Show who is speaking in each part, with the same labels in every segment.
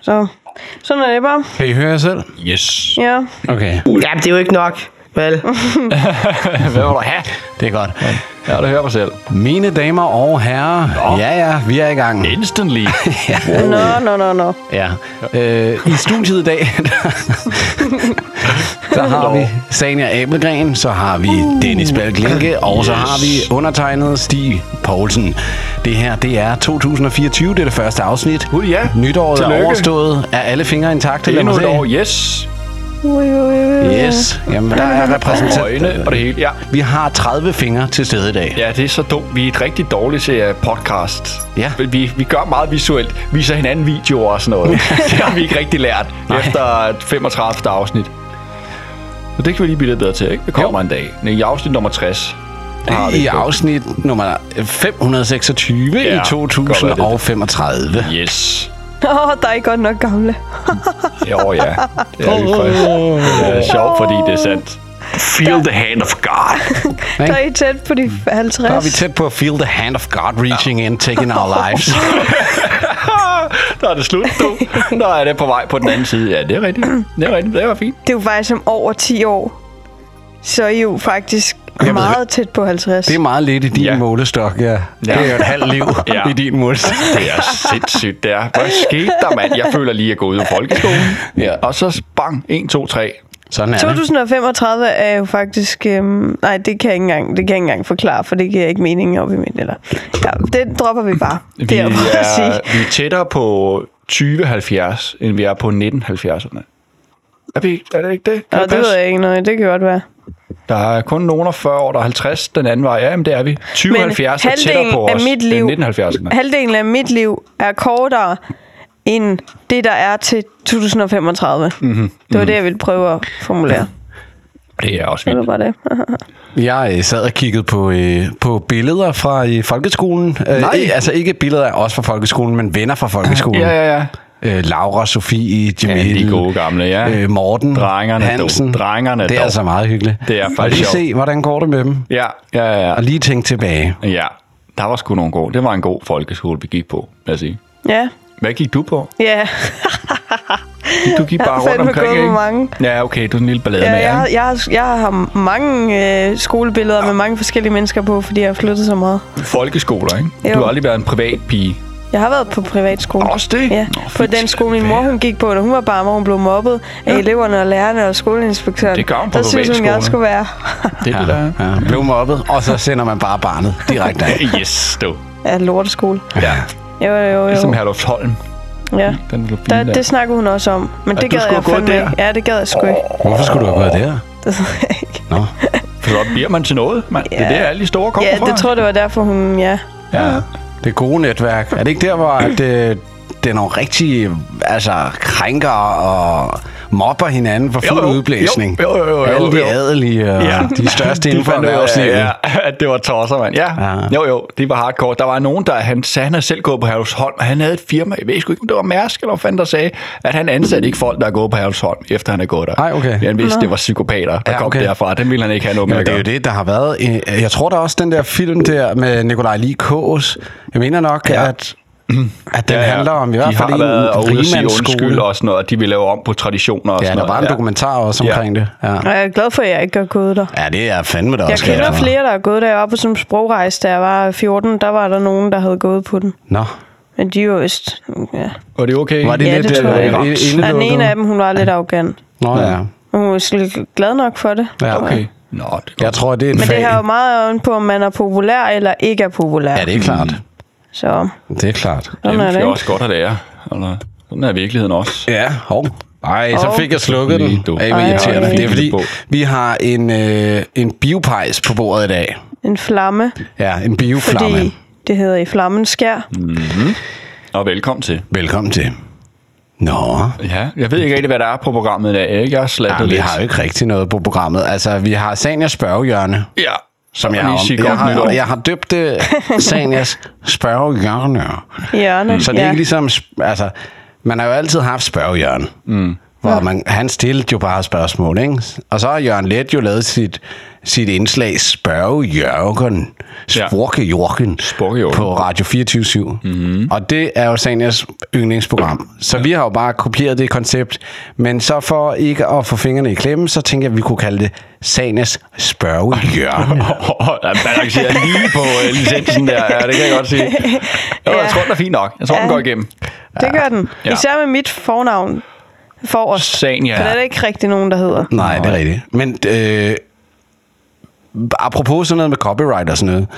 Speaker 1: Så sådan er det bare.
Speaker 2: Kan I høre jer selv?
Speaker 3: Yes.
Speaker 1: Ja.
Speaker 2: Okay,
Speaker 4: Ja, det er jo ikke nok. Vel?
Speaker 3: Hvad vil du have?
Speaker 2: det er godt.
Speaker 3: Ja, du hører mig selv.
Speaker 2: Mine damer og herrer, ja ja, vi er i gang.
Speaker 3: Instantly.
Speaker 1: Nå, nå, nå, nå.
Speaker 2: Ja. Øh, I studiet i dag, der har vi Sanja Abelgren, så har vi Dennis Balklinke, og så har vi undertegnet Stig Poulsen. Det her, det er 2024, det er det første afsnit.
Speaker 3: Gud, ja.
Speaker 2: Nytåret er
Speaker 3: Tillykke.
Speaker 2: overstået. Er alle fingre intakte? Lad mig
Speaker 3: Endnu et
Speaker 2: se.
Speaker 3: år, yes.
Speaker 1: Ui, ui, ui.
Speaker 2: Yes. Jamen, der er
Speaker 3: Øjne og det
Speaker 2: repræsentant.
Speaker 3: hele. Ja.
Speaker 2: Vi har 30 fingre til stede i dag.
Speaker 3: ja, det er så dumt. Vi er et rigtig dårligt til øh, podcast.
Speaker 2: Ja.
Speaker 3: Vi- Vi, vi gør meget visuelt. Viser hinanden videoer og sådan noget. det har vi ikke rigtig lært Nej. efter 35. afsnit. Så det kan vi lige blive lidt bedre til, ikke? Det kommer
Speaker 2: Jo.
Speaker 3: jo. en dag. I afsnit nummer 60. har vi
Speaker 2: I
Speaker 3: det på.
Speaker 2: afsnit nummer 526 i
Speaker 3: Ja, godt være det.
Speaker 2: 2035.
Speaker 3: Yes.
Speaker 1: Åh, oh, der er I godt nok gamle.
Speaker 3: Jo, ja. Det er, vi faktisk. det er sjovt, fordi det er sandt. Feel the hand of God.
Speaker 1: Der er I tæt på de 50.
Speaker 2: Mm. Der er vi tæt på at feel the hand of God reaching in, taking our lives.
Speaker 3: Der er det slut, du. Der er det på vej på den anden side. Ja, det er rigtigt. Det er rigtigt. Det var fint.
Speaker 1: Det er jo faktisk om over 10 år. Så er I jo faktisk meget tæt på 50.
Speaker 2: Det er meget lidt i din
Speaker 3: Ja.
Speaker 2: målestok, ja. Det er jo et halvt liv
Speaker 3: Ja.
Speaker 2: i din målestok.
Speaker 3: Det er sindssygt, det er. Hvad skete der, mand? Jeg føler lige, at jeg går ud af folkeskolen.
Speaker 2: Ja.
Speaker 3: Og så bang, 1, 2, 3.
Speaker 2: Sådan er det.
Speaker 1: 2035 er jo faktisk... Øhm, nej, det kan, jeg ikke engang, det kan jeg ikke engang forklare, for det giver ikke mening op i mit eller. Ja, den dropper vi bare.
Speaker 3: Vi,
Speaker 1: det er, bare at sige.
Speaker 3: vi er tættere på 2070, end vi er på 1970'erne. Er, vi, er det ikke det?
Speaker 1: Nå,
Speaker 3: Kan
Speaker 1: det
Speaker 3: passe?
Speaker 1: ved jeg ikke noget. Det kan godt være.
Speaker 3: Der er kun nogen, der er 40 år, der er 50 den anden vej. Ja, jamen, det er vi. 2070 er tættere
Speaker 1: halvdelen
Speaker 3: på
Speaker 1: af
Speaker 3: os
Speaker 1: mit liv-
Speaker 3: end 1970'erne.
Speaker 1: Halvdelen af mit liv er kortere end det, der er til 2035.
Speaker 3: Mhm.
Speaker 1: Mm-hmm. Det var det, jeg ville prøve at formulere.
Speaker 3: Det er også
Speaker 1: Det var
Speaker 3: vildt.
Speaker 1: bare det.
Speaker 2: Jeg øh, sad og kiggede på, øh, på billeder fra øh, folkeskolen. Øh,
Speaker 3: Nej.
Speaker 2: ikke- altså ikke billeder af os fra folkeskolen, men venner fra folkeskolen.
Speaker 3: Ja, ja, ja.
Speaker 2: Øh, Laura, Sofie, Jamil,
Speaker 3: Ja, de gode gamle, ja.
Speaker 2: øh, Morten,
Speaker 3: Drengerne dog.
Speaker 2: Hansen.
Speaker 3: Drengerne
Speaker 2: det er
Speaker 3: dog.
Speaker 2: altså meget hyggeligt.
Speaker 3: Det er
Speaker 2: og
Speaker 3: faktisk
Speaker 2: lige
Speaker 3: sjovt.
Speaker 2: se, hvordan går det med dem.
Speaker 3: Ja, ja, ja.
Speaker 2: Og lige tænke tilbage.
Speaker 3: Ja, der var sgu nogle gode. Det var en god folkeskole, vi gik på, lad os sige.
Speaker 1: Ja.
Speaker 3: Hvad gik du på?
Speaker 1: Ja,
Speaker 3: Du gik bare rundt
Speaker 1: fandme
Speaker 3: omkring,
Speaker 1: gået
Speaker 3: ikke?
Speaker 1: på mange.
Speaker 3: Ja, okay, du er en lille ballade
Speaker 1: ja
Speaker 3: med,
Speaker 1: jeg, har-
Speaker 3: ikke?
Speaker 1: jeg, har, jeg har mange øh, skolebilleder med mange forskellige mennesker på, fordi jeg har flyttet så meget.
Speaker 3: Folkeskoler, ikke?
Speaker 1: Jo.
Speaker 3: Du har aldrig været en privat pige.
Speaker 1: Jeg har været på privatskole.
Speaker 3: Også det?
Speaker 1: Ja,
Speaker 3: Nå,
Speaker 1: på
Speaker 3: fint.
Speaker 1: den skole, min mor hun gik på, da hun var barn, hvor hun blev mobbet af eleverne og lærerne og skoleinspektøren.
Speaker 3: Det gør hun på
Speaker 1: Der synes hun, jeg
Speaker 3: privatskole.
Speaker 1: skulle være.
Speaker 3: Det er det, der er.
Speaker 2: Ja, blev mobbet, og så sender man bare barnet direkte af.
Speaker 3: Yes, du.
Speaker 1: Ja, lorteskole.
Speaker 3: Ja,
Speaker 1: Jo, jo, jo.
Speaker 3: ligesom Herluf Holm.
Speaker 1: Ja.
Speaker 3: Den blev fin
Speaker 1: Der,
Speaker 3: der.
Speaker 1: det snakker hun også om. Men det
Speaker 3: du
Speaker 1: gad
Speaker 3: skulle
Speaker 1: jeg
Speaker 3: have gået
Speaker 1: fandme
Speaker 3: der.
Speaker 1: ikke. Ja, det gad jeg sgu ikke.
Speaker 2: Hvorfor skulle du have gået der?
Speaker 1: Det ved jeg ikke.
Speaker 2: Nå.
Speaker 3: For så bliver man til noget, mand. Det er
Speaker 1: Ja.
Speaker 3: der, alle de store kommer
Speaker 1: Ja,
Speaker 3: fra.
Speaker 1: det tror jeg, det var derfor, hun... Ja.
Speaker 3: Ja,
Speaker 2: Det gode netværk. Er det ikke der, hvor at, øh, det er nogle rigtige altså, krænker og mobber hinanden for fuld
Speaker 3: Jo, jo.
Speaker 2: udblæsning?
Speaker 3: Jo, jo, jo, jo,
Speaker 2: Alle de
Speaker 3: jo.
Speaker 2: adelige og ja. de største inden for
Speaker 3: fandt ud af,
Speaker 2: erhvervslivet.
Speaker 3: Ja, at det var tosser, mand. Ja.
Speaker 2: Ja.
Speaker 3: ja. Jo, jo, det var hardcore. Der var nogen, der han sagde, han havde selv gået på Herlufsholm, og han havde et firma, jeg ved sgu ikke, om det var Mærsk eller hvad fanden, der sagde, at han ansatte ikke folk, der er gået på Herlufsholm, efter han er gået der.
Speaker 2: Ej, okay.
Speaker 3: Han vidste, det var psykopater, der
Speaker 2: Ja,
Speaker 3: ja, okay.
Speaker 2: okay.
Speaker 3: kom derfra. Den ville han ikke have noget med
Speaker 2: Jamen,
Speaker 3: at
Speaker 2: det er
Speaker 3: gøre.
Speaker 2: jo det, der har været. øh, Jeg tror da også, den der film der med Nikolaj Lee Kås, jeg mener nok, ja. at, at den ja, ja. handler om i hvert
Speaker 3: de
Speaker 2: fald
Speaker 3: har
Speaker 2: en
Speaker 3: været ude at sige undskyld
Speaker 2: rimandsskole.
Speaker 3: og sådan noget, og de vil lave om på traditioner og
Speaker 2: Ja,
Speaker 3: sådan
Speaker 2: der
Speaker 3: noget.
Speaker 2: var en dokumentar også
Speaker 3: Ja.
Speaker 2: omkring det. Ja.
Speaker 1: Og jeg er glad for, at jeg ikke har gået der.
Speaker 2: ja, det er fandme da
Speaker 1: Jeg
Speaker 2: også.
Speaker 1: kender
Speaker 2: glad for.
Speaker 1: flere, der har gået der. Jeg var på sådan en sprogrejse, da jeg var 14. Der var der nogen, der havde gået på den.
Speaker 2: Nå,
Speaker 1: Men de er jo vist... Ja,
Speaker 3: Var det okay?
Speaker 2: var det
Speaker 1: ja
Speaker 2: lidt
Speaker 1: det tror
Speaker 2: øh,
Speaker 1: jeg.
Speaker 3: ramt.
Speaker 2: inde-
Speaker 1: Ja, den ene
Speaker 2: indelukket?
Speaker 1: af dem, hun var lidt arrogant.
Speaker 2: Nå ja.
Speaker 1: Men Hun var slet glad nok for det.
Speaker 2: ja.
Speaker 3: Okay. Nå, det
Speaker 2: Jeg tror, det er et
Speaker 1: Men
Speaker 2: fag.
Speaker 1: det har jo meget øjne på, om man er populær eller ikke er populær.
Speaker 2: Ja, det er klart.
Speaker 1: Så
Speaker 2: Det er klart.
Speaker 1: sådan er
Speaker 3: det
Speaker 1: det,
Speaker 3: er
Speaker 1: ikke?
Speaker 3: også godt, at det er. Eller, sådan er virkeligheden også.
Speaker 2: Ja, hov. Ej, så
Speaker 1: Hov.
Speaker 2: fik jeg slukket den.
Speaker 3: Lige du.
Speaker 2: Ej, hvor
Speaker 1: Ej,
Speaker 2: irriterende.
Speaker 1: ej, ej.
Speaker 2: Det er fordi,
Speaker 3: På.
Speaker 2: vi har en, øh, en biopejs på bordet i dag.
Speaker 1: En flamme,
Speaker 2: Ja, en bioflamme.
Speaker 1: fordi det hedder i flammen skær.
Speaker 3: Og velkommen til.
Speaker 2: Velkommen til. Nå,
Speaker 3: Ja, jeg ved ikke rigtig, hvad der er på programmet i dag. Ikke? Jeg har slattet
Speaker 2: ja, vi
Speaker 3: lidt.
Speaker 2: har jo ikke rigtig noget på programmet. Altså, vi har Sanias spørgehjørne.
Speaker 3: Ja,
Speaker 2: Som jeg, har,
Speaker 3: Sige
Speaker 2: jeg,
Speaker 3: godt
Speaker 2: har,
Speaker 3: nytår.
Speaker 2: jeg har døbt det Sanias spørgehjørne.
Speaker 1: Hjørne.
Speaker 2: Mm. Så det er
Speaker 1: ja.
Speaker 2: ikke ligesom... sp- Altså, man har jo altid haft spørgehjørne. Mm. hvor man, han stillede jo bare spørgsmål, ikke? Og så har Jørgen Let jo lavet sit, sit indslag Spørge Jørgen,
Speaker 3: Ja.
Speaker 2: Sporke Jorgen,
Speaker 3: Sporke Jorgen.
Speaker 2: på Radio 24 mm-hmm. Og det er jo Sanias yndlingsprogram. Så vi har jo bare kopieret det koncept, men så for ikke at få fingrene i klemme, så tænker jeg, at vi kunne kalde det Sanias Spørge Jørgen.
Speaker 3: Ja, balancerer lige på øh, licensen der. Ja, det kan jeg godt sige. Jo,
Speaker 1: Ja.
Speaker 3: jeg tror, den er fin nok. Jeg tror, den
Speaker 1: Ja.
Speaker 3: går igennem.
Speaker 1: Det gør den.
Speaker 3: Ja.
Speaker 1: Især med mit fornavn forrest.
Speaker 3: Sagen,
Speaker 1: For det er
Speaker 3: ja.
Speaker 1: der ikke rigtig nogen, der hedder.
Speaker 2: Nej, det er rigtigt. Men øh, apropos sådan noget med copyright og sådan noget.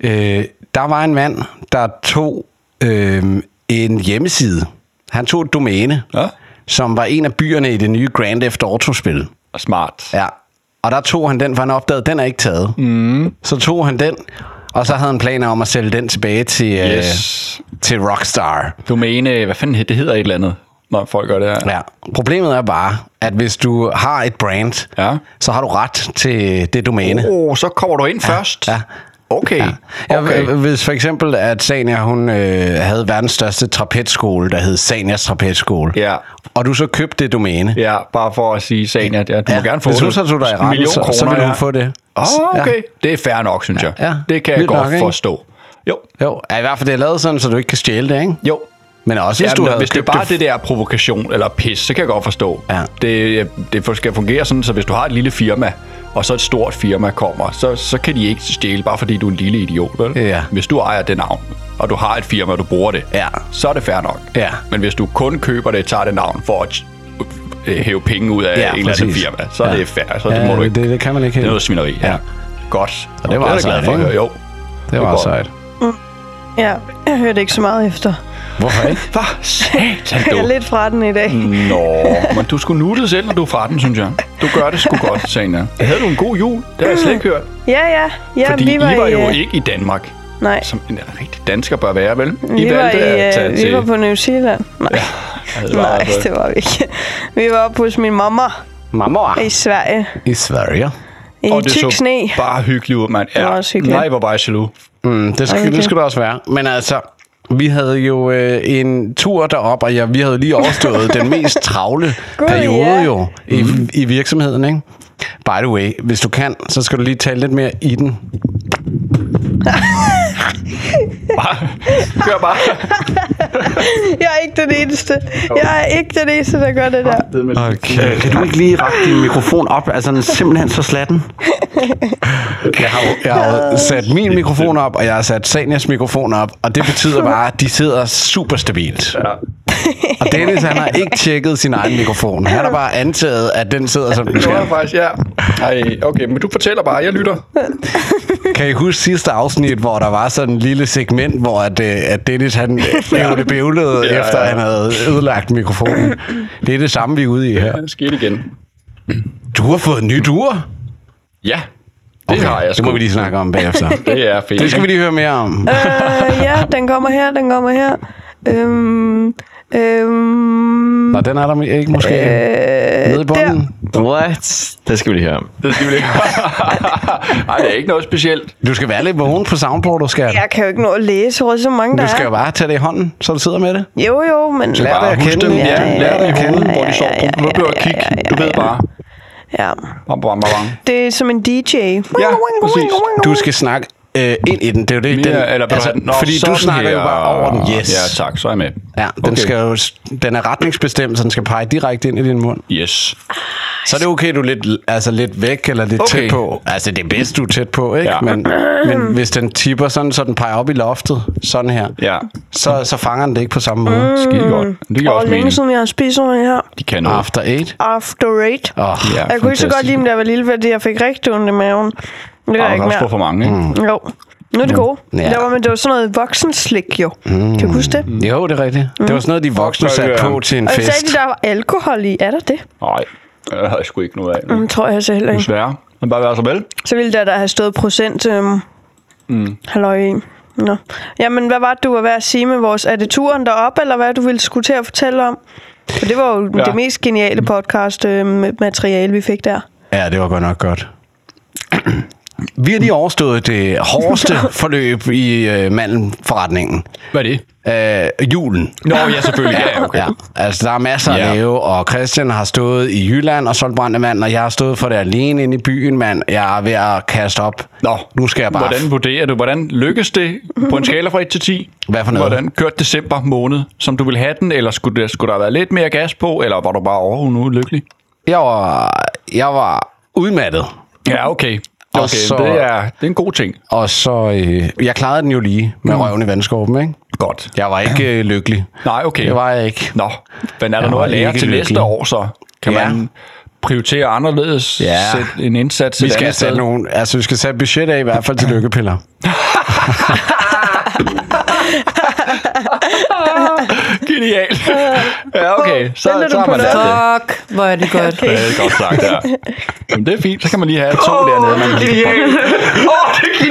Speaker 2: Øh, der var en mand, der tog øh, en hjemmeside. Han tog et domæne,
Speaker 3: Ja.
Speaker 2: som var en af byerne i det nye Grand Theft Auto-spil.
Speaker 3: Smart.
Speaker 2: Ja. Og der tog han den, for han opdagede, at den er ikke taget. Mm. Så tog han den, og så havde han planer om at sælge den tilbage til,
Speaker 3: Yes.
Speaker 2: øh, til Rockstar.
Speaker 3: Domæne, hvad fanden hed- det hedder et eller andet, når folk gør det her.
Speaker 2: Ja. Problemet er bare, at hvis du har et brand,
Speaker 3: Ja.
Speaker 2: så har du ret til det domæne.
Speaker 3: Åh, oh, så kommer du ind først.
Speaker 2: Ja.
Speaker 3: Okay.
Speaker 2: Ja,
Speaker 3: okay.
Speaker 2: okay. Hvis for eksempel, at Sania, hun øh, havde verdens største trapezskole, der hed Sanias Trapezskole,
Speaker 3: Ja.
Speaker 2: og du så købte det domæne,
Speaker 3: Ja, bare for at sige sagen, at ja, du ja, må gerne få
Speaker 2: hvis
Speaker 3: det.
Speaker 2: hun så tog dig i
Speaker 3: En
Speaker 2: retten,
Speaker 3: million
Speaker 2: så,
Speaker 3: kroner,
Speaker 2: så ville hun
Speaker 3: ja.
Speaker 2: få det.
Speaker 3: Åh, okay.
Speaker 2: Ja.
Speaker 3: Det er fair nok, synes jeg.
Speaker 2: Ja.
Speaker 3: Det kan jeg
Speaker 2: Vildt
Speaker 3: godt
Speaker 2: nok, ikke?
Speaker 3: forstå. Jo,
Speaker 2: Jo, ja, i hvert fald det er lavet sådan, så du ikke kan stjæle det, ikke?
Speaker 3: jo.
Speaker 2: Men også hvis
Speaker 3: Hvis,
Speaker 2: du
Speaker 3: Jamen,
Speaker 2: havde
Speaker 3: hvis det
Speaker 2: købt
Speaker 3: bare det der provokation eller pis, så kan jeg godt forstå.
Speaker 2: Ja.
Speaker 3: Det, det skal fungere sådan, så hvis du har et lille firma, og så et stort firma kommer, så, så kan de ikke stjæle, bare fordi du er en lille idiot, vel?
Speaker 2: Ja.
Speaker 3: Hvis du ejer det navn, og du har et firma, og du bruger det,
Speaker 2: Ja.
Speaker 3: så er det fair nok.
Speaker 2: Ja.
Speaker 3: Men hvis du kun køber det, tager det navn for at øh, hæve penge ud af
Speaker 2: Ja,
Speaker 3: ja, en eller anden
Speaker 2: præcis.
Speaker 3: firma, så er
Speaker 2: Ja.
Speaker 3: det fair. Så
Speaker 2: Ja,
Speaker 3: det må du ikke.
Speaker 2: det- det kan man ikke
Speaker 3: Det er
Speaker 2: helt.
Speaker 3: noget svineri, ja.
Speaker 2: Ja.
Speaker 3: ja. Godt. Og
Speaker 2: var altså
Speaker 3: jeg
Speaker 2: sejt,
Speaker 3: da glad for at
Speaker 2: ikke?
Speaker 3: høre. Jo.
Speaker 2: Det var
Speaker 3: går.
Speaker 2: sejt.
Speaker 1: Ja, jeg hørte ikke så meget efter.
Speaker 2: Hvorfor ikke?
Speaker 3: Hvad satan,
Speaker 1: Jeg er
Speaker 3: du?
Speaker 1: lidt fra den i dag.
Speaker 3: Mm. Nå, men du skulle nutte selv, når du er fra den, synes jeg. Du gør det sgu godt, Sanja. Havde du en god jul? Det har jeg slet ikke hørt.
Speaker 1: Ja, ja. ja
Speaker 3: Fordi vi var, I var jo
Speaker 1: øh,
Speaker 3: ikke i Danmark,
Speaker 1: Nej,
Speaker 3: som en rigtig dansker bør være, vel? I
Speaker 1: vi var,
Speaker 3: valgte at
Speaker 1: i,
Speaker 3: tage
Speaker 1: øh,
Speaker 3: til...
Speaker 1: vi var på New Zealand. Nej,
Speaker 3: Altså,
Speaker 1: ja,
Speaker 3: var-
Speaker 1: nej, det var vi ikke. Vi var oppe hos min mamma
Speaker 2: Mamma.
Speaker 1: i Sverige.
Speaker 2: I Sverige.
Speaker 1: I
Speaker 3: Og det
Speaker 1: tyk
Speaker 3: så
Speaker 1: sne.
Speaker 3: bare hyggeligt ud, mand. Ja.
Speaker 1: Det var også hyggeligt.
Speaker 3: Nej, hvor var jeg jaloux.
Speaker 2: Mm, det, skal,
Speaker 1: Okay.
Speaker 2: okay. det skal det også være. Men altså, vi havde jo øh, en tur derop, og jeg, vi havde lige overstået den mest travle
Speaker 1: Gud,
Speaker 2: periode
Speaker 1: ja. Mm.
Speaker 2: jo i, i virksomheden, ikke? By the way, hvis du kan, så skal du lige tale lidt mere i den.
Speaker 3: Bare, kør bare.
Speaker 1: Jeg er ikke den eneste. Jeg er ikke den eneste, der gør det der.
Speaker 2: Okay.
Speaker 5: Kan du ikke lige række din mikrofon op? Altså, den er simpelthen så slatten.
Speaker 2: Jeg har, jeg har sat min mikrofon op, og jeg har sat Sanias mikrofon op, og det betyder bare, at de sidder super stabilt. Ja. Og Dennis, han har ikke tjekket sin egen mikrofon. Han har bare antaget, at den sidder, som den
Speaker 3: Det
Speaker 2: skal.
Speaker 3: var jeg faktisk, ja. Ej, okay, men du fortæller bare, jeg lytter.
Speaker 2: Kan I huske sidste afsnit, hvor der var sådan en lille segment, hvor at, øh, at Dennis han blev bævlede,
Speaker 3: Ja,
Speaker 2: ja, efter
Speaker 3: ja.
Speaker 2: ja. han havde ødelagt mikrofonen? Det er det samme, vi er ude i her.
Speaker 3: Det skete igen.
Speaker 2: Du har fået nyt ur.
Speaker 3: Ja, det har jeg
Speaker 2: det
Speaker 3: sgu.
Speaker 2: må vi lige snakke om bagefter.
Speaker 3: Det er fedt.
Speaker 2: Det skal vi lige høre mere om.
Speaker 1: Øh, ja, den kommer her, den kommer her. Øhm, øhm,
Speaker 2: Nå, den er der ikke måske øh, nede i bunden.
Speaker 6: What? Det skal vi lige høre om.
Speaker 3: Det skal vi lige. Ej, det er ikke noget specielt.
Speaker 2: Du skal være lidt vågen på soundboardet, skat.
Speaker 1: jeg kan jo ikke nå at læse, hvor så mange der
Speaker 2: Du skal jo
Speaker 1: er.
Speaker 2: bare tage det i hånden, så du sidder med det.
Speaker 1: Jo, jo, men...
Speaker 2: Lad det
Speaker 3: Bare
Speaker 2: at
Speaker 3: husk
Speaker 2: kende.
Speaker 3: dem.
Speaker 1: Ja,
Speaker 3: Ja,
Speaker 1: ja,
Speaker 3: lær
Speaker 1: ja,
Speaker 3: dem i hovedet,
Speaker 1: ja,
Speaker 3: hvor de
Speaker 1: ja,
Speaker 3: sover.
Speaker 1: ja,
Speaker 3: Du behøver
Speaker 1: ja,
Speaker 3: at kigge.
Speaker 1: ja, ja,
Speaker 3: Du ved
Speaker 1: ja.
Speaker 3: bare.
Speaker 1: Ja,
Speaker 3: Bam, bam, bam, bam.
Speaker 1: det er som en DJ.
Speaker 3: Ja, præcis.
Speaker 2: Du skal snakke øh, ind i den. Det er jo det.
Speaker 3: Mere,
Speaker 2: den,
Speaker 3: eller,
Speaker 2: altså,
Speaker 3: Nå,
Speaker 2: fordi du
Speaker 3: sådan
Speaker 2: snakker
Speaker 3: her.
Speaker 2: jo bare over den. Yes.
Speaker 3: Ja, tak. Så er jeg med.
Speaker 2: Ja, den, okay. skal jo, den er retningsbestemt, så den skal pege direkte ind i din mund.
Speaker 3: Yes.
Speaker 2: Så er det okay, du er lidt, altså lidt væk eller lidt
Speaker 3: Okay.
Speaker 2: tæt på. Altså, det er bedst, du er tæt på, ikke?
Speaker 3: Ja.
Speaker 2: Men, men hvis den tipper sådan, så den peger op i loftet, sådan her,
Speaker 3: Ja.
Speaker 2: så, så fanger den det ikke på samme måde.
Speaker 1: Mm.
Speaker 3: Skide godt. Det giver
Speaker 1: Og
Speaker 3: også
Speaker 1: længe
Speaker 3: mening.
Speaker 1: siden jeg har spist sådan en her.
Speaker 3: De kan noget.
Speaker 2: After eight.
Speaker 1: After eight.
Speaker 2: Oh.
Speaker 3: Ja,
Speaker 1: jeg kunne ikke så godt lide dem, da jeg var lille, fordi jeg fik rigtig ondt i maven. Det er
Speaker 3: det.
Speaker 1: jeg
Speaker 3: ikke
Speaker 1: ikke
Speaker 3: også fået for
Speaker 1: mere.
Speaker 3: mange,
Speaker 2: Mm.
Speaker 3: ikke?
Speaker 1: Jo. Nu er det gode.
Speaker 2: Ja.
Speaker 1: Ja. Der var, men det var sådan noget voksenslik, jo. Kan du huske det?
Speaker 2: Jo, det er rigtigt. Det var sådan noget, de voksne
Speaker 3: Mm. Fuck,
Speaker 2: satte
Speaker 3: ja.
Speaker 2: på til en
Speaker 1: Og så
Speaker 2: fest.
Speaker 1: sagde de, der var alkohol i. Er der det?
Speaker 3: Nej, det har jeg sgu ikke noget af.
Speaker 1: Mm, tror jeg så heller ikke.
Speaker 3: Desværre. Men bare være så vel.
Speaker 1: Så ville der da have stået procent øhm, mm. halløj i. Nå. Jamen, hvad var det, du var ved at sige med vores Er det turen deroppe, eller hvad du ville skulle til at fortælle om? For det var jo
Speaker 3: Ja.
Speaker 1: ja. det mest geniale podcast øh, materiale, vi fik der.
Speaker 2: Ja, det var godt nok godt. Vi har lige overstået det hårdeste forløb i øh, mandelforretningen.
Speaker 3: Hvad er det?
Speaker 2: Øh, julen.
Speaker 3: Nå, ja, selvfølgelig. Ja, ja, okay.
Speaker 2: Ja, altså der er masser
Speaker 3: Ja.
Speaker 2: at lave, og Christian har stået i Jylland og solgt brændte mand, og jeg har stået for det alene inde i byen, mand. Jeg er ved at kaste op.
Speaker 3: Nå,
Speaker 2: nu skal jeg bare...
Speaker 3: Hvordan vurderer du, hvordan lykkes det på en skala fra 1 til 10?
Speaker 2: Hvad for noget?
Speaker 3: Hvordan kørte december måned, som du ville have den, eller skulle, der, skulle der have været lidt mere gas på, eller var du bare overhovedet lykkelig?
Speaker 2: Jeg var, jeg var udmattet,
Speaker 3: Ja, okay.
Speaker 2: Og
Speaker 3: Okay,
Speaker 2: så-
Speaker 3: så... det, er, det er en god ting.
Speaker 2: og så... Øh, jeg klarede den jo lige med røven i vandskorpen, ikke?
Speaker 3: Godt.
Speaker 2: Jeg var ikke øh, lykkelig.
Speaker 3: Nej, okay.
Speaker 2: Det var jeg ikke.
Speaker 3: Nå, men er der
Speaker 2: Jeg
Speaker 3: noget
Speaker 2: var
Speaker 3: at lære
Speaker 2: ikke
Speaker 3: til
Speaker 2: lykkelig.
Speaker 3: næste år, så kan
Speaker 2: Ja.
Speaker 3: ja. man prioritere anderledes,
Speaker 2: Ja.
Speaker 3: sætte en indsats
Speaker 2: Vi
Speaker 3: et
Speaker 2: skal
Speaker 3: andet sted.
Speaker 2: sætte nogle, altså, vi skal sætte budget af i hvert fald til lykkepiller.
Speaker 3: Genialt. ja, okay. Så,
Speaker 1: Den er du
Speaker 3: så har
Speaker 1: på
Speaker 3: man lært
Speaker 1: noget.
Speaker 3: det.
Speaker 7: Fuck, hvor er det godt.
Speaker 3: Ja, det er godt sagt, ja. Jamen, det er fint. Så kan man lige have to oh, dernede. Man lige kan poppe.
Speaker 2: var det,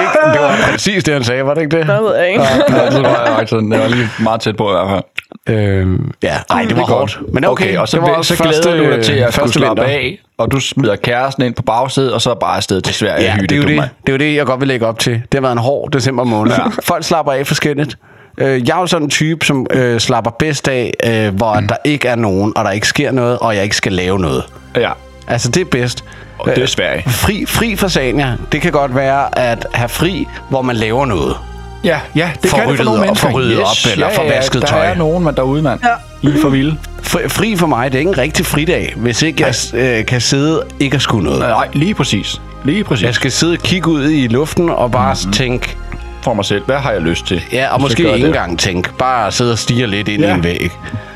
Speaker 2: ikke, det var præcis det, han sagde, var det ikke det?
Speaker 1: Det ved jeg ikke.
Speaker 3: Ja, det var jeg faktisk sådan. Det var lige meget tæt på i hvert fald.
Speaker 2: Øhm, ja, nej, det var hårdt. Men okay,
Speaker 3: og så,
Speaker 2: det var
Speaker 3: det
Speaker 2: også
Speaker 3: så glæder
Speaker 2: første,
Speaker 3: du dig til at kunne
Speaker 2: første
Speaker 3: slappe
Speaker 2: vinter.
Speaker 3: af, og du smider kæresten ind på bagsædet, og så bare afsted til Sverige
Speaker 2: Ja,
Speaker 3: og
Speaker 2: det
Speaker 3: hytte,
Speaker 2: er, jo
Speaker 3: du
Speaker 2: det,
Speaker 3: mand.
Speaker 2: det er jo det, jeg godt vil lægge op til. Det har været en hård december måned. Ja. Folk slapper af forskelligt. Øh, Jeg er jo sådan en type, som øh, slapper bedst af, øh, hvor mm. der ikke er nogen, og der ikke sker noget, og jeg ikke skal lave noget.
Speaker 3: Ja,
Speaker 2: Altså, det er bedst. Øh,
Speaker 3: og det er Sverige.
Speaker 2: Fri, fri for Sania, det kan godt være at have fri, hvor man laver noget.
Speaker 3: Ja, ja, det
Speaker 2: Får
Speaker 3: kan det for
Speaker 2: ryddet
Speaker 3: nogle
Speaker 2: op,
Speaker 3: mennesker.
Speaker 2: får ryddet op, eller får vasket
Speaker 3: der
Speaker 2: tøj.
Speaker 3: er nogen, man derude, mand. Ja. I er for vilde.
Speaker 2: Fri, fri for mig, det er ikke en rigtig fridag, hvis ikke jeg øh, kan sidde ikke at skulle noget.
Speaker 3: Nej, lige præcis. Lige præcis.
Speaker 2: Jeg skal sidde og kigge ud i luften og bare
Speaker 3: Mhm.
Speaker 2: mm. tænke,
Speaker 3: for mig selv. Hvad har jeg lyst til?
Speaker 2: Ja, og
Speaker 3: Så
Speaker 2: måske
Speaker 3: gør jeg
Speaker 2: ikke
Speaker 3: det.
Speaker 2: engang tænke. Bare sidde og stige lidt ind ja.
Speaker 3: Ja.
Speaker 2: i en væg.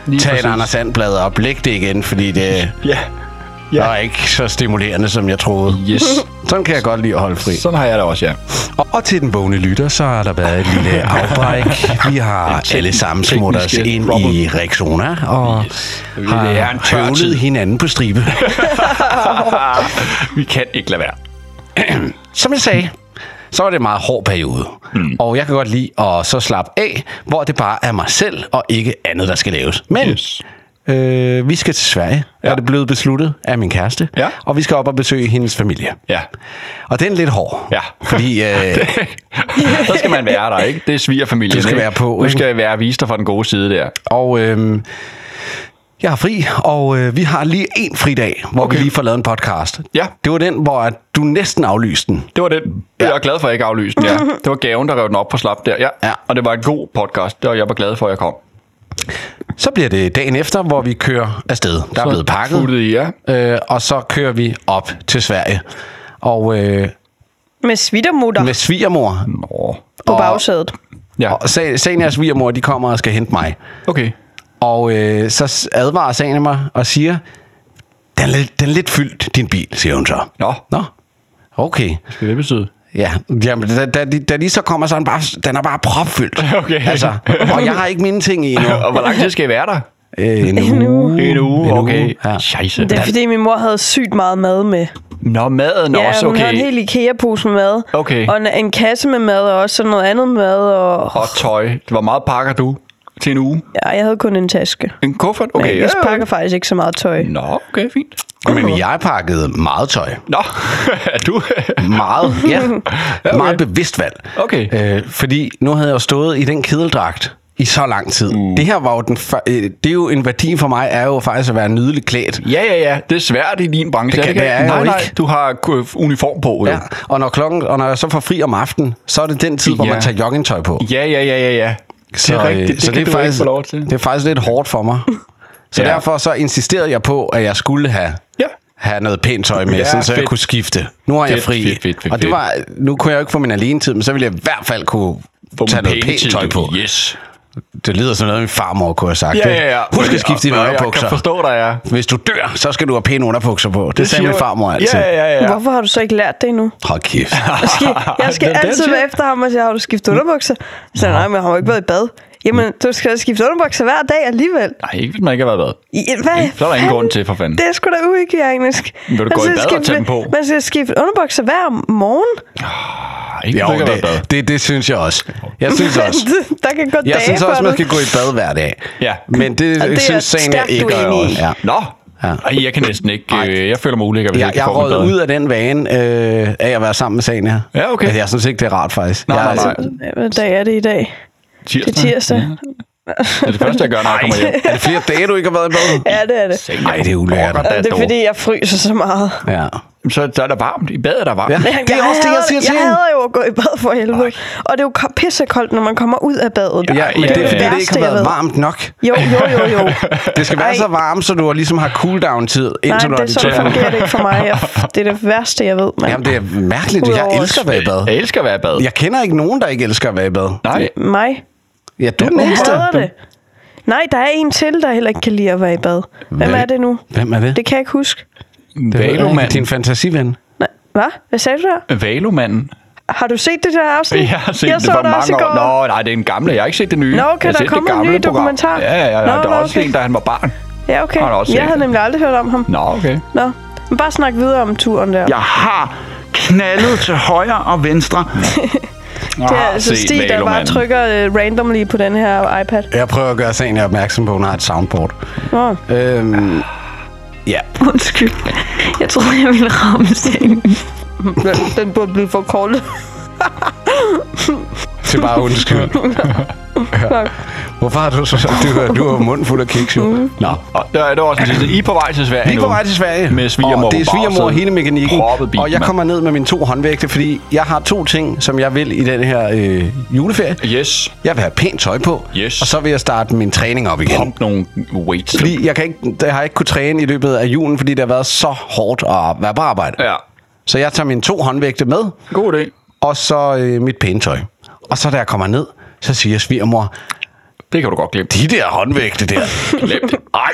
Speaker 3: Lige
Speaker 2: Tag et
Speaker 3: præcis.
Speaker 2: Anders Sandblad op. Læg det igen, fordi det
Speaker 3: Ja.
Speaker 2: ja.
Speaker 3: Ja.
Speaker 2: var ikke så stimulerende, som jeg troede.
Speaker 3: Yes.
Speaker 2: Sådan kan jeg godt lide at holde fri.
Speaker 3: Sådan har jeg det også, ja.
Speaker 2: Og, og til den vågne lytter, så har der været et lille afbræk. Vi har alle sammen smurt os
Speaker 3: tekniske
Speaker 2: ind
Speaker 3: trouble.
Speaker 2: i Rexona og
Speaker 3: Det er en
Speaker 2: har
Speaker 3: tør tid.
Speaker 2: høvlet hinanden på stribe.
Speaker 3: Ah. Vi kan ikke lade være.
Speaker 2: som jeg sagde, så var det en meget hård periode. Mm. Og jeg kan godt lide at så slappe af, hvor det bare er mig selv og ikke andet, der skal laves. Men yes.
Speaker 3: Yes.
Speaker 2: øh, vi skal til Sverige, ja. er det blevet besluttet af min kæreste.
Speaker 3: Ja.
Speaker 2: Og vi skal op og besøge hendes familie.
Speaker 3: Ja.
Speaker 2: Og den er lidt hård.
Speaker 3: Ja.
Speaker 2: Fordi øh,
Speaker 3: Så skal man være der, ikke? Det er svigerfamilien,
Speaker 2: Du skal
Speaker 3: ikke?
Speaker 2: være på,
Speaker 3: Du
Speaker 2: ikke?
Speaker 3: skal være vise dig fra den gode side der.
Speaker 2: Og øh, jeg har fri, og øh, vi har lige en fridag, hvor okay. vi lige får lavet en podcast.
Speaker 3: Ja.
Speaker 2: Det var den, hvor at du næsten aflyste den.
Speaker 3: Det var det. Ja. Jeg er glad for, at jeg ikke aflyste den. Ja. Det var gaven, der rev den op på slap der. Ja.
Speaker 2: Ja.
Speaker 3: ja. Og det var en god podcast, og jeg var glad for, at jeg kom.
Speaker 2: Så bliver det dagen efter, hvor vi kører afsted. Der er
Speaker 3: Så
Speaker 2: blevet pakket.
Speaker 3: futtede I, ja.
Speaker 2: Øh, og så kører vi op til Sverige. Og øh,
Speaker 1: Med svittermutter
Speaker 2: med svigermor.
Speaker 3: Nå.
Speaker 1: på
Speaker 2: og-
Speaker 1: bagsædet.
Speaker 3: Ja.
Speaker 2: Og Sa- Sanias svigermor, de kommer og skal hente mig.
Speaker 3: Okay.
Speaker 2: Og øh, så s- advarer Sania mig og siger, den er, lidt, den er lidt fyldt, din bil, siger hun så.
Speaker 3: Nå.
Speaker 2: Nå, okay.
Speaker 3: Hvad skal det betyde?
Speaker 2: Ja, jamen, da, da, de, da de så kommer, så er den, bare, den er bare propfyldt.
Speaker 3: Okay.
Speaker 2: Altså, og jeg har ikke mine ting i endnu.
Speaker 3: Og hvor lang tid skal I være der?
Speaker 2: Øh, en uge.
Speaker 1: Nu.
Speaker 3: En uge. Okay.
Speaker 2: Ja.
Speaker 3: Scheisse.
Speaker 1: Det er fordi, min mor havde sygt meget mad med.
Speaker 3: Nå, maden
Speaker 1: ja,
Speaker 3: også,
Speaker 1: hun havde en
Speaker 3: okay.
Speaker 1: hel IKEA-pose med mad.
Speaker 3: Okay.
Speaker 1: Og en, en kasse med mad, og også noget andet mad. Og,
Speaker 3: Og tøj. Hvor meget pakker du til en uge?
Speaker 1: ja, jeg havde kun en taske.
Speaker 3: En kuffert? Okay.
Speaker 1: Okay, jeg pakker faktisk ikke så meget tøj.
Speaker 3: Nå, okay, fint.
Speaker 2: Men jeg pakkede meget tøj.
Speaker 3: Nå, er du?
Speaker 2: Meget, ja. okay.
Speaker 3: Okay.
Speaker 2: Meget bevidst valg.
Speaker 3: Okay.
Speaker 2: Øh, fordi nu havde jeg jo stået i den kedeldragt i så lang tid. Mm. Det her var jo den før, øh, det er jo en værdi for mig, er jo faktisk at være nydeligt klædt.
Speaker 3: Ja, ja, ja. Det er svært i din branche.
Speaker 2: Det
Speaker 3: er
Speaker 2: kan- det er jeg
Speaker 3: nej,
Speaker 2: jo
Speaker 3: nej,
Speaker 2: ikke.
Speaker 3: du har øh, uniform på. Jo.
Speaker 2: Ja. Og når klokken, og når jeg så får fri om aftenen, så er det den tid, hvor
Speaker 3: Ja.
Speaker 2: man tager joggingtøj på.
Speaker 3: ja, ja, ja, ja. ja.
Speaker 2: Så, øh, så
Speaker 3: kan
Speaker 2: det, er
Speaker 3: du ikke
Speaker 2: faktisk,
Speaker 3: få lov til.
Speaker 2: det er faktisk lidt hårdt for mig. Så ja.
Speaker 3: Ja.
Speaker 2: derfor så insisterede jeg på, at jeg skulle have
Speaker 3: Ja.
Speaker 2: have noget pænt tøj med, ja,
Speaker 3: Ja,
Speaker 2: sådan, så jeg
Speaker 3: fedt.
Speaker 2: kunne skifte. Nu har jeg
Speaker 3: Fedt,
Speaker 2: fri.
Speaker 3: fedt, fedt, fedt,
Speaker 2: og det
Speaker 3: fedt.
Speaker 2: var, nu kunne jeg jo ikke få min alene tid, men så ville jeg i hvert fald kunne
Speaker 3: Få
Speaker 2: tage
Speaker 3: min
Speaker 2: noget
Speaker 3: pæne
Speaker 2: pænt
Speaker 3: tid,
Speaker 2: tøj
Speaker 3: du.
Speaker 2: på.
Speaker 3: Yes.
Speaker 2: Det lyder som noget, min farmor kunne have sagt.
Speaker 3: Ja, ja, ja.
Speaker 2: Husk at skifte dine
Speaker 3: Ja, Jeg kan
Speaker 2: underbukser.
Speaker 3: forstå dig, ja.
Speaker 2: Hvis du dør, så skal du have pæne underbukser på. Det, det sagde
Speaker 3: siger
Speaker 2: min
Speaker 3: jo-
Speaker 2: farmor altid.
Speaker 3: Ja, ja, ja. ja.
Speaker 1: Hvorfor har du så ikke lært det endnu?
Speaker 2: Hold kæft.
Speaker 1: Jeg skal, jeg skal
Speaker 3: Den- den
Speaker 1: altid
Speaker 3: siger-
Speaker 1: være efter ham og sige, har du skiftet underbukser? Så siger han, nej, men jeg har jo ikke været i bad. Jamen, du skal skifte underbukser hver dag alligevel.
Speaker 3: Nej, ikke hvis man ikke har været bad.
Speaker 1: I- Hvad?
Speaker 3: Så er der ingen
Speaker 1: fanden?
Speaker 3: grund til, for fanden.
Speaker 1: Det er sgu da uhygiejnisk.
Speaker 3: Men vil du
Speaker 1: Man
Speaker 3: gå i
Speaker 1: skal
Speaker 3: bad og
Speaker 1: skifte-
Speaker 3: tage dem på?
Speaker 1: Man skal skifte underbukser hver morgen.
Speaker 3: Nej, ikke
Speaker 2: Jo,
Speaker 3: hvis man ikke har været bad.
Speaker 2: det, det, det synes jeg også. Jeg synes også.
Speaker 1: der kan gå
Speaker 2: Jeg
Speaker 1: dage
Speaker 2: synes
Speaker 1: for
Speaker 2: også, man
Speaker 1: det.
Speaker 2: skal gå i bad hver dag.
Speaker 3: Ja.
Speaker 2: Men det,
Speaker 1: Og det er
Speaker 2: synes Sanja
Speaker 1: stærkt
Speaker 2: ikke.
Speaker 1: uenig i.
Speaker 2: Ja.
Speaker 3: Nå,
Speaker 2: Ja.
Speaker 3: Ej, jeg kan næsten ikke... Øh, jeg føler mig ulækker, hvis
Speaker 2: Jeg,
Speaker 3: jeg,
Speaker 2: jeg
Speaker 3: ikke får
Speaker 2: råd
Speaker 3: mit bad.
Speaker 2: ud af den vane øh, af at være sammen med sagen her. Altså,
Speaker 3: Ja, okay.
Speaker 2: Jeg, jeg synes ikke, det er altså- rart faktisk.
Speaker 3: Nej,
Speaker 2: jeg,
Speaker 3: nej, nej.
Speaker 1: Hvad dag er det i dag? Det er
Speaker 3: Tirsdag.
Speaker 1: tirsdag.
Speaker 3: Det er det første, jeg gør, når jeg kommer hjem.
Speaker 2: Er det flere dage, du ikke har været i bad?
Speaker 1: Ja, det er det.
Speaker 2: Nej, det er ulækkert.
Speaker 1: Det er fordi, jeg fryser så meget.
Speaker 2: Ja.
Speaker 3: Så så er der varmt. I badet er der varmt.
Speaker 2: Ja. Det er
Speaker 1: Jeg
Speaker 2: også det, jeg
Speaker 1: hader-
Speaker 2: siger til
Speaker 1: Jeg
Speaker 2: hende.
Speaker 1: hader jo at gå i bad for helvede. Og det er jo ko- pissekoldt, når man kommer ud af badet.
Speaker 2: Ja, men det er fordi, det ikke
Speaker 1: værste,
Speaker 2: har
Speaker 1: jeg
Speaker 2: været
Speaker 1: ved.
Speaker 2: varmt nok.
Speaker 1: Jo, jo, jo, jo.
Speaker 2: Det skal være
Speaker 1: Ej.
Speaker 2: så varmt, så du ligesom har cooldown-tid,
Speaker 1: Nej,
Speaker 2: indtil du er
Speaker 1: det,
Speaker 2: dit
Speaker 1: sådan
Speaker 2: tøj.
Speaker 1: fungerer det ikke for mig. Jeg, det er det værste, jeg ved, mand.
Speaker 2: Jamen, det er mærkeligt. Jeg
Speaker 1: Udover
Speaker 2: elsker at være i bad.
Speaker 3: Jeg elsker at være i bad.
Speaker 2: Jeg kender ikke nogen, der ikke elsker at være i bad.
Speaker 3: Nej.
Speaker 1: Mig?
Speaker 2: Ja, du er den
Speaker 1: Jeg
Speaker 2: eneste.
Speaker 1: hader det. Nej, der er en til, der heller ikke kan lide at være i bad. Hvem
Speaker 2: Hvad?
Speaker 1: er det nu?
Speaker 2: Hvem er det?
Speaker 1: Det kan jeg ikke huske.
Speaker 3: Valomanden.
Speaker 2: Din fantasiven.
Speaker 1: Nej. Hvad? Hvad sagde du der?
Speaker 3: Valomanden.
Speaker 1: Har du set det der afsnit?
Speaker 3: Jeg har set
Speaker 1: jeg
Speaker 3: det
Speaker 1: så
Speaker 3: for
Speaker 1: det også i
Speaker 3: mange
Speaker 1: går.
Speaker 3: år. Nå, nej, det er en gamle. Jeg har ikke set det nye.
Speaker 1: Nå, okay,
Speaker 3: jeg
Speaker 1: der
Speaker 3: har set det
Speaker 1: kommer en
Speaker 3: gamle
Speaker 1: ny dokumentar.
Speaker 3: Ja, ja, ja.
Speaker 1: Nå,
Speaker 3: der
Speaker 1: nå,
Speaker 3: er også
Speaker 1: okay.
Speaker 3: en, da han var barn.
Speaker 1: Ja, okay.
Speaker 3: Har du også set
Speaker 1: Jeg havde
Speaker 3: det?
Speaker 1: nemlig aldrig hørt om ham.
Speaker 3: Nå, okay.
Speaker 1: Nå. Men bare snak videre om turen der.
Speaker 7: Jeg har knaldet til højre og venstre.
Speaker 1: det
Speaker 3: Ah,
Speaker 1: er altså Stig, der bare trykker uh, randomly på den her iPad.
Speaker 2: Jeg prøver at gøre sagen opmærksom på, at hun har et soundboard.
Speaker 1: Nå.
Speaker 2: Øhm, ja.
Speaker 8: Undskyld. Jeg troede, jeg ville ramme sengen.
Speaker 1: Den burde blive for kold.
Speaker 2: til bare undskyld. ja. Hvorfor har du så... Du, du har munden fuld af kiks, jo. Nå.
Speaker 3: Og der er det også en sidste. I er på vej til Sverige
Speaker 2: Vi er på vej til Sverige.
Speaker 3: Med svigermor
Speaker 2: Og det er
Speaker 3: på
Speaker 2: svigermor
Speaker 3: bagsædet.
Speaker 2: hele mekanikken.
Speaker 3: Proppet bil,
Speaker 2: og jeg
Speaker 3: mand.
Speaker 2: kommer ned med mine to håndvægte, fordi jeg har to ting, som jeg vil i den her øh, juleferie.
Speaker 3: Yes.
Speaker 2: Jeg vil have pænt tøj på,
Speaker 3: Yes.
Speaker 2: og så vil jeg starte min træning op igen.
Speaker 3: Pump nogle weights.
Speaker 2: Fordi jeg, kan ikke, jeg har ikke kunne træne i løbet af julen, fordi det har været så hårdt at være på arbejde.
Speaker 3: Ja.
Speaker 2: Så jeg tager mine to håndvægte med,
Speaker 3: God idé.
Speaker 2: og så øh, mit pæne tøj. Og så da jeg kommer ned, så siger svigermor,
Speaker 3: Det kan du godt glemme.
Speaker 2: de der håndvægte der,
Speaker 3: Glem det.
Speaker 2: ej,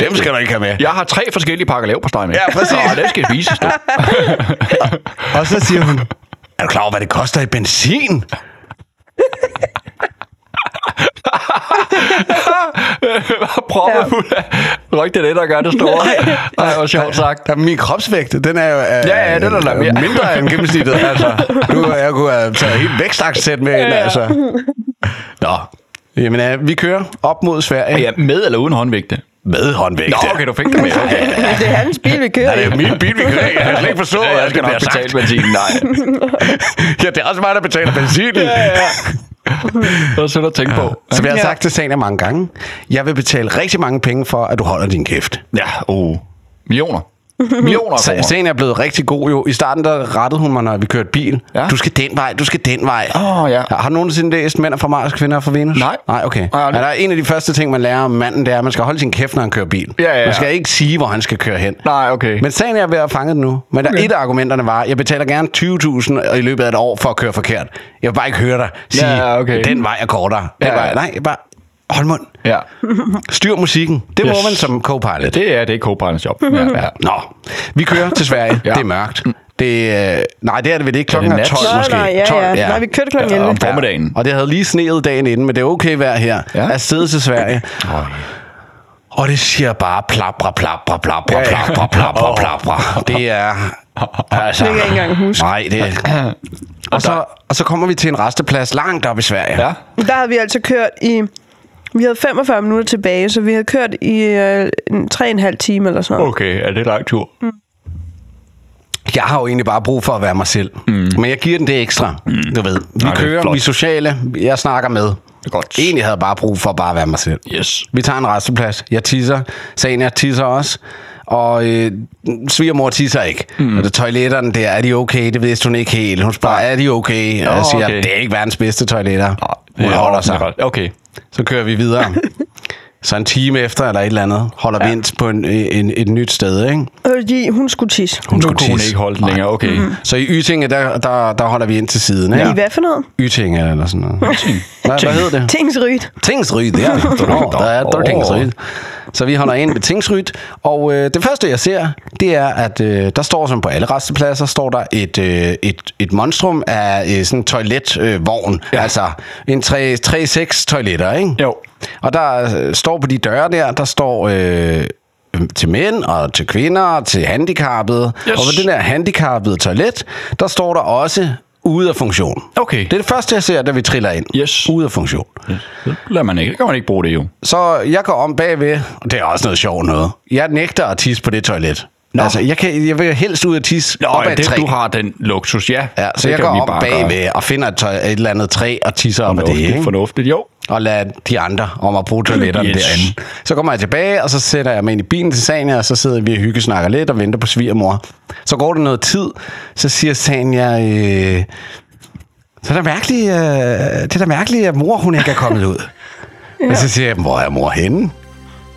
Speaker 2: dem skal du ikke have med.
Speaker 3: Jeg har tre forskellige pakker lav på steg med.
Speaker 2: Ja, præcis.
Speaker 3: Og det skal spises. du.
Speaker 2: Og så siger hun, er du klar over, hvad det koster i benzin?
Speaker 3: Proppet fuld af. Det var ikke det, der gør det store. Nej, hvor sjovt sagt.
Speaker 2: Ja, min kropsvægt, den er jo øh,
Speaker 3: Ja, ja, den er der
Speaker 2: øh,
Speaker 3: mere.
Speaker 2: mindre end gennemsnittet. Altså. Nu jeg kunne have taget helt vækstaktsæt med ind, altså. Nå, Jamen, øh, vi kører op mod Sverige
Speaker 3: Ja, med eller uden håndvægte?
Speaker 2: med håndvægte.
Speaker 3: Nå, okay, du fik det med. Okay.
Speaker 1: Det er hans bil, vi kører
Speaker 2: Ja, det er min bil, vi kører. i. Jeg kan slet ikke forstå,
Speaker 3: Ja,
Speaker 2: hvad
Speaker 3: jeg skal
Speaker 2: det bliver
Speaker 3: nok betale
Speaker 2: sagt.
Speaker 3: benzinen, nej.
Speaker 2: Ja, det er også mig, der betaler benzinen. ja, ja.
Speaker 3: Det var sødt at tænke på.
Speaker 2: Som jeg har sagt til Sanja mange gange, jeg vil betale rigtig mange penge for, at du holder din kæft.
Speaker 3: Ja, uh. Millioner. Millioner af
Speaker 2: Så
Speaker 3: kroner.
Speaker 2: Sagen er blevet rigtig god jo. I starten der rettede hun mig, når vi kørte bil.
Speaker 3: Ja.
Speaker 2: Ja. Du skal den vej, du skal den vej.
Speaker 3: Åh, ja.
Speaker 2: Har du nogensinde læst Mænd er fra Mars, kvinder er fra Venus?
Speaker 3: Nej.
Speaker 2: Nej, okay.
Speaker 3: Nej,
Speaker 2: Nej,
Speaker 3: aldrig.
Speaker 2: der er en af de første ting, man lærer om manden, det er, at man skal holde sin kæft, når han kører bil.
Speaker 3: Ja, ja, ja.
Speaker 2: Man skal ikke sige, hvor han skal køre hen.
Speaker 3: Nej, okay.
Speaker 2: Men sagen er ved at fange den nu. Men der okay. et af argumenterne var, at jeg betaler gerne 20.000 i løbet af et år for at køre forkert. Jeg vil bare ikke høre dig sige,
Speaker 3: Ja, okay.
Speaker 2: den vej er kortere. Den
Speaker 3: Ja, ja.
Speaker 2: vej. Nej, bare hold mund.
Speaker 3: Ja.
Speaker 2: Styr musikken. Det yes. må
Speaker 3: Yes.
Speaker 2: man som co-pilot.
Speaker 3: Det er det er co-pilotens job. Ja, ja.
Speaker 2: Nå, vi kører til Sverige.
Speaker 3: Ja.
Speaker 2: ja. Det er mørkt. Det, øh, nej, det er det vel ikke. Klokken
Speaker 3: Er
Speaker 2: er,
Speaker 3: det nat?
Speaker 2: 12
Speaker 1: Nej,
Speaker 2: måske.
Speaker 1: nej, ja,
Speaker 2: 12,
Speaker 1: ja. Nej, vi kørte klokken
Speaker 3: Ja,
Speaker 1: 11.
Speaker 3: om formiddagen.
Speaker 2: Og det havde lige sneet dagen inden, men det er okay vejr her.
Speaker 3: Ja.
Speaker 2: Ja. At sidde til Sverige. Og det siger bare plapra, plapra, plapra,
Speaker 3: Ja, ja.
Speaker 2: plapra, plapra, plapra. Det er... Altså,
Speaker 1: Det kan jeg ikke engang huske.
Speaker 2: Nej, det og så, og så kommer vi til en resteplads langt op i Sverige.
Speaker 3: Ja.
Speaker 1: Der havde vi altså kørt i... Vi havde 45 minutter tilbage, så vi havde kørt i øh, en 3,5 time eller sådan noget.
Speaker 3: Okay, er det lang tur?
Speaker 2: Jeg har jo egentlig bare brug for at være mig selv. Mm. Men jeg giver den det ekstra, mm. du ved. Vi
Speaker 3: Nej, det er
Speaker 2: kører,
Speaker 3: flot.
Speaker 2: vi er sociale, jeg snakker med.
Speaker 3: er godt.
Speaker 2: Egentlig havde jeg bare brug for bare at være mig selv.
Speaker 3: Yes.
Speaker 2: Vi tager en resteplads. Jeg tisser. Sagen er, tisser også. Og øh, svigermor tisser ikke. Mm. Og det toiletterne der, er de okay? Det vidste hun ikke helt. Hun spørger, er de okay? Og jeg
Speaker 3: Nå,
Speaker 2: siger,
Speaker 3: okay.
Speaker 2: okay. det er ikke verdens bedste toiletter.
Speaker 3: Det
Speaker 2: Hun
Speaker 3: er
Speaker 2: holder sig.
Speaker 3: ordentligt. Okay.
Speaker 2: Så kører vi videre. Så en time efter eller et eller andet, holder ja. vi ind på en, en, et nyt sted, ikke?
Speaker 1: Fordi hun skulle tisse.
Speaker 2: Hun
Speaker 3: Nu kunne hun ikke holde den længere. Okay.
Speaker 2: så i Ytinge, der, der, der holder vi ind til siden, ikke?
Speaker 1: I hvad for noget?
Speaker 2: Ytinge eller sådan noget. Hvad, hvad hedder det?
Speaker 1: Tingsrygt.
Speaker 2: Tingsryt, ja. Nå, der er der Tingsryt. Så vi holder ind ved Tingsryt, og øh, det første, jeg ser, det er, at øh, der står som på alle restepladser, står der et, øh, et, et monstrum af øh, sådan en toiletvogn. Øh, vogn. Altså en 3-6 toiletter, ikke?
Speaker 3: Jo.
Speaker 2: Og der øh, står på de døre der, der står... Øh, til mænd og til kvinder og til handicappede. Yes. Og på den der handicappede toilet, der står der også ude af funktion.
Speaker 3: Okay.
Speaker 2: Det er det første, jeg ser, da vi triller ind.
Speaker 3: Yes.
Speaker 2: Ude af funktion.
Speaker 3: Det lader man ikke. Det kan man ikke bruge det jo.
Speaker 2: Så jeg går om bagved, og det er også noget sjovt noget. Jeg nægter at tisse på det toilet. Nå. Altså, jeg, kan, jeg vil helst ud og tisse Nå, op
Speaker 3: ja,
Speaker 2: ad et
Speaker 3: det,
Speaker 2: træ.
Speaker 3: du har den luksus, ja.
Speaker 2: Ja, så
Speaker 3: Det
Speaker 2: jeg
Speaker 3: kan
Speaker 2: går
Speaker 3: vi
Speaker 2: om
Speaker 3: bare gøre.
Speaker 2: bagved og finder et, tøj, et eller andet træ og tisser op ad det.
Speaker 3: Fornuftigt,
Speaker 2: Ikke?
Speaker 3: fornuftigt, jo.
Speaker 2: og lade de andre om at bruge toiletterne yes.
Speaker 3: Yes.
Speaker 2: derinde. Så kommer jeg tilbage, og så sætter jeg mig ind i bilen til Sania, og så sidder vi og hyggesnakker lidt og venter på svigermor. Så går der noget tid, så siger Sania, øh, så er det mærkeligt, øh, det er da mærkeligt, at mor hun ikke er kommet ud. ja. Og så siger jeg, hvor er mor henne?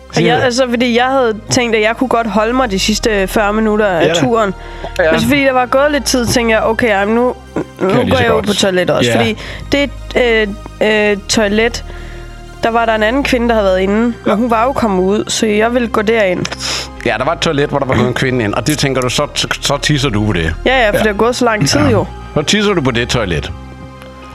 Speaker 1: Og
Speaker 2: Siger
Speaker 1: jeg, altså, fordi jeg havde tænkt, at jeg kunne godt holde mig de sidste 40 minutter af
Speaker 2: da.
Speaker 1: turen. Ja. Men så fordi der var gået lidt tid, tænkte jeg, okay, jamen nu, nu
Speaker 3: lige
Speaker 1: går
Speaker 3: så
Speaker 1: jeg jo
Speaker 3: godt.
Speaker 1: på toilettet også.
Speaker 3: Ja.
Speaker 1: Fordi det øh, øh, toilet, der var der en anden kvinde, der havde været inde. Ja. Og hun var jo kommet ud, så jeg ville gå derind.
Speaker 2: Ja, der var et toilet, hvor der var gået en kvinde ind, og det tænker du, så, så tisser du på det.
Speaker 1: Ja, ja, for ja. det er gået så lang tid ja. jo.
Speaker 2: Så tisser du på det toilet.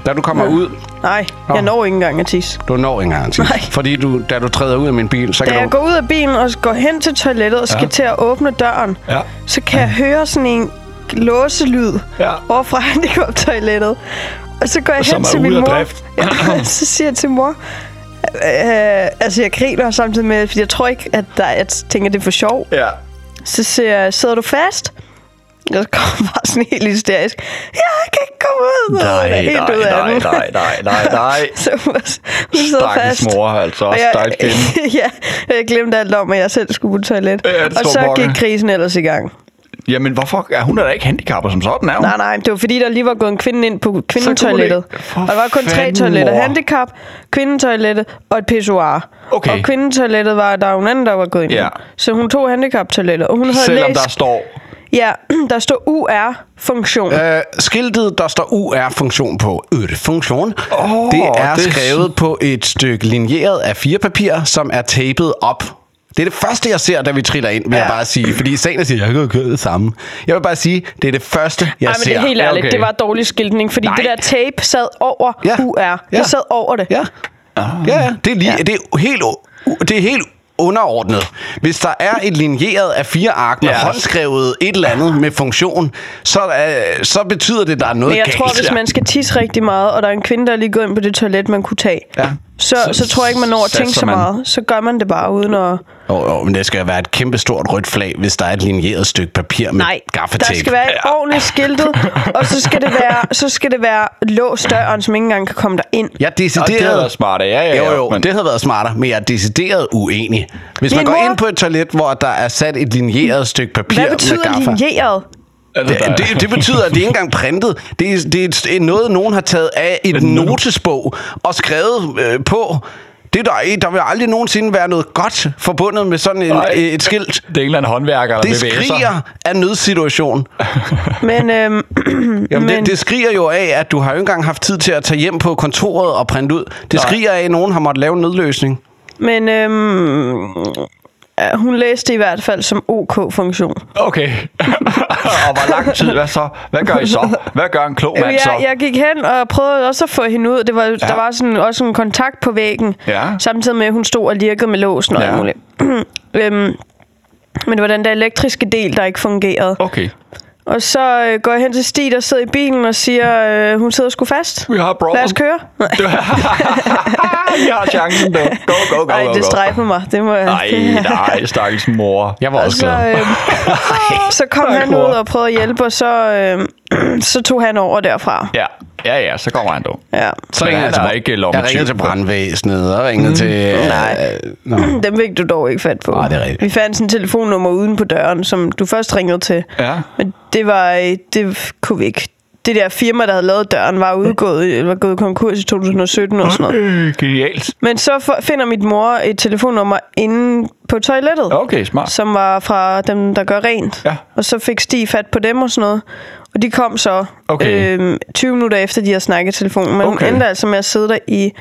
Speaker 2: Da du kommer ja. ud,
Speaker 1: Nej, jeg når ikke engang at tisse.
Speaker 2: du når ikke engang at tisse.
Speaker 1: Nej.
Speaker 2: Fordi du, da du træder ud af min bil, så
Speaker 1: Da
Speaker 2: kan du...
Speaker 1: jeg går ud af bilen og går hen til toilettet og skal ja. til at åbne døren,
Speaker 3: Ja.
Speaker 1: så kan jeg høre sådan en låselyd
Speaker 3: Ja.
Speaker 1: over fra handicaptoilettet. Og så går jeg
Speaker 3: Som
Speaker 1: hen
Speaker 3: er
Speaker 1: til min
Speaker 3: ude af
Speaker 1: mor.
Speaker 3: drift.
Speaker 1: Ja, så siger jeg til mor, øh, altså jeg griner samtidig med, fordi jeg tror ikke, at der, jeg tænker, det er for sjov.
Speaker 3: Ja.
Speaker 1: Så siger jeg, sidder du fast? Og så kommer bare sådan helt hysterisk. Jeg kan ikke komme ud. Og
Speaker 3: Nej,
Speaker 1: er helt
Speaker 3: nej,
Speaker 1: ud af
Speaker 3: nej,
Speaker 1: den.
Speaker 3: nej, nej, nej, nej.
Speaker 1: så hun, hun sidder
Speaker 3: Stakkels
Speaker 1: fast.
Speaker 3: mor, altså.
Speaker 1: Og
Speaker 3: Stakkels kvinde. Øh,
Speaker 1: ja, og jeg glemte alt om, at jeg selv skulle på toilet.
Speaker 3: Ja, det
Speaker 1: og
Speaker 3: står
Speaker 1: så
Speaker 3: pokker.
Speaker 1: gik krisen ellers i gang.
Speaker 3: Jamen, hvorfor? Ja, hun er da ikke handicappet som sådan, er hun?
Speaker 1: Nej, nej, det var fordi, der lige var gået en kvinde ind på kvindetoilettet.
Speaker 3: For
Speaker 1: Og der var kun tre
Speaker 3: fanden,
Speaker 1: toiletter.
Speaker 3: mor.
Speaker 1: Handicap, kvindetoilettet og et pissoir.
Speaker 3: Okay.
Speaker 1: Og kvindetoilettet var der jo en anden, der var gået ind.
Speaker 3: Ja.
Speaker 1: Så hun tog handicaptoilettet, og hun havde
Speaker 3: Selvom
Speaker 1: læst...
Speaker 3: der står...
Speaker 1: Ja, der stod UR-funktion. Ja.
Speaker 2: Øh, skiltet, der står UR-funktion på. Øh, funktion. Oh, det er
Speaker 3: det er
Speaker 2: det... skrevet på et stykke linjeret af fire papir, som er tapet op. Det er det første, jeg ser, da vi triller ind, vil ja. jeg bare sige. Fordi Sania siger, jeg kan jo køre det samme. Jeg vil bare sige, det er det første, jeg
Speaker 1: Ej, men
Speaker 2: ser.
Speaker 1: det er helt
Speaker 3: Ja,
Speaker 1: ærligt,
Speaker 3: okay.
Speaker 1: det var dårlig skiltning, fordi Nej. det der tape sad over
Speaker 2: Ja.
Speaker 1: UR. Ja.
Speaker 2: Ja.
Speaker 1: Det sad over det.
Speaker 2: Ja. Ja, ja. Ah. Det er, lige, ja. Det er helt... o- u- Det er helt underordnet. Hvis der er et linjeret af fire ark med
Speaker 3: Ja.
Speaker 2: ja. håndskrevet et eller andet med funktion, så, øh, så betyder det, at der er noget
Speaker 1: Men jeg
Speaker 2: galt.
Speaker 1: tror, hvis man skal tisse rigtig meget, og der er en kvinde, der er lige gået ind på det toilet, man kunne tage, ja. så, så, så tror jeg ikke, man når at tænke
Speaker 3: satser
Speaker 1: så
Speaker 3: man.
Speaker 1: meget. Så gør man det bare uden at...
Speaker 2: Oh, oh, men det skal være et kæmpe stort rødt flag, hvis der er et linjeret stykke papir med
Speaker 1: Nej,
Speaker 2: gaffatape.
Speaker 1: der skal være et ordentligt skiltet, og så skal det være, så skal det være låst døren, som ikke engang kan komme derind.
Speaker 2: Jeg er
Speaker 3: Og
Speaker 2: decideret...
Speaker 3: det havde været smart, ja, ja, ja.
Speaker 2: Jo, jo,
Speaker 3: men
Speaker 2: det havde været smartere, men jeg er decideret uenig. Hvis man
Speaker 1: Min
Speaker 2: går
Speaker 1: mor-
Speaker 2: ind på et toilet, hvor der er sat et linjeret stykke papir
Speaker 1: Hvad
Speaker 2: med
Speaker 1: betyder
Speaker 2: gaffa.
Speaker 1: linjeret?
Speaker 3: Altså, der-
Speaker 2: Det, det, det betyder, at det ikke engang er printet. Det er, det er et- noget, nogen har taget af et notesbog og skrevet øh, på. Det er der, ikke- der vil aldrig nogensinde være noget godt forbundet med sådan en, øh,
Speaker 3: Nej.
Speaker 2: et skilt.
Speaker 3: det er en eller anden håndværker, der
Speaker 2: Det
Speaker 3: bevæger sig.
Speaker 2: skriger af nødsituation.
Speaker 1: Men, øhm,
Speaker 2: Jamen,
Speaker 1: men
Speaker 2: det, det skriger jo af, at du har jo ikke engang haft tid til at tage hjem på kontoret og printe ud. Det Nej. skriger af, at nogen har måttet lave en nødløsning.
Speaker 1: men øhm, ja, hun læste i hvert fald som OK-funktion.
Speaker 3: Okay. og hvor lang tid? Hvad så? Hvad gør I så? Hvad gør en klog mand så?
Speaker 1: Jeg, jeg gik hen og prøvede også at få hende ud. Det var, ja. Der var sådan, også en kontakt på væggen,
Speaker 3: Ja.
Speaker 1: samtidig med, at hun stod og lirkede med låsen og
Speaker 3: Ja.
Speaker 1: alt muligt. øhm, men det var den der elektriske del, der ikke fungerede.
Speaker 3: Okay.
Speaker 1: Og så øh, går jeg hen til Stig, der sidder i bilen og siger, øh, hun sidder sgu fast.
Speaker 3: We have a problem.
Speaker 1: Lad os køre. Nej,
Speaker 3: I Ah, har chancen, du. Go, go, go,
Speaker 1: Ej,
Speaker 3: go,
Speaker 1: det
Speaker 3: go.
Speaker 1: strejfede mig. Det må jeg...
Speaker 3: Nej, nej, stakkels mor. Jeg var
Speaker 1: Og så, øh, så kom
Speaker 3: altså. Tak,
Speaker 1: han
Speaker 3: mor.
Speaker 1: ud og prøvede at hjælpe, og så, øh, så tog han over derfra.
Speaker 3: Ja, ja, ja, så kommer han dog.
Speaker 1: Ja.
Speaker 3: Så ringer jeg til ikke
Speaker 2: Jeg ringede til brandvæsenet og ringede mm. til...
Speaker 1: Nej.
Speaker 2: Øh, nå.
Speaker 1: Dem fik du dog ikke fat på.
Speaker 3: Ah,
Speaker 2: Nej, det er rigtigt.
Speaker 1: Vi fandt sådan et telefonnummer uden på døren, som du først ringede til.
Speaker 3: Ja.
Speaker 1: Men det var... øh, Det kunne vi ikke. Det der firma, der havde lavet døren, var udgået, eller var gået konkurs i 2017 og sådan noget.
Speaker 3: Øh, genialt.
Speaker 1: Men så for- finder mit mor et telefonnummer inde på toilettet.
Speaker 3: Okay, smart.
Speaker 1: som var fra dem, der gør rent.
Speaker 3: Ja.
Speaker 1: Og så fik Stig fat på dem og sådan noget. Og de kom så
Speaker 3: Okay.
Speaker 1: øhm, 20 minutter efter, de havde snakket i telefonen. Men
Speaker 3: Okay.
Speaker 1: hun endte altså med at sidde der i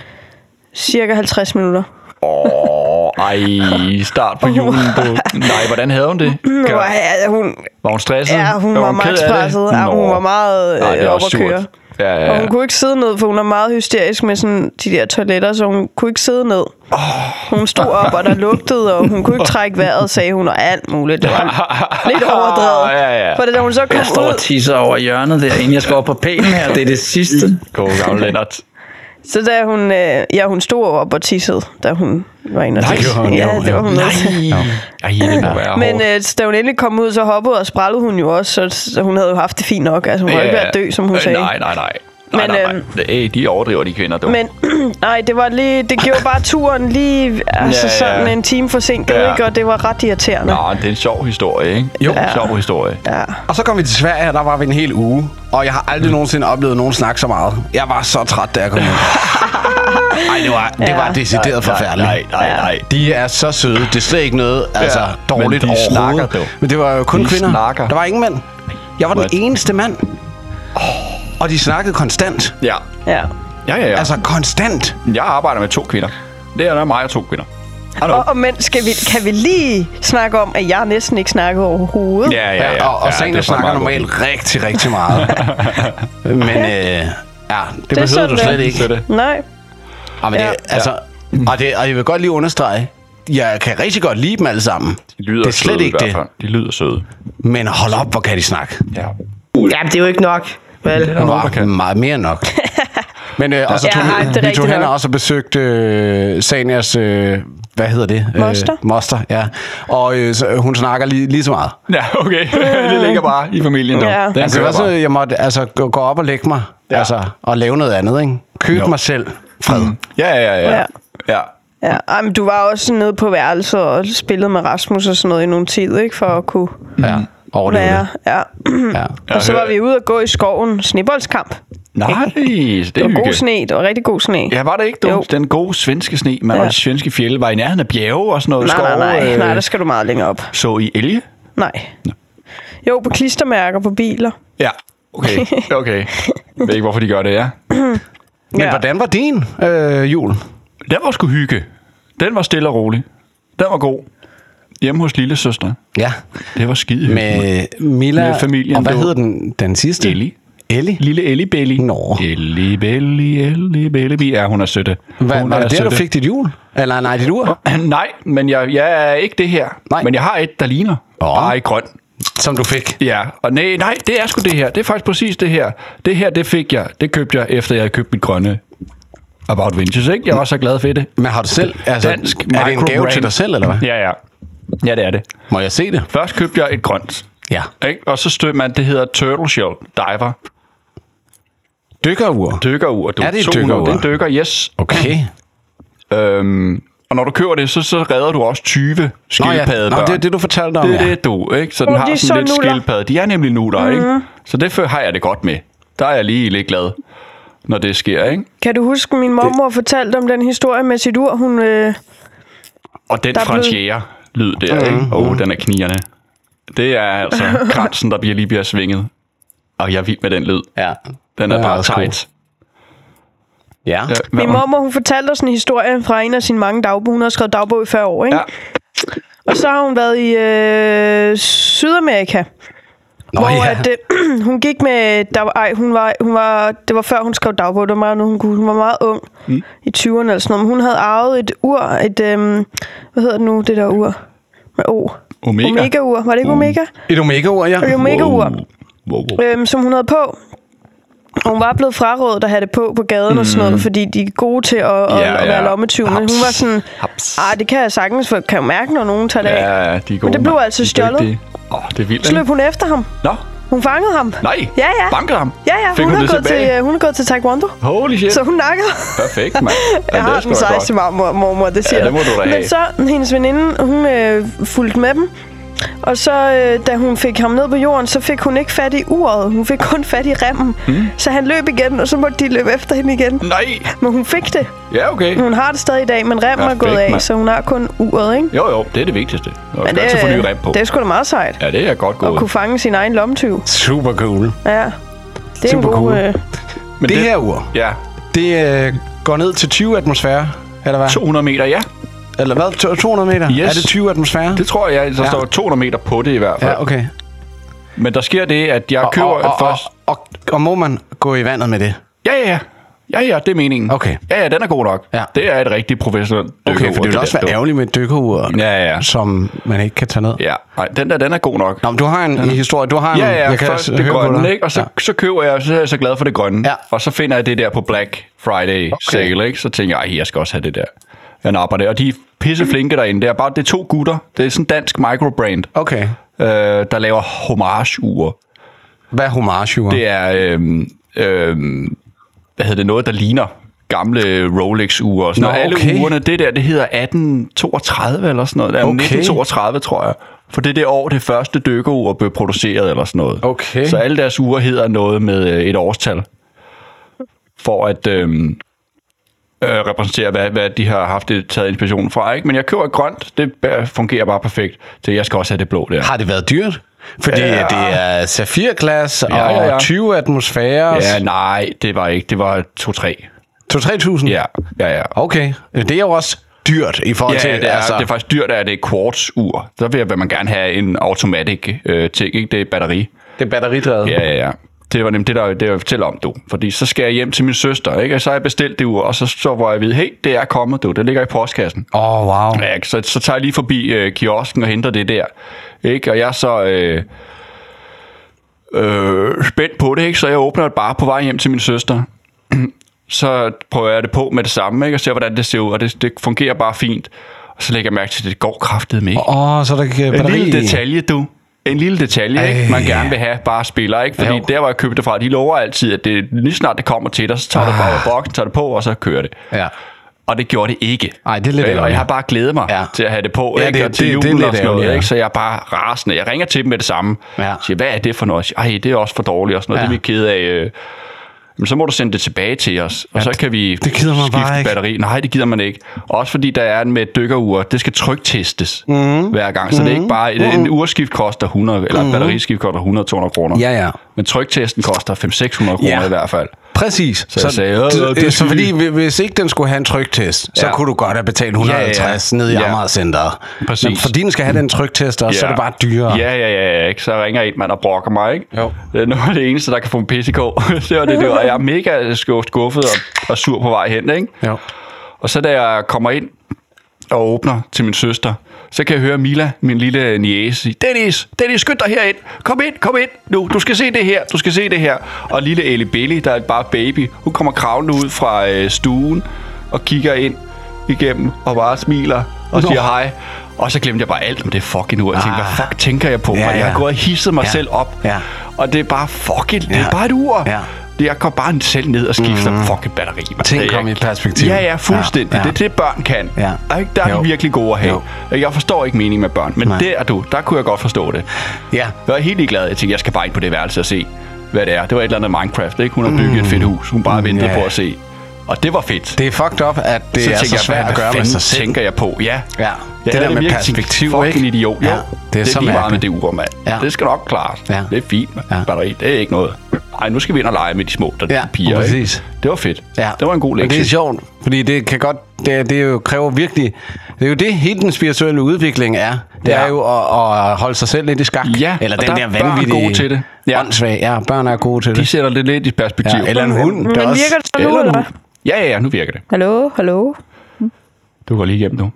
Speaker 1: cirka 50 minutter.
Speaker 3: Åh, ej, start på julen. På. Nej, hvordan havde hun det?
Speaker 1: Nu var, ja, hun,
Speaker 3: Var Altså, hun stresset?
Speaker 1: ja, hun var,
Speaker 3: ked af
Speaker 1: max
Speaker 3: det?
Speaker 1: presset. Ja, hun
Speaker 3: Nå.
Speaker 1: var meget
Speaker 3: Nej, det
Speaker 1: øh,
Speaker 3: er
Speaker 1: oppe
Speaker 3: også
Speaker 1: at køre.
Speaker 3: surt. Ja, ja,
Speaker 1: Og
Speaker 3: ja.
Speaker 1: hun kunne ikke sidde ned, for hun er meget hysterisk med sådan de der toiletter, så hun kunne ikke sidde ned. Oh. Hun stod op, og der lugtede, og hun kunne ikke trække vejret, sagde hun, og alt muligt. Det var lidt overdrevet.
Speaker 3: Ja, ja.
Speaker 1: For da hun så kom
Speaker 9: Jeg står og
Speaker 1: ud,
Speaker 9: tisser over hjørnet der, inden jeg skal op på pælen her. Det er det sidste.
Speaker 3: God gamle Lennart.
Speaker 1: så da hun, øh, ja, hun stod op og tissede, da hun var inde og
Speaker 2: Nej,
Speaker 1: tisse.
Speaker 2: gjorde hun,
Speaker 1: ja,
Speaker 2: jo,
Speaker 1: det var
Speaker 2: jo.
Speaker 1: hun også.
Speaker 3: Ej, det må være
Speaker 1: Men
Speaker 3: hårdt.
Speaker 1: øh, da hun endelig kom ud, så hoppede og sprallede hun jo også, så, så hun havde jo haft det fint nok. Altså, hun var ikke ved at dø, som hun
Speaker 3: Øh,
Speaker 1: sagde.
Speaker 3: Nej, nej, nej.
Speaker 1: Men,
Speaker 3: Men, nej, nej,
Speaker 1: øhm,
Speaker 3: nej. Øh, de overdriver, de kvinder, dog.
Speaker 1: Men nej, det var lige, det gjorde bare turen lige altså
Speaker 3: Ja, ja.
Speaker 1: ja, sådan en time forsinket,
Speaker 3: Ja.
Speaker 1: ja. ikke? Og det var ret irriterende.
Speaker 3: Nå, det er en sjov historie, ikke?
Speaker 2: Jo.
Speaker 3: En sjov historie.
Speaker 1: Ja.
Speaker 2: Og så kom vi til Sverige, og der var vi en hel uge. Og jeg har aldrig
Speaker 3: Mm.
Speaker 2: nogensinde oplevet nogen snakke så meget. Jeg var så træt, da jeg kom ud. Ej, det var, det var decideret forfærdeligt.
Speaker 3: Nej, nej, nej.
Speaker 2: De er så søde. Det er slet ikke noget altså,
Speaker 3: Ja,
Speaker 2: dårligt
Speaker 3: men de
Speaker 2: overhovedet.
Speaker 3: snakker dog.
Speaker 2: Men det var jo kun
Speaker 3: De
Speaker 2: kvinder.
Speaker 3: snakker.
Speaker 2: Der var ingen mænd. Jeg var den
Speaker 3: What?
Speaker 2: eneste mand. Og de snakkede konstant.
Speaker 3: Ja.
Speaker 1: ja.
Speaker 3: Ja, ja, ja. Altså,
Speaker 2: Altså konstant.
Speaker 3: jeg arbejder med to kvinder. Det er der mig og to kvinder. Hallo.
Speaker 1: Og, og men skal vi, kan vi lige snakke om, at jeg næsten ikke snakkede overhovedet?
Speaker 3: Ja, ja, ja.
Speaker 2: og og
Speaker 3: ja,
Speaker 2: ja, Sane
Speaker 3: det er
Speaker 2: snakker
Speaker 3: meget
Speaker 2: normalt
Speaker 3: godt.
Speaker 2: rigtig, rigtig meget. Men øh, ja, det, det behøver
Speaker 1: sådan,
Speaker 2: du
Speaker 1: det er.
Speaker 2: slet ikke.
Speaker 3: Det er det.
Speaker 1: Nej.
Speaker 2: Ja, men det,
Speaker 1: Ja.
Speaker 2: altså, og, det, og jeg vil godt lige understrege, jeg kan rigtig godt lide dem alle sammen.
Speaker 3: De lyder
Speaker 2: det er slet
Speaker 3: søde,
Speaker 2: ikke
Speaker 3: i
Speaker 2: det.
Speaker 3: hvert fald. De lyder søde.
Speaker 2: Men hold op, hvor kan de snakke.
Speaker 3: Ja.
Speaker 4: Ja, det er jo ikke nok. Vel?
Speaker 2: Det var meget mere end nok. Men øh, og så
Speaker 1: Ja,
Speaker 2: tog,
Speaker 1: ej, det er
Speaker 2: vi, vi
Speaker 1: rigtigt
Speaker 2: tog hen
Speaker 1: nok.
Speaker 2: og også besøgte øh, Sanias, øh, hvad hedder det? Øh,
Speaker 1: Moster.
Speaker 2: Moster, ja. Og øh, så, øh, hun snakker lige, lige så meget.
Speaker 3: Ja, okay. det ligger bare i familien. dog.
Speaker 1: Ja.
Speaker 2: altså,
Speaker 3: Den
Speaker 2: det
Speaker 3: kører
Speaker 2: var så,
Speaker 3: bare.
Speaker 2: jeg måtte altså, gå, gå op og lægge mig, ja. altså, og lave noget andet, ikke? Købe
Speaker 3: Jo.
Speaker 2: mig selv fred.
Speaker 3: Ja, ja, ja. ja.
Speaker 1: Ja.
Speaker 3: ja.
Speaker 1: Ja, ej, men du var også nede på værelset og spillede med Rasmus og sådan noget i nogle tid, ikke? For at kunne
Speaker 2: Ja, overleve
Speaker 1: være...
Speaker 2: det.
Speaker 1: Ja.
Speaker 2: Ja.
Speaker 3: Jeg
Speaker 1: og så var
Speaker 3: hører-
Speaker 1: vi ude og gå i skoven. Sneboldskamp.
Speaker 3: Nej, det
Speaker 1: Det
Speaker 3: er
Speaker 1: var god
Speaker 3: hygge.
Speaker 1: sne. Det var rigtig god sne.
Speaker 3: Ja, var det ikke
Speaker 1: Jo.
Speaker 3: dumt? Den gode svenske sne, man ja.
Speaker 1: Ja.
Speaker 3: og de svenske fjelle var i nærheden af bjerge og sådan noget.
Speaker 1: nej, nej,
Speaker 3: skov,
Speaker 1: nej.
Speaker 3: øh,
Speaker 1: Nej, der skal du meget længere op.
Speaker 3: Så I elge?
Speaker 1: Nej. Jo, på klistermærker på biler.
Speaker 3: Ja, okay. okay. Jeg ved ikke, hvorfor de gør det, ja.
Speaker 2: Men
Speaker 1: Ja.
Speaker 2: hvordan var din øh, jul?
Speaker 3: Den var sgu hygge. Den var stille og rolig. Den var god. Hjemme hos lille søster.
Speaker 2: Ja,
Speaker 3: Det var skide hyggeligt.
Speaker 2: med Mila
Speaker 3: Med familien,
Speaker 2: og hvad
Speaker 3: du-
Speaker 2: hedder den, den sidste?
Speaker 3: Ellie.
Speaker 2: Ellie?
Speaker 3: Lille Ellie Belly.
Speaker 2: Nå.
Speaker 3: Ellie Belly, Ellie Belly. Ja, hun er sødt.
Speaker 2: Hvad,
Speaker 3: hun
Speaker 2: var
Speaker 3: er
Speaker 2: det der, du
Speaker 3: sødt.
Speaker 2: fik dit jul? Eller nej, dit ur?
Speaker 3: Nej, men jeg, jeg er ikke det her.
Speaker 2: Nej.
Speaker 3: Men jeg har et, der ligner.
Speaker 2: Nå.
Speaker 3: Bare i grøn.
Speaker 2: Som du fik.
Speaker 3: Ja, og nej, nej, det er sgu det her. Det er faktisk præcis det her. Det her, det fik jeg. Det købte jeg, efter jeg havde købt mit grønne About Vintage, ikke? Jeg var så glad for det.
Speaker 2: Men har du selv... Altså,
Speaker 3: Dansk
Speaker 2: er det en gave
Speaker 3: microbrand.
Speaker 2: til dig selv, eller hvad?
Speaker 3: Ja, ja. Ja, det er det.
Speaker 2: Må jeg se det?
Speaker 3: Først købte jeg et grønt,
Speaker 2: Ja.
Speaker 3: ikke? og så stødte man, det hedder Turtle Shell Diver.
Speaker 2: Dykkerur.
Speaker 3: Dykkerur. Du.
Speaker 2: Er det et
Speaker 3: 200.
Speaker 2: dykkerur?
Speaker 3: Det er en dykker, yes.
Speaker 2: Okay.
Speaker 3: Øhm, og når du køber det, så, så redder du også 20 skildpaddebørn.
Speaker 2: Nå, det er det, du fortalte om.
Speaker 3: det, er
Speaker 2: ja.
Speaker 3: det du, ikke? Så
Speaker 1: Nå,
Speaker 3: den
Speaker 1: de
Speaker 3: har
Speaker 1: er
Speaker 3: sådan
Speaker 1: så
Speaker 3: lidt
Speaker 1: nuller. Mhm.
Speaker 3: skildpadde. De er nemlig nuller, ikke? Så det før har jeg det godt med. Der er jeg lige lidt glad, når det sker, ikke?
Speaker 1: Kan du huske, min mormor det... fortalte om den historie med sit ur? Hun, øh,
Speaker 3: Og den
Speaker 1: Der er blevet-
Speaker 3: franchiere lyd der, ikke?
Speaker 2: Mhm.
Speaker 3: Åh, oh, den er knigerne. Det er altså grænsen, der bliver lige bliver svinget. Og jeg er vild med den lyd.
Speaker 2: Ja.
Speaker 3: Den er
Speaker 2: Ja,
Speaker 3: bare
Speaker 2: også cool.
Speaker 3: tight.
Speaker 2: Ja.
Speaker 3: Ja, hvad
Speaker 1: min
Speaker 3: var-
Speaker 1: mormor, hun fortalte os en historie fra en af sine mange dagboger. Hun har skrevet dagbog i 40 år, ikke?
Speaker 3: Ja.
Speaker 1: Og så har hun været i øh, Sydamerika.
Speaker 2: Nå,
Speaker 1: hvor
Speaker 2: ja.
Speaker 1: at, øh, hun gik med... Der, var- ej, hun var, hun var, det var før, hun skrev dagbog. Det var meget, nu, hun, kunne- hun var meget ung. Mm. I 20'erne eller sådan noget. Men hun havde arvet et ur. Et, øh, hvad hedder det nu, det der ur? Med O.
Speaker 3: Omega.
Speaker 1: Omega-ur. Var det ikke Omega?
Speaker 2: Et omega-ur, ja.
Speaker 1: Et Omega-ur.
Speaker 3: Wow, wow.
Speaker 1: øhm, som hun havde på. Og hun var blevet frarådet at have det på på gaden mm. og sådan noget, fordi de er gode til at, at,
Speaker 3: Mhm. Ja,
Speaker 1: ja, at være
Speaker 3: ja.
Speaker 1: lommetyvene. Hun var sådan, ah, det kan jeg sagtens, for jeg kan jo mærke, når nogen tager det af.
Speaker 3: Ja, de er gode.
Speaker 1: Men det blev altså stjålet.
Speaker 3: Åh, oh, det er vildt.
Speaker 1: Så løb
Speaker 3: ikke?
Speaker 1: hun efter ham.
Speaker 3: Nå,
Speaker 1: Hun fangede ham.
Speaker 3: nej.
Speaker 1: Ja, ja.
Speaker 3: Bankede ham.
Speaker 1: Ja, ja,
Speaker 3: Fik
Speaker 1: hun, er
Speaker 3: hun det
Speaker 1: gået til,
Speaker 3: tilbage?
Speaker 1: øh, hun er gået til taekwondo.
Speaker 3: Holy shit.
Speaker 1: Så hun nakkede.
Speaker 3: Perfekt, mand. Ja,
Speaker 1: Jeg
Speaker 3: det er
Speaker 1: har
Speaker 3: sgu
Speaker 1: den
Speaker 3: da godt.
Speaker 1: sejeste mormor, mormor, det siger
Speaker 3: Ja, det må
Speaker 1: jeg.
Speaker 3: du da have.
Speaker 1: Men så hendes veninde, hun øh, fulgte med dem. Og så, øh, da hun fik ham ned på jorden, så fik hun ikke fat i uret. Hun fik kun fat i remmen.
Speaker 3: Hmm.
Speaker 1: Mm. Så han løb igen, og så måtte de løbe efter hende igen.
Speaker 3: Nej.
Speaker 1: Men hun fik det.
Speaker 3: Ja, okay.
Speaker 1: Hun har det stadig i dag, men remmen er
Speaker 3: Perfekt,
Speaker 1: gået af,
Speaker 3: mand.
Speaker 1: så hun har kun uret, ikke?
Speaker 3: Jo, jo, det er det vigtigste. Og
Speaker 1: Men
Speaker 3: det, altid få ny rem på.
Speaker 1: det er sgu da meget sejt.
Speaker 3: ja, det er godt
Speaker 1: At
Speaker 3: gået.
Speaker 1: kunne fange sin egen lomtyv.
Speaker 2: Super cool.
Speaker 1: Ja. Det er
Speaker 2: Super
Speaker 1: en god...
Speaker 2: cool.
Speaker 1: Øh,
Speaker 3: Men
Speaker 2: Det her ur,
Speaker 3: Ja,
Speaker 2: det øh, går ned til 20 atmosfære. Eller hvad?
Speaker 3: 200 meter, ja.
Speaker 2: Eller hvad? To- 200 meter?
Speaker 3: Yes.
Speaker 2: Er det 20 atmosfære?
Speaker 3: Det tror jeg, der
Speaker 2: Ja.
Speaker 3: står 200 meter på det i hvert fald.
Speaker 2: Ja, okay.
Speaker 3: Men der sker det, at jeg køber
Speaker 2: og, og,
Speaker 3: først...
Speaker 2: Og, og, og må man gå i vandet med det?
Speaker 3: Ja, ja, ja. Ja, ja, det er meningen.
Speaker 2: Okay.
Speaker 3: Ja, ja, den er god nok.
Speaker 2: Ja.
Speaker 3: Det er et rigtig professionelt
Speaker 2: Okay,
Speaker 3: dykkerur,
Speaker 2: for det vil
Speaker 3: der.
Speaker 2: også være ærgerligt med et dykkerur,
Speaker 3: Ja, ja, ja.
Speaker 2: som man ikke kan tage ned.
Speaker 3: Ja, nej, den der, den er god nok.
Speaker 2: Nå, men du har en historie. Du har en,
Speaker 3: Ja, ja,
Speaker 2: jeg kan altså
Speaker 3: først
Speaker 2: høre
Speaker 3: det
Speaker 2: på
Speaker 3: grønne,
Speaker 2: dig.
Speaker 3: ikke? Og så,
Speaker 2: Ja.
Speaker 3: ja. så køber jeg, så er jeg så glad for det grønne.
Speaker 2: Ja.
Speaker 3: Og så finder jeg det der på Black Friday okay. sale, ikke? Så tænker jeg, "Ej, jeg skal også have det der. Jeg napper det. Og de er pisse flinke derinde. Det er bare det er to gutter. Det er sådan en dansk microbrand,
Speaker 2: Okay.
Speaker 3: øh, der laver homage-ure.
Speaker 2: Hvad er homage, Jure?
Speaker 3: Det er, øhm, øhm, hvad hedder det, noget, der ligner gamle Rolex-ure og sådan
Speaker 2: Nå,
Speaker 3: noget. Alle
Speaker 2: okay.
Speaker 3: ugerne, det der, det hedder 1832 eller sådan noget. Det er
Speaker 2: Okay.
Speaker 3: 1932, tror jeg. For det er det år, det første dykkerur blev produceret eller sådan noget.
Speaker 2: Okay.
Speaker 3: Så alle deres ure hedder noget med øh, et årstal. For at øhm, øh, repræsentere, hvad, hvad de har haft det, taget inspiration fra. Ikke? Men jeg køber et grønt, det øh, fungerer bare perfekt. Så jeg skal også have det blå der.
Speaker 2: Har det været dyrt? Fordi ja. det er safirglas ja,
Speaker 3: ja,
Speaker 2: ja,
Speaker 3: ja.
Speaker 2: og 20 atmosfærer. Ja.
Speaker 3: Ja, nej, det var ikke. Det var 2-3.
Speaker 2: 2-3.000?
Speaker 3: Ja, ja, ja.
Speaker 2: Okay. Det er jo også dyrt i forhold
Speaker 3: Ja,
Speaker 2: til...
Speaker 3: ja, det, er, altså... det er faktisk dyrt, at det er quartz-ur. Så vil jeg- vil man gerne have en automatic øh, ting, ikke? Det er batteri.
Speaker 2: det er batteridrevet.
Speaker 3: Ja, ja, ja. Det var nemlig det, der, det jeg fortæller om, du. Fordi så skal jeg hjem til min søster, ikke? Og så har jeg bestilt det ur, og så, så var jeg ved, hey, det er kommet, du. Det ligger i postkassen.
Speaker 2: Åh, oh, wow.
Speaker 3: Ja, ikke? så, så tager jeg lige forbi øh, kiosken og henter det der. Ikke? Og jeg er så øh, øh, spændt på det, ikke? så jeg åbner det bare på vej hjem til min søster. så prøver jeg det på med det samme, ikke? og ser, hvordan det ser ud, og det, det fungerer bare fint. Og så lægger jeg mærke til, at det går kraftet med. Ikke?
Speaker 2: Åh, oh, så er der ikke
Speaker 3: en
Speaker 2: batteri
Speaker 3: lille
Speaker 2: i.
Speaker 3: detalje, du. En lille detalje, ikke? man gerne vil have, bare spiller. Ikke? Fordi
Speaker 2: Jo.
Speaker 3: der, hvor jeg købte det fra, de lover altid, at det, lige snart det kommer til dig, så tager ah. du bare ud af boksen, tager det på, og så kører det.
Speaker 2: Ja.
Speaker 3: Og det gjorde det ikke.
Speaker 2: Ej, det er lidt
Speaker 3: Øh, Og
Speaker 2: ærgerligt.
Speaker 3: jeg har bare glædet mig
Speaker 2: Ja.
Speaker 3: ja. til at have det på,
Speaker 2: Ja,
Speaker 3: ja, ikke?
Speaker 2: det-
Speaker 3: Det, og til
Speaker 2: det-
Speaker 3: det,
Speaker 2: det er
Speaker 3: julen
Speaker 2: lidt
Speaker 3: og sådan noget,
Speaker 2: ærgerligt, ja.
Speaker 3: ikke? Så jeg er bare rasende. Jeg ringer til dem med det samme.
Speaker 2: Ja.
Speaker 3: Siger, hvad er det for noget? Ej, det er også for dårligt og sådan noget.
Speaker 2: Ja.
Speaker 3: Ja. Det er vi ked af. øh. Jamen, så må du sende det tilbage til os, og så kan vi
Speaker 2: det gider man
Speaker 3: skifte
Speaker 2: bare ikke.
Speaker 3: batteri. Nej, det gider man ikke. Også fordi der er en med et dykkerur, det skal tryktestes
Speaker 2: Mhm.
Speaker 3: mm. hver gang. Så mm. det er ikke bare... Mm. En urskift koster 100, eller et batteriskift koster 100-200 kroner.
Speaker 2: Ja, ja.
Speaker 3: Men tryktesten koster 500-600 kroner
Speaker 2: Ja.
Speaker 3: i hvert fald.
Speaker 2: Præcis. Så,
Speaker 3: jeg sagde, "Åh,
Speaker 2: så,
Speaker 3: det er
Speaker 2: så fordi
Speaker 3: sygt."
Speaker 2: hvi- hvis ikke den skulle have en tryktest, så
Speaker 3: Ja.
Speaker 2: kunne du godt have betalt 150 ja,
Speaker 3: Ja,
Speaker 2: ja.
Speaker 3: ja.
Speaker 2: ned i
Speaker 3: Ja.
Speaker 2: Amager Center.
Speaker 3: Præcis.
Speaker 2: Men fordi den skal have den tryktest, og så er det bare dyrere.
Speaker 3: Ja, ja, ja, ja. Ikke? Så ringer en mand og brokker mig, ikke?
Speaker 2: Jo.
Speaker 3: Det er noget af det eneste, der kan få en pisse i kog. det var det, det var. Og jeg er mega sku- skuffet og, og sur på vej hen, ikke?
Speaker 2: Jo.
Speaker 3: Og så da jeg kommer ind og åbner til min søster, så kan jeg høre Mila, min lille niece, sige, Dennis, Dennis, skynd dig herind. Kom ind, kom ind nu. Du skal se det her, du skal se det her. Og lille Ellie Billy, der er bare baby, hun kommer kravlende ud fra øh, stuen og kigger ind igennem og bare smiler og siger hej. Og så glemte jeg bare alt om det fucking ur. Jeg tænkte, hvad fuck tænker jeg på? Ja,
Speaker 2: Ah. ja.
Speaker 3: Jeg har gået og hisset mig ja. selv op.
Speaker 2: Ja.
Speaker 3: Og det er bare fucking, det er bare et ur.
Speaker 2: Ja. Mhm.
Speaker 3: Det- Jeg går bare selv ned og skifter mm. fucking batteri. mand.
Speaker 2: Ting
Speaker 3: Det er
Speaker 2: kom
Speaker 3: ikke-
Speaker 2: i perspektiv.
Speaker 3: Ja, ja, fuldstændig.
Speaker 2: Ja,
Speaker 3: Ja,
Speaker 2: ja.
Speaker 3: ja. Det, det børn kan.
Speaker 2: Ja.
Speaker 3: Og ikke, der er
Speaker 2: Jo.
Speaker 3: de virkelig gode at have. Jo. Jeg forstår ikke meningen med børn, men
Speaker 2: Nej.
Speaker 3: Nej. der du, der kunne jeg godt forstå det.
Speaker 2: Ja.
Speaker 3: Jeg var helt ligeglad. Jeg tænkte, jeg skal bare ind på det værelse og se, hvad det er. Det var et eller andet Minecraft, ikke? Hun har bygget mm. et fedt hus. Hun bare ventede
Speaker 2: ja.
Speaker 3: yeah. på at se. Og det var fedt.
Speaker 2: Det er fucked up, at det
Speaker 3: så
Speaker 2: er
Speaker 3: tænkte
Speaker 2: så
Speaker 3: jeg,
Speaker 2: svært
Speaker 3: hvad
Speaker 2: at gøre med
Speaker 3: fanden
Speaker 2: sig selv.
Speaker 3: tænker jeg på? Ja.
Speaker 2: Ja.
Speaker 3: Jeg
Speaker 2: Det
Speaker 3: havde
Speaker 2: der med
Speaker 3: virkelig tænkt,
Speaker 2: perspektiv,
Speaker 3: fucking
Speaker 2: ikke?
Speaker 3: idiot.
Speaker 2: Ja.
Speaker 3: Ja.
Speaker 2: Det er så
Speaker 3: lige meget med
Speaker 2: mærkeligt.
Speaker 3: det ur, mand.
Speaker 2: Ja.
Speaker 3: Ja. Det skal nok klare.
Speaker 2: Ja.
Speaker 3: Ja. Det er fint, mand.
Speaker 2: Ja.
Speaker 3: Ja. Batteri, det er ikke noget. Nej, nu skal vi ind og lege med de små der,
Speaker 2: Ja,
Speaker 3: ja, piger. ikke?
Speaker 2: præcis.
Speaker 3: Det var fedt.
Speaker 2: Ja.
Speaker 3: Det var en god
Speaker 2: Men
Speaker 3: lektie.
Speaker 2: Det er sjovt, fordi det kan godt... Det, det jo kræver virkelig... Det er jo det, hele den spirituelle udvikling er. Det ja.
Speaker 3: Ja.
Speaker 2: er jo at, at, holde sig selv lidt i skak.
Speaker 3: Ja,
Speaker 2: Eller
Speaker 3: og
Speaker 2: den
Speaker 3: der
Speaker 2: der
Speaker 3: er børn
Speaker 2: vanvittige...
Speaker 3: gode til det.
Speaker 2: Ja.
Speaker 3: Ja.
Speaker 2: Åndssvag. Ja, børn er gode til
Speaker 3: De
Speaker 2: det.
Speaker 3: sætter det lidt i perspektiv.
Speaker 2: Ja, eller en hund.
Speaker 1: Men
Speaker 2: der også-
Speaker 1: virker det så nu,
Speaker 2: Eller en
Speaker 1: eller?
Speaker 2: hund.
Speaker 3: Ja, ja, ja, nu virker det.
Speaker 1: Hallo, hallo.
Speaker 3: Du går lige igennem nu.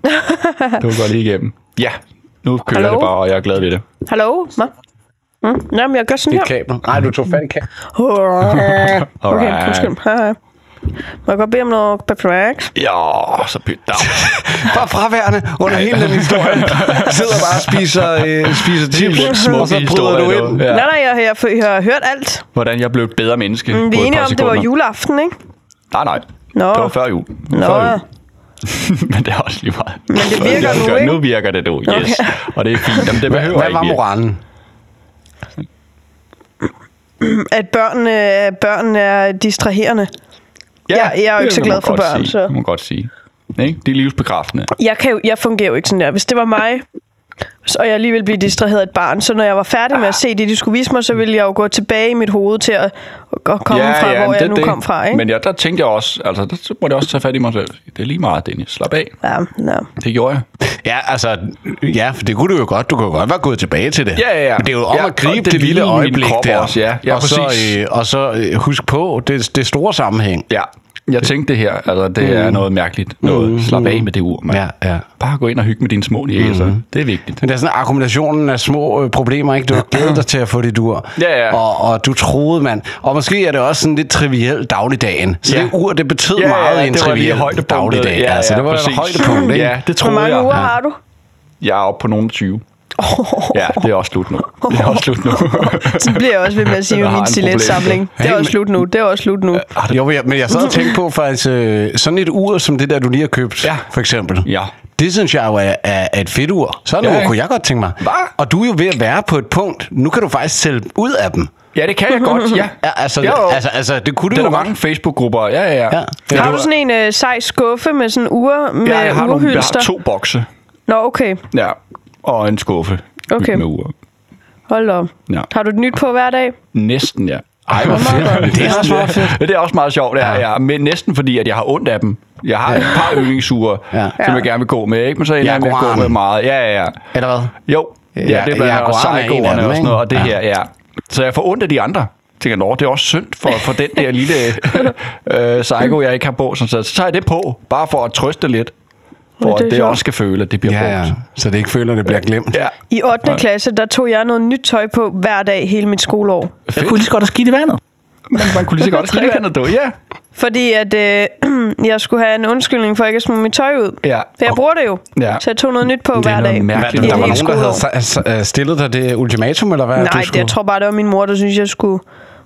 Speaker 3: du går lige igennem. Ja, nu kører
Speaker 1: Hallo?
Speaker 3: det bare, og jeg er glad ved det.
Speaker 1: Hallo, hvad? Mm. Jamen, jeg gør sådan
Speaker 2: Det er
Speaker 1: her.
Speaker 2: et kabel. Nej, du tog fat i kabel.
Speaker 1: Okay, undskyld. Hej, hej. Må jeg godt bede om noget backpacks?
Speaker 3: Ja, så pyt dig.
Speaker 2: Bare fraværende under hele den historie. Sidder bare og spiser, øh, spiser chips,
Speaker 3: Smuk
Speaker 2: og så bryder
Speaker 3: historie,
Speaker 2: du
Speaker 3: du.
Speaker 2: ind.
Speaker 3: Ja.
Speaker 1: Nej, nej, jeg, jeg, jeg, jeg har hørt alt.
Speaker 3: Hvordan jeg blev et bedre menneske.
Speaker 1: Men Vi
Speaker 3: på
Speaker 1: er
Speaker 3: et
Speaker 1: enige
Speaker 3: par
Speaker 1: om, det var
Speaker 3: sekunder.
Speaker 1: juleaften, ikke?
Speaker 3: Nej, nej.
Speaker 1: Nå.
Speaker 3: Det var før jul.
Speaker 1: Nå,
Speaker 3: Før jul. Men det er også lige meget. Men
Speaker 1: det virker nu, ikke?
Speaker 3: Nu virker det, du. Yes. Og det er fint. Jamen, det behøver
Speaker 2: Hvad var
Speaker 3: ikke.
Speaker 2: moralen?
Speaker 1: at børn, øh, børn er distraherende. Jeg- jeg er jo
Speaker 3: det
Speaker 1: ikke så
Speaker 3: kan
Speaker 1: glad
Speaker 3: man
Speaker 1: for
Speaker 3: godt
Speaker 1: børn,
Speaker 3: sige.
Speaker 1: så-
Speaker 3: Det må man godt sige. Ikke? Det er livsbekræftende.
Speaker 1: Jeg, kan jo, jeg fungerer jo ikke sådan der. Hvis det var mig, og jeg alligevel blive distraheret af et barn. Så når jeg var færdig med at se det, de skulle vise mig, så ville jeg jo gå tilbage i mit hoved til at, at komme ja, fra, ja, hvor
Speaker 3: men
Speaker 1: jeg
Speaker 3: det-
Speaker 1: nu
Speaker 3: det.
Speaker 1: kom fra. Ikke?
Speaker 3: Men ja, der tænkte jeg også, altså der så måtte jeg også tage fat i mig selv. Det er lige meget, Dennis. Slap af.
Speaker 1: Ja, ja.
Speaker 3: Det gjorde jeg.
Speaker 2: Ja, altså, ja, for det kunne du jo godt. Du kunne jo godt være gået tilbage til det.
Speaker 3: Ja, ja, ja.
Speaker 2: Men det er jo om
Speaker 3: Ja,
Speaker 2: ja, at gribe
Speaker 3: og
Speaker 2: det,
Speaker 3: det
Speaker 2: det lille
Speaker 3: hvile i min
Speaker 2: øjeblik
Speaker 3: krop
Speaker 2: der.
Speaker 3: også, ja. Ja,
Speaker 2: og, så,
Speaker 3: præcis.
Speaker 2: øh, og så øh, husk på det, det store sammenhæng.
Speaker 3: Ja, jeg tænkte det her, altså det er noget mærkeligt noget. Slap af med det ur, mand.
Speaker 2: Ja, ja.
Speaker 3: Bare gå ind og hygge med dine små næser. Det er vigtigt.
Speaker 2: Men det er sådan akkumulationen af små øh, problemer, ikke? Du har glædet dig til at få det dur.
Speaker 3: Ja, ja.
Speaker 2: Og, og du troede, mand. Og måske er det også sådan lidt triviel dagligdagen. Så
Speaker 3: Ja.
Speaker 2: ja. det ur, det betød
Speaker 3: Ja, ja,
Speaker 2: meget i en
Speaker 3: det var lige
Speaker 2: triviel
Speaker 3: højdepunktet.
Speaker 2: dagligdag.
Speaker 3: Ja, ja,
Speaker 2: altså, det var
Speaker 3: præcis.
Speaker 2: et højdepunkt, ikke?
Speaker 3: Ja, det
Speaker 1: Hvor
Speaker 3: tror
Speaker 1: mange
Speaker 3: jeg.
Speaker 1: uger har du?
Speaker 3: Jeg er oppe på nogen 20. Ja, det er også slut nu. Det er også slut nu.
Speaker 1: Så bliver jeg også ved med at sige
Speaker 3: Jeg
Speaker 1: med
Speaker 3: har
Speaker 1: min
Speaker 3: en
Speaker 1: stiletsamling. Det er
Speaker 2: Hey,
Speaker 1: også
Speaker 2: men-
Speaker 1: slut nu. Det er også slut nu.
Speaker 2: Jo, men jeg- men jeg sad og tænkte på faktisk, øh, sådan et ur som det der, du lige har købt,
Speaker 3: Ja.
Speaker 2: ja. for eksempel.
Speaker 3: Ja.
Speaker 2: Det synes jeg jo er, er, er et fedt ur. Sådan
Speaker 3: Ja,
Speaker 2: ja,
Speaker 3: ikke?
Speaker 2: ur kunne jeg godt tænke mig.
Speaker 3: Hva?
Speaker 2: Og du er jo ved at være på et punkt, nu kan du faktisk sælge ud af dem.
Speaker 3: Ja, det kan jeg godt, ja.
Speaker 2: Ja, altså,
Speaker 3: Jo, jo.
Speaker 2: altså, altså, det kunne
Speaker 3: Det
Speaker 2: du
Speaker 3: er
Speaker 2: jo
Speaker 3: der
Speaker 2: godt.
Speaker 3: mange Facebook-grupper. Ja, ja, ja.
Speaker 2: Ja. Ja,
Speaker 1: Har du sådan øh, en øh, sej skuffe med sådan ure med
Speaker 3: Ja, jeg har, nogle, jeg har
Speaker 1: urehylster?
Speaker 3: to bokse.
Speaker 1: Nå, okay.
Speaker 3: Ja, og en skuffe
Speaker 1: Okay.
Speaker 3: med uger.
Speaker 1: Hold op.
Speaker 3: Ja.
Speaker 1: Har du et nyt på hver dag?
Speaker 3: Næsten, ja.
Speaker 2: Ej, hvor fedt. Det er også meget fedt.
Speaker 3: Ja, det er også meget sjovt, det her, ja. Men næsten fordi, at jeg har ondt af dem. Jeg har et par yndlingsure, ja.
Speaker 2: Ja.
Speaker 3: som jeg gerne vil gå med, ikke? Men så ender jeg med at gå
Speaker 2: Jaguaren.
Speaker 3: med meget. Ja, ja, ja.
Speaker 2: Eller hvad?
Speaker 3: Jo, ja, det er blandt andet også
Speaker 2: Jaguaren er en af
Speaker 3: sejgårderne
Speaker 2: dem,
Speaker 3: og sådan noget,
Speaker 2: ikke?
Speaker 3: og det ja.
Speaker 2: Ja.
Speaker 3: her, ja. Så jeg får ondt af de andre. Tænker, nå, det er også synd for, for den der lille øh, psycho, jeg ikke har på. Sådan, så, så tager jeg det på, bare for at trøste lidt. For
Speaker 1: det er
Speaker 3: at det
Speaker 1: sjovt.
Speaker 3: også skal føle, at det bliver
Speaker 2: Ja, ja.
Speaker 3: brugt.
Speaker 2: Så det ikke føler, det bliver glemt.
Speaker 3: Ja.
Speaker 1: I 8. klasse, der tog jeg noget nyt tøj på hver dag hele mit skoleår.
Speaker 9: Jeg kunne lige så godt have skidt i vandet.
Speaker 3: Man, man kunne lige så godt skrive andet, du. Ja.
Speaker 1: Fordi at øh, jeg skulle have en undskyldning for ikke at smide mit tøj ud.
Speaker 3: Ja.
Speaker 1: For jeg bruger det jo.
Speaker 3: Ja.
Speaker 1: Så jeg tog noget nyt på hver
Speaker 3: noget
Speaker 1: dag.
Speaker 3: mærkeligt
Speaker 1: I
Speaker 2: Der
Speaker 1: et
Speaker 2: var
Speaker 1: helt
Speaker 2: nogen, der havde
Speaker 1: skoleår.
Speaker 2: sa- sa- øh, stillet dig det ultimatum, eller hvad? at du
Speaker 1: Nej, det,
Speaker 2: skulle-
Speaker 1: jeg tror bare, det var min mor, der synes jeg skulle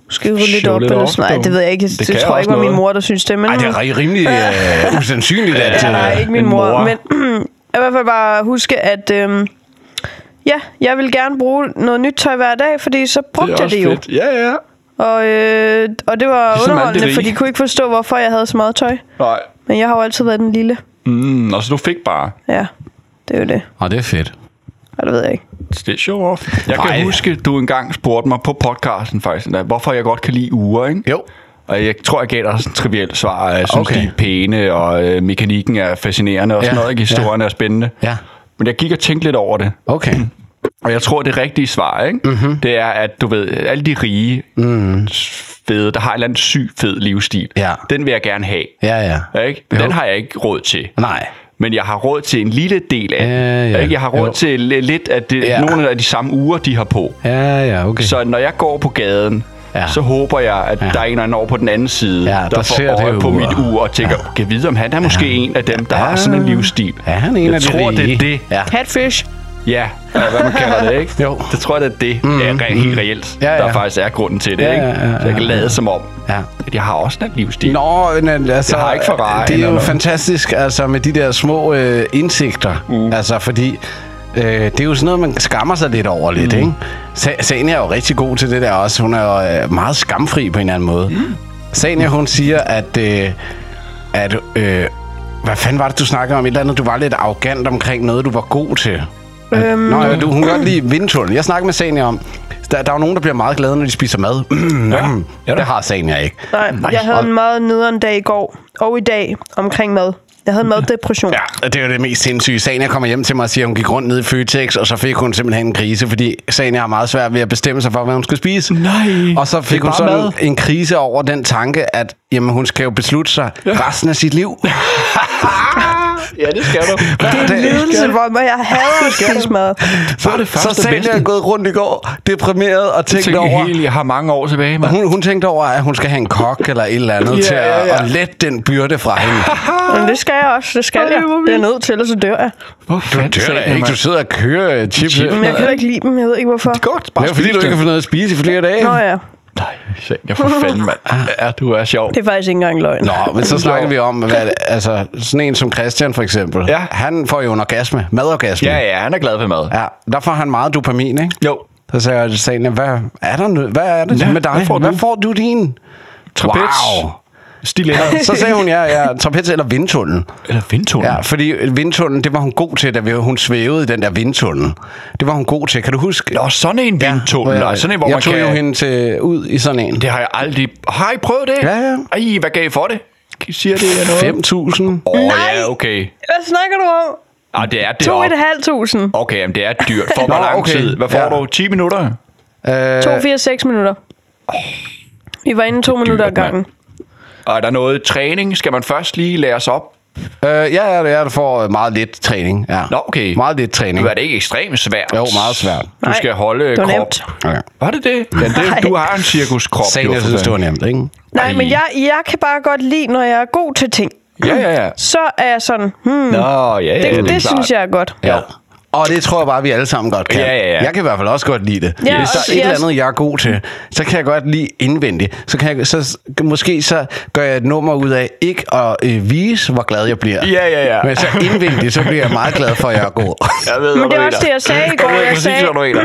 Speaker 1: skrive lidt
Speaker 3: Show
Speaker 1: op.
Speaker 3: lidt
Speaker 1: Eller
Speaker 3: off,
Speaker 1: sådan. noget. Nej,
Speaker 3: dog.
Speaker 1: det ved jeg ikke.
Speaker 3: Det
Speaker 1: Det,
Speaker 3: kan
Speaker 1: det tror jeg ikke var
Speaker 3: også
Speaker 1: min
Speaker 3: noget.
Speaker 1: mor, der synes det. Men
Speaker 2: Ej, det er ri- rimelig øh, usandsynligt, at...
Speaker 1: Ja, nej,
Speaker 2: øh,
Speaker 1: ikke min
Speaker 3: en
Speaker 1: mor,
Speaker 3: mor.
Speaker 1: mor. men jeg vil i hvert fald bare huske, at øhm, ja, jeg vil gerne bruge noget nyt tøj hver dag, fordi så brugte jeg det jo.
Speaker 3: fedt. Ja, ja.
Speaker 1: Og, øh, og det var
Speaker 3: Ligesom
Speaker 1: ligesom
Speaker 3: alle de
Speaker 1: underholdende, for
Speaker 3: rige.
Speaker 1: de kunne ikke forstå, hvorfor jeg havde så meget tøj.
Speaker 3: Nej.
Speaker 1: Men jeg har jo altid været den lille.
Speaker 3: Mm, og så du fik bare...
Speaker 1: Ja, det er jo det.
Speaker 2: Åh, det er fedt.
Speaker 1: Og det ved jeg ikke.
Speaker 3: Det er show off. Jeg kan
Speaker 2: Nej.
Speaker 3: huske, du engang spurgte mig på podcasten faktisk, endda, hvorfor jeg godt kan lide uger, ikke?
Speaker 2: Jo.
Speaker 3: Og jeg tror, jeg gav dig sådan et trivielt svar. Jeg synes, okay.
Speaker 2: Okay.
Speaker 3: de er pæne, og øh, mekanikken er fascinerende og sådan
Speaker 2: Ja,
Speaker 3: noget, ikke? Historien er spændende.
Speaker 2: Ja.
Speaker 3: Men jeg gik og tænkte lidt over det.
Speaker 2: Okay.
Speaker 3: Og jeg tror, det rigtige svar, ikke? Mm-hmm. det er, at du ved, alle de rige mm. fede, der har en eller anden syg fed livsstil,
Speaker 2: Ja.
Speaker 3: den vil jeg gerne have.
Speaker 2: Ja, ja.
Speaker 3: Ikke? Men
Speaker 2: Jo.
Speaker 3: Den har jeg ikke råd til.
Speaker 2: Nej.
Speaker 3: Men jeg har råd til en lille del af
Speaker 2: Ja,
Speaker 3: den,
Speaker 2: ja.
Speaker 3: ikke? Jeg har råd
Speaker 2: Jo.
Speaker 3: til li- lidt af det,
Speaker 2: Ja.
Speaker 3: nogle af de samme uger, de har på.
Speaker 2: Ja, ja, okay.
Speaker 3: Så når jeg går på gaden, ja.
Speaker 2: Ja.
Speaker 3: så håber jeg, at ja. der er en eller anden over på den anden side,
Speaker 2: Ja,
Speaker 3: der,
Speaker 2: der
Speaker 3: får
Speaker 2: ser det
Speaker 3: øje på
Speaker 2: ur.
Speaker 3: mit ur og tænker, ja. kan jeg vide, om han er måske en af dem, der ja. har sådan en livsstil.
Speaker 2: Ja, han er en
Speaker 3: jeg
Speaker 2: af de
Speaker 3: tror, det er
Speaker 2: rige.
Speaker 3: det.
Speaker 2: Ja.
Speaker 1: Catfish.
Speaker 3: Ja, eller hvad man kalder det, ikke?
Speaker 2: Jo.
Speaker 3: Det tror jeg, det er det, mm, er rent, helt reelt, ja,
Speaker 2: Ja,
Speaker 3: ja.
Speaker 2: ja.
Speaker 3: der faktisk er grunden til det,
Speaker 2: Ja,
Speaker 3: ikke?
Speaker 2: ja, ja,
Speaker 3: Så jeg kan
Speaker 2: ja.
Speaker 3: lade som om,
Speaker 2: Ja.
Speaker 3: at jeg har også den livsstil.
Speaker 2: Nå, men altså,
Speaker 3: Jeg har ikke Ferrari
Speaker 2: det
Speaker 3: eller
Speaker 2: er jo
Speaker 3: noget.
Speaker 2: fantastisk altså, med de der små øh, indsigter. Mm. Altså, fordi øh, det er jo sådan noget, man skammer sig lidt over lidt, ikke? Sa- Sania er jo rigtig god til det der også. Hun er jo øh, meget skamfri på en eller anden måde. Mm. Sania, hun siger, at... Øh, at øh, hvad fanden var det, du snakkede om? Et eller andet, du var lidt arrogant omkring noget, du var god til. Øhm. Nå, ja, du, hun kan godt lide vindtunnel. Jeg snakkede med Sania om, der, der er jo nogen, der bliver meget glade, når de spiser mad. ja. Det har Sania ikke.
Speaker 1: Nej, Nej, jeg havde en meget nederen dag i går, og i dag, omkring mad. Jeg havde en maddepression. Ja.
Speaker 2: Ja, det er jo det mest sindssyge. Sania kommer hjem til mig og siger, at hun gik rundt ned i Føtex, og så fik hun simpelthen en krise, fordi Sania har meget svært ved at bestemme sig for, hvad hun skal spise.
Speaker 3: Nej.
Speaker 2: Og så
Speaker 3: Det er
Speaker 2: fik hun
Speaker 3: bare
Speaker 2: sådan
Speaker 3: mad.
Speaker 2: en krise over den tanke, at jamen, hun skal jo beslutte sig resten af sit liv.
Speaker 3: Ja, det skal du.
Speaker 2: Hver dag.
Speaker 1: Lidelse, hvor hvor jeg hader at spise mad.
Speaker 3: Så er det
Speaker 2: Så
Speaker 3: første
Speaker 2: Sania er
Speaker 3: bedste.
Speaker 2: gået rundt i går, deprimeret og tænkt
Speaker 3: Tænk
Speaker 2: over...
Speaker 3: helt, jeg har mange år tilbage, mand.
Speaker 2: Hun, hun tænkte over, at hun skal have en kok eller et eller andet
Speaker 3: Ja,
Speaker 2: yeah, til at,
Speaker 3: ja, ja.
Speaker 2: at lette den byrde fra hende.
Speaker 1: Men det skal jeg også. Det skal jeg. Det er jeg nødt til, ellers så dør jeg.
Speaker 3: Hvor
Speaker 2: Du dør da ikke. Du sidder og kører øh, chips.
Speaker 3: Chips.
Speaker 2: Det
Speaker 1: Men jeg kan heller ikke lide dem. Jeg ved ikke, hvorfor.
Speaker 3: Godt,
Speaker 2: er fordi, du ikke har fået noget at spise i flere dage.
Speaker 1: Nå ja,
Speaker 3: Nej, jeg for fanden, mand. Ja, du er sjov.
Speaker 1: det er faktisk ikke engang løgn.
Speaker 2: Nå, men så snakker vi om, hvad, altså, sådan en som Christian for eksempel.
Speaker 3: Ja.
Speaker 2: Han får jo en orgasme, madorgasme.
Speaker 3: Ja, ja, han er glad for mad.
Speaker 2: ja. Der får han meget dopamin, ikke?
Speaker 3: Jo.
Speaker 2: Så sagde jeg til Sania, hvad er, der nu, hvad er det
Speaker 3: Ja,
Speaker 2: ja, med dig?
Speaker 3: hvad får du?
Speaker 2: hvad får du din?
Speaker 3: Trapez.
Speaker 2: Wow.
Speaker 3: Stiletter.
Speaker 2: Så sagde hun, ja, ja, trapez eller vindtunnel.
Speaker 3: Eller vindtunnel.
Speaker 2: Ja, fordi vindtunnel, det var hun god til, da vi- hun svævede i den der vindtunnel. Det var hun god til. Kan du huske?
Speaker 3: Nå, sådan en vindtunnel. Ja, sådan en, hvor
Speaker 2: jeg
Speaker 3: man
Speaker 2: tog
Speaker 3: kan...
Speaker 2: jo hende til, ud i sådan en.
Speaker 3: Det har jeg aldrig... Har I prøvet det?
Speaker 2: Ja, ja.
Speaker 3: Ej, hvad gav I for det? Siger det jer noget?
Speaker 2: 5.000.
Speaker 3: Åh, oh,
Speaker 1: Nej.
Speaker 3: ja, okay.
Speaker 1: Hvad snakker du om?
Speaker 3: Ah, det er
Speaker 1: To
Speaker 3: deroppe.
Speaker 1: et halvt tusind.
Speaker 3: Okay, jamen, det er dyrt. For hvor
Speaker 2: Nå,
Speaker 3: lang
Speaker 2: okay.
Speaker 3: tid? Hvad får
Speaker 2: Ja.
Speaker 3: du? 10 minutter?
Speaker 2: Øh,
Speaker 1: To, fire, seks minutter. Vi var inde to minutter ad
Speaker 3: dyrt, mand.
Speaker 1: gangen.
Speaker 3: Og er der noget træning? Skal man først lige lære sig op?
Speaker 2: øh, ja, ja, det er, du får meget lidt træning. Ja.
Speaker 3: Nå, okay.
Speaker 2: Meget lidt træning.
Speaker 3: Nu er det ikke ekstremt svært.
Speaker 2: Jo, meget svært.
Speaker 3: Du
Speaker 1: Nej,
Speaker 3: skal holde
Speaker 1: det var
Speaker 3: krop.
Speaker 1: nemt.
Speaker 2: Okay.
Speaker 3: Var det det? Ja, det du har en cirkuskrop.
Speaker 2: Sagen,
Speaker 3: jo,
Speaker 2: jeg
Speaker 3: for
Speaker 2: synes, det var
Speaker 3: fanden.
Speaker 2: nemt, ikke?
Speaker 1: Nej, men jeg, jeg kan bare godt lide, når jeg er god til ting.
Speaker 3: Ja, ja, ja.
Speaker 1: Så er jeg sådan, hmm,
Speaker 3: Nå, ja, ja.
Speaker 1: det, det,
Speaker 3: er
Speaker 1: det
Speaker 3: klart.
Speaker 1: synes jeg er godt.
Speaker 2: Ja. Og det tror jeg bare, vi alle sammen godt kan.
Speaker 3: Ja, ja, ja.
Speaker 2: Jeg kan i hvert fald også godt lide det.
Speaker 1: Ja,
Speaker 2: Hvis der
Speaker 1: også-
Speaker 2: er et
Speaker 1: ja.
Speaker 2: eller andet, jeg er god til, så kan jeg godt lide indvendigt. Så kan jeg, så, måske så gør jeg et nummer ud af ikke at øh, vise, hvor glad jeg bliver.
Speaker 3: Ja, ja, ja.
Speaker 2: Men så indvendigt, så bliver jeg meget glad for, at jeg er god.
Speaker 3: Jeg ved,
Speaker 1: Men det er også det, jeg sagde i går. Jeg sagde,
Speaker 3: hvad du mener.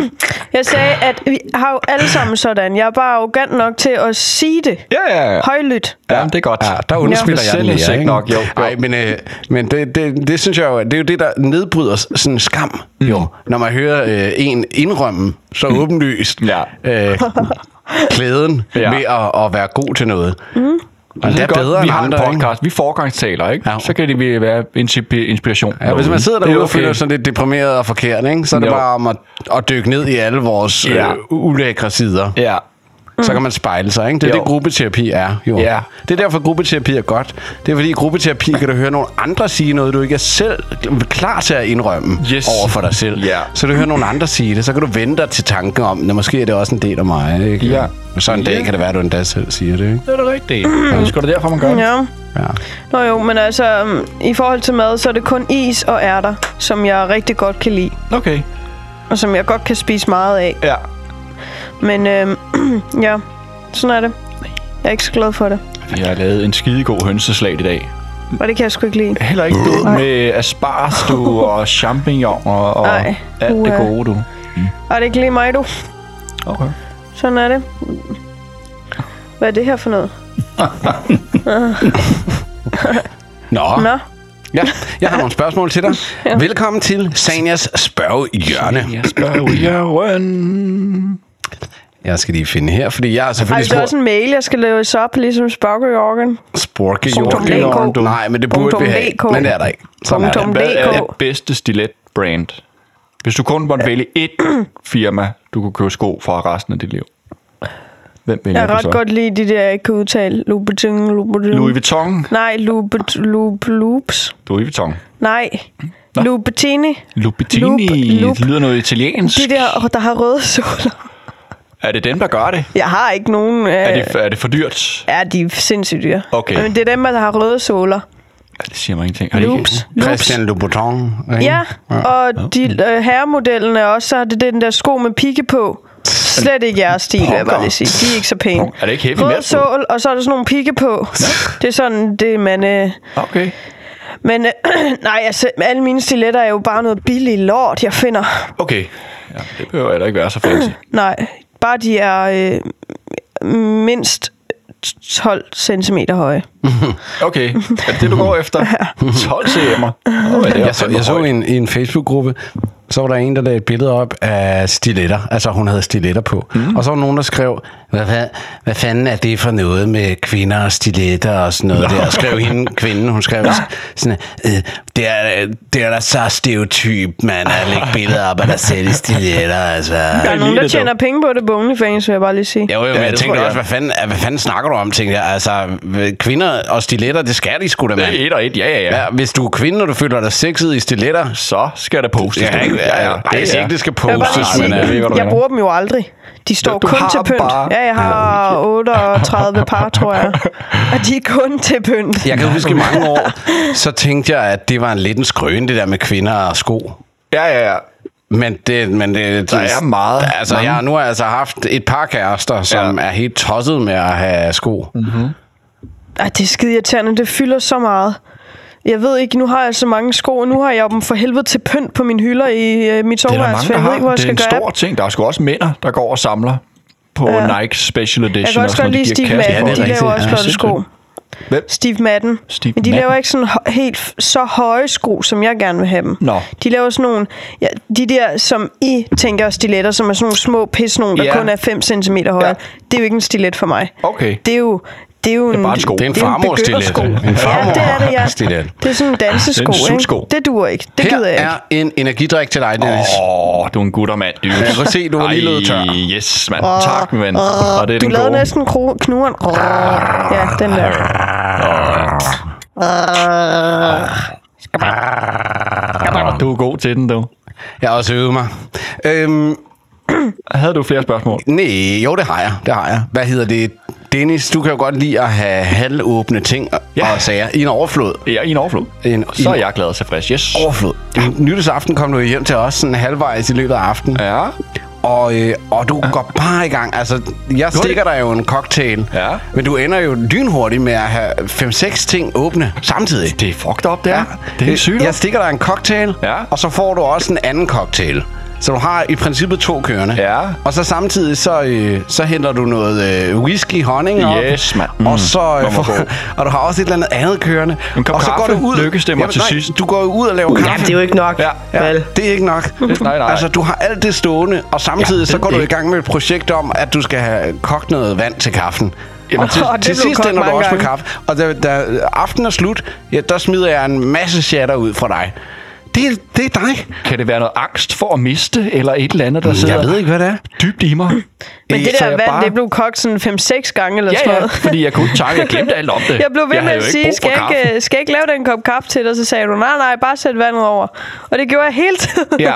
Speaker 1: jeg sagde, at vi har jo alle sammen sådan. Jeg er bare arrogant nok til at sige det
Speaker 3: Ja, ja, ja.
Speaker 1: højlydt.
Speaker 3: Ja, det er godt.
Speaker 2: Ja, Ah, der undskylder
Speaker 3: Ja.
Speaker 2: jeg den mere,
Speaker 3: Selvindsigt
Speaker 2: ikke?
Speaker 3: nok, jo.
Speaker 2: Ej, men, øh, men det, det, det synes jeg jo, det er jo det, der nedbryder s- sådan en skam, mm. jo. Når man hører øh, en indrømme så mm. åbenlyst
Speaker 3: Ja.
Speaker 2: øh, klæden
Speaker 3: Ja.
Speaker 2: ja. ved at, at være god til noget. Mm. Og det er
Speaker 3: godt,
Speaker 2: bedre
Speaker 3: vi
Speaker 2: end
Speaker 3: har en
Speaker 2: andre, ikke?
Speaker 3: podcast. Vi er foregangstaler, ikke?
Speaker 2: Ja.
Speaker 3: Så kan det virkelig være inspi- inspiration.
Speaker 2: Ja, hvis man sidder
Speaker 3: Det er
Speaker 2: derude og
Speaker 3: okay.
Speaker 2: føler sig lidt deprimeret og forkert, ikke? så er det
Speaker 3: Jo.
Speaker 2: bare om at, at dykke ned i alle vores
Speaker 3: Ja.
Speaker 2: ja. øh, ulækre sider.
Speaker 3: Ja.
Speaker 2: Så kan man spejle sig, ikke? Det er
Speaker 3: Mm. Jo.
Speaker 2: jo. det, gruppeterapi er, jo.
Speaker 3: Ja.
Speaker 2: Det er derfor, gruppeterapi er godt. Det er fordi, i gruppeterapi kan du høre nogle andre sige noget, du ikke er selv klar til at indrømme
Speaker 3: Yes.
Speaker 2: over for dig selv.
Speaker 3: Ja.
Speaker 2: Så du hører nogle andre sige det, så kan du vente dig til tanken om, at måske er det også en del af mig, ikke?
Speaker 3: Ja.
Speaker 2: Men så en dag kan det være, at du endda selv siger det, ikke?
Speaker 3: Det er det rigtigt. Det er sgu da derfor, man gør det.
Speaker 1: Ja.
Speaker 2: Ja.
Speaker 1: Nå jo, men altså, mm, i forhold til mad, så er det kun is og ærter, som jeg rigtig godt kan lide.
Speaker 3: Okay.
Speaker 1: Og som jeg godt kan spise meget af.
Speaker 3: Ja.
Speaker 1: Men øhm, ja, sådan er det. Jeg er ikke så glad for det.
Speaker 3: Vi har lavet en skidegod hønseslag i dag.
Speaker 1: Og det kan jeg sgu ikke lide.
Speaker 3: Heller ikke
Speaker 2: Øh.
Speaker 3: du med asparges, du, og champignon og, og
Speaker 1: Ej,
Speaker 3: alt det
Speaker 1: uha.
Speaker 3: gode, du.
Speaker 1: Og det er ikke lige mig, du.
Speaker 3: Okay.
Speaker 1: Sådan er det. Hvad er det her for noget?
Speaker 2: Nå.
Speaker 1: Nå,
Speaker 2: Ja, jeg har nogle spørgsmål til dig. Velkommen til Sanias spørgehjørne.
Speaker 3: Jeg spørger Jørgen.
Speaker 2: Jeg skal lige finde her, fordi jeg er
Speaker 1: Ej,
Speaker 2: selvfølgelig
Speaker 1: Altså, det er også en mail, jeg skal læse op, ligesom Spokker Jorgen. Punktum DK.
Speaker 2: spurgt. Nej, men det burde vi
Speaker 1: Punktum
Speaker 2: have.
Speaker 1: DK.
Speaker 2: Men det er der ikke. Sådan er det.
Speaker 1: Punktum
Speaker 3: Hvad er
Speaker 1: DK.
Speaker 3: det bedste stilet-brand? Hvis du kun måtte vælge ét firma, du kunne købe sko fra resten af dit liv. Hvem vælger
Speaker 1: Jeg kan
Speaker 3: du så?
Speaker 1: ret godt lide de der, jeg ikke kan udtale. Louboutin, Louboutin.
Speaker 3: Louis Vuitton.
Speaker 1: Nej, Louboutin, Loub, Loops.
Speaker 3: Louis Vuitton.
Speaker 1: Nej. Louboutini.
Speaker 3: Lupitini.
Speaker 1: Lup- lup.
Speaker 3: Det lyder noget italiensk.
Speaker 1: De der, åh, der har røde soler.
Speaker 3: Er det dem, der gør det?
Speaker 1: Jeg har ikke nogen... Øh,
Speaker 3: Er det, er det for dyrt?
Speaker 1: Ja, de er sindssygt dyre.
Speaker 3: Okay.
Speaker 1: Men det er dem, der har røde soler.
Speaker 3: Ja, det siger mig ingenting. Har de ikke-
Speaker 1: Loops. Loops.
Speaker 2: Christian Louboutin. ikke?
Speaker 1: Ja, og de øh, herremodellen er også, så har det den der sko med pigge på. Slet ikke jeres stil, vil jeg bare lige sige. De er ikke så pæne.
Speaker 3: Er det ikke heavy
Speaker 1: Rød
Speaker 3: metal?
Speaker 1: sål, og så er der sådan nogle pigge på. Det er sådan, det man... Øh,
Speaker 3: Okay.
Speaker 1: men øh, nej, altså, alle mine stiletter er jo bare noget billig lort, jeg finder.
Speaker 3: Okay. Ja, det behøver heller ikke være så fancy.
Speaker 1: Nej, bare de er øh, mindst 12 cm høje.
Speaker 3: Okay, er det det, du går efter? 12 CM'er. Oh, det
Speaker 2: Jeg så, jeg så i en, i en Facebook-gruppe, så var der en, der lagde et billede op af stiletter. Altså, hun havde stiletter på. Mm. Og så var nogen, der skrev, hvad, fa- hvad fanden er det for noget med kvinder og stiletter og sådan noget der? Og skrev hende, kvinden, hun skrev sådan, øh, det, er, det er da så stereotyp, man, at lægge billeder op af dig selv i stiletter, altså.
Speaker 1: Der er nogen,
Speaker 3: lige
Speaker 1: der
Speaker 3: det dog.
Speaker 1: tjener penge på det på OnlyFans, vil jeg bare lige sige.
Speaker 2: Jo, jo, men
Speaker 3: det
Speaker 2: jeg
Speaker 3: tror
Speaker 2: tænkte
Speaker 3: jeg.
Speaker 2: også, hvad fanden, hvad fanden snakker du om, tænkte jeg. Altså, kvinder og stiletter, det skal de sgu da, mand.
Speaker 3: Et og et, ja, ja, ja.
Speaker 2: Ja, hvis du er kvinde, og du føler dig sexet i stiletter,
Speaker 3: Så skal der postes.
Speaker 2: Ja, ikke? Ja, ja. Ej, jeg siger ikke, det skal
Speaker 1: Jeg, vil bare
Speaker 2: postes,
Speaker 1: lige
Speaker 2: men...
Speaker 1: sige,
Speaker 3: jeg ved godt,
Speaker 1: jeg,
Speaker 3: hvad du
Speaker 1: bruger dem jo aldrig. De står
Speaker 3: Du-
Speaker 1: du,
Speaker 3: du
Speaker 1: kun
Speaker 3: har
Speaker 1: til pynt.
Speaker 3: bare-
Speaker 1: Ja, jeg har 38 par, tror jeg. Og de er kun til pynt.
Speaker 2: Jeg kan huske i mange år, så tænkte jeg, at det var en lidt en skrøn, det der med kvinder og sko.
Speaker 3: Ja, ja, ja.
Speaker 2: Men det, men det,
Speaker 3: Der er meget.
Speaker 2: Altså,
Speaker 3: mange.
Speaker 2: jeg har nu altså haft et par kærester, som
Speaker 3: Ja. Mhm.
Speaker 2: ja. er helt tosset med at have sko. Mm.
Speaker 1: Ej, det er skide irriterende. Det fylder så meget. Jeg ved ikke, nu har jeg så mange sko, og nu har jeg jo dem for helvede til pynt på mine hylder i øh, mit
Speaker 3: Det er der
Speaker 1: soveværelse,
Speaker 3: mange,
Speaker 1: for
Speaker 3: der
Speaker 1: jeg ved ikke,
Speaker 3: har.
Speaker 1: hvor jeg
Speaker 3: Det er
Speaker 1: skal
Speaker 3: en
Speaker 1: gøre
Speaker 3: stor
Speaker 1: af.
Speaker 3: ting. Der er sgu også mænd, der går og samler på
Speaker 1: Ja.
Speaker 3: Nike Special Edition.
Speaker 1: Jeg kan også
Speaker 3: og sådan
Speaker 1: godt
Speaker 3: noget,
Speaker 1: lide
Speaker 3: de giver
Speaker 1: Steve
Speaker 3: kassen
Speaker 1: Madden. De
Speaker 3: for.
Speaker 2: rigtigt.
Speaker 1: laver også
Speaker 3: Ja,
Speaker 1: flotte
Speaker 3: sindssygt.
Speaker 1: sko.
Speaker 3: Hvem?
Speaker 1: Steve Madden.
Speaker 3: Steve
Speaker 1: Men de
Speaker 3: Madden.
Speaker 1: laver ikke sådan hø- helt f- så høje sko, som jeg gerne vil have dem.
Speaker 3: Nå.
Speaker 1: De laver sådan nogle, ja, de der, som I tænker er stiletter, som er sådan nogle små pis, nogen, der
Speaker 3: Ja.
Speaker 1: kun er 5 cm høje.
Speaker 3: Ja.
Speaker 1: Det er jo ikke en stilet for mig.
Speaker 3: Okay.
Speaker 1: Det er jo, det er jo en,
Speaker 3: bare en sko.
Speaker 2: Det er en
Speaker 1: det er en
Speaker 2: farmor-stilet.
Speaker 1: begyndersko.
Speaker 2: En
Speaker 1: Ja, det er det, ja.
Speaker 2: farmor-stilet.
Speaker 1: Det er sådan en dansesko,
Speaker 3: Det er en
Speaker 1: ikke?
Speaker 3: sutsko.
Speaker 1: Det duer ikke. Det
Speaker 2: Her
Speaker 1: gider jeg ikke.
Speaker 2: er en energidrik til dig, Dennis. Oh.
Speaker 3: Åh, oh, du er en guttermand, du. Jeg
Speaker 2: kan se, du var lige løbet tør.
Speaker 3: Yes, mand. tak, min ven. og det er
Speaker 1: du
Speaker 3: den
Speaker 1: lavede
Speaker 3: gode.
Speaker 1: næsten kro- knuren. Ja, den der.
Speaker 3: Nå, Du er god til den, du.
Speaker 2: Jeg har også øvet mig. Øhm,
Speaker 3: Havde du flere spørgsmål?
Speaker 2: nej, jo, det har jeg. Det har jeg. Hvad hedder det? Dennis, du kan jo godt lide at have halvåbne ting og, ja.
Speaker 3: Ja.
Speaker 2: og sager i en overflod.
Speaker 3: Ja, i en overflod.
Speaker 2: En-
Speaker 3: så er
Speaker 2: i en-
Speaker 3: jeg glad og tilfreds. Yes.
Speaker 2: Overflod. Ja. Nytårsaften kom du hjem til os sådan halvvejs i løbet af aftenen.
Speaker 3: Ja.
Speaker 2: Og, øh, og du går bare i gang. Altså, jeg stikker dig jo en cocktail.
Speaker 3: Ja.
Speaker 2: Men du ender jo lynhurtigt med at have 5-6 ting åbne samtidig.
Speaker 3: Det er fucked up, det er. Ja. Det er
Speaker 2: Øh,
Speaker 3: en sygdom.
Speaker 2: Jeg stikker dig en cocktail,
Speaker 3: Ja.
Speaker 2: og så får du også en anden cocktail. Så du har i princippet to kørende.
Speaker 3: Ja.
Speaker 2: Og så samtidig så, øh, så henter du noget øh, whisky, honning op.
Speaker 3: Yes, mand.
Speaker 2: Og, så, øh,
Speaker 3: hvor
Speaker 2: for,
Speaker 3: god.
Speaker 2: og du har også et eller andet andet kørende.
Speaker 3: En kop
Speaker 2: og så
Speaker 3: kaffe.
Speaker 2: går du ud.
Speaker 3: Lykkes det mig til
Speaker 2: nej,
Speaker 3: sidst?
Speaker 2: Du går jo ud og laver kaffe.
Speaker 4: Ja, det er jo ikke nok.
Speaker 3: Ja,
Speaker 4: Ja. Vel?
Speaker 2: Det er ikke nok.
Speaker 3: nej, nej.
Speaker 2: Altså, du har alt det stående, og samtidig
Speaker 3: Ja,
Speaker 2: ja, så
Speaker 3: det
Speaker 2: går du i
Speaker 3: ikke.
Speaker 2: gang med et projekt om, at du skal have kogt noget vand til kaffen.
Speaker 3: Jamen, til-
Speaker 1: Og det
Speaker 2: til
Speaker 1: blev
Speaker 2: sidst
Speaker 1: kogt
Speaker 2: ender du
Speaker 1: mange
Speaker 2: også med
Speaker 1: gange.
Speaker 2: kaffe. Og da, da aftenen er slut, ja, der smider jeg en masse chatter ud for dig. Det, er- det er dig.
Speaker 3: Kan det være noget angst for at miste, eller et eller andet, der sidder
Speaker 2: Jeg ved ikke, hvad det er.
Speaker 3: dybt i mig?
Speaker 1: Men det
Speaker 3: E, Så
Speaker 1: der
Speaker 3: jeg
Speaker 1: vand,
Speaker 3: bare-
Speaker 1: det blev kogt sådan 5-6 gange eller
Speaker 3: Ja,
Speaker 1: sådan
Speaker 3: ja,
Speaker 1: noget.
Speaker 3: fordi jeg kunne ikke takke. Jeg glemte alt om det.
Speaker 1: Jeg blev ved med
Speaker 3: havde
Speaker 1: at
Speaker 3: jo
Speaker 1: sige,
Speaker 3: brug for
Speaker 1: skal jeg,
Speaker 3: kaffe.
Speaker 1: ikke, skal jeg ikke lave den kop kaffe til dig? Så sagde du, nej, nej, bare sæt vandet over. Og det gjorde jeg hele tiden.
Speaker 3: Ja,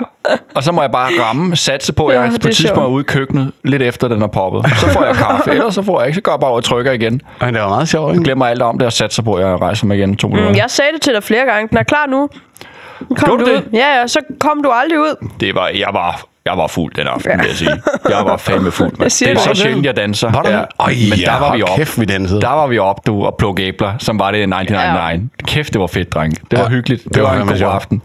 Speaker 3: og så må jeg bare ramme, satse på, at
Speaker 1: Ja,
Speaker 3: jeg
Speaker 1: det
Speaker 3: på
Speaker 1: er
Speaker 3: et tidspunkt
Speaker 1: sjovt.
Speaker 3: er ude i køknet, lidt efter den er poppet. Så får jeg kaffe, ellers så får jeg ikke. Så går jeg bare over og trykker igen.
Speaker 2: Men det var meget sjovt, ikke?
Speaker 3: Glemmer alt om det, og satser på, at jeg rejser mig igen to minutter.
Speaker 1: Mm, Jeg sagde det til dig flere gange. Den er klar nu. Nu Kom
Speaker 3: Gjorde
Speaker 1: du ud.
Speaker 3: du det?
Speaker 1: Ja, ja, så kom du aldrig ud.
Speaker 3: Det var, jeg var, jeg var fuld den aften, vil jeg sige. Jeg var fandme fuld. mand.
Speaker 1: Jeg siger
Speaker 3: Det er
Speaker 1: det.
Speaker 3: så sjældent, jeg danser.
Speaker 2: Var du det? Øj,
Speaker 3: Men
Speaker 2: ja,
Speaker 3: der var vi
Speaker 2: hold
Speaker 3: op.
Speaker 2: kæft, vi dansede.
Speaker 3: Der var vi op, du, og plukke æbler, som var det 1999. Ja. Kæft, det var fedt, dreng. Det var
Speaker 2: Ja,
Speaker 3: hyggeligt. Det,
Speaker 2: det var
Speaker 3: var, en
Speaker 2: fandme
Speaker 3: god
Speaker 2: sjovt.
Speaker 3: aften.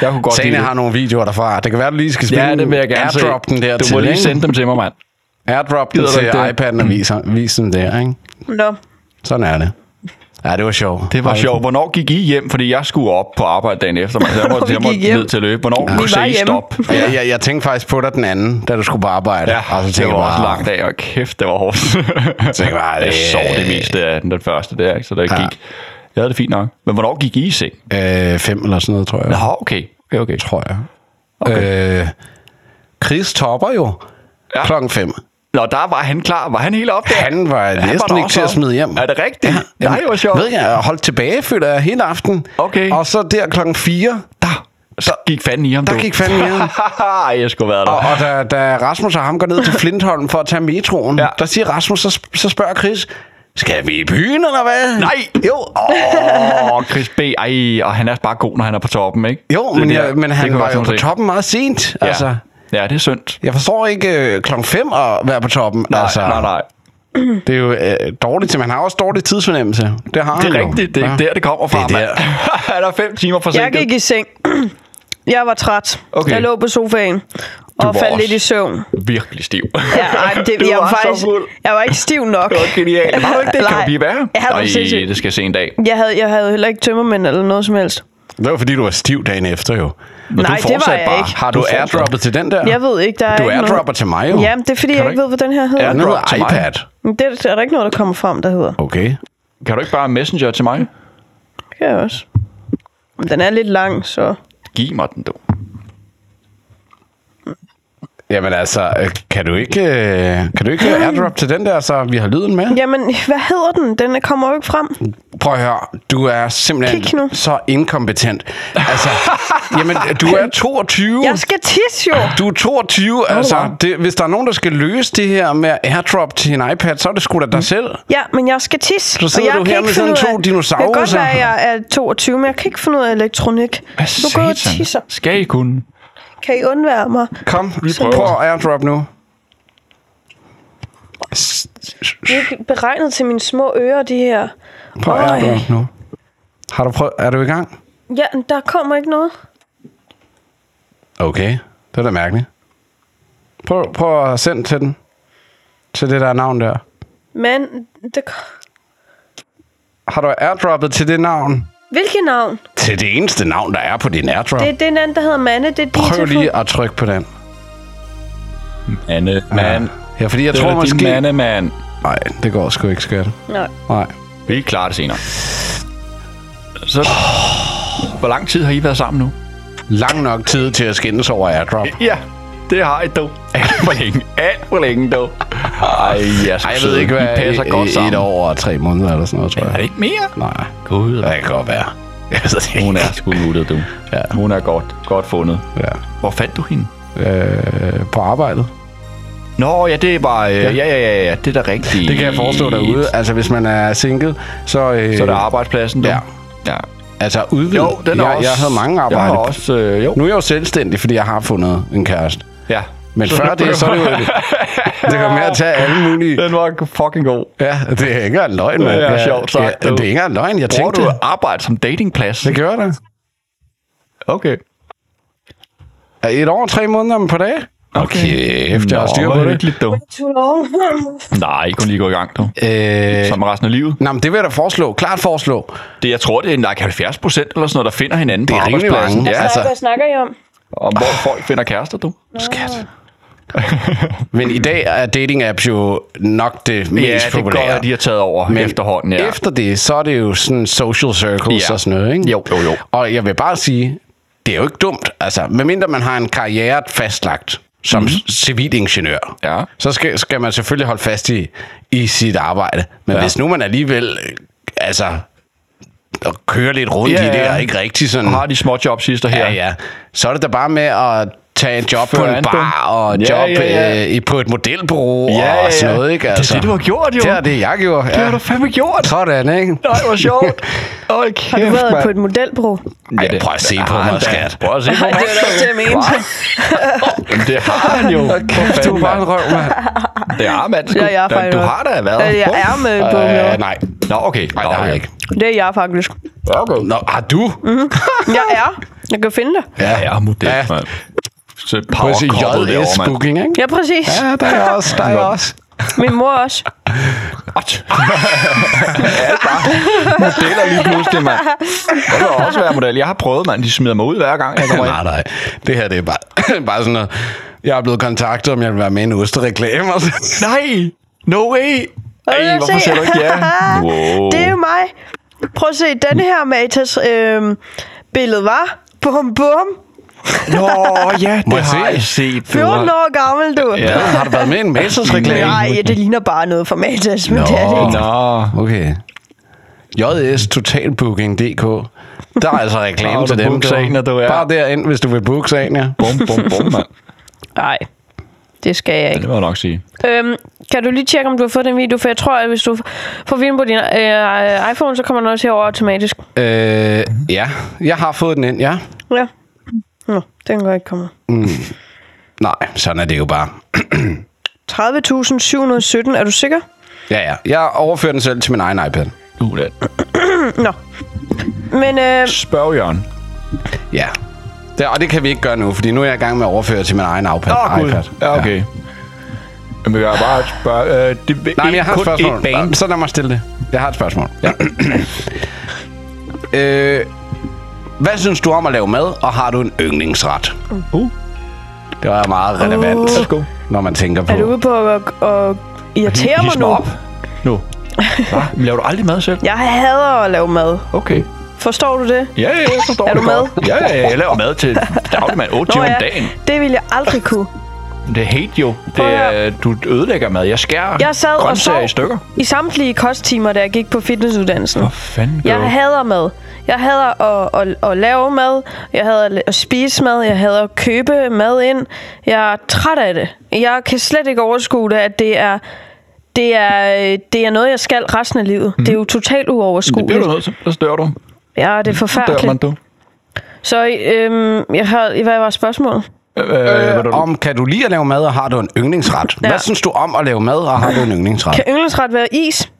Speaker 3: Jeg kunne godt
Speaker 2: Sane
Speaker 3: lide det.
Speaker 2: har nogle videoer derfra. Det kan være, du lige skal spille
Speaker 3: Ja, det vil jeg gerne se.
Speaker 2: airdrop den der
Speaker 3: Du
Speaker 2: til,
Speaker 3: må lige
Speaker 2: ikke?
Speaker 3: sende dem til mig, mand.
Speaker 2: Airdrop den
Speaker 3: Gider du
Speaker 2: til
Speaker 3: ikke det?
Speaker 2: iPad'en og vise, vise den der, ikke?
Speaker 1: Nå.
Speaker 2: Sådan er det. Ja, det var sjovt.
Speaker 3: Det var
Speaker 2: Hold
Speaker 3: sjovt. Hvornår gik I hjem? Fordi jeg skulle op på arbejde dagen efter. Man. Jeg
Speaker 1: Hvornår
Speaker 3: måtte, jeg
Speaker 1: vi
Speaker 3: måtte
Speaker 1: gik hjem?
Speaker 3: ned til at løbe. Hvornår
Speaker 1: Vi
Speaker 3: kunne
Speaker 1: var
Speaker 3: se
Speaker 1: hjemme.
Speaker 3: stop?
Speaker 2: Ja, jeg, jeg tænkte faktisk på dig den anden, da du skulle på arbejde.
Speaker 3: Ja,
Speaker 2: og så
Speaker 3: det
Speaker 2: tænkte
Speaker 3: var
Speaker 2: jeg
Speaker 3: også
Speaker 2: altså, bare,
Speaker 3: lang dag, og kæft, det var hårdt.
Speaker 2: tænkte jeg bare,
Speaker 3: jeg
Speaker 2: det-
Speaker 3: sov det meste af den, den første der, ikke? så der
Speaker 2: Ja.
Speaker 3: gik. Jeg havde det fint nok. Men hvornår gik I i seng?
Speaker 2: Øh, fem eller sådan noget, tror jeg.
Speaker 3: Nå, okay. Okay, okay.
Speaker 2: Tror jeg. Okay. Øh, Chris topper jo ja.
Speaker 3: Ja.
Speaker 2: klokken 5.
Speaker 3: Nå, der var han klar. Var han helt op der?
Speaker 2: Han var
Speaker 3: der
Speaker 2: næsten ikke
Speaker 3: også
Speaker 2: til at
Speaker 3: op.
Speaker 2: smide hjem.
Speaker 3: Er det rigtigt? Ja. Nej, det var sjovt.
Speaker 2: Ved jeg, jeg holdt tilbage, føler jeg, hele aften.
Speaker 3: Okay.
Speaker 2: Og så der klokken 4,
Speaker 3: Der, så gik fanden i ham,
Speaker 2: der
Speaker 3: du.
Speaker 2: gik fanden mere.
Speaker 3: Ej, jeg skulle være der.
Speaker 2: Og, og da, da Rasmus og ham går ned til Flintholm for at tage metroen, ja.
Speaker 3: Ja.
Speaker 2: der siger Rasmus, så, så spørger Chris, skal vi i byen eller hvad?
Speaker 3: Nej!
Speaker 2: Jo,
Speaker 3: Åh, oh, Chris B. Ej, og han er bare god, når han er på toppen, ikke?
Speaker 2: jo
Speaker 3: Det
Speaker 2: men,
Speaker 3: der-
Speaker 2: jeg, men
Speaker 3: det
Speaker 2: han
Speaker 3: kunne
Speaker 2: var
Speaker 3: jeg
Speaker 2: jo
Speaker 3: godt
Speaker 2: på
Speaker 3: se.
Speaker 2: toppen meget sent. Ja.
Speaker 3: Ja.
Speaker 2: Altså,
Speaker 3: ja, det er synd.
Speaker 2: jeg forstår ikke øh, klokken 5 at være på toppen.
Speaker 3: Nej,
Speaker 2: altså,
Speaker 3: nej, nej.
Speaker 2: Det er jo øh, dårligt til, man har også dårlig tidsfornemmelse. Det har
Speaker 3: Det
Speaker 2: han
Speaker 3: er
Speaker 2: jo.
Speaker 3: rigtigt. Det er
Speaker 2: Ja.
Speaker 3: der, det kommer fra,
Speaker 2: Det er der.
Speaker 3: mand. Han er fem timer
Speaker 1: Jeg
Speaker 3: forsinket.
Speaker 1: gik i seng. Jeg var træt.
Speaker 3: Okay.
Speaker 1: Jeg lå på sofaen og
Speaker 3: var
Speaker 1: faldt
Speaker 3: også-
Speaker 1: lidt i søvn.
Speaker 3: virkelig stiv.
Speaker 1: Ja, ej, men det,
Speaker 3: Du
Speaker 1: jeg, var
Speaker 3: var så
Speaker 1: faktisk,
Speaker 3: fuld.
Speaker 1: jeg var ikke stiv nok.
Speaker 3: Det var genialt. Var du ikke det? Kan
Speaker 1: Nej.
Speaker 3: du blive værre?
Speaker 1: Ja, det var
Speaker 3: Nej,
Speaker 1: sindssygt.
Speaker 3: det skal jeg se en dag.
Speaker 1: Jeg havde, jeg havde heller ikke tømmermænd eller noget som helst.
Speaker 2: Det var fordi, du var stiv dagen efter jo.
Speaker 3: Men
Speaker 1: Nej, det var
Speaker 3: fortsatte
Speaker 1: jeg ikke.
Speaker 2: Har du,
Speaker 3: fortsatte.
Speaker 2: airdroppet til den der?
Speaker 1: Jeg ved ikke, der er
Speaker 2: Du
Speaker 1: ikke noget.
Speaker 2: airdropper til mig jo.
Speaker 1: Jamen, det er fordi, jeg
Speaker 3: du
Speaker 1: ikke ved, hvad den her hedder.
Speaker 2: Den
Speaker 3: Airdrop
Speaker 2: hedder
Speaker 3: til mig.
Speaker 2: iPad.
Speaker 1: Men Det er der ikke noget, der kommer frem, der hedder.
Speaker 2: Okay.
Speaker 3: Kan du ikke bare messenger til mig?
Speaker 1: Det kan jeg også. Men den er lidt lang, så...
Speaker 3: Giv mig den, du.
Speaker 2: Jamen altså, øh, kan du ikke, øh, kan du ikke airdrop til den der, så vi har lyden med?
Speaker 1: Jamen, hvad hedder den? Den kommer jo ikke frem.
Speaker 2: Prøv at høre, du er
Speaker 1: Kig
Speaker 2: simpelthen
Speaker 1: nu.
Speaker 2: så inkompetent. Altså, jamen, du er 22.
Speaker 1: Jeg skal tisse jo!
Speaker 2: Du er 22, altså, det, hvis der er nogen, der skal løse det her med at airdrop til en iPad, så er det sgu da dig selv.
Speaker 1: Ja, men jeg skal tisse.
Speaker 2: Så sidder
Speaker 1: og jeg
Speaker 2: du
Speaker 1: kan
Speaker 2: her
Speaker 1: ikke
Speaker 2: med
Speaker 1: finde
Speaker 2: sådan
Speaker 1: ud af-
Speaker 2: to dinosaurer,
Speaker 1: Det kan godt
Speaker 2: så.
Speaker 1: være, at jeg er 22, men jeg kan ikke finde ud af elektronik. nu går jeg og
Speaker 3: satan?
Speaker 1: tisser.
Speaker 3: Skal I kunne?
Speaker 1: Kan I undvære mig?
Speaker 2: Kom, vi
Speaker 1: prøver.
Speaker 2: prøver at airdrop nu.
Speaker 1: Det er ikke beregnet til mine små ører, de her.
Speaker 2: Prøv at
Speaker 1: Øj.
Speaker 2: airdrop nu. Har du prøvet, er du i gang?
Speaker 1: Ja, der kommer ikke noget.
Speaker 2: Okay, det er da mærkeligt. Prøv, prøv at sende til den. Til det der navn der.
Speaker 1: Men det... ko-
Speaker 2: har du airdroppet til det navn?
Speaker 1: Hvilket navn?
Speaker 2: Til det eneste navn, der er på din airdrop.
Speaker 1: Det, det er en anden, der hedder Manne. Det er din
Speaker 2: Prøv
Speaker 1: telefon.
Speaker 2: lige at trykke på den.
Speaker 10: Anne, man.
Speaker 2: Ja, fordi jeg
Speaker 10: Det
Speaker 2: tror
Speaker 10: var din
Speaker 2: måske...
Speaker 10: mande, mand.
Speaker 2: Nej, det går sgu ikke, skat.
Speaker 1: Nej.
Speaker 2: Nej.
Speaker 3: Vi klarer det senere. Så, hvor lang tid har I været sammen nu?
Speaker 2: Lang nok tid til at skændes over airdrop.
Speaker 3: Ja, det har I dog. Alt for længe. Alt for længe dog. Ej, jeg,
Speaker 2: Ej, jeg ved ikke, hvad...
Speaker 3: I passer
Speaker 2: et-
Speaker 3: godt
Speaker 2: et-
Speaker 3: sammen.
Speaker 2: Et år og tre måneder eller sådan noget, tror jeg.
Speaker 3: Er det ikke mere?
Speaker 2: Nej,
Speaker 10: Gud,
Speaker 2: det kan godt være. Jeg ved det ikke.
Speaker 10: hun er sgu nuttet, du.
Speaker 2: Ja.
Speaker 10: Hun er godt, godt fundet.
Speaker 2: Ja.
Speaker 3: Hvor fandt du hende?
Speaker 2: Øh, på arbejdet.
Speaker 3: Nå, ja, det var... Øh, ja. ja, ja, ja, det er da rigtigt.
Speaker 2: Det kan jeg forestå derude. Altså, hvis man er single, så... Øh,
Speaker 3: Så er der arbejdspladsen, du?
Speaker 2: Ja.
Speaker 3: ja.
Speaker 2: Altså, udvidet.
Speaker 3: Jo, den er
Speaker 2: jeg,
Speaker 3: også...
Speaker 2: Jeg havde mange
Speaker 3: Jeg
Speaker 2: arbejde.
Speaker 3: har også, øh, jo.
Speaker 2: Nu er jeg jo selvstændig, fordi jeg har fundet en kæreste.
Speaker 3: Ja.
Speaker 2: Men
Speaker 3: Så
Speaker 2: før
Speaker 3: nu-
Speaker 2: det, så er det jo... det kan med at tage alle mulige...
Speaker 3: Den var fucking god.
Speaker 2: Ja, det er ikke engang løgn, mand.
Speaker 3: Det er
Speaker 2: Ja,
Speaker 3: sjovt sagt,
Speaker 2: Ja,
Speaker 3: du.
Speaker 2: det er ikke engang løgn, jeg
Speaker 3: Bruger
Speaker 2: tænkte.
Speaker 3: du arbejde som datingplads?
Speaker 2: Det gjorde det.
Speaker 3: Okay.
Speaker 2: Er Et år og tre måneder om på dag? Okay, kæft, jeg har styr på det.
Speaker 10: Hyggeligt, du.
Speaker 3: Nej, I kunne lige gå i gang, du.
Speaker 2: Øh,
Speaker 3: Som resten af livet.
Speaker 2: Nå, men det vil jeg da foreslå. Klart foreslå.
Speaker 3: Det, jeg tror, det er like 70 procent eller sådan noget, der finder hinanden
Speaker 2: Det er
Speaker 3: på
Speaker 2: rimelig
Speaker 3: arbejdspladsen.
Speaker 2: mange.
Speaker 3: Ja,
Speaker 2: Altså.
Speaker 1: Altså. Hvad snakker I om?
Speaker 3: og hvor folk finder kærester, du.
Speaker 2: Skat. Men i dag er dating apps jo nok det mest
Speaker 3: Ja, det
Speaker 2: populære.
Speaker 3: går, at de har taget over Men efterhånden, ja.
Speaker 2: Efter det, så er det jo sådan social circles
Speaker 3: Ja.
Speaker 2: ja. og sådan noget, ikke?
Speaker 3: Jo, jo, jo.
Speaker 2: Og jeg vil bare sige, det er jo ikke dumt. Altså, medmindre man har en karriere fastlagt som mm. civilingeniør,
Speaker 3: Mhm. Ja.
Speaker 2: så skal, skal man selvfølgelig holde fast i, i sit arbejde. Men
Speaker 3: Ja.
Speaker 2: ja. hvis nu man alligevel, øh, altså, og kører lidt rundt
Speaker 3: Ja,
Speaker 2: i det,
Speaker 3: ja.
Speaker 2: og ikke rigtig sådan...
Speaker 3: Har de små jobs sidst og her?
Speaker 2: Ja, ja. Så er det da bare med at tage en job
Speaker 3: Føre
Speaker 2: på en
Speaker 3: an,
Speaker 2: bar
Speaker 3: du.
Speaker 2: og en
Speaker 3: Ja,
Speaker 2: job
Speaker 3: ja, ja.
Speaker 2: Øh, i- på et modelbureau
Speaker 3: Ja, ja, ja.
Speaker 2: og sådan noget, ikke? Altså,
Speaker 3: Det er det, du har gjort, jo.
Speaker 2: Det er det, jeg gjorde.
Speaker 3: Det har du fandme gjort.
Speaker 2: Sådan, ikke?
Speaker 3: Nej, hvor sjovt. Hold
Speaker 1: Har du
Speaker 3: kæft,
Speaker 1: været
Speaker 3: mand.
Speaker 1: på et modelbro?
Speaker 2: Ej, prøv at se på mig, skat.
Speaker 3: Prøv at se på mig.
Speaker 1: Det er også det, jeg mente.
Speaker 3: Jamen, det har han jo. Kæft, du er bare en røv, mand. Det har man sgu.
Speaker 1: Ja, jeg er
Speaker 3: Men
Speaker 1: faktisk
Speaker 3: Du
Speaker 1: også.
Speaker 3: har da været.
Speaker 1: Øh, Jeg er med på
Speaker 2: Øh,
Speaker 1: øh,
Speaker 2: nej,
Speaker 3: Nå, okay.
Speaker 2: nej,
Speaker 3: Nå,
Speaker 2: det har
Speaker 3: okay. Mm.
Speaker 2: jeg ikke.
Speaker 1: Det er jeg faktisk.
Speaker 2: Okay. Nå, har du?
Speaker 1: Jeg er. Jeg kan finde dig.
Speaker 3: Ja, jeg er model,
Speaker 2: Ja.
Speaker 3: mand. Så
Speaker 2: Prøv at se
Speaker 3: powerkoppet
Speaker 2: JS
Speaker 3: derovre, mand.
Speaker 2: Booking, ikke?
Speaker 1: Ja, præcis.
Speaker 2: Ja, der er jeg også, der er jeg også.
Speaker 1: Min mor også.
Speaker 3: modeller lige pludselig, mand. Jeg vil også være model. Jeg har prøvet, mand. De smider mig ud hver gang, jeg kommer
Speaker 2: Nej,
Speaker 3: ind.
Speaker 2: nej. Det her, det er bare, bare sådan noget. Jeg er blevet kontaktet, om jeg vil være med i en ostereklame. og så-
Speaker 3: Nej! No way!
Speaker 1: Prøv
Speaker 3: Ej,
Speaker 1: at
Speaker 3: hvorfor
Speaker 1: se.
Speaker 3: ser du ikke ja? Wow.
Speaker 1: Det er jo mig. Prøv at se, denne her Matas øh, billede var. Bum, bum.
Speaker 3: Nå, ja, det
Speaker 2: jeg
Speaker 3: har
Speaker 2: se?
Speaker 3: jeg set.
Speaker 1: 14 år gammel, du.
Speaker 3: Ja.
Speaker 2: Har du været med i en Matas-reklame?
Speaker 1: Nej, ja, det ligner bare noget for Matas, men det er det ikke.
Speaker 3: Nå.
Speaker 2: Okay. JS Totalbooking.dk. Der er altså
Speaker 3: Nå,
Speaker 2: reklame
Speaker 3: du
Speaker 2: til dem.
Speaker 3: booker en, og du er-
Speaker 2: Bare derind, hvis du vil booke sagen, ja.
Speaker 3: Bum, bum, bum, mand.
Speaker 1: Nej, det skal jeg ikke.
Speaker 3: Det må jeg nok sige.
Speaker 1: Øhm, kan du lige tjekke, om du har fået den video? For jeg tror, at hvis du får videoen på din øh, iPhone, så kommer den også herover automatisk.
Speaker 2: Øh,
Speaker 3: Mhm.
Speaker 2: ja, jeg har fået den ind, ja.
Speaker 1: Ja. Nå, den går ikke komme.
Speaker 2: Nej, sådan er det jo bare.
Speaker 1: 30.717, er du sikker?
Speaker 2: Ja, ja. Jeg overfører den selv til min egen iPad.
Speaker 3: Nu det.
Speaker 1: Nå. Men øh,
Speaker 3: Spørg Jørgen.
Speaker 2: Ja. Det, og det kan vi ikke gøre nu, fordi nu er jeg i gang med at overføre til min egen iPad.
Speaker 3: Åh, gud.
Speaker 2: iPad.
Speaker 3: Ja, okay. Jamen, jeg har bare et spørg... Øh, det er
Speaker 2: Nej, men jeg har et
Speaker 3: kun
Speaker 2: spørgsmål.
Speaker 3: et bane.
Speaker 2: Så lad mig stille det. Jeg har et spørgsmål. Ja. øh, hvad synes du om at lave mad, og har du en yndlingsret?
Speaker 3: Uh.
Speaker 2: Det var meget relevant,
Speaker 3: Værsgo.
Speaker 2: når man tænker på...
Speaker 1: Uh. er du ude på at, at irritere mig
Speaker 3: His mig
Speaker 1: nu?
Speaker 3: op. Nu. Hva? Men laver du aldrig mad selv?
Speaker 1: Jeg hader at lave mad.
Speaker 3: Okay.
Speaker 1: Forstår du det?
Speaker 3: Ja, ja, jeg forstår
Speaker 1: Er
Speaker 3: det
Speaker 1: du med?
Speaker 3: godt. Ja, ja, ja, jeg laver mad til dagligmand 8 timer om dagen.
Speaker 1: det ville jeg aldrig kunne.
Speaker 3: Det er hate jo. Det
Speaker 1: Prøv at
Speaker 3: er, du ødelægger mad. Jeg skærer
Speaker 1: Jeg sad og
Speaker 3: grøntsager
Speaker 1: sov
Speaker 3: i stykker.
Speaker 1: i samtlige kosttimer, da jeg gik på fitnessuddannelsen.
Speaker 3: Hvad fanden gør
Speaker 1: Jeg hader mad. Jeg hader at, at, at lave mad. Jeg hader at- at spise mad. Jeg hader at købe mad ind. Jeg er træt af det. Jeg kan slet ikke overskue det, at det er, det er, det er noget, jeg skal resten af livet. Mm. Det er jo totalt
Speaker 3: Mhm. Det bliver
Speaker 1: uoverskueligt.
Speaker 3: du nødt til. Så dør du.
Speaker 1: Ja, det er
Speaker 3: Dør man
Speaker 1: forfærdeligt.
Speaker 3: du.
Speaker 1: Så øhm, jeg har, hvad var spørgsmålet?
Speaker 3: Øh, hvad
Speaker 2: Øh,
Speaker 3: du?
Speaker 2: om kan du lide at lave mad, og har du en yndlingsret?
Speaker 1: Ja.
Speaker 2: Ja. Hvad synes du om at lave mad, og har du en yndlingsret?
Speaker 1: Kan yndlingsret være is?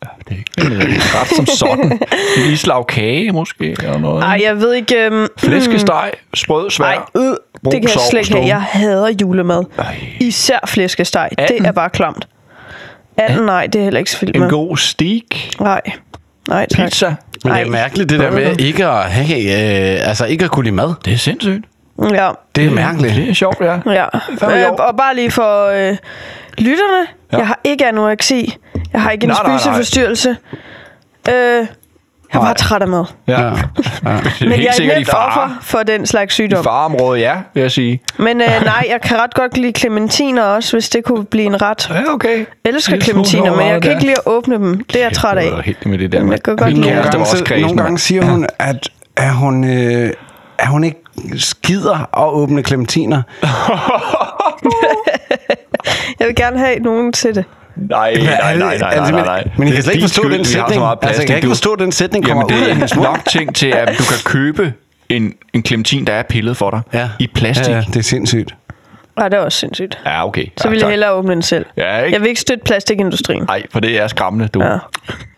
Speaker 3: Det er ikke en øh, ret som sådan. En islav kage måske, eller noget.
Speaker 1: Nej, jeg ved ikke. Øhm,
Speaker 3: Flæskesteg, sprød, svær.
Speaker 1: Nej, øh, det
Speaker 3: brun
Speaker 1: kan jeg
Speaker 3: sovs,
Speaker 1: slet ikke have.
Speaker 3: dum.
Speaker 1: Jeg hader julemad.
Speaker 3: Ej.
Speaker 1: Især flæskesteg. Det
Speaker 3: Anden?
Speaker 1: er bare klamt. Anden, nej, det er heller ikke så vildt
Speaker 3: En
Speaker 1: med.
Speaker 3: god steak.
Speaker 1: Nej. Nej, tak.
Speaker 3: Pizza.
Speaker 2: Men det
Speaker 1: Ej.
Speaker 2: er mærkeligt, det der med ikke at, hey, øh, altså ikke at kunne lide mad.
Speaker 3: Det er sindssygt.
Speaker 1: Ja,
Speaker 2: Det er mærkeligt.
Speaker 3: Det er sjovt, ja.
Speaker 1: ja.
Speaker 3: fandme
Speaker 1: Øh,
Speaker 3: sjovt.
Speaker 1: og bare lige for øh, lytterne. Ja. Jeg har ikke anoreksi. Jeg har ikke en
Speaker 3: Nej, nej, nej.
Speaker 1: spiseforstyrrelse. Øh, jeg er bare træt af mad.
Speaker 3: ja. ja.
Speaker 1: Men
Speaker 3: Helt
Speaker 1: jeg er
Speaker 3: sikkert i
Speaker 1: et nemt offer
Speaker 3: fare.
Speaker 1: for den slags
Speaker 3: I
Speaker 1: sygdom.
Speaker 3: fareområdet, ja, vil jeg sige.
Speaker 1: Men øh, nej, jeg kan ret godt lide clementiner også, hvis det kunne blive en ret. Jeg
Speaker 3: Ja, okay.
Speaker 1: elsker
Speaker 3: Lille smule
Speaker 1: clementiner, men jeg
Speaker 3: overvejet
Speaker 1: kan
Speaker 3: der.
Speaker 1: ikke lide at åbne dem. Det er jeg træt
Speaker 10: Jeg var
Speaker 1: af.
Speaker 10: helt med det der
Speaker 1: Men
Speaker 10: med.
Speaker 1: jeg kan godt
Speaker 2: Nogle
Speaker 1: lide
Speaker 2: gange,
Speaker 10: også
Speaker 2: så-
Speaker 10: kredsen,
Speaker 2: nogle
Speaker 10: mand.
Speaker 2: gange siger hun, at, at hun, øh, at hun ikke skider at åbne clementiner.
Speaker 1: Jeg vil gerne have nogen til det.
Speaker 10: Nej, nej, nej, nej, nej, nej, nej.
Speaker 2: altså, Men jeg
Speaker 10: Det er
Speaker 2: kan slet ikke
Speaker 10: din
Speaker 2: forstå
Speaker 10: skyld,
Speaker 2: den
Speaker 10: vi har så
Speaker 2: sætning.
Speaker 10: meget
Speaker 2: Altså, jeg
Speaker 10: plastik,
Speaker 2: kan ikke
Speaker 10: du.
Speaker 2: forstå, at den sætning kommer
Speaker 3: Jamen,
Speaker 2: ud af
Speaker 3: det
Speaker 2: hendes
Speaker 3: er
Speaker 2: mund.
Speaker 3: nok ting til, at du kan købe en, en clementin, der er pillet for dig.
Speaker 2: Ja.
Speaker 3: I plastik.
Speaker 2: Ja, ja, det er sindssygt.
Speaker 1: Nej, det er også sindssygt.
Speaker 10: Ja, okay.
Speaker 1: Så
Speaker 10: ja,
Speaker 1: ville jeg
Speaker 10: tak.
Speaker 1: hellere åbne den selv.
Speaker 10: Ja, ikke?
Speaker 1: Jeg vil ikke støtte plastikindustrien.
Speaker 10: Nej, for det er skræmmende, du.
Speaker 1: Ja.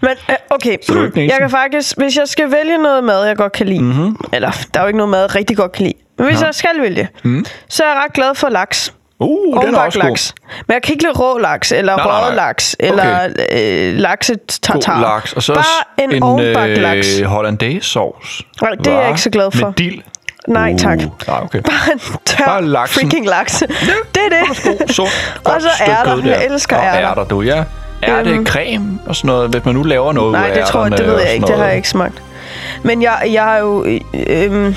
Speaker 1: Men øh, okay,
Speaker 10: du ikke den eneste?
Speaker 1: jeg kan faktisk, hvis jeg skal vælge noget mad, jeg godt kan lide,
Speaker 10: Mhm.
Speaker 1: mm-hmm. eller der er jo ikke noget mad, jeg rigtig godt kan lide, men hvis ja. jeg skal vælge, mm. så er jeg ret glad for laks.
Speaker 10: Uh, Mhm. den er
Speaker 1: Ovenbagt
Speaker 10: også god.
Speaker 1: laks. Men jeg kan ikke lide rå laks, eller
Speaker 10: Nej, nej,
Speaker 1: røget
Speaker 10: nej.
Speaker 1: laks, eller øh, laksetartar.
Speaker 3: God laks. Og så
Speaker 1: Bare en, en ovenbagt øh, laks.
Speaker 3: øh, hollandaise sovs.
Speaker 1: Nej, det er jeg ikke så glad for.
Speaker 3: Med dild.
Speaker 1: Nej, tak.
Speaker 10: Oh.
Speaker 3: Uh, nej, okay.
Speaker 1: Bare en tør
Speaker 3: Bare laksen.
Speaker 1: freaking laks. Det er det.
Speaker 3: Sundt,
Speaker 1: Og så ærter. Jeg elsker
Speaker 3: og
Speaker 1: ærter.
Speaker 3: ærter. du, ja. Er det
Speaker 1: Øhm.
Speaker 3: creme og sådan noget, hvis man nu laver noget ud
Speaker 1: Nej,
Speaker 3: af
Speaker 1: det tror jeg,
Speaker 3: ærterne
Speaker 1: det ved
Speaker 3: og
Speaker 1: jeg ikke. Det har
Speaker 3: sådan
Speaker 1: jeg ikke smagt. Men jeg, jeg er jo... øh, Øhm,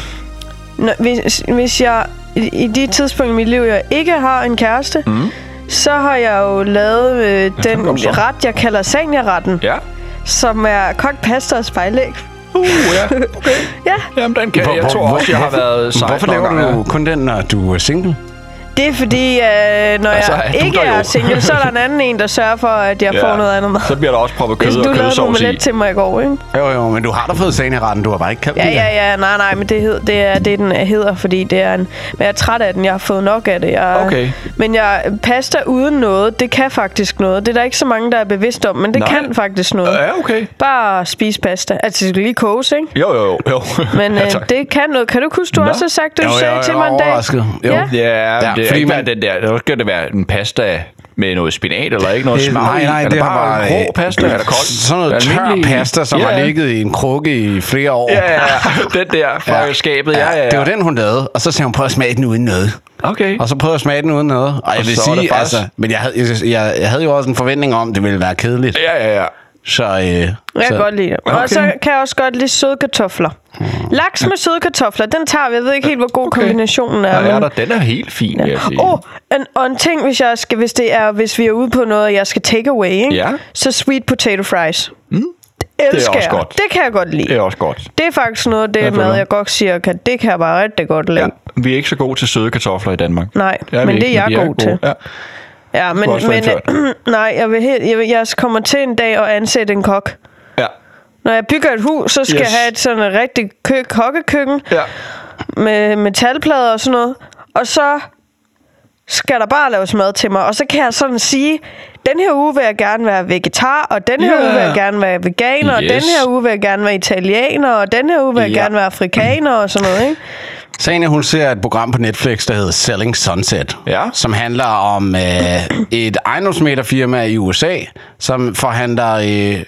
Speaker 1: når, hvis, hvis jeg... I, I de tidspunkter i mit liv, jeg ikke har en kæreste, mm. så har jeg jo lavet øh, den
Speaker 3: kom Mhm. så.
Speaker 1: ret, jeg kalder sanja-retten,
Speaker 3: Ja.
Speaker 1: som er kogt pasta og spejlæg.
Speaker 3: Uh, ja. Okay.
Speaker 1: Ja,
Speaker 3: Jamen, den kan jeg. Jeg tror også, jeg har været sejt
Speaker 2: Hvorfor
Speaker 3: nogle gange.
Speaker 2: laver du kun den, når du er single?
Speaker 1: det er fordi, øh, når
Speaker 3: Altså,
Speaker 1: altså,
Speaker 3: er
Speaker 1: jeg
Speaker 3: du
Speaker 1: ikke
Speaker 3: der jo?
Speaker 1: er single, så er der en anden en, der sørger for, at jeg ja. får noget andet mad.
Speaker 3: Så bliver der også proppet kød
Speaker 1: Ligesom
Speaker 3: og
Speaker 1: du lavede en
Speaker 3: kødsovs i.
Speaker 1: omelet til mig i går, ikke?
Speaker 2: Jo, jo, men du har da fået sagen i retten. Du har bare ikke kaldt
Speaker 1: Ja,
Speaker 2: den.
Speaker 1: ja, ja. Nej, nej, men det, hed, det er det, den hedder, fordi det er en... Men jeg er træt af den. Jeg har fået nok af det. Jeg,
Speaker 3: Okay.
Speaker 1: Men jeg pasta uden noget, det kan faktisk noget. Det er der ikke så mange, der er bevidst om, men det
Speaker 3: Nej.
Speaker 1: nej. kan faktisk noget.
Speaker 3: Ja, okay. ikke?
Speaker 1: Bare spise pasta. Altså, det skal lige koges, ikke?
Speaker 3: Jo, jo, jo.
Speaker 1: Men
Speaker 3: ja,
Speaker 1: øh,
Speaker 3: tak.
Speaker 1: det kan noget. Kan du ikke huske, du
Speaker 2: Nå.
Speaker 1: også har sagt, det
Speaker 2: Jo,
Speaker 1: du
Speaker 2: jo,
Speaker 1: sagde
Speaker 2: jo,
Speaker 1: til
Speaker 2: jeg
Speaker 1: mig en
Speaker 2: var
Speaker 1: dag?
Speaker 2: overrasket. Jo.
Speaker 1: Ja.
Speaker 3: Ja, ja det
Speaker 2: fordi
Speaker 3: er ikke
Speaker 2: man-
Speaker 3: man... den der, så skal det være en pasta med noget spinat, eller ikke noget
Speaker 2: Det-
Speaker 3: smag
Speaker 2: nej,
Speaker 3: i.
Speaker 2: nej,
Speaker 3: er
Speaker 2: det
Speaker 3: det
Speaker 2: har
Speaker 3: bare
Speaker 2: bare,
Speaker 3: rå
Speaker 2: øh,
Speaker 3: pasta, eller koldt?
Speaker 2: Sådan noget tør
Speaker 3: Almindelig-
Speaker 2: pasta, som
Speaker 3: ja,
Speaker 2: har
Speaker 3: ja.
Speaker 2: ligget i en krukke i flere år.
Speaker 3: Ja, ja, ja. den der fra ja. skabet, ja, ja, ja.
Speaker 2: Det var den, hun lavede, og så sagde hun, prøv at smage den uden noget.
Speaker 3: Okay.
Speaker 2: Og så prøvede jeg at smage den uden noget. Og jeg
Speaker 3: Og
Speaker 2: vil
Speaker 3: så var det
Speaker 2: sige,
Speaker 3: faktisk-
Speaker 2: altså, men jeg havde, jeg, jeg, jeg havde jo også en forventning om, at det ville være kedeligt.
Speaker 3: Ja, ja, ja.
Speaker 2: Så, øh,
Speaker 1: Jeg
Speaker 2: så
Speaker 1: kan godt lide det. Okay. Og så kan jeg også godt lide søde kartofler. Laks med søde kartofler, den tager vi. Jeg ved ikke helt, hvor god okay. kombinationen er.
Speaker 3: Der er
Speaker 1: men-
Speaker 3: der, den er helt fin, vil jeg sige.
Speaker 1: Åh, oh, en, og en ting, hvis, jeg skal, hvis det er, hvis vi er ude på noget, og jeg skal take away, ikke?
Speaker 3: Ja.
Speaker 1: så sweet potato fries. Mm. Det elsker
Speaker 3: Det er også
Speaker 1: jeg.
Speaker 3: godt.
Speaker 1: Det kan jeg godt lide.
Speaker 3: Det er også godt.
Speaker 1: Det er faktisk noget af det
Speaker 3: Jeg føler.
Speaker 1: mad, jeg godt siger, kan, det kan jeg bare rigtig godt lide.
Speaker 3: Ja.
Speaker 1: Ja.
Speaker 3: Vi er ikke så gode til søde kartofler i Danmark.
Speaker 1: Nej,
Speaker 3: Det vi
Speaker 1: men
Speaker 3: ikke,
Speaker 1: det er jeg
Speaker 3: de
Speaker 1: god til.
Speaker 3: Ja.
Speaker 1: Ja, men,
Speaker 3: også
Speaker 1: men
Speaker 3: indført.
Speaker 1: nej, jeg, vil helt, jeg, vil, jeg kommer til en dag og ansætte en kok.
Speaker 3: ja.
Speaker 1: Når jeg bygger et hus, så skal
Speaker 3: Yes.
Speaker 1: yes. jeg have et sådan et rigtig kø- kokkekøkken
Speaker 3: ja.
Speaker 1: med metalplader og sådan noget. Og så skal der bare laves mad til mig. Og så kan jeg sådan sige, den her uge vil jeg gerne være vegetar, og den her
Speaker 3: Ja.
Speaker 1: yeah. uge vil jeg gerne være veganer, yes. og den
Speaker 3: Yes.
Speaker 1: her uge vil jeg gerne være italiener, og den her uge vil jeg
Speaker 2: Ja.
Speaker 1: gerne være afrikaner og sådan noget, ikke?
Speaker 2: Sagen er, hun ser et program på Netflix, der hedder Selling Sunset,
Speaker 3: Ja.
Speaker 2: som handler om øh, et ejendomsmeterfirma i USA, som forhandler øh,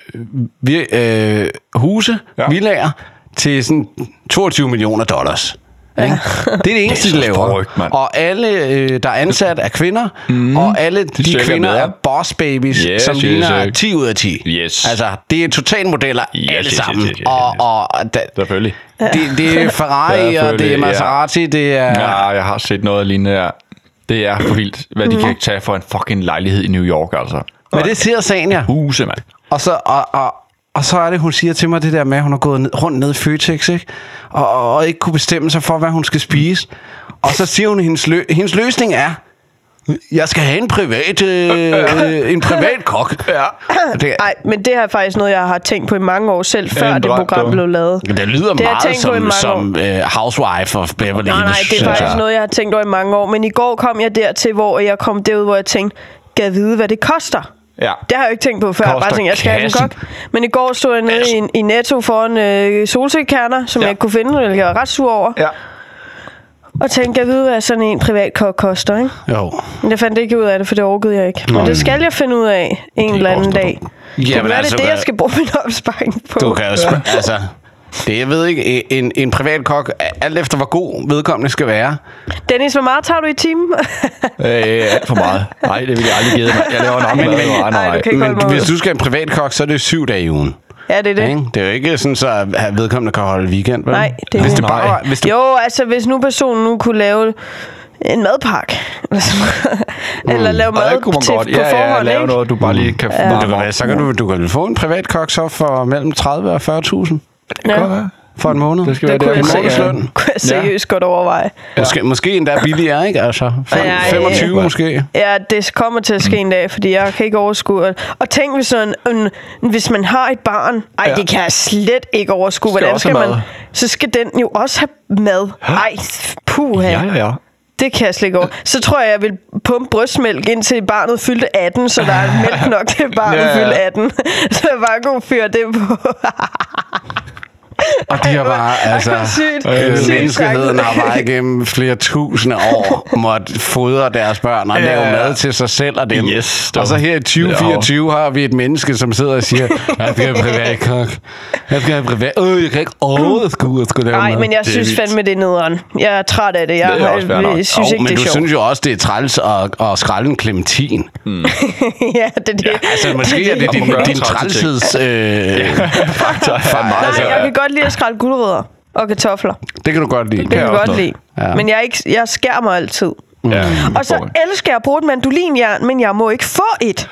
Speaker 2: vi, øh, huse,
Speaker 3: Ja.
Speaker 2: ja. villager, til sådan 22 millioner dollars. Ja. Det er det eneste, de
Speaker 3: så
Speaker 2: laver.
Speaker 3: strygt, mand. Mhm.
Speaker 2: og alle, øh, der er ansat, er kvinder, mm. og alle de, de
Speaker 3: cirka
Speaker 2: kvinder
Speaker 3: med, ja.
Speaker 2: er boss babies,
Speaker 3: Yes,
Speaker 2: yes, som
Speaker 3: yes,
Speaker 2: yes, ligner
Speaker 3: yes.
Speaker 2: 10 ud af 10.
Speaker 3: Yes.
Speaker 2: Altså, det er totalmodeller
Speaker 3: Yes,
Speaker 2: yes, alle
Speaker 3: yes, yes,
Speaker 2: sammen.
Speaker 3: yes, yes, yes.
Speaker 2: Og, og da,
Speaker 3: Selvfølgelig.
Speaker 2: det, det er Ferrari, og det
Speaker 3: Selvfølgelig, ja.
Speaker 2: er Maserati, det er...
Speaker 3: Ja, jeg har set noget lignende der. Det er for vildt, hvad
Speaker 1: Mm.
Speaker 3: de kan tage for en fucking lejlighed i New York, altså.
Speaker 2: Men det siger sagen, ja.
Speaker 3: Huse, mand.
Speaker 2: Og så, og, og, og så er det, hun siger til mig det der med, at hun har gået ned, rundt ned i Føtex, ikke? Og, og, og ikke kunne bestemme sig for, hvad hun skal spise. Og så siger hun, at hendes, lø- hendes løsning er, jeg skal have en privat, øh, en privat kok. Ja. Det,
Speaker 1: Nej, men det er faktisk noget, jeg har tænkt på i mange år selv, før
Speaker 3: en
Speaker 1: det
Speaker 3: drøm,
Speaker 1: program
Speaker 3: du.
Speaker 1: blev lavet.
Speaker 2: det lyder
Speaker 1: Det har jeg
Speaker 2: meget
Speaker 1: tænkt på i
Speaker 2: som,
Speaker 1: mange
Speaker 2: som øh, Housewife of Beverly
Speaker 1: Nej, nej,
Speaker 2: Hills.
Speaker 1: det er
Speaker 2: Altså,
Speaker 1: faktisk noget, jeg har tænkt over i mange år. Men i går kom jeg dertil, hvor jeg kom derud, hvor jeg tænkte, gad vide, hvad det koster.
Speaker 3: Ja.
Speaker 1: Det har jeg jo ikke tænkt på før. Jeg bare
Speaker 3: Koster
Speaker 1: tænkte, jeg skal have en
Speaker 3: kassen.
Speaker 1: kok. Men i går stod jeg nede i, i Netto foran øh, solsikkerner, som
Speaker 3: Ja.
Speaker 1: ja. jeg ikke kunne finde, hvilket jeg var ret sur over.
Speaker 3: Ja.
Speaker 1: Og tænkte, jeg ved, hvad sådan en privatkok koster, ikke?
Speaker 2: Jo.
Speaker 1: Men jeg fandt ikke ud af det, for det orkede jeg ikke.
Speaker 2: Nå,
Speaker 1: Men
Speaker 2: men-
Speaker 1: det skal jeg finde ud af en eller anden dag.
Speaker 2: Jamen,
Speaker 1: det kan være, det
Speaker 2: altså,
Speaker 1: er det,
Speaker 2: hvad-
Speaker 1: jeg skal bruge min opsparing på.
Speaker 2: Du kan jo spørge, altså... Det, jeg ved ikke, en, en privat kok, alt efter hvor god vedkommende skal være.
Speaker 1: Dennis, hvor meget tager du i timen?
Speaker 10: Øh, alt for meget. Nej, det vil jeg aldrig give mig. Jeg laver en omgang. Nej,
Speaker 1: Ej,
Speaker 10: nej,
Speaker 1: du kan ikke holde mig
Speaker 2: Men
Speaker 1: ud.
Speaker 2: hvis du skal have en privat kok, så er det syv dage i ugen.
Speaker 1: Ja, det er det.
Speaker 2: Ikke? Det er jo ikke sådan, så at vedkommende kan holde weekend, vel?
Speaker 1: Nej, det er
Speaker 2: hvis
Speaker 1: det.
Speaker 2: det bare, var- hvis du,
Speaker 1: Jo, altså hvis nu personen nu kunne lave en madpakke, eller, sådan noget.
Speaker 2: Mm.
Speaker 1: eller lave
Speaker 10: Og der
Speaker 1: mad
Speaker 10: kunne man
Speaker 1: til,
Speaker 10: godt.
Speaker 1: på
Speaker 10: Ja, ja,
Speaker 1: forhånd,
Speaker 10: lave
Speaker 1: ikke?
Speaker 10: noget, du bare lige kan... Ja.
Speaker 2: Men du kan, være- så kan du, du kan vel få en privat kok så for mellem 30 og 40.000
Speaker 1: Ja.
Speaker 2: for en måned. Det
Speaker 10: skal være
Speaker 1: Det kunne
Speaker 10: der,
Speaker 1: jeg,
Speaker 10: hvor man
Speaker 1: seriøst,
Speaker 10: kan-
Speaker 1: kunne jeg seriøst godt overveje.
Speaker 2: Måske, måske endda billigere, ikke? Altså, fem-
Speaker 1: Ja, ja, ja.
Speaker 2: 25 måske.
Speaker 1: Ja, det kommer til at ske en dag, fordi jeg kan ikke overskue. at- Og tænk, hvis, sådan, en, hvis man har et barn. Ej, det kan jeg slet ikke overskue.
Speaker 10: Skal
Speaker 1: Hvordan
Speaker 10: også
Speaker 1: skal
Speaker 10: have
Speaker 1: man?
Speaker 10: mad.
Speaker 1: Så skal den jo også have mad. Ej, puh.
Speaker 10: Ja, ja, ja.
Speaker 1: Det kan jeg slet ikke over. Så tror jeg, jeg vil pumpe brystmælk, indtil barnet fyldte 18, så der er mælk nok til at barnet
Speaker 10: Ja, ja.
Speaker 1: fyldte 18. Så jeg bare kunne fyre det på.
Speaker 2: Og de har bare,
Speaker 1: Hvor
Speaker 2: altså...
Speaker 1: sygt.
Speaker 2: øh,
Speaker 1: sygt
Speaker 2: Menneskeheden
Speaker 1: sagt.
Speaker 2: har bare igennem flere tusinde år måttet fodre deres børn og lave mad til sig selv og dem.
Speaker 10: Yes, dog.
Speaker 2: og så her i 2024 har vi et menneske, som sidder og siger, jeg skal have en privat kok. Jeg skal have en privat... Øh, jeg kan ikke overskue at skulle lave
Speaker 1: Nej,
Speaker 2: mad.
Speaker 1: men jeg
Speaker 2: Det er
Speaker 1: synes
Speaker 2: vildt.
Speaker 1: fandme, det er nederen. Jeg er træt af det. Jeg,
Speaker 10: Det er også fair nok.
Speaker 1: jeg synes
Speaker 2: Jo,
Speaker 1: ikke,
Speaker 2: men
Speaker 1: det er
Speaker 2: du
Speaker 1: sjovt.
Speaker 2: synes jo også, det er træls at, at skralde en clementin.
Speaker 1: ja, det er det. Ja,
Speaker 2: Altså, måske er det
Speaker 10: Man
Speaker 2: din,
Speaker 10: må gøre
Speaker 2: din
Speaker 10: trælse ting.
Speaker 2: trælsheds... Øh,
Speaker 10: Nej,
Speaker 1: Nej,
Speaker 3: Altså-
Speaker 1: jeg kan godt lide at skrælle gulerødder og kartofler. Det
Speaker 2: det kan du godt lide.
Speaker 1: kan jeg godt
Speaker 10: noget.
Speaker 1: lide.
Speaker 2: Ja.
Speaker 1: Men jeg, er ikke, jeg skærer mig altid.
Speaker 10: Ja,
Speaker 1: Og så elsker jeg at bruge et mandolinjern, men jeg må ikke få et.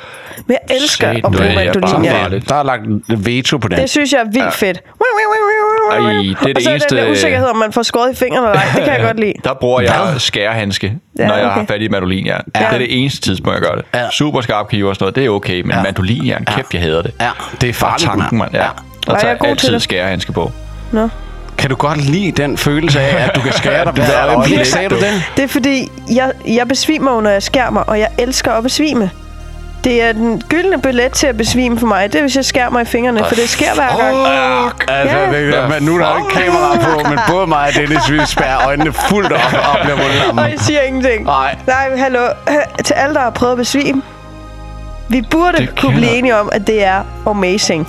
Speaker 1: Men jeg elsker
Speaker 10: Satan,
Speaker 1: at
Speaker 10: det
Speaker 1: bruge
Speaker 10: er bare
Speaker 2: Sådan
Speaker 1: mandolinjern.
Speaker 10: farligt.
Speaker 2: der. Der er lagt veto på den.
Speaker 1: Det synes jeg er vildt fedt.
Speaker 10: Ej, det er det
Speaker 1: og så
Speaker 10: eneste-
Speaker 1: den der usikkerhed, om man får skåret i fingrene eller ej. Det kan jeg godt lide.
Speaker 10: Der bruger jeg skærehandske,
Speaker 1: Ja,
Speaker 10: ja, når jeg
Speaker 1: okay.
Speaker 10: har fat i et mandolinjern. Ja. Det er det eneste tidspunkt, jeg gør det.
Speaker 2: Ja.
Speaker 10: Ja. Super skarp kniv og sådan noget, det er okay, men ja. mandolinjern, kæft, jeg hader det.
Speaker 2: Ja, det er
Speaker 10: Bare
Speaker 2: farligt,
Speaker 10: tanken,
Speaker 2: mand.
Speaker 10: mand. Ja.
Speaker 1: jeg
Speaker 10: Og
Speaker 1: er
Speaker 10: tager
Speaker 1: god til
Speaker 10: altid
Speaker 1: det.
Speaker 10: skærehandske på.
Speaker 1: Nå.
Speaker 2: Kan du godt lide den følelse af, at du kan skære dig på det øjeblik? Sagde du det?
Speaker 1: Det er fordi, jeg, jeg besvimer jo, når jeg skærer mig, og jeg elsker at besvime. Det er den gyldne billet til at besvime for mig. Det er, hvis jeg skærer mig i fingrene, for det sker hver gang.
Speaker 2: Fuck! Altså,
Speaker 1: Ja.
Speaker 2: det, er- men nu er der jo ikke kamera på, men både mig og Dennis, vi spærrer øjnene fuldt op og bliver
Speaker 1: Og
Speaker 2: mundlamme.
Speaker 1: jeg siger ingenting.
Speaker 2: Nej.
Speaker 1: Nej, men hallo. Til alle, der har prøvet at besvime. Vi burde det kunne blive enige om, at det er amazing.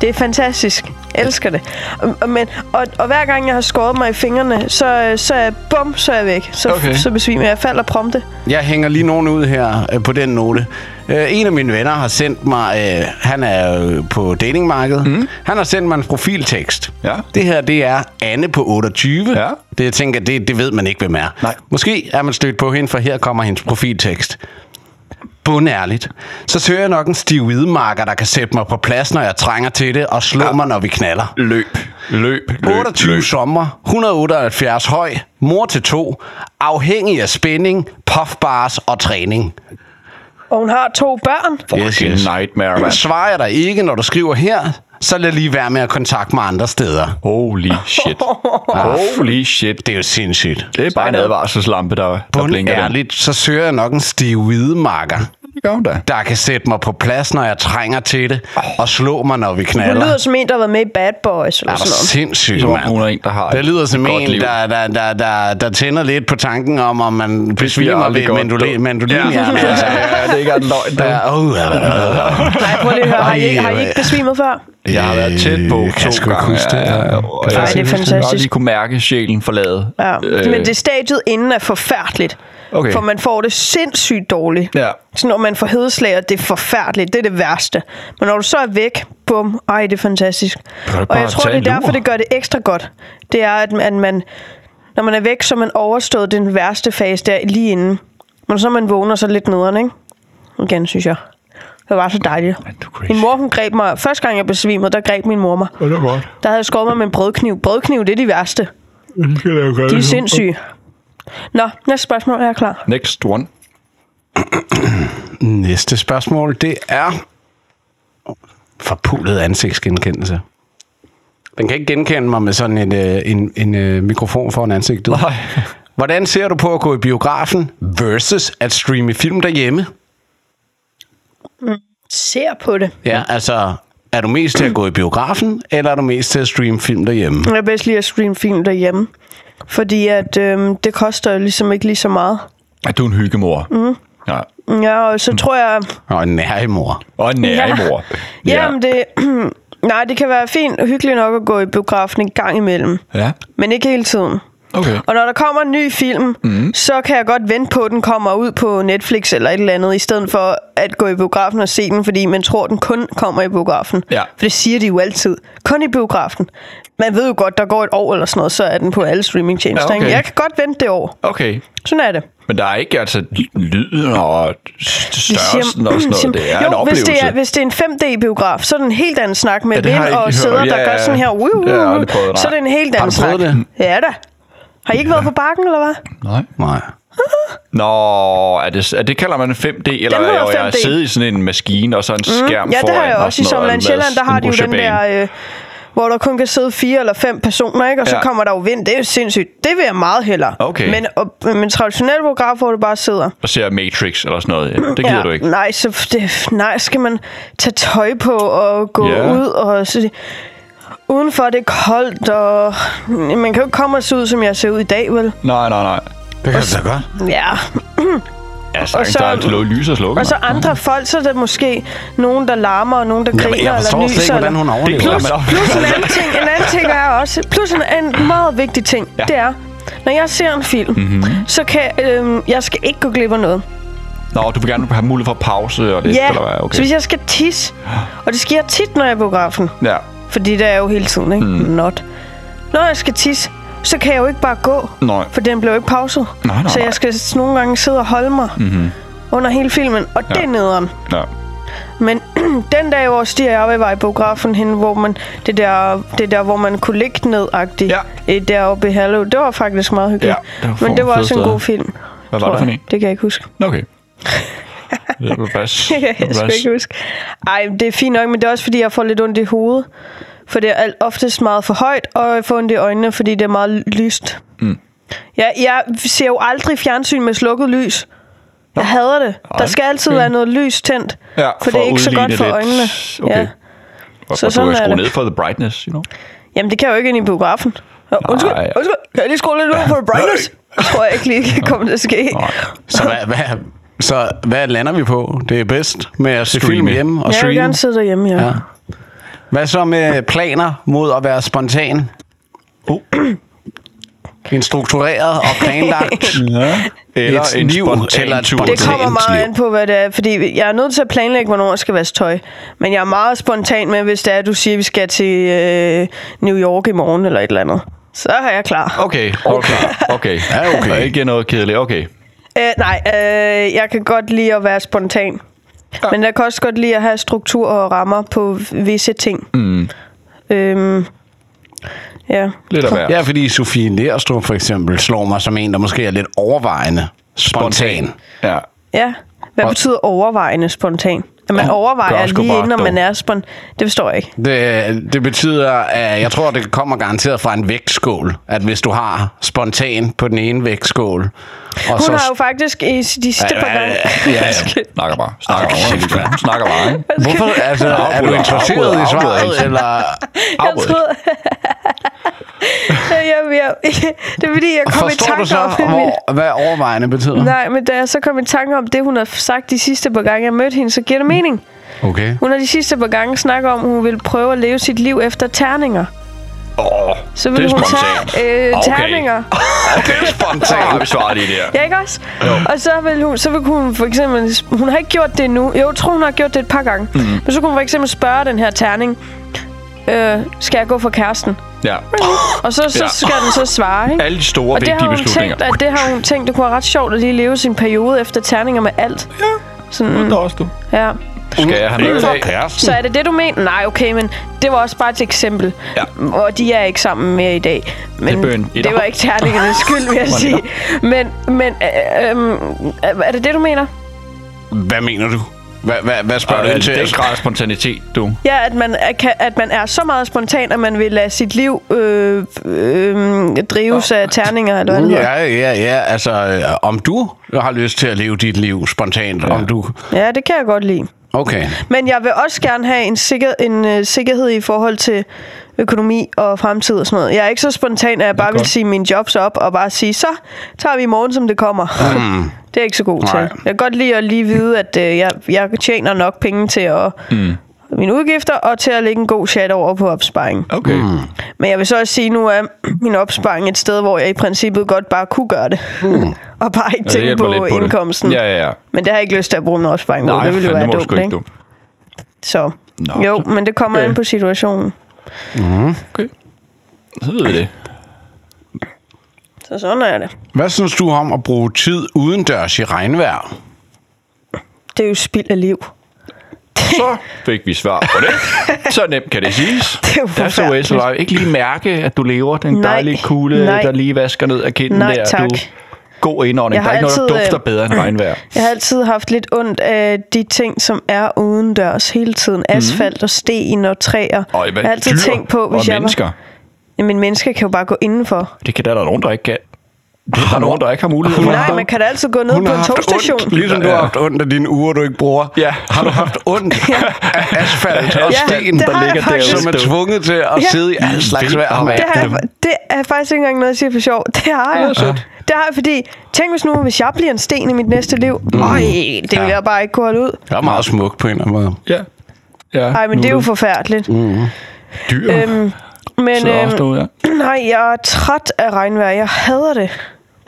Speaker 1: Det er fantastisk. Jeg elsker det. Og- Og, men, og, og hver gang jeg har skåret mig i fingrene, så, øh, så er jeg, bum, så er jeg væk. Så, okay.
Speaker 10: Okay.
Speaker 1: så besvimer jeg. Jeg falder prompte.
Speaker 2: Jeg hænger lige nogen ud her øh, på den note. Øh, en af mine venner har sendt mig, øh, han er jo på datingmarkedet, mm. han har sendt mig en profiltekst.
Speaker 10: Mhm. Ja.
Speaker 2: Det her, det er Anne på 28.
Speaker 10: Ja.
Speaker 2: Det, jeg tænker, det, det ved man ikke, hvem er.
Speaker 10: Nej.
Speaker 2: Måske er man stødt på hende, for her kommer hendes profiltekst. Bundærligt. Så søger jeg nok en stiv hvidemarker, der kan sætte mig på plads, når jeg trænger til det, og slå ja. mig, når vi knaller.
Speaker 10: Løb, løb, løb,
Speaker 2: 28
Speaker 10: løb.
Speaker 2: sommer, 178 høj, mor til to, afhængig af spænding, puffbars og træning.
Speaker 1: Og hun har to børn.
Speaker 10: Yes, yes. Nightmare, mand.
Speaker 2: Svarer jeg dig ikke, når du skriver her, så lad lige være med at kontakte mig andre steder.
Speaker 10: Holy shit. Holy shit.
Speaker 2: Det er jo sindssygt.
Speaker 10: Det er bare en advarselslampe, der, der
Speaker 2: Bund
Speaker 10: blinker. den.
Speaker 2: ærligt, så søger jeg nok en stiv hvidemarker,
Speaker 10: Det gør hun da.
Speaker 2: der kan sætte mig på plads, når jeg trænger til det, og slå mig, når vi
Speaker 1: Hun
Speaker 2: knaller.
Speaker 1: lyder som en, der har været med i Bad Boys. Eller
Speaker 2: Er du
Speaker 1: sådan noget.
Speaker 2: sindssygt,
Speaker 10: Som om
Speaker 2: mand?
Speaker 10: hun er en, der har
Speaker 2: Det
Speaker 10: et
Speaker 2: lyder som
Speaker 10: godt
Speaker 2: en,
Speaker 10: liv.
Speaker 2: der, der, der, der, der tænder lidt på tanken om, om man besvimer
Speaker 10: aldrig
Speaker 2: ved altså.
Speaker 10: godt,
Speaker 2: mandolin,
Speaker 10: du.
Speaker 2: mandolin ja.
Speaker 10: Ja, ja, ja, det er ikke en løgn. Der.
Speaker 2: Ja, uh, ja,
Speaker 1: Nej, prøv lige at høre. Har I, ikke- har I ikke besvimet før?
Speaker 10: Jeg har været tæt på
Speaker 2: Øh, kan jeg sgu
Speaker 10: to
Speaker 2: ikke
Speaker 10: gange.
Speaker 2: huske det, ja.
Speaker 10: og
Speaker 1: Ej, det er
Speaker 10: Jeg har
Speaker 1: fantastisk.
Speaker 10: lige kunne mærke sjælen forlade.
Speaker 1: Ja. Øh. Men det stadiet inden er forfærdeligt.
Speaker 10: Okay.
Speaker 1: For man får det sindssygt dårligt.
Speaker 10: Ja.
Speaker 1: Så når man får hedeslag, og det er forfærdeligt. Det er det værste. Men når du så er væk, bum, ej, det er fantastisk. Og jeg tror, det er derfor, det gør det ekstra godt. Det er, at man, man når man er væk, så er man overstået den værste fase der lige inden. Men så er man vågner så lidt nederen, ikke? Igen, synes jeg. Det var så dejligt. Min mor, hun greb mig. Første gang, jeg besvimede, der greb min mor mig.
Speaker 10: det er godt.
Speaker 1: Der havde jeg skåret mig med en brødkniv. Brødkniv, det er de værste. De er sindssyge. Nå, næste spørgsmål er jeg klar.
Speaker 10: Next one.
Speaker 2: Næste spørgsmål, det er forpulet ansigtsgenkendelse. Den kan ikke genkende mig med sådan en, øh, en, en, en mikrofon foran ansigtet.
Speaker 10: Nej.
Speaker 2: Hvordan ser du på at gå i biografen versus at streame film derhjemme?
Speaker 1: Ser på det.
Speaker 2: Ja, altså, er du mest til at gå i biografen, eller er du mest til at streame film derhjemme?
Speaker 1: Jeg kan bedst lide at streame film derhjemme. Fordi at øhm, det koster jo ligesom ikke lige så meget.
Speaker 10: At du er en hyggemor. Mm. Ja.
Speaker 1: Ja, og
Speaker 10: Mm.
Speaker 1: så tror jeg...
Speaker 2: Og nærmor.
Speaker 10: Og en nærmor.
Speaker 1: Ja. Jamen det... Nej, det kan være fint og hyggeligt nok at gå i biografen en gang imellem.
Speaker 10: Ja.
Speaker 1: Men ikke hele tiden.
Speaker 10: Okay.
Speaker 1: Og når der kommer en ny film, mm. så kan jeg godt vente på, at den kommer ud på Netflix eller et eller andet, i stedet for at gå i biografen og se den, fordi man tror, at den kun kommer i biografen.
Speaker 10: Ja.
Speaker 1: For det siger de jo altid. Kun i biografen. Man ved jo godt, der går et år eller sådan noget, så er den på alle streamingtjenester.
Speaker 10: Ja,
Speaker 1: Ja,
Speaker 10: okay.
Speaker 1: okay. Jeg kan godt vente det år.
Speaker 10: Okay.
Speaker 1: Sådan er det.
Speaker 10: Men der er ikke altså lyden og st-
Speaker 1: De
Speaker 10: størrelsen og sådan
Speaker 1: siger-
Speaker 10: noget. Det er
Speaker 1: jo,
Speaker 10: en oplevelse.
Speaker 1: Hvis det er, hvis det er en 5D-biograf, så er det en helt anden snak med
Speaker 10: Ja,
Speaker 1: ja,
Speaker 10: det har jeg
Speaker 1: vind
Speaker 10: ikke
Speaker 1: og
Speaker 10: hørt.
Speaker 1: sæder, der
Speaker 10: Ja,
Speaker 1: gør sådan her.
Speaker 10: ja.
Speaker 1: Woo, woo,
Speaker 10: Det har jeg aldrig prøvet,
Speaker 1: så er
Speaker 10: nej.
Speaker 1: det en helt anden
Speaker 2: prøvet
Speaker 1: snak.
Speaker 2: det?
Speaker 1: Ja da. Har I ikke været på bakken, eller hvad? Mm.
Speaker 10: Nej.
Speaker 2: Nej.
Speaker 10: Nå, er det, er det kalder man 5D, eller
Speaker 1: Den hedder
Speaker 10: er jeg
Speaker 1: 5D.
Speaker 10: siddet i sådan en maskine og så en skærm
Speaker 1: Ja, det
Speaker 10: foran
Speaker 1: har jeg
Speaker 10: og
Speaker 1: også i
Speaker 10: sådan noget,
Speaker 1: Sommerland
Speaker 10: med
Speaker 1: Sjælland, der har
Speaker 10: en
Speaker 1: de jo den
Speaker 10: rutsjebane.
Speaker 1: der... Øh, hvor der kun kan sidde fire eller fem personer, ikke? Og så
Speaker 10: Ja.
Speaker 1: kommer der jo vind. Det er jo sindssygt. Det vil jeg meget hellere.
Speaker 10: Okay.
Speaker 1: Men, og, men traditionel biograf, hvor du bare sidder.
Speaker 10: Og ser Matrix eller sådan noget. Ja, Det gider
Speaker 1: ja,
Speaker 10: du ikke.
Speaker 1: Nej, så det, nej, skal man tage tøj på og gå
Speaker 10: Ja.
Speaker 1: yeah. ud og... Så, udenfor er det koldt, og man kan jo ikke komme og se ud, som jeg ser ud i dag, vel?
Speaker 10: Nej, nej, nej.
Speaker 2: Det kan da godt.
Speaker 1: Ja.
Speaker 10: Ja, sagtens,
Speaker 1: så-
Speaker 10: der er altid lå- lys og slukker.
Speaker 1: Og så andre folk, så er der måske nogen, der larmer, og nogen, der griner
Speaker 2: Jamen, jeg
Speaker 1: eller
Speaker 2: forstår
Speaker 1: nyser.
Speaker 2: slet ikke, hvordan
Speaker 1: eller...
Speaker 2: hun overlever.
Speaker 10: klart,
Speaker 1: Plus, plus en anden ting, en anden ting er også, plus en, en meget vigtig ting, ja. det er, når jeg ser en film,
Speaker 10: Mhm.
Speaker 1: mm-hmm. så kan øhm, jeg skal ikke gå glip af noget.
Speaker 10: Nå, du vil gerne have mulighed for pause og lidt,
Speaker 1: Ja,
Speaker 10: eller hvad? Okay.
Speaker 1: så hvis jeg skal tisse, og det sker tit, når jeg er i biografen,
Speaker 10: Ja.
Speaker 1: fordi det er jeg jo hele tiden, ikke? Mm. Not. Når jeg skal tisse, så kan jeg jo ikke bare gå,
Speaker 10: Nej.
Speaker 1: for den blev jo ikke pauset.
Speaker 10: Nej, nej,
Speaker 1: så
Speaker 10: nej.
Speaker 1: jeg skal nogle gange sidde og holde mig mm-hmm. under hele filmen, og ja. det er nederen.
Speaker 10: Ja.
Speaker 1: Men den dag, hvor Stig og jeg var i biografen hen, hvor man, det, der, det der, hvor man kunne ligge ned-agtigt
Speaker 10: Ja.
Speaker 1: ja. deroppe i Hallo, det var faktisk meget hyggeligt.
Speaker 10: Ja, det var
Speaker 1: Men det var
Speaker 10: fed
Speaker 1: også en
Speaker 10: sted.
Speaker 1: god film.
Speaker 10: Hvad var
Speaker 1: tror
Speaker 10: det for
Speaker 1: jeg.
Speaker 10: en?
Speaker 1: Det kan jeg ikke huske.
Speaker 10: Nå, Okay. Det var bas.
Speaker 1: Det kan jeg sgu ikke huske. Ej, det er fint nok, men det er også, fordi jeg får lidt ondt i hovedet. For det er alt, oftest meget for højt, og jeg får ondt i øjnene, fordi det er meget lyst. Mm. Jeg, jeg ser jo aldrig fjernsyn med slukket lys. Jeg hader det. Der skal altid være noget lys tændt,
Speaker 10: Mm. Ja,
Speaker 1: for, det er
Speaker 10: at
Speaker 1: ikke så godt
Speaker 10: udligne
Speaker 1: for
Speaker 10: lidt.
Speaker 1: øjnene.
Speaker 10: Okay.
Speaker 1: Ja.
Speaker 10: Så og du
Speaker 1: sådan
Speaker 10: kan
Speaker 1: er
Speaker 10: skrue
Speaker 1: det.
Speaker 10: ned for the brightness, you know?
Speaker 1: Jamen, det kan jeg jo ikke ind i biografen. Nå, undskyld,
Speaker 10: Nej.
Speaker 1: undskyld, kan jeg lige skrue lidt ud for brightness? Det tror jeg ikke lige kan komme til at ske.
Speaker 2: Så hvad, hvad, så hvad lander vi på? Det er bedst med at se film hjemme og
Speaker 1: Jeg vil
Speaker 2: streame.
Speaker 1: gerne sidde derhjemme, ja.
Speaker 2: Ja. Hvad så med planer mod at være spontan? Oh. En struktureret og planlagt
Speaker 10: Eller
Speaker 2: et
Speaker 10: en
Speaker 2: liv
Speaker 10: spontan
Speaker 2: eller et
Speaker 10: tur.
Speaker 2: spontant
Speaker 1: Det kommer meget
Speaker 2: liv.
Speaker 1: an på, hvad det er, fordi jeg er nødt til at planlægge, hvornår jeg skal vaske tøj. Men jeg er meget spontan med, hvis det er, at du siger, at vi skal til øh, New York i morgen eller et eller andet. Så er jeg klar.
Speaker 10: Okay, okay, okay.
Speaker 2: Ja, okay.
Speaker 10: Der er ikke noget kedeligt, okay.
Speaker 1: Øh, nej, øh, jeg kan godt lide at være spontan. Ja. Men jeg kan også godt lide at have struktur og rammer på visse ting. Mm. Øhm, ja.
Speaker 10: Lidt af hver.
Speaker 2: Ja, fordi Sofie Nærstrup for eksempel slår mig som en, der måske er lidt overvejende spontan.
Speaker 10: Ja.
Speaker 1: ja. Hvad betyder overvejende spontan? At man
Speaker 10: gør
Speaker 1: overvejer
Speaker 10: sgu
Speaker 1: lige
Speaker 10: bare
Speaker 1: inden, om man
Speaker 10: dog.
Speaker 1: er spontan. Det forstår jeg ikke.
Speaker 2: Det, det betyder, at jeg tror, det kommer garanteret fra en vægtskål. At hvis du har spontan på den ene vægtskål, og
Speaker 1: Hun
Speaker 2: så...
Speaker 1: har jo faktisk i de sidste par gange...
Speaker 2: ja, ja.
Speaker 10: Snakker bare. Snakker bare. Hun Snakker bare, ikke?
Speaker 2: Hvorfor? Altså, er du
Speaker 10: Afbryder,
Speaker 2: interesseret
Speaker 10: afbryder,
Speaker 2: i
Speaker 10: afbryder.
Speaker 2: svaret, eller...
Speaker 1: Jeg troede... jeg, jeg, jeg, det er fordi, jeg kom i
Speaker 2: Forstår
Speaker 1: tanke
Speaker 2: du så,
Speaker 1: om...
Speaker 2: hvor, hvad overvejende betyder?
Speaker 1: Nej, men da jeg så kom i tanke om det, hun har sagt de sidste par gange, jeg mødte hende, så giver det mening.
Speaker 2: Okay.
Speaker 1: Hun har de sidste par gange snakket om, at hun ville prøve at leve sit liv efter terninger.
Speaker 10: Åh,
Speaker 1: Så
Speaker 10: det
Speaker 1: ville
Speaker 10: er
Speaker 1: hun
Speaker 10: spontant. Ah,
Speaker 1: tage øh,
Speaker 10: Okay.
Speaker 1: terninger.
Speaker 10: Det er spontant, vi svarer lige der.
Speaker 1: Ja, ikke også? Og så vil hun, så vil hun for eksempel... Hun har ikke gjort det endnu. Jo, jeg tror, hun har gjort det et par gange. Mm.
Speaker 10: Mhm.
Speaker 1: Men så kunne hun for eksempel spørge den her terning, øh, skal jeg gå for kæresten?
Speaker 10: Ja.
Speaker 1: Og så, så
Speaker 10: Ja.
Speaker 1: skal den så svare, ikke?
Speaker 10: Alle de store,
Speaker 1: Og det har
Speaker 10: vigtige
Speaker 1: hun
Speaker 10: beslutninger.
Speaker 1: tænkt, at det har hun tænkt, det kunne være ret sjovt at lige leve sin periode efter terninger med alt. Ja. Sådan,
Speaker 10: Nå, også du.
Speaker 1: ja.
Speaker 10: Skal jeg have
Speaker 3: Mm.
Speaker 10: noget af?
Speaker 1: Så er det det, du mener? Nej, okay, men det var også bare et eksempel.
Speaker 10: Ja.
Speaker 1: Og de er ikke sammen mere i dag. Men
Speaker 10: Det blev en etter.
Speaker 1: det var ikke terningernes skyld, vil jeg sige. Men, men øh, øh, er det det, du mener?
Speaker 2: Hvad mener du? Hvad, hvad, hvad spørger du ind til?
Speaker 10: Det er en grad af spontanitet, du.
Speaker 1: Ja, at man, er, kan, at man er så meget spontan, at man vil lade sit liv øh, øh, drives af terninger, eller
Speaker 10: Mm,
Speaker 1: hvad det hedder.
Speaker 2: Ja, ja, ja. Altså, øh, om du har lyst til at leve dit liv spontant, ja. om du...
Speaker 1: Ja, det kan jeg godt lide.
Speaker 2: Okay.
Speaker 1: Men jeg vil også gerne have en, sikker, en øh, sikkerhed i forhold til, økonomi og fremtid og sådan noget. Jeg er ikke så spontan, at jeg bare vil sige mine jobs op og bare sige, så tager vi i morgen, som det kommer. Mm. Det er jeg ikke så god til.
Speaker 2: Nej.
Speaker 1: Jeg kan godt lide at lige vide, at øh, jeg, jeg tjener nok penge til at... Mm mine udgifter, og til at lægge en god chat over på opsparing.
Speaker 3: Okay. Mm.
Speaker 1: Men jeg vil så også sige, nu er min opsparing et sted, hvor jeg i princippet godt bare kunne gøre det. Mm. og bare ikke
Speaker 3: Ja, Altså, det
Speaker 1: tænke
Speaker 3: hjælper
Speaker 1: på
Speaker 3: lidt på det.
Speaker 1: indkomsten.
Speaker 3: Ja, ja, ja.
Speaker 1: Men det har jeg ikke lyst til at bruge min opsparing på. det ville jo være
Speaker 3: fandme, hvor er
Speaker 1: dumt,
Speaker 3: sgu
Speaker 1: ikke? Så.
Speaker 3: Nå,
Speaker 1: jo, men det kommer
Speaker 3: okay.
Speaker 1: okay. an på situationen.
Speaker 3: Okay. Så ved vi det.
Speaker 1: Så sådan er det.
Speaker 2: Hvad synes du om at bruge tid udendørs i regnvejr?
Speaker 1: Det er jo spild af liv.
Speaker 3: Så fik vi svar på det. Så nemt kan det siges.
Speaker 1: Det er jo
Speaker 3: Der så
Speaker 1: forfærdeligt.
Speaker 3: SOS ikke lige mærke, at du lever den
Speaker 1: Nej.
Speaker 3: dejlige kugle,
Speaker 1: Nej.
Speaker 3: der lige vasker ned af kinden
Speaker 1: Nej,
Speaker 3: der.
Speaker 1: tak.
Speaker 3: Du god indånding.
Speaker 1: Jeg
Speaker 3: Der er
Speaker 1: har
Speaker 3: ikke noget, der
Speaker 1: altid, øh,
Speaker 3: dufter bedre end regnvejr.
Speaker 1: Jeg har altid haft lidt ondt af de ting, som er udendørs hele tiden.
Speaker 2: Mhm.
Speaker 1: Asfalt mm. og sten og træer.
Speaker 3: Og hvad,
Speaker 1: jeg har altid
Speaker 3: dyr
Speaker 1: tænkt på, hvis
Speaker 3: og
Speaker 1: jeg
Speaker 3: mennesker.
Speaker 1: Var... Jamen, mennesker kan jo bare gå indenfor.
Speaker 3: Det kan der, der er nogen, der ikke kan. Det er der nogen, der ikke har mulighed for.
Speaker 1: Nej, man kan da altid gå ned
Speaker 2: Hun
Speaker 1: på
Speaker 2: har
Speaker 1: en
Speaker 2: haft
Speaker 1: togstation.
Speaker 2: ondt, ligesom du har haft ondt af dine uger, du ikke bruger.
Speaker 3: Ja.
Speaker 2: Har du haft ondt af asfalt og
Speaker 1: Ja,
Speaker 2: sten,
Speaker 1: det har
Speaker 2: der
Speaker 1: jeg
Speaker 2: ligger
Speaker 1: faktisk.
Speaker 2: derude, som er tvunget til at
Speaker 1: Ja.
Speaker 2: sidde i alle slags vejr og
Speaker 1: Det,
Speaker 2: vejr?
Speaker 1: har jeg, det er faktisk ikke engang noget, jeg siger for sjov. Det har jeg. Ja. Det har jeg, fordi tænk hvis nu, hvis jeg bliver en sten i mit næste liv. Øj, det vil
Speaker 2: Mm. Ja.
Speaker 1: jeg bare ikke kunne holde ud.
Speaker 2: Det er meget smukt på en eller anden måde.
Speaker 3: Ja. ja.
Speaker 1: Nej, men
Speaker 3: nu
Speaker 1: det er jo forfærdeligt.
Speaker 3: Dyr øhm,
Speaker 1: Øhm, men
Speaker 3: sidder også
Speaker 1: øhm,
Speaker 3: derude, ja.
Speaker 1: nej, jeg er træt af regnvejr. Jeg hader det.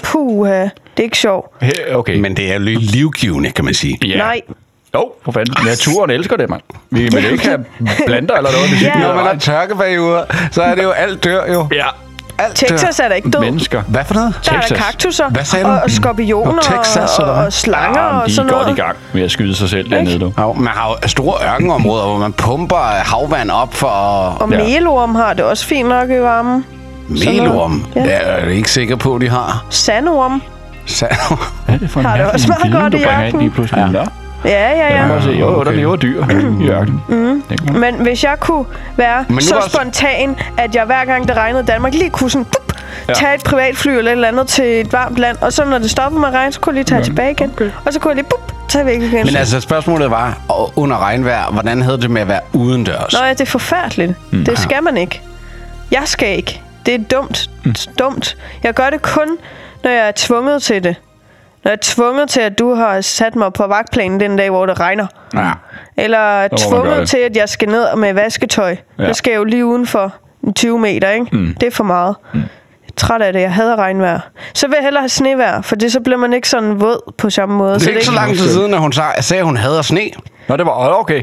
Speaker 1: Puh, det er ikke sjovt.
Speaker 3: Her- Okay.
Speaker 2: Men det er jo lige livgivende, kan man sige.
Speaker 3: ja.
Speaker 1: Nej.
Speaker 3: Jo, for fanden. Naturen elsker det, mand. Vi vil ikke have blander eller noget. Det
Speaker 1: Ja.
Speaker 3: ja.
Speaker 2: Når man har tørkeperioder, så er det jo alt dør jo.
Speaker 3: ja.
Speaker 2: Alt
Speaker 1: Texas er da ikke død.
Speaker 3: Mennesker.
Speaker 2: Hvad for noget?
Speaker 1: Der er der
Speaker 3: Texas.
Speaker 1: kaktusser
Speaker 2: Hvad sagde du?
Speaker 1: og, og skorpioner
Speaker 2: Og Texas,
Speaker 1: og,
Speaker 2: eller
Speaker 1: og,
Speaker 2: hvad?
Speaker 1: og slanger
Speaker 3: Ja,
Speaker 1: og
Speaker 3: de er
Speaker 1: sådan noget.
Speaker 3: godt i gang med at skyde sig selv dernede, du.
Speaker 2: Jo, man har jo store ørkenområder, hvor man pumper havvand op for
Speaker 1: Og
Speaker 3: Ja.
Speaker 1: melorm har det også fint nok i varmen. noget.
Speaker 2: melorm.
Speaker 1: Ja.
Speaker 2: Ja. Det er jeg ikke sikker på, de har.
Speaker 1: Sandorm.
Speaker 2: Så,
Speaker 3: Hvad er det for en
Speaker 1: Har det
Speaker 3: mærkelig
Speaker 1: også meget
Speaker 3: viden,
Speaker 1: godt
Speaker 3: du
Speaker 1: i
Speaker 3: bringer ind
Speaker 1: ørkenen?
Speaker 3: lige pludselig? Ja. Nå,
Speaker 1: Ja, ja, ja.
Speaker 3: prøv at se. Jo, okay. der
Speaker 2: Okay.
Speaker 3: lever dyr i ørkenen. Mm.
Speaker 1: Men hvis jeg kunne være
Speaker 2: nu
Speaker 1: så
Speaker 2: var-
Speaker 1: spontan, at jeg hver gang det regnede i Danmark, lige kunne sådan, bup, ja. tage et privatfly eller et eller andet til et varmt land, og så når det stoppede med at regne, så kunne jeg lige tage ja. tilbage igen. Okay. Og så kunne jeg lige bup, tage væk igen.
Speaker 2: men altså, spørgsmålet var, og under regnvejr, hvordan havde det med at være udendørs?
Speaker 1: Nå ja, det er forfærdeligt. Mm. Det skal man ikke. Jeg skal ikke. Det er dumt. Mm. Dumt. Jeg gør det kun, når jeg er tvunget til det. Når jeg er tvunget til, at du har sat mig på vagtplanen den dag, hvor det regner.
Speaker 2: Ja.
Speaker 1: Eller
Speaker 3: man gøre
Speaker 1: tvunget
Speaker 3: det.
Speaker 1: til, at jeg skal ned med vasketøj.
Speaker 3: Ja.
Speaker 1: Ja. Det skal jeg jo lige udenfor en 20 meter, ikke? Mm. Det er for meget. Mm. Jeg er træt af det. Jeg hader regnvejr. Så vil jeg hellere have snevejr, for det, så bliver man ikke sådan våd på samme måde.
Speaker 2: Det er ikke så lang tid siden, at hun sag- sagde, at hun hader sne.
Speaker 3: Nå, det var åh, okay.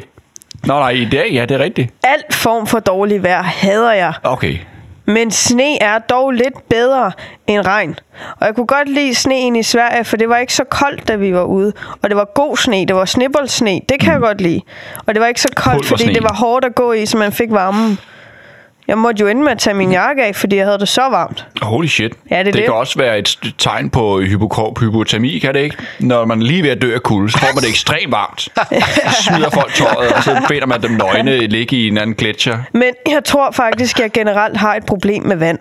Speaker 3: Nå, nej, i dag, ja, det er rigtigt.
Speaker 1: Alt form for dårlig vejr hader jeg.
Speaker 3: Okay.
Speaker 1: Men sne er dog lidt bedre end regn. Og jeg kunne godt lide sneen i Sverige, for det var ikke så koldt, da vi var ude. Og det var god sne. Det var snibboldsne. Det kan
Speaker 3: Mm.
Speaker 1: jeg godt lide. Og det var ikke så koldt, fordi
Speaker 3: Pulversne.
Speaker 1: det var hårdt at gå i, så man fik varmen. Jeg måtte jo ende med at tage
Speaker 3: Mm.
Speaker 1: min jakke af, fordi jeg havde det så varmt.
Speaker 3: Holy shit.
Speaker 1: Ja, det er
Speaker 3: det,
Speaker 1: det.
Speaker 3: kan også være et st- tegn på hypokrop, hypotermi, kan det ikke? Når man er lige ved at dø af kulde, så får man det ekstremt varmt. Så smider folk tøjet, og så beder man dem nøgne ligge i en anden gletscher.
Speaker 1: Men jeg tror faktisk, at jeg generelt har et problem med vand.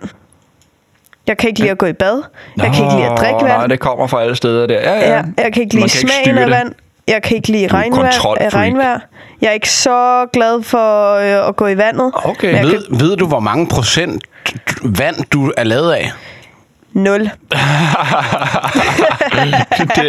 Speaker 1: Jeg kan ikke lide at gå i bad. Jeg kan ikke lide at drikke
Speaker 3: Åh,
Speaker 1: vand.
Speaker 3: Nej, det kommer fra alle steder der. Ja, ja.
Speaker 1: Ja, jeg kan ikke lide
Speaker 3: Øhm, Man
Speaker 1: kan
Speaker 3: kan ikke
Speaker 1: smagen
Speaker 3: styre
Speaker 1: af
Speaker 3: det.
Speaker 1: vand. Jeg kan ikke lide
Speaker 3: er
Speaker 1: regnvejr,
Speaker 3: kontrolfreak.
Speaker 1: øh, regnvejr. Jeg er ikke så glad for øh, at gå i vandet.
Speaker 3: Ah, Okay.
Speaker 1: Men jeg kan...
Speaker 2: Ved, ved du, hvor mange procent vand, du er lavet af?
Speaker 1: Nul.
Speaker 3: det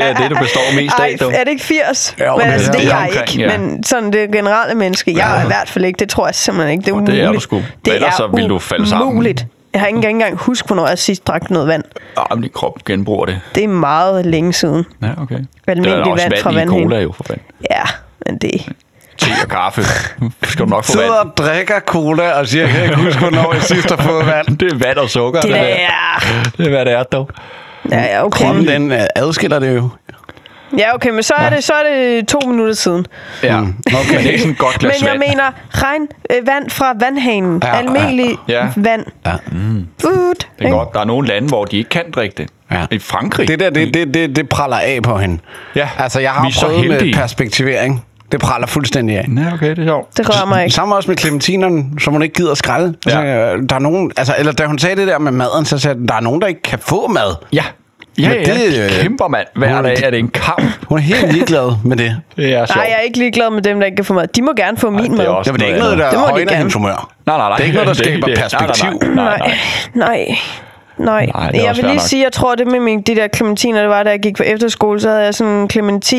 Speaker 3: er det, du består mest
Speaker 1: Ej,
Speaker 3: af, du.
Speaker 1: er det ikke 80?
Speaker 3: Jo,
Speaker 1: men
Speaker 3: det
Speaker 1: altså,
Speaker 3: er-
Speaker 1: det,
Speaker 3: det
Speaker 1: er
Speaker 3: er
Speaker 1: jeg
Speaker 3: omkring,
Speaker 1: ikke.
Speaker 3: ja.
Speaker 1: Men sådan det generelle menneske, jeg er i hvert fald ikke. Det tror jeg simpelthen ikke. Det er
Speaker 3: Og det er
Speaker 1: umuligt.
Speaker 3: du sgu. Men ellers så ville du falde sammen.
Speaker 1: umuligt. Jeg har ikke engang engang husket, hvornår jeg sidst drak noget vand.
Speaker 3: Ah, min krop genbruger det.
Speaker 1: Det er meget længe siden.
Speaker 3: Ja, okay.
Speaker 1: Almindelig
Speaker 3: der er også
Speaker 1: vand fra
Speaker 3: vand, i
Speaker 1: vandhanen.
Speaker 3: cola jo, for fanden.
Speaker 1: Ja, men det...
Speaker 3: Te og kaffe. Skal du nok få
Speaker 2: Sidder
Speaker 3: vand.
Speaker 2: og drikker cola og siger, jeg kan ikke huske, hvornår jeg sidst har fået vand.
Speaker 3: Det er vand og sukker.
Speaker 1: Det
Speaker 3: der.
Speaker 1: er...
Speaker 3: det er, hvad det er, dog.
Speaker 1: Ja, ja, okay.
Speaker 2: Kroppen, den øh, adskiller det jo.
Speaker 1: Ja, okay, men så er, det, så er det to minutter siden.
Speaker 3: Ja. Mm. Okay. Men det er sådan et godt
Speaker 1: Men
Speaker 3: glas
Speaker 1: jeg
Speaker 3: vand.
Speaker 1: mener regn, øh, vand fra vandhanen. Ja,
Speaker 2: Ja,
Speaker 1: Almindelig
Speaker 3: ja.
Speaker 1: ja. vand. Ja. Mm. Food.
Speaker 3: Det er godt. Der er nogle lande, hvor de ikke kan drikke det.
Speaker 2: Ja.
Speaker 3: I Frankrig.
Speaker 2: Det der, det, det, det, det praller af på hende.
Speaker 3: Ja.
Speaker 2: Altså, jeg
Speaker 3: Vi
Speaker 2: har
Speaker 3: er så
Speaker 2: prøvet med
Speaker 3: heldige.
Speaker 2: perspektivering. Det praller fuldstændig af.
Speaker 3: Ja, okay, det er sjovt.
Speaker 1: Det rører mig ikke.
Speaker 2: Samme også med clementinerne, som hun ikke gider at skralde. Ja. Altså, øh, der er nogen, altså, eller da hun sagde det der med maden, så sagde jeg, der er nogen, der ikke kan få mad.
Speaker 3: Ja. Ja,
Speaker 2: Men
Speaker 3: ja,
Speaker 2: det,
Speaker 3: det, de
Speaker 2: øh,
Speaker 3: kæmper, mand. Hver
Speaker 2: hun-
Speaker 3: dag er det en kamp.
Speaker 2: Hun er helt ligeglad med det.
Speaker 3: Det er sjovt.
Speaker 1: Nej, jeg er ikke ligeglad med dem, der ikke kan få mad. De må gerne få min mad.
Speaker 3: det er også-
Speaker 2: Jamen, det er ikke noget, der
Speaker 1: Det må de
Speaker 2: højner
Speaker 1: gerne.
Speaker 2: hendes humør.
Speaker 3: Nej, nej, nej.
Speaker 2: Det er ikke noget, der
Speaker 3: Det er
Speaker 2: skaber
Speaker 3: ikke det.
Speaker 2: perspektiv.
Speaker 3: Nej, nej, nej.
Speaker 1: Nej, nej. Nej,
Speaker 3: Nej, det er
Speaker 1: jeg
Speaker 3: også
Speaker 1: vil
Speaker 3: fair
Speaker 1: lige
Speaker 3: nok.
Speaker 1: sige, jeg tror, det med mine, de der clementiner, det var, da jeg gik på efterskole, så havde jeg sådan en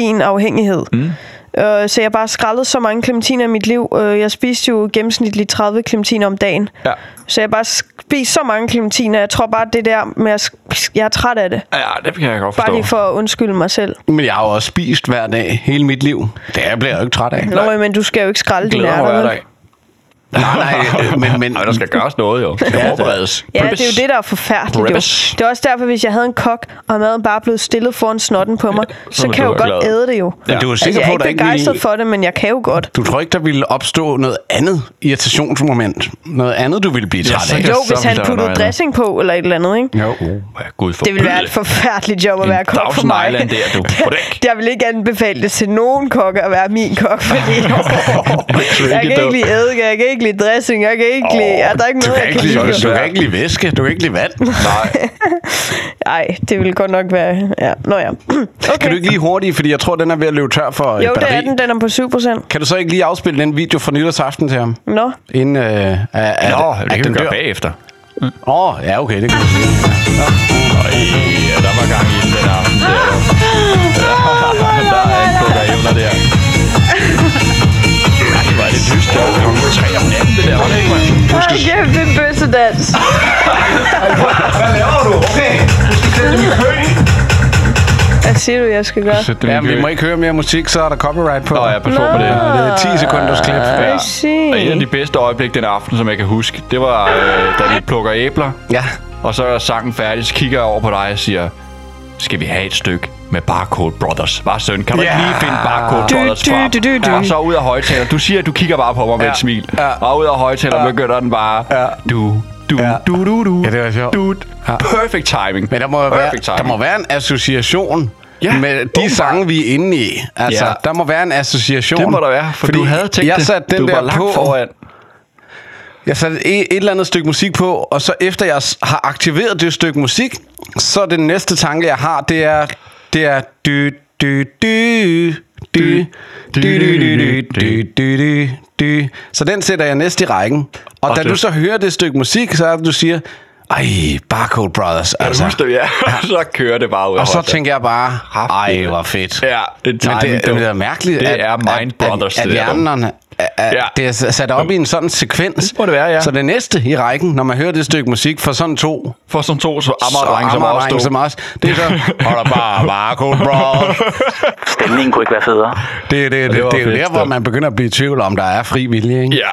Speaker 1: clementin-afhængighed. Mm. Øh, så jeg bare skrællede så mange clementiner i mit liv. Øh, jeg spiste jo gennemsnitligt 30 clementiner om dagen.
Speaker 3: Ja.
Speaker 1: Så jeg bare spiste så mange clementiner. Jeg tror bare, det der med at... sk- Jeg er træt af det.
Speaker 3: Ja, det kan jeg godt
Speaker 1: Bare lige
Speaker 3: forstå.
Speaker 1: for at undskylde mig selv.
Speaker 2: Men jeg har jo også spist hver dag hele mit liv. Det bliver jeg jo ikke træt af.
Speaker 1: Nå, men du skal jo ikke skralde dine
Speaker 3: Glæder mig
Speaker 1: ærter.
Speaker 3: hver
Speaker 1: vel?
Speaker 3: dag.
Speaker 2: Nej, nej, øh, men, men
Speaker 3: Nej, der skal gøres noget jo. Det skal forberedes.
Speaker 1: Ja, det er jo det, der er forfærdeligt. Jo.
Speaker 3: Preppes.
Speaker 1: Det er også derfor, hvis jeg havde en kok, og maden bare blev stillet foran snotten på mig, så
Speaker 3: ville
Speaker 1: kan jeg
Speaker 3: du
Speaker 1: jo
Speaker 3: være
Speaker 1: godt
Speaker 3: glad.
Speaker 1: æde det jo.
Speaker 2: Men du er jo
Speaker 1: Altså,
Speaker 2: sikker
Speaker 1: jeg er
Speaker 2: på, at der
Speaker 1: ikke
Speaker 2: ikke
Speaker 1: begejstret
Speaker 2: ville,
Speaker 1: for det, men jeg kan jo godt.
Speaker 2: du tror ikke, der ville opstå noget andet irritationsmoment? Noget andet, du ville blive træt
Speaker 3: så
Speaker 2: af?
Speaker 3: kan-
Speaker 1: Jo,
Speaker 3: så
Speaker 1: hvis
Speaker 3: ville
Speaker 1: han
Speaker 3: der være
Speaker 1: puttede
Speaker 3: noget
Speaker 1: dressing på, eller et eller andet, ikke?
Speaker 2: Jo. oh,
Speaker 3: Ja, Gud forbyde.
Speaker 1: Det ville være et forfærdeligt job at være kok for
Speaker 3: Thousand
Speaker 1: mig.
Speaker 3: Island der, du. På det.
Speaker 1: Jeg vil ikke anbefale det til nogen kok at være min kok, fordi jeg kan ikke lide eddike, jeg kan ikke lide dressing, jeg kan ikke lide... Ja, der er ikke
Speaker 2: Du
Speaker 1: noget, jeg
Speaker 2: kan ikke
Speaker 1: kan
Speaker 2: lide, du
Speaker 1: lide.
Speaker 2: kan ikke lide væske, du kan ikke lide vand.
Speaker 3: Nej,
Speaker 1: Nej, det ville godt nok være... Ja, nå ja.
Speaker 2: Kan du
Speaker 1: Okay.
Speaker 2: ikke lige hurtigt, fordi jeg tror, den er ved at løbe tør for øh, et
Speaker 1: Jo, det
Speaker 2: batteri.
Speaker 1: er den. Den er på 7 procent.
Speaker 2: Kan du så ikke lige afspille den video fra nytårsaften til ham?
Speaker 1: Nå.
Speaker 2: Inden øh, at, at,
Speaker 3: Nå,
Speaker 2: at,
Speaker 3: det kan
Speaker 2: den
Speaker 3: vi
Speaker 2: dør?
Speaker 3: gøre bagefter.
Speaker 2: Åh, oh, ja, okay, det kan du sige.
Speaker 3: Øj, ja, der var gang i den den aften der. du. Ja, der er en kokainer der. Ej, det var lidt lyst. Det var klokken tre om natten, det der. Var det ikke, mand?
Speaker 1: Hold kæft, det er en bøssedans.
Speaker 3: Hvad laver du? Okay.
Speaker 1: Hvad siger du, jeg skal gøre?
Speaker 2: Ja, men vi må ikke høre mere musik, så er der copyright på.
Speaker 3: Nå, jeg passer på det.
Speaker 2: Ja, det er 10 sekunders klip.
Speaker 3: Ja.
Speaker 1: I see.
Speaker 3: Og et af de bedste øjeblik den aften, som jeg kan huske, det var, øh, da de plukker æbler,
Speaker 2: Ja.
Speaker 3: og så er sangen færdig, så kigger jeg over på dig og siger, skal vi have et stykke med Barcode Brothers? Var søn, kan du yeah. lige finde Barcode
Speaker 1: Du,
Speaker 3: Brothers
Speaker 1: du,
Speaker 3: frem?
Speaker 1: du, du, du.
Speaker 3: Ja, og så ud af højtaler. Du siger, at du kigger bare på mig med et smil. Og ud af højtaler begynder den bare, du, du, du, du, du.
Speaker 2: Ja, det var sjovt.
Speaker 3: Du, perfect timing.
Speaker 2: Men der må, være,
Speaker 3: Perfect
Speaker 2: der
Speaker 3: timing.
Speaker 2: må være en association
Speaker 3: Ja,
Speaker 2: ja, med de
Speaker 3: åbenbart.
Speaker 2: sange, vi er inde i. Altså,
Speaker 3: Ja.
Speaker 2: ja. der må være en association.
Speaker 3: Det må der være, for
Speaker 2: Fordi
Speaker 3: du havde tænkt
Speaker 2: jeg
Speaker 3: det.
Speaker 2: satte den
Speaker 3: du var
Speaker 2: der
Speaker 3: langt
Speaker 2: på.
Speaker 3: foran.
Speaker 2: Jeg satte et, et eller andet stykke musik på, og så efter jeg s- har aktiveret det stykke musik, så er den næste tanke, jeg har, det er... Det er... Dy, dy, dy, dy, dy, dy, dy, dy, dy, dy, dy. Så den sætter jeg næst i rækken. Og, og da
Speaker 3: det-
Speaker 2: du så hører det stykke musik, så er det, du siger... Ej, Barcode Brothers, altså.
Speaker 3: Husk det, ja. så kører det bare ud af
Speaker 2: Og så
Speaker 3: højtalerne.
Speaker 2: tænker jeg bare, ej,
Speaker 3: det-
Speaker 2: hvor fedt.
Speaker 3: Ja, det
Speaker 2: Men
Speaker 3: er
Speaker 2: det,
Speaker 3: timing,
Speaker 2: det, det er
Speaker 3: dog.
Speaker 2: mærkeligt,
Speaker 3: Det
Speaker 2: at,
Speaker 3: er Mind
Speaker 2: at,
Speaker 3: Brothers,
Speaker 2: at,
Speaker 3: det
Speaker 2: at
Speaker 3: der, dog.
Speaker 2: hjernerne at, at
Speaker 3: Ja.
Speaker 2: ja. det er sat op i en sådan sekvens.
Speaker 3: Det må det være, ja.
Speaker 2: Så det næste i rækken, når man hører det stykke musik fra sådan to
Speaker 3: For sådan to så ammerdrenge, som
Speaker 2: Amager-drenge
Speaker 3: også stod.
Speaker 2: som os, det er så, og der bare, bare cool, bro.
Speaker 9: Stemningen kunne ikke være federe.
Speaker 2: Det, det, det, det,
Speaker 3: var
Speaker 2: det er jo
Speaker 3: fedt,
Speaker 2: der, hvor
Speaker 3: dog.
Speaker 2: man begynder at blive i tvivl om, der er fri vilje, ikke?
Speaker 3: Ja,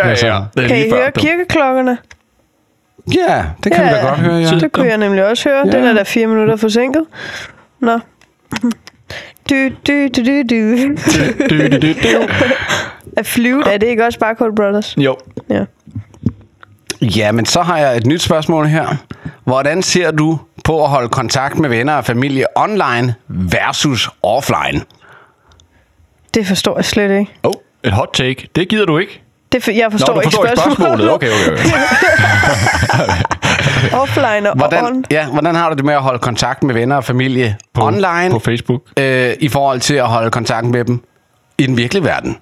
Speaker 3: ja,
Speaker 2: Altså,
Speaker 3: ja. ja. Det er
Speaker 1: Kan I
Speaker 3: lige før,
Speaker 1: høre
Speaker 3: du.
Speaker 1: kirkeklokkerne?
Speaker 2: Ja, det kan vi da godt høre, ja.
Speaker 1: Det kunne jeg nemlig også høre. Den er da fire minutter forsinket. Nå. Du, du, du, du, du. At flyve, er det ikke også bare Cold Brothers?
Speaker 3: Jo,
Speaker 1: Ja.
Speaker 2: Ja, men så har jeg et nyt spørgsmål her. Hvordan ser du på at holde kontakt med venner og familie online versus offline?
Speaker 1: Det forstår jeg slet ikke.
Speaker 3: oh, et hot take. Det gider du ikke.
Speaker 1: Det for, jeg forstår,
Speaker 3: Nå, du forstår ikke spørgsmålet. Okay, okay, okay.
Speaker 1: Offline og
Speaker 2: Hvordan,
Speaker 1: on.
Speaker 2: ja, hvordan har du det med at holde kontakt med venner og familie på, online
Speaker 3: På Facebook.
Speaker 2: øh, i forhold til at holde kontakt med dem i den virkelige verden?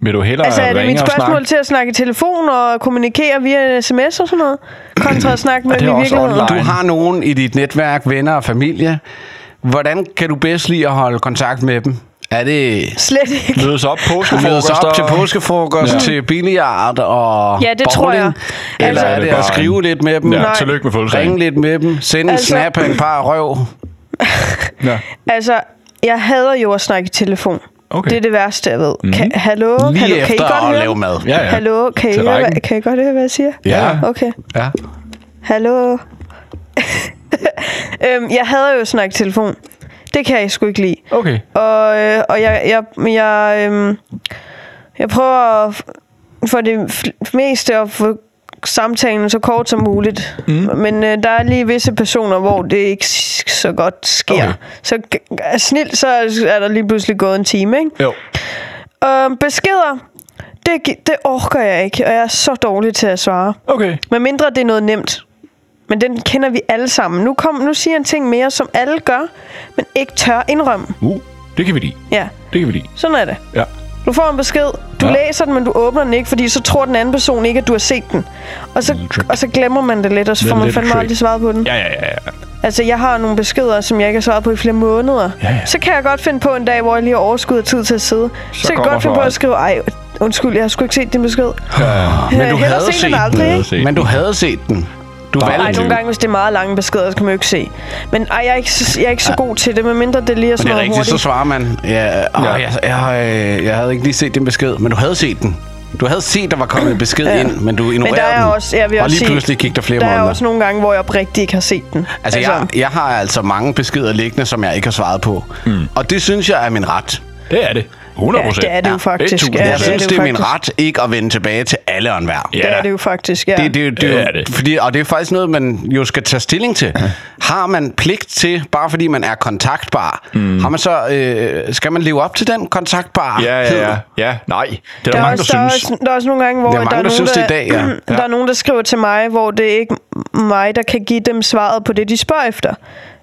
Speaker 3: Vil du hellere
Speaker 1: Altså, er det
Speaker 3: ringe
Speaker 1: mit
Speaker 3: og
Speaker 1: spørgsmål
Speaker 3: snakke?
Speaker 1: til at snakke i telefon og kommunikere via sms og sådan noget? Kontra at snakke med
Speaker 3: det er
Speaker 1: dem i
Speaker 3: også
Speaker 1: virkeligheden?
Speaker 3: online.
Speaker 2: Du
Speaker 3: Nej.
Speaker 2: har nogen i dit netværk, venner og familie. Hvordan kan du bedst lide at holde kontakt med dem? Er det
Speaker 1: Slet ikke.
Speaker 3: Mødes op
Speaker 2: mødes
Speaker 3: påskefrokost
Speaker 2: op
Speaker 3: og-
Speaker 2: til påskefrokost, ja. til billiard og
Speaker 1: Ja, det tror jeg.
Speaker 2: bowling? Eller
Speaker 1: Altså-
Speaker 2: altså, er det at skrive lidt med dem?
Speaker 3: Ja,
Speaker 1: Nej.
Speaker 3: tillykke med fødselsdagen.
Speaker 2: Ringe lidt med dem, sende
Speaker 1: Altså- Øh,
Speaker 2: altså, en snap af en par røv.
Speaker 1: Altså, jeg hader jo at snakke i telefon.
Speaker 3: Okay.
Speaker 1: Det er det værste, jeg ved. Mm. Kan, hallo,
Speaker 2: Lige
Speaker 1: hallo, kan I
Speaker 2: efter
Speaker 1: godt
Speaker 2: at
Speaker 1: høre?
Speaker 2: lave mad.
Speaker 3: Ja, ja.
Speaker 1: Hallo, kan I,
Speaker 3: Til
Speaker 1: høre,
Speaker 3: rækken.
Speaker 1: hvad, kan I godt høre, hvad jeg siger?
Speaker 2: Ja.
Speaker 1: Okay.
Speaker 2: Ja.
Speaker 1: Hallo. øhm, jeg hader jo at snakke i telefon. Det kan jeg sgu ikke lide.
Speaker 3: Okay.
Speaker 1: Og, øh, og jeg, jeg, jeg, øhm, jeg prøver at f- for det f- meste at få samtalen så kort som muligt. Mm. Men øh, der er lige visse personer, hvor det ikke s- så godt sker. Okay. Så g- g- snilt, så er der lige pludselig gået en time, ikke?
Speaker 3: Jo.
Speaker 1: Øhm, beskeder, det, gi- det orker jeg ikke, og jeg er så dårlig til at svare.
Speaker 3: Okay.
Speaker 1: Men mindre det er noget nemt. Men men den kender vi alle sammen. Nu, kom, nu siger jeg en ting mere, som alle gør, men ikke tør indrømme.
Speaker 3: Uh, det kan vi lide.
Speaker 1: Ja,
Speaker 3: Det kan vi lide.
Speaker 1: sådan er det.
Speaker 3: Ja.
Speaker 1: Du får en besked, du
Speaker 3: Ja.
Speaker 1: ja. læser den, men du åbner den ikke, fordi så tror den anden person ikke, at du har set den. Og så, og så glemmer man det lidt, og så
Speaker 3: Det er
Speaker 1: får man
Speaker 3: lidt
Speaker 1: fandme
Speaker 3: trick.
Speaker 1: aldrig svaret på den.
Speaker 3: Ja, ja, ja. ja.
Speaker 1: Altså, jeg har nogle beskeder, som jeg ikke har svaret på i flere måneder.
Speaker 3: Ja, ja.
Speaker 1: Så kan jeg godt finde på en dag, hvor jeg lige har overskud og tid til at sidde. Så, så kan jeg
Speaker 3: kommer
Speaker 1: godt finde på
Speaker 3: svaret.
Speaker 1: at skrive, ej, undskyld, jeg har sgu ikke set din besked. Ja, men
Speaker 2: du havde set den.
Speaker 1: aldrig, ikke?
Speaker 2: Men du havde set den. Du
Speaker 1: Ej,
Speaker 2: valgte
Speaker 1: nogle gange, hvis det er meget lange beskeder, så kan man jo ikke se. Men ej, jeg er ikke, så- jeg er ikke så god til det, medmindre det lige er sådan
Speaker 2: Det er
Speaker 1: noget
Speaker 2: rigtigt,
Speaker 1: hurtigt.
Speaker 2: så svarer man. Ja, åh, jeg, jeg, øh, jeg havde ikke lige set din besked, men du havde set den. Du havde set, der var kommet en besked ja. ind, men du ignorerede
Speaker 1: men der er
Speaker 2: den.
Speaker 1: også, jeg vil
Speaker 2: og
Speaker 1: også
Speaker 2: lige
Speaker 1: sige,
Speaker 2: pludselig gik der flere
Speaker 1: der
Speaker 2: måneder.
Speaker 1: er også nogle gange, hvor jeg oprigtigt ikke har set den.
Speaker 2: Altså, jeg, jeg har altså mange beskeder liggende, som jeg ikke har svaret på. Mm. Og det synes jeg er min ret.
Speaker 3: Det er det. 100
Speaker 1: ja, det er det jo faktisk. Ja,
Speaker 2: jeg
Speaker 1: det er
Speaker 2: synes,
Speaker 1: det
Speaker 2: det
Speaker 1: jo
Speaker 2: er min
Speaker 1: faktisk.
Speaker 2: ret ikke at vende tilbage til alle og enhver.
Speaker 3: Ja.
Speaker 1: Det er det jo faktisk, ja.
Speaker 2: Det, det, det,
Speaker 3: Det
Speaker 2: det,
Speaker 3: er
Speaker 2: er
Speaker 3: det.
Speaker 2: det. Fordi, og det er faktisk noget, man jo skal tage stilling til. Har man pligt til, bare fordi man er kontaktbar, mm. har man så, øh, skal man leve op til den kontaktbar?
Speaker 3: Ja, ja, ja. ja. Nej, det er der,
Speaker 1: Der er,
Speaker 3: mange, der,
Speaker 1: også, der, er
Speaker 3: synes.
Speaker 1: også, der er også nogle gange, hvor
Speaker 2: Der er mange,
Speaker 1: der, er
Speaker 2: der
Speaker 1: nogen,
Speaker 2: synes det i dag, ja.
Speaker 1: der er nogen, der skriver til mig, hvor det er ikke mig, der kan give dem svaret på det, de spørger efter.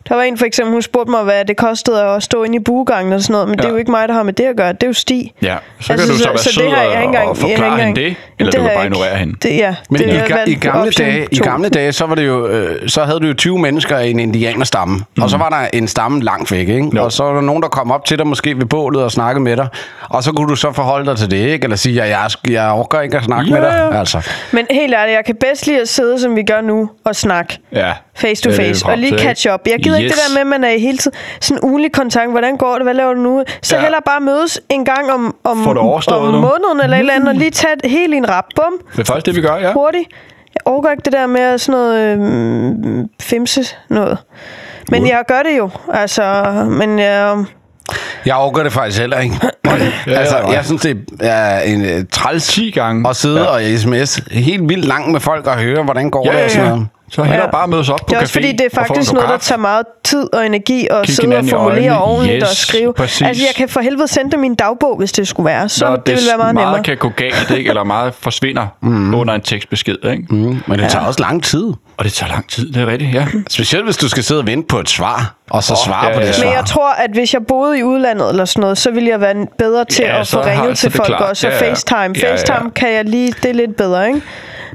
Speaker 1: Der var en for eksempel, hun spurgte mig, hvad det kostede at stå inde i bugegangen og sådan noget, men ja. det er jo ikke mig, der har med det at gøre, det er jo Stig. Altså,
Speaker 3: Ja, så kan du så være sød
Speaker 1: har
Speaker 3: og-
Speaker 1: ikke engang-
Speaker 3: og
Speaker 1: jeg har ikke
Speaker 3: forklare hende
Speaker 1: engang-
Speaker 3: det, eller
Speaker 1: det
Speaker 3: du kan
Speaker 1: har
Speaker 3: bare
Speaker 1: jeg ikke.
Speaker 3: ignorere hende.
Speaker 1: Det, ja,
Speaker 2: Men
Speaker 1: det
Speaker 2: i,
Speaker 1: er
Speaker 2: ga-
Speaker 1: valgt
Speaker 2: i, gamle
Speaker 1: option
Speaker 2: dage, i
Speaker 1: to.
Speaker 2: gamle dage, så var det jo, øh, så havde du jo 20 mennesker i en indianerstamme, mm. og så var der en stamme langt væk, ikke?
Speaker 3: Jo.
Speaker 2: Og så var der nogen, der kom op til dig, måske ved bålet og snakkede med dig, og så kunne du så forholde dig til det, ikke? Eller sige, at jeg, jeg, jeg orker ikke at snakke yeah. med dig, altså.
Speaker 1: Men helt ærligt, jeg kan bedst lide at sidde, som vi gør nu, og snakke.
Speaker 3: Ja.
Speaker 1: Face to
Speaker 3: Det er det, vi
Speaker 1: face.
Speaker 3: kom
Speaker 1: Og lige
Speaker 3: til, ikke?
Speaker 1: catch up. Jeg gider yes. ikke
Speaker 3: Yes.
Speaker 1: det der med, at man er i hele tiden sådan ugenlig kontakt. Hvordan går det? Hvad laver du nu? Så
Speaker 3: Ja.
Speaker 1: ja. heller bare mødes en gang om, om,
Speaker 3: Få det overstået
Speaker 1: om
Speaker 3: nu.
Speaker 1: måneden eller et eller andet, og lige tage det helt i en rap. Bum.
Speaker 3: Det er faktisk det, vi gør, ja.
Speaker 1: Hurtigt. Jeg overgår ikke det der med at sådan noget øh, femse noget. Men jeg gør det jo. Altså, men jeg...
Speaker 2: Jeg orker det faktisk heller ikke. altså,
Speaker 3: ja, ja.
Speaker 2: jeg synes, det er en øh, træls
Speaker 3: 10 gange.
Speaker 2: at sidde
Speaker 3: Ja.
Speaker 2: ja. og sms helt vildt langt med folk og høre, hvordan går
Speaker 3: Ja,
Speaker 2: det
Speaker 3: ja,
Speaker 2: og sådan
Speaker 3: ja.
Speaker 2: noget.
Speaker 3: Så hellere
Speaker 1: Ja.
Speaker 3: bare mødes op på
Speaker 1: Det er også
Speaker 3: café
Speaker 1: fordi, det er
Speaker 3: og få en
Speaker 1: faktisk
Speaker 3: kop
Speaker 1: noget, der
Speaker 3: kaffe.
Speaker 1: tager meget tid og energi at
Speaker 3: Kigge
Speaker 1: sidde og
Speaker 3: hinanden i
Speaker 1: formulere
Speaker 3: øjnene.
Speaker 1: ordentligt
Speaker 3: Yes,
Speaker 1: og skrive.
Speaker 3: præcis.
Speaker 1: Altså, jeg kan for helvede sende dem i en dagbog, hvis det skulle være. Så
Speaker 3: Når
Speaker 1: det ville være meget,
Speaker 3: meget
Speaker 1: nemmere.
Speaker 3: kan gå galt, ikke? eller meget forsvinder
Speaker 2: Mhm.
Speaker 3: mm. under en tekstbesked. Ikke? Mm.
Speaker 2: Mm, men det tager også lang tid.
Speaker 3: Og det tager lang tid, det er rigtigt, ja.
Speaker 2: Specielt hvis du skal sidde og vente på et svar, og så oh, svare
Speaker 3: ja,
Speaker 2: ja, på det
Speaker 3: ja.
Speaker 2: ja. svar.
Speaker 1: Men jeg tror, at hvis jeg boede i udlandet eller sådan noget, så ville jeg være bedre til
Speaker 3: Ja,
Speaker 1: at
Speaker 3: så
Speaker 1: få
Speaker 3: har-
Speaker 1: ringet
Speaker 3: så
Speaker 1: til
Speaker 3: er det
Speaker 1: folk
Speaker 3: klart.
Speaker 1: også. Og
Speaker 3: Ja, ja.
Speaker 1: FaceTime.
Speaker 3: Ja, ja.
Speaker 1: FaceTime kan jeg lige, det er lidt bedre, ikke?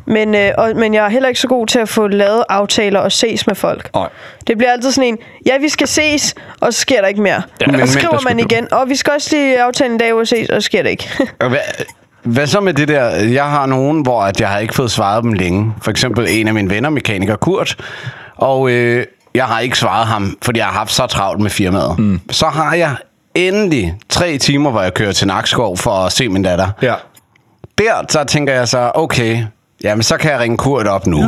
Speaker 1: Men, øh, og, men jeg er heller ikke så god til at få lavet aftaler og ses med folk.
Speaker 3: Nej.
Speaker 1: Det bliver altid sådan en, ja, vi skal ses, og så sker der ikke mere.
Speaker 3: Ja, men-
Speaker 1: og
Speaker 3: men
Speaker 1: så
Speaker 3: der
Speaker 1: skriver
Speaker 3: skulle
Speaker 1: man igen, og vi skal også lige aftale en dag, hvor vi ses, og så sker det ikke.
Speaker 2: Og Hvad, hvad så med det der? Jeg har nogen, hvor at jeg har ikke fået svaret dem længe. For eksempel en af mine venner, mekaniker Kurt. Og øh, jeg har ikke svaret ham, fordi jeg har haft så travlt med firmaet. Mm. Så har jeg endelig tre timer, hvor jeg kører til Nakskov for at se min datter.
Speaker 3: Ja.
Speaker 2: Der så tænker jeg så, okay, jamen så kan jeg ringe Kurt op nu.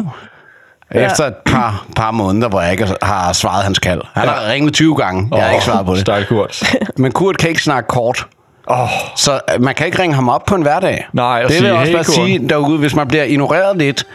Speaker 2: Ja. Efter et par, par måneder, hvor jeg ikke har svaret hans kald. Han har ringet 20 gange, jeg har ikke svaret på det.
Speaker 3: Stakkelkurs.
Speaker 2: Men Kurt kan ikke snakke kort.
Speaker 3: Åh,
Speaker 2: Så øh, man kan ikke ringe ham op på en hverdag.
Speaker 3: Nej,
Speaker 2: det
Speaker 3: og
Speaker 2: vil
Speaker 3: sige,
Speaker 2: jeg også
Speaker 3: "Hey,
Speaker 2: bare
Speaker 3: Kurt."
Speaker 2: sige derude, hvis man bliver ignoreret lidt,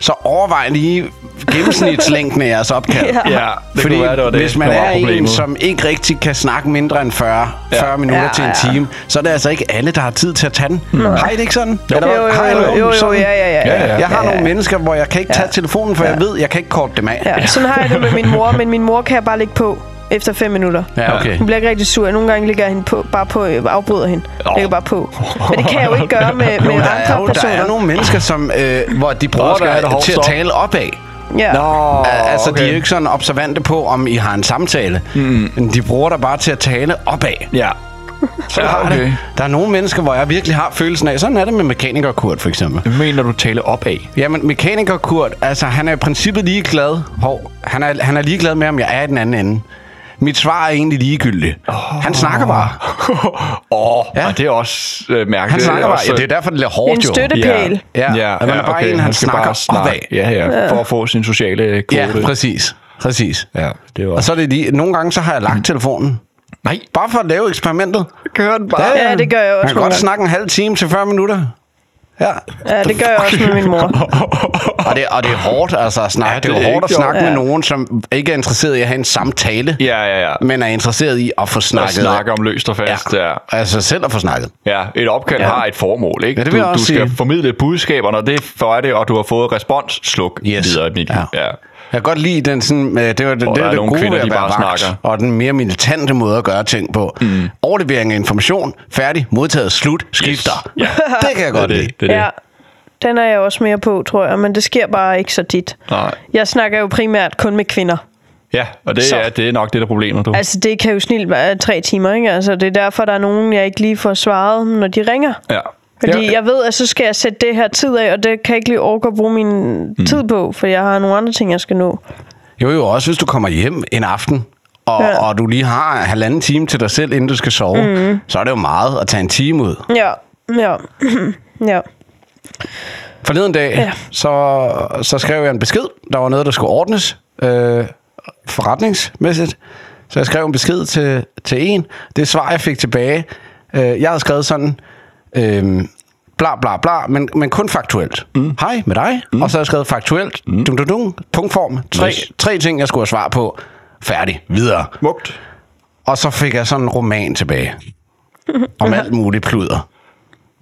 Speaker 2: så overvej lige gennemsnitslængden af jeres opkald.
Speaker 1: Ja.
Speaker 3: ja, det
Speaker 2: Fordi
Speaker 3: kunne være, det var det,
Speaker 2: hvis man
Speaker 3: der var
Speaker 2: er en,
Speaker 3: problemet.
Speaker 2: som ikke rigtig kan snakke mindre end 40, 40 minutter
Speaker 1: Ja,
Speaker 2: til en
Speaker 1: ja.
Speaker 2: time, så er det altså ikke alle, der har tid til at tage den. Har I det ikke sådan? Jo,
Speaker 1: jo, jo, jo, jo, jo, ja, ja, ja.
Speaker 3: Ja, ja.
Speaker 2: Jeg har nogle mennesker, hvor jeg kan ikke tage telefonen, for jeg ved, jeg kan ikke korte dem af.
Speaker 1: Ja, sådan har jeg det med min mor, men min mor kan jeg bare lægge på efter 5 minutter.
Speaker 2: Ja, okay.
Speaker 1: Hun bliver ikke rigtig sur. Nogle gange ligger jeg hende på, bare på, øh, afbryder hende. Oh. Lægger bare på. Men det kan jeg jo ikke gøre med, med
Speaker 2: Der er,
Speaker 1: andre
Speaker 2: jo, der er
Speaker 1: personer.
Speaker 2: nogle mennesker, som, øh, hvor de bruger
Speaker 3: skal have det
Speaker 2: dig
Speaker 3: hårdt
Speaker 2: til at
Speaker 3: stop.
Speaker 2: tale opad.
Speaker 1: Ja.
Speaker 3: Nå,
Speaker 2: Oh, altså, okay. de er
Speaker 3: okay.
Speaker 2: jo ikke sådan observante på, om I har en samtale. Mm. Men de bruger dig bare til at tale opad.
Speaker 3: Ja. Så ja,
Speaker 2: Har
Speaker 3: okay.
Speaker 2: det? Der er nogle mennesker, hvor jeg virkelig har følelsen af, sådan er det med mekanikerkurt for eksempel.
Speaker 3: Hvad mener du tale op af?
Speaker 2: Jamen, mekanikerkurt, altså han er i princippet ligeglad. Hov, han er, han er ligeglad med, om jeg er i den anden ende. Mit svar er egentlig ligegyldigt. Oh. Han snakker bare.
Speaker 3: Åh, oh,
Speaker 2: Ja.
Speaker 3: ja. det er også øh, mærkeligt.
Speaker 2: Han snakker bare.
Speaker 3: også,
Speaker 2: Ja, det er derfor, det er
Speaker 1: Det er
Speaker 2: hårdt
Speaker 1: en
Speaker 2: jo.
Speaker 1: støttepæl.
Speaker 2: Ja, ja, man er bare en, han
Speaker 3: skal
Speaker 2: snakker opad.
Speaker 3: Ja, ja, for at få sin sociale kvote.
Speaker 2: Ja, præcis. Altså, Præcis.
Speaker 3: Ja, det var...
Speaker 2: Og så er det lige, nogle gange så har jeg lagt telefonen.
Speaker 3: nej,
Speaker 2: Bare for at lave eksperimentet.
Speaker 3: kører den bare.
Speaker 1: Ja, det gør jeg
Speaker 2: Man
Speaker 1: også.
Speaker 2: kan
Speaker 1: nogle
Speaker 2: godt
Speaker 1: gange.
Speaker 2: snakke en halv time til 40 minutter. Ja.
Speaker 1: Ja, det gør jeg også med min mor.
Speaker 2: Og det, og det er hårdt altså, at snakke.
Speaker 3: Ja,
Speaker 2: Ja,
Speaker 3: det
Speaker 2: det, det
Speaker 3: er
Speaker 2: er jo hårdt at
Speaker 3: ikke
Speaker 2: snakke
Speaker 1: sjovt.
Speaker 2: med
Speaker 1: Ja.
Speaker 2: nogen, som ikke er interesseret i at have en samtale,
Speaker 3: Ja, ja, ja.
Speaker 2: men er interesseret i at få
Speaker 3: At
Speaker 2: snakket.
Speaker 3: snakke om løst og fast. Ja.
Speaker 2: ja. Altså selv at få snakket.
Speaker 3: Ja, et opkald ja. har et formål, ikke?
Speaker 2: Ja, det vil
Speaker 3: du,
Speaker 2: jeg også
Speaker 3: du skal
Speaker 2: sige.
Speaker 3: formidle budskaberne, og det for er det, og du har fået respons, sluk
Speaker 2: Yes.
Speaker 3: videre, Mikkel.
Speaker 2: Ja.
Speaker 3: Ja.
Speaker 2: kan godt lide den sådan, øh, det var det,
Speaker 10: Hvor
Speaker 2: det,
Speaker 10: der
Speaker 2: er
Speaker 10: er
Speaker 2: det
Speaker 10: nogle
Speaker 2: gode
Speaker 10: kvinder,
Speaker 2: ved at
Speaker 10: de
Speaker 2: være
Speaker 10: bare
Speaker 2: vagt,
Speaker 10: snakker.
Speaker 2: og den mere militante måde at gøre ting på. Mm. Overlevering af information, færdig, modtaget, slut, skifter.
Speaker 10: Ja.
Speaker 2: Det kan jeg godt lide.
Speaker 10: det, det, det.
Speaker 1: Ja. Den er jeg også mere på, tror jeg, men det sker bare ikke så tit.
Speaker 10: Nej.
Speaker 1: Jeg snakker jo primært kun med kvinder.
Speaker 10: Ja, og det
Speaker 1: Så.
Speaker 10: er, det er nok det, der er problemet, du.
Speaker 1: Altså, det kan jo snilt være tre timer, ikke? Altså, det er derfor, der er nogen, jeg ikke lige får svaret, når de ringer.
Speaker 10: Ja.
Speaker 1: Fordi
Speaker 10: Ja.
Speaker 1: jeg ved, at så skal jeg sætte det her tid af, og det kan jeg ikke lige orke at bruge min mm. tid på, for jeg har nogle andre ting, jeg skal nå.
Speaker 2: Jo, jo, også hvis du kommer hjem en aften, og, ja.
Speaker 1: Ja.
Speaker 2: og du lige har halvanden time til dig selv, inden du skal sove, mm. så er det jo meget at tage en time ud.
Speaker 1: Ja, ja, ja.
Speaker 2: Forleden dag, ja.
Speaker 1: Ja.
Speaker 2: så, så skrev jeg en besked. Der var noget, der skulle ordnes øh, forretningsmæssigt. Så jeg skrev en besked til, til en. Det svar, jeg fik tilbage, øh, jeg havde skrevet sådan, øh, bla bla bla, men, men kun faktuelt. Mm. Hej med dig. Mm. Og så har jeg skrevet faktuelt, mm. dum, dum, dum, punktform. Tre,
Speaker 10: Nice.
Speaker 2: tre ting, jeg skulle have svar på. Færdig. Videre.
Speaker 10: Smukt.
Speaker 2: Og så fik jeg sådan en roman tilbage. Om alt muligt pluder.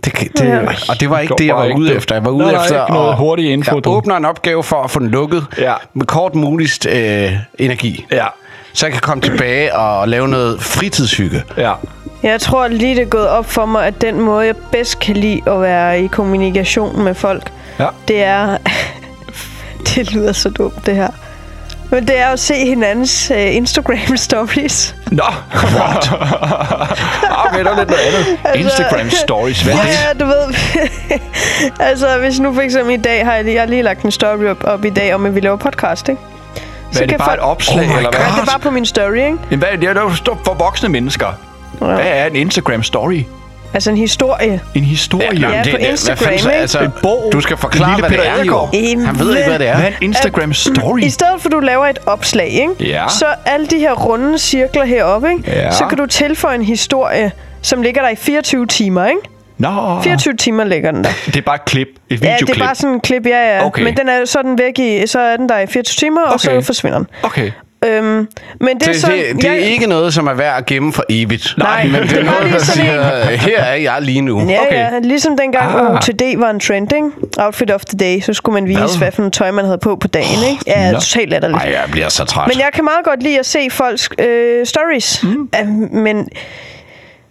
Speaker 2: Det, kan- det,
Speaker 1: Ja.
Speaker 2: og det var ikke
Speaker 10: går
Speaker 2: det, jeg
Speaker 10: bare
Speaker 2: var
Speaker 10: ikke,
Speaker 2: ude
Speaker 10: du.
Speaker 2: efter. Jeg var
Speaker 10: Nej,
Speaker 2: ude
Speaker 10: nej,
Speaker 2: efter
Speaker 10: ikke noget hurtig info,
Speaker 2: Jeg
Speaker 10: du.
Speaker 2: åbner en opgave for at få den lukket
Speaker 10: Ja.
Speaker 2: med kort muligst øh, energi.
Speaker 10: Ja.
Speaker 2: Så jeg kan komme tilbage og lave noget fritidshygge.
Speaker 10: Ja.
Speaker 1: Jeg tror lige, det er gået op for mig, at den måde, jeg bedst kan lide at være i kommunikation med folk,
Speaker 10: Ja.
Speaker 1: det er... det lyder så dumt, det her. Men det er at se hinandens øh, Instagram-stories.
Speaker 10: Nå, what? ah, okay, der er lidt noget andet. Instagram stories, hvad er det?
Speaker 1: Altså- Ja, du ved. altså, hvis nu for eksempel i dag har jeg lige, jeg har lige lagt en story op, op i dag om, at vi laver podcast, ikke?
Speaker 10: Hvad er det bare et opslag, oh eller hvad?
Speaker 1: Ja, det er bare på min story, ikke?
Speaker 10: Jamen, Hvad er det, der står for voksne mennesker? Hvad er en Instagram story?
Speaker 1: Altså en historie.
Speaker 10: En historie?
Speaker 1: Ja,
Speaker 2: Jamen,
Speaker 1: på
Speaker 2: hvad
Speaker 1: Instagram,
Speaker 2: fanden så-
Speaker 1: ikke?
Speaker 2: Altså,
Speaker 10: En bog.
Speaker 2: du skal forklare,
Speaker 10: En lille
Speaker 2: hvad det
Speaker 10: Peter
Speaker 2: er, jo.
Speaker 1: Jamen,
Speaker 2: Han ved ikke, hvad det
Speaker 10: Hvad
Speaker 2: er.
Speaker 10: er en
Speaker 1: Øhm,
Speaker 10: Instagram story?
Speaker 1: I stedet for, at du laver et opslag, ikke?
Speaker 10: Ja.
Speaker 1: Så alle de her runde cirkler heroppe, ikke?
Speaker 10: Ja.
Speaker 1: Så kan du tilføje en historie, som ligger der i 24 timer, ikke?
Speaker 10: Nå,
Speaker 1: 24 timer ligger den der.
Speaker 10: det er bare et klip. Et videoklip.
Speaker 1: Ja, det er bare sådan en klip, ja, ja.
Speaker 10: Okay.
Speaker 1: Men den er, så er den væk i, så er den der i 24 timer, okay. og så
Speaker 10: Okay.
Speaker 1: forsvinder den.
Speaker 10: Okay.
Speaker 1: Øhm, men det, er
Speaker 2: Det,
Speaker 1: så...
Speaker 2: det, det er
Speaker 1: jeg-
Speaker 2: ikke noget, som er værd at gemme for evigt.
Speaker 1: Nej,
Speaker 2: men det
Speaker 1: det
Speaker 2: er
Speaker 1: er bare
Speaker 2: noget, der
Speaker 1: lige sådan
Speaker 2: siger, her er jeg lige nu.
Speaker 1: Ja,
Speaker 10: Okay.
Speaker 1: okay. ja. Ligesom dengang ah. OTD var en trending, outfit of the day, så skulle man vise, hvad, hvad for noget tøj, man havde på på dagen, ikke? Ja,
Speaker 10: nå.
Speaker 1: totalt latterligt.
Speaker 2: Ej, jeg bliver så træt.
Speaker 1: Men jeg kan meget godt lide at se folks øh, stories. Mm. Uh, men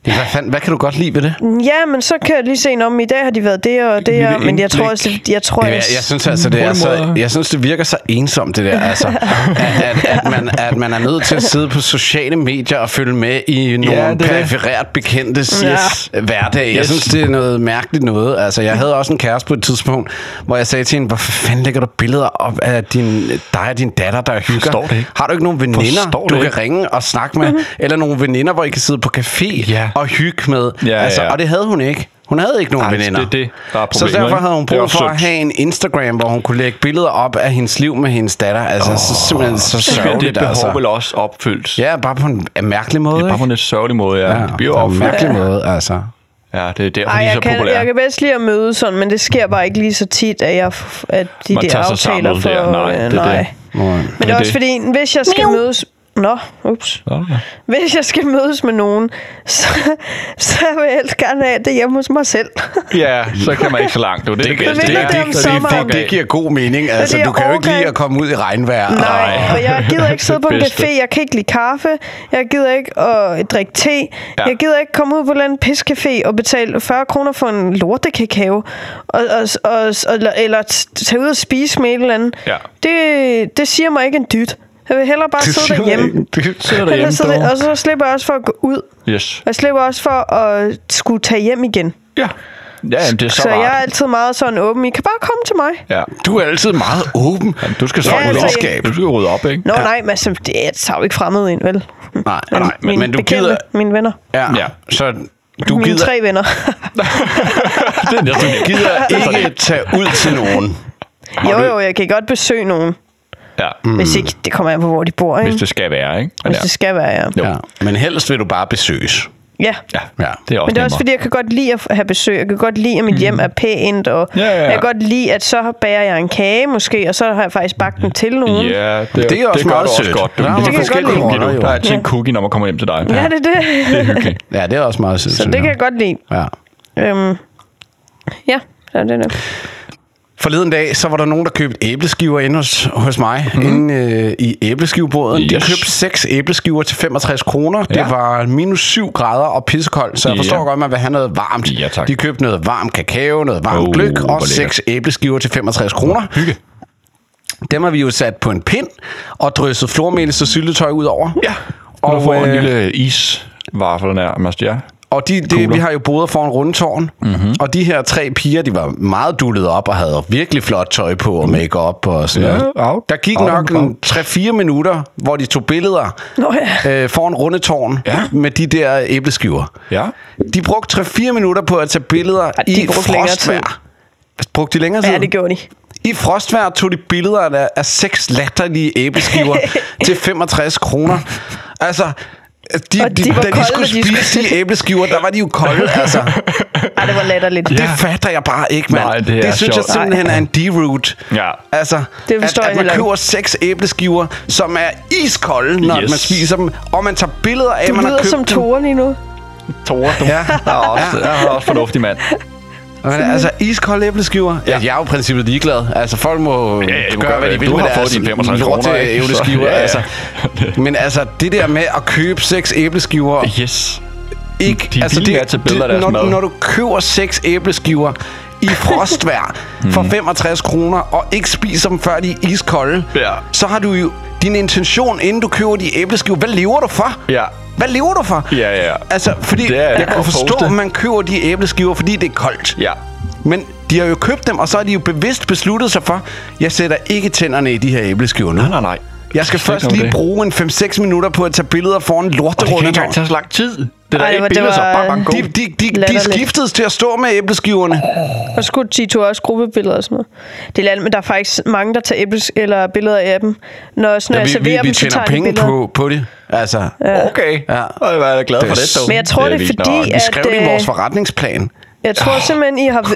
Speaker 2: Hvad, fanden, hvad kan du godt lide ved det?
Speaker 1: ja, men så kan jeg lige se, om i dag har de været det og det her. Men jeg tror også, jeg, jeg tror,
Speaker 2: Jamen, jeg, jeg synes altså, det er så, jeg synes, det virker så ensomt, det der. Altså, at, at, at, man, at man er nødt til at sidde på sociale medier og følge med i nogle ja,
Speaker 10: det er det.
Speaker 2: periferet bekendte yes. hverdag. Jeg synes, det er noget mærkeligt noget. Altså, jeg havde også en kæreste på et tidspunkt, hvor jeg sagde til hende, hvorfor fanden lægger du billeder op af din, dig og din datter, der hygger?
Speaker 10: Forstår det ikke.
Speaker 2: Har du ikke nogen veninder,
Speaker 10: Forstår
Speaker 2: du
Speaker 10: det
Speaker 2: kan
Speaker 10: ikke.
Speaker 2: ringe og snakke med? Mm-hmm. Eller nogle veninder, hvor I kan sidde på café
Speaker 10: Ja.
Speaker 2: og hygge med?
Speaker 10: Ja, ja,
Speaker 2: altså,
Speaker 10: ja.
Speaker 2: Og det havde hun ikke. Hun havde ikke nogen
Speaker 10: Nej,
Speaker 2: veninder.
Speaker 10: det er det, der er
Speaker 2: så
Speaker 10: problemet,
Speaker 2: derfor
Speaker 10: ikke?
Speaker 2: havde hun
Speaker 10: Det er
Speaker 2: brug
Speaker 10: også
Speaker 2: for at
Speaker 10: sundt.
Speaker 2: have en Instagram, hvor hun kunne lægge billeder op af hendes liv med hendes datter. Altså, oh, så simpelthen så
Speaker 10: Så bliver det
Speaker 2: sørgeligt,
Speaker 10: behov vel
Speaker 2: altså.
Speaker 10: også opfyldt.
Speaker 2: Ja, bare på en en mærkelig måde,
Speaker 10: Bare på en lidt sørgelig måde, ja.
Speaker 2: Ja,
Speaker 10: Det bliver
Speaker 2: på en
Speaker 10: opfyldt.
Speaker 2: mærkelig måde, altså.
Speaker 10: Ja, det er derfor,
Speaker 1: Ej,
Speaker 10: de er så
Speaker 1: jeg kan, jeg
Speaker 10: populære.
Speaker 1: kan bedst lide at møde sådan, men det sker bare ikke lige så tit, at, jeg, f- at de
Speaker 10: Man
Speaker 1: der
Speaker 10: tager sig
Speaker 1: aftaler
Speaker 10: sammen
Speaker 1: for...
Speaker 10: der. Nej, det er
Speaker 1: øh,
Speaker 10: det.
Speaker 2: Nej.
Speaker 1: Men det
Speaker 10: er
Speaker 1: er også
Speaker 10: det.
Speaker 1: fordi, hvis jeg skal mødes... Nå, ups. Hvis jeg skal mødes med nogen, så, så vil jeg helst gerne have det hjemme hos mig selv.
Speaker 10: Ja, så kan man ikke så langt. Du. Det, er det,
Speaker 1: Men
Speaker 2: Altså,
Speaker 10: bedste.
Speaker 1: mindre det er om sommeren.
Speaker 2: Det giver god mening. Altså,
Speaker 1: det er
Speaker 2: du kan jo ikke
Speaker 1: overgang.
Speaker 2: lide at komme ud i regnvejr.
Speaker 1: Nej,
Speaker 10: Ej.
Speaker 1: og jeg gider ikke sidde på en
Speaker 10: Det bedste.
Speaker 1: café, jeg kan ikke lide kaffe, jeg gider ikke at drikke te,
Speaker 10: Ja.
Speaker 1: ja. jeg gider ikke komme ud på en eller anden piscafé og betale 40 kroner for en lortekakao, og, og, og, og, eller, eller t- tage ud og spise med et eller andet.
Speaker 10: Ja.
Speaker 1: Det, det siger mig ikke en dyt. Jeg vil hellere bare sidde derhjemme.
Speaker 10: Sidder
Speaker 1: Hellere sidde
Speaker 10: derhjemme,
Speaker 1: og så slipper jeg også for at gå ud,
Speaker 10: du. Yes.
Speaker 1: og jeg slipper også for at skulle tage hjem igen.
Speaker 10: Ja. Ja, jamen, det er så,
Speaker 1: Så jeg er
Speaker 10: rart.
Speaker 1: altid meget sådan åben. I kan bare komme til mig.
Speaker 10: Ja.
Speaker 2: Du er altid meget åben.
Speaker 10: Jamen, du skal så
Speaker 1: Ja,
Speaker 10: rydde
Speaker 1: altså,
Speaker 10: op. Du skal rydde op, ikke?
Speaker 1: Nå ja. nej, men altså, det jeg tager jo ikke fremmed ind, vel?
Speaker 2: Nej, nej, men,
Speaker 1: mine
Speaker 2: men du
Speaker 1: bekendte,
Speaker 2: gider...
Speaker 1: Mine venner.
Speaker 2: Ja,
Speaker 10: Ja.
Speaker 2: så du
Speaker 1: mine
Speaker 2: gider,
Speaker 1: tre venner.
Speaker 10: Det er næsten
Speaker 2: du gider
Speaker 10: Altså,
Speaker 2: ikke tage ud til nogen.
Speaker 1: jo, jo, jeg kan godt besøge nogen.
Speaker 10: Ja,
Speaker 1: Mm. Hvis ikke, det kommer an på, hvor de bor, ikke?
Speaker 10: hvis det skal være, ikke? Men
Speaker 1: Hvis
Speaker 10: ja.
Speaker 1: det skal være, ja.
Speaker 10: Jo.
Speaker 2: Ja. Men helst vil du bare besøges.
Speaker 1: Ja.
Speaker 10: Ja,
Speaker 2: Ja.
Speaker 10: det er også
Speaker 1: Men det er også
Speaker 10: nemmere.
Speaker 1: fordi, jeg kan godt lide at have besøg. Jeg kan godt lide, at mit mm. hjem er pænt, og
Speaker 10: Ja, ja, ja.
Speaker 1: jeg kan godt lide, at så bager jeg en kage måske, og så har jeg faktisk bagt den til nogen.
Speaker 10: Ja, det,
Speaker 2: Det er også
Speaker 10: det gør
Speaker 2: meget
Speaker 10: du
Speaker 2: sødt.
Speaker 10: også godt. Du.
Speaker 2: Der er
Speaker 10: Der,
Speaker 2: mange
Speaker 10: det er forskellige
Speaker 2: forskellige
Speaker 10: cookie,
Speaker 2: roller,
Speaker 10: du.
Speaker 2: jo.
Speaker 10: Der er altid en cookie, når man kommer hjem til dig.
Speaker 1: Ja, det er det.
Speaker 10: Det er hyggeligt.
Speaker 2: Ja, det er også meget sødt.
Speaker 1: så det
Speaker 2: synes
Speaker 1: kan
Speaker 2: jeg.
Speaker 1: jeg godt lide.
Speaker 2: Ja.
Speaker 1: Øhm, ja, så er det der.
Speaker 2: Forleden dag, så var der nogen, der købte æbleskiver inde hos, hos mig, mm. inde øh, i æbleskivebåden. Yes. De
Speaker 10: Mhm. Yes.
Speaker 2: købte seks æbleskiver til 65 kroner. Ja. Det var minus 7 grader og pissekoldt, så jeg
Speaker 10: Ja.
Speaker 2: forstår godt, at man vil have noget varmt.
Speaker 10: Ja, tak.
Speaker 2: De købte noget varm kakao, noget varm oh,
Speaker 10: Oh,
Speaker 2: gløk
Speaker 10: hvor
Speaker 2: og seks
Speaker 10: lækkert.
Speaker 2: æbleskiver til 65 kroner. Hygge. Dem har vi jo sat på en pind og drysset flormelis og syltetøj ud over.
Speaker 3: Ja.
Speaker 2: Og,
Speaker 3: Og du får en
Speaker 2: øh,
Speaker 3: lille isvaffel der, Mads. Ja.
Speaker 2: Og de, det, vi har jo boet foran rundetårn,
Speaker 3: Mhm.
Speaker 2: mm-hmm. og de her tre piger, de var meget dullet op og havde virkelig flot tøj på og makeup og sådan
Speaker 3: Mhm. Ja,
Speaker 2: noget.
Speaker 3: out.
Speaker 2: Der gik
Speaker 3: Out
Speaker 2: nok
Speaker 3: and proud.
Speaker 2: en 3-4 minutter, hvor de tog billeder
Speaker 1: Nå ja.
Speaker 2: øh, foran rundetårn
Speaker 3: Ja.
Speaker 2: med de der æbleskiver.
Speaker 3: Ja.
Speaker 2: De brugte 3-4 minutter på at tage billeder
Speaker 1: de
Speaker 2: i
Speaker 1: brugte længere tid.
Speaker 2: frostvær. Brugte de længere tid?
Speaker 1: Ja, det gjorde de.
Speaker 2: I frostvær tog de billeder af, af seks latterlige æbleskiver til 65 kroner. Altså, de,
Speaker 1: Og
Speaker 2: de,
Speaker 1: de var
Speaker 2: da
Speaker 1: kolde,
Speaker 2: de skulle
Speaker 1: da de skulle-
Speaker 2: spise de æbleskiver, der var de jo kolde, altså.
Speaker 1: Ej, det var latterligt.
Speaker 2: Det fatter jeg bare ikke, mand.
Speaker 3: Nej, det er
Speaker 2: synes jeg
Speaker 3: sjovt.
Speaker 2: simpelthen er en deroute.
Speaker 3: Ja.
Speaker 2: Altså,
Speaker 1: Det
Speaker 2: at,
Speaker 1: forstår jeg
Speaker 2: at man
Speaker 1: heller ikke.
Speaker 2: køber seks æbleskiver, som er iskolde, når
Speaker 3: Yes.
Speaker 2: man spiser dem, og man tager billeder af,
Speaker 1: Du
Speaker 2: man har
Speaker 1: lyder
Speaker 2: købt
Speaker 1: som
Speaker 2: dem.
Speaker 1: Tore lige nu.
Speaker 3: Tore, du.
Speaker 2: Ja.
Speaker 3: Der er også, der er også fornuftig mand.
Speaker 2: Men, altså, iskolde æbleskiver. Ja. Jeg er jo i princippet ligeglad. Altså, folk må ja,
Speaker 3: ja, du
Speaker 2: gøre,
Speaker 3: gør,
Speaker 2: hvad de
Speaker 3: du
Speaker 2: vil med
Speaker 3: har
Speaker 2: deres
Speaker 3: fået dine 65
Speaker 2: lorte
Speaker 3: kroner, ikke? Så-
Speaker 2: æbleskiver.
Speaker 3: ja, ja.
Speaker 2: Altså. Men altså, det der med at købe seks æbleskiver...
Speaker 3: Yes.
Speaker 2: Ikke,
Speaker 3: de er
Speaker 2: altså,
Speaker 3: villige med at tage billeder af deres
Speaker 2: når,
Speaker 3: mad.
Speaker 2: når du køber seks æbleskiver i frostvær for
Speaker 3: Mhm.
Speaker 2: 65 kroner, og ikke spiser dem, før de er iskolde,
Speaker 3: Ja.
Speaker 2: så har du jo din intention, inden du køber de æbleskiver. Hvad lever du for?
Speaker 3: Ja.
Speaker 2: Hvad lever du for?
Speaker 3: Ja, ja.
Speaker 2: Altså, fordi
Speaker 3: Det er-
Speaker 2: jeg
Speaker 3: jeg
Speaker 2: kan
Speaker 3: kan
Speaker 2: forstå,
Speaker 3: poste.
Speaker 2: at man køber de æbleskiver, fordi det er koldt.
Speaker 3: Ja.
Speaker 2: Men de har jo købt dem, og så har de jo bevidst besluttet sig for, jeg sætter ikke tænderne i de her æbleskiver nu.
Speaker 3: Nej, nej, nej.
Speaker 2: Jeg skal
Speaker 3: Det er
Speaker 2: først
Speaker 3: ikke
Speaker 2: lige
Speaker 3: noget
Speaker 2: bruge en 5-6 minutter på at tage billeder foran
Speaker 3: Og det kan ikke engang
Speaker 2: lorterundet.
Speaker 3: tage så lang tid. Det der
Speaker 1: Ej,
Speaker 3: et
Speaker 1: det
Speaker 3: billede,
Speaker 1: var-
Speaker 3: så bare, bare gå.
Speaker 2: De, de, de, de
Speaker 1: Latterligt.
Speaker 2: skiftedes til at stå med æbleskiverne.
Speaker 1: Og så skulle de tog også gruppebilleder og sådan noget. Det er land, men der er faktisk mange, der tager æbles, eller billeder af dem. Når, sådan, når jeg serverer dem, så tager de billeder.
Speaker 2: på det. Altså,
Speaker 3: Okay.
Speaker 2: Ja.
Speaker 3: Ja. Og jeg var da glad
Speaker 2: Det er
Speaker 3: for det, dog.
Speaker 1: øh. Men jeg tror, det er
Speaker 3: vildt
Speaker 1: fordi,
Speaker 3: nok.
Speaker 2: vi
Speaker 1: at,
Speaker 2: skrev det i
Speaker 1: øh,
Speaker 2: vores forretningsplan.
Speaker 1: Jeg tror simpelthen, I har,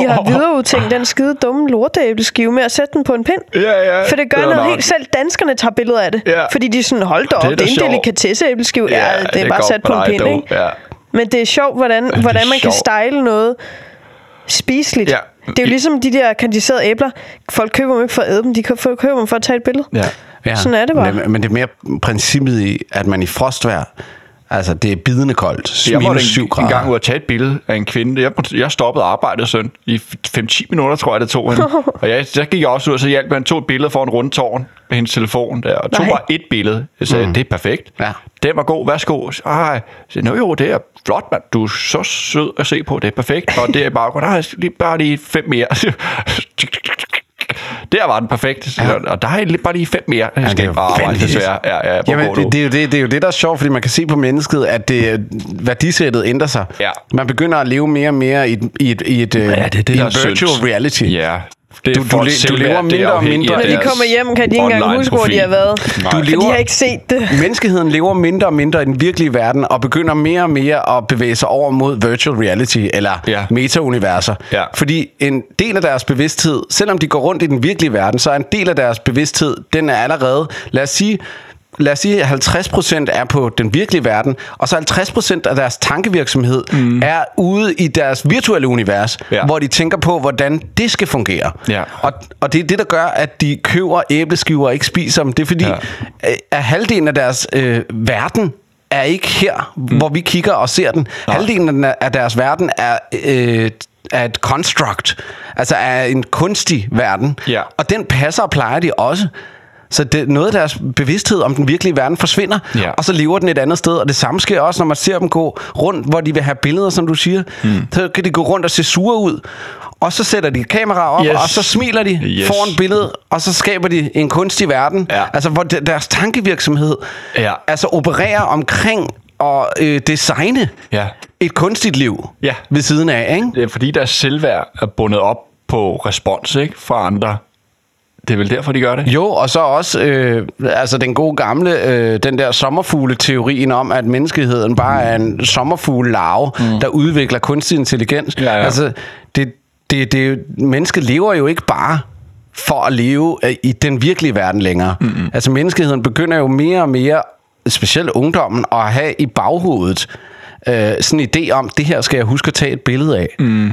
Speaker 1: I har videreudtænkt den skide dumme lorteæbleskive med at sætte den på en pind.
Speaker 3: Ja, ja.
Speaker 1: For det gør
Speaker 3: Det var
Speaker 1: noget
Speaker 3: nok.
Speaker 1: helt selv. Danskerne tager billeder af det.
Speaker 3: Ja.
Speaker 1: Fordi de er sådan, hold da op,
Speaker 3: da
Speaker 1: det er, en
Speaker 3: sjovt.
Speaker 1: delikatesseæbleskive. Ja, ja, øh, det er det bare
Speaker 3: godt
Speaker 1: sat
Speaker 3: for
Speaker 1: på en
Speaker 3: dig,
Speaker 1: pind,
Speaker 3: dog.
Speaker 1: ikke?
Speaker 3: Ja.
Speaker 1: Men det er sjovt, hvordan,
Speaker 3: er
Speaker 1: hvordan man kan
Speaker 3: sjovt.
Speaker 1: style noget spiseligt.
Speaker 3: Ja.
Speaker 1: Det er jo ligesom de der kandiserede æbler. Folk køber dem ikke for at æde dem, de kø- folk køber dem for at tage et billede.
Speaker 2: Ja.
Speaker 1: Sådan er det bare.
Speaker 2: Men, men det er mere princippet i, at man i frostvær, altså det er bidende koldt,
Speaker 3: Jeg måtte
Speaker 2: minus 7
Speaker 3: en,
Speaker 2: grader.
Speaker 3: en gang ud og tage et billede af en kvinde. Jeg, måtte- jeg stoppede arbejdet søn i 5-10 minutter, tror jeg, det tog hende. og jeg, der gik jeg også ud, og så hjalp han to billeder foran rundtårn med hendes telefon der. Og tog
Speaker 1: Nej.
Speaker 3: bare et billede. Jeg sagde, mm. det er perfekt.
Speaker 2: Ja.
Speaker 3: Den var god, værsgo. Så, Ej, jeg sagde, Nå jo, det er flot, mand. Du er så sød at se på. Det er perfekt. Og det er bare, nej, lige, bare lige fem mere. Der var den perfekt. Så, ja. Og der er lige- bare lige fem mere. Jeg skal
Speaker 2: jo
Speaker 3: bare arbejde,
Speaker 2: vanvittigt.
Speaker 3: desværre. Ja, ja, hvor går
Speaker 2: Jamen,
Speaker 3: du?
Speaker 2: det, det, er jo det, det er jo det, der er sjovt, fordi man kan se på mennesket, at det, værdisættet ændrer sig.
Speaker 3: Ja.
Speaker 2: Man begynder at leve mere og mere i et, i et, i et, ja, det, det, i en virtual
Speaker 3: synd.
Speaker 2: reality.
Speaker 3: Ja. Det
Speaker 2: Du-
Speaker 3: er
Speaker 2: du
Speaker 3: folks
Speaker 2: le- du
Speaker 3: selvværd,
Speaker 2: lever
Speaker 3: det er
Speaker 2: mindre og
Speaker 3: afhængigt
Speaker 2: mindre
Speaker 3: af
Speaker 1: Når de
Speaker 3: deres
Speaker 1: kommer hjem, kan de ikke engang huske, hvor de har
Speaker 3: online-profil.
Speaker 1: været.
Speaker 3: Nej.
Speaker 2: Du
Speaker 1: For
Speaker 2: lever-
Speaker 1: de har ikke set det.
Speaker 2: Menneskeheden lever mindre og mindre i den virkelige verden, og begynder mere og mere at bevæge sig over mod virtual reality, eller ja.
Speaker 3: Ja.
Speaker 2: metauniverser.
Speaker 3: Ja.
Speaker 2: Fordi en del af deres bevidsthed, selvom de går rundt i den virkelige verden, så er en del af deres bevidsthed, den er allerede, lad os sige, lad os sige, 50% er på den virkelige verden, og så 50% af deres tankevirksomhed mm. er ude i deres virtuelle univers, ja.
Speaker 3: Ja.
Speaker 2: hvor de tænker på, hvordan det skal fungere.
Speaker 3: Ja.
Speaker 2: Og, og det er det, der gør, at de køber æbleskiver og ikke spiser dem. Det er fordi, ja.
Speaker 3: Ja.
Speaker 2: at halvdelen af deres øh, verden er ikke her, mm. hvor vi kigger og ser den. Nej. Halvdelen af- af deres verden er, øh, er et construct, altså er en kunstig verden.
Speaker 3: Ja.
Speaker 2: Og den passer og plejer de også. Så det, noget af deres bevidsthed om den virkelige verden forsvinder,
Speaker 3: Ja.
Speaker 2: og så lever den et andet sted. Og det samme sker også, når man ser dem gå rundt, hvor de vil have billeder, som du siger. Mm. Så kan de gå rundt og se sure ud. Og så sætter de kamera op, yes.
Speaker 3: Yes.
Speaker 2: og så smiler de yes.
Speaker 3: Yes.
Speaker 2: foran billedet, og så skaber de en kunstig verden.
Speaker 3: Ja.
Speaker 2: Altså, hvor de- deres tankevirksomhed
Speaker 3: Ja.
Speaker 2: altså opererer omkring og øh, designe
Speaker 3: Ja.
Speaker 2: et kunstigt liv
Speaker 3: Ja.
Speaker 2: ved siden af, ikke?
Speaker 3: Det er fordi, deres selvværd er bundet op på respons ikke? fra andre. Det er vel derfor, de gør det?
Speaker 2: Jo, og så også øh, altså den gode gamle, øh, den der sommerfugle-teorien om, at menneskeheden bare er en sommerfugle-larve, mm. der udvikler kunstig intelligens.
Speaker 3: Ja, ja.
Speaker 2: Altså, det, det, det, er jo- mennesket lever jo ikke bare for at leve øh, i den virkelige verden længere. Mm-hmm. Altså, menneskeheden begynder jo mere og mere, specielt ungdommen, at have i baghovedet øh, sådan en idé om, det her skal jeg huske at tage et billede af. Mm.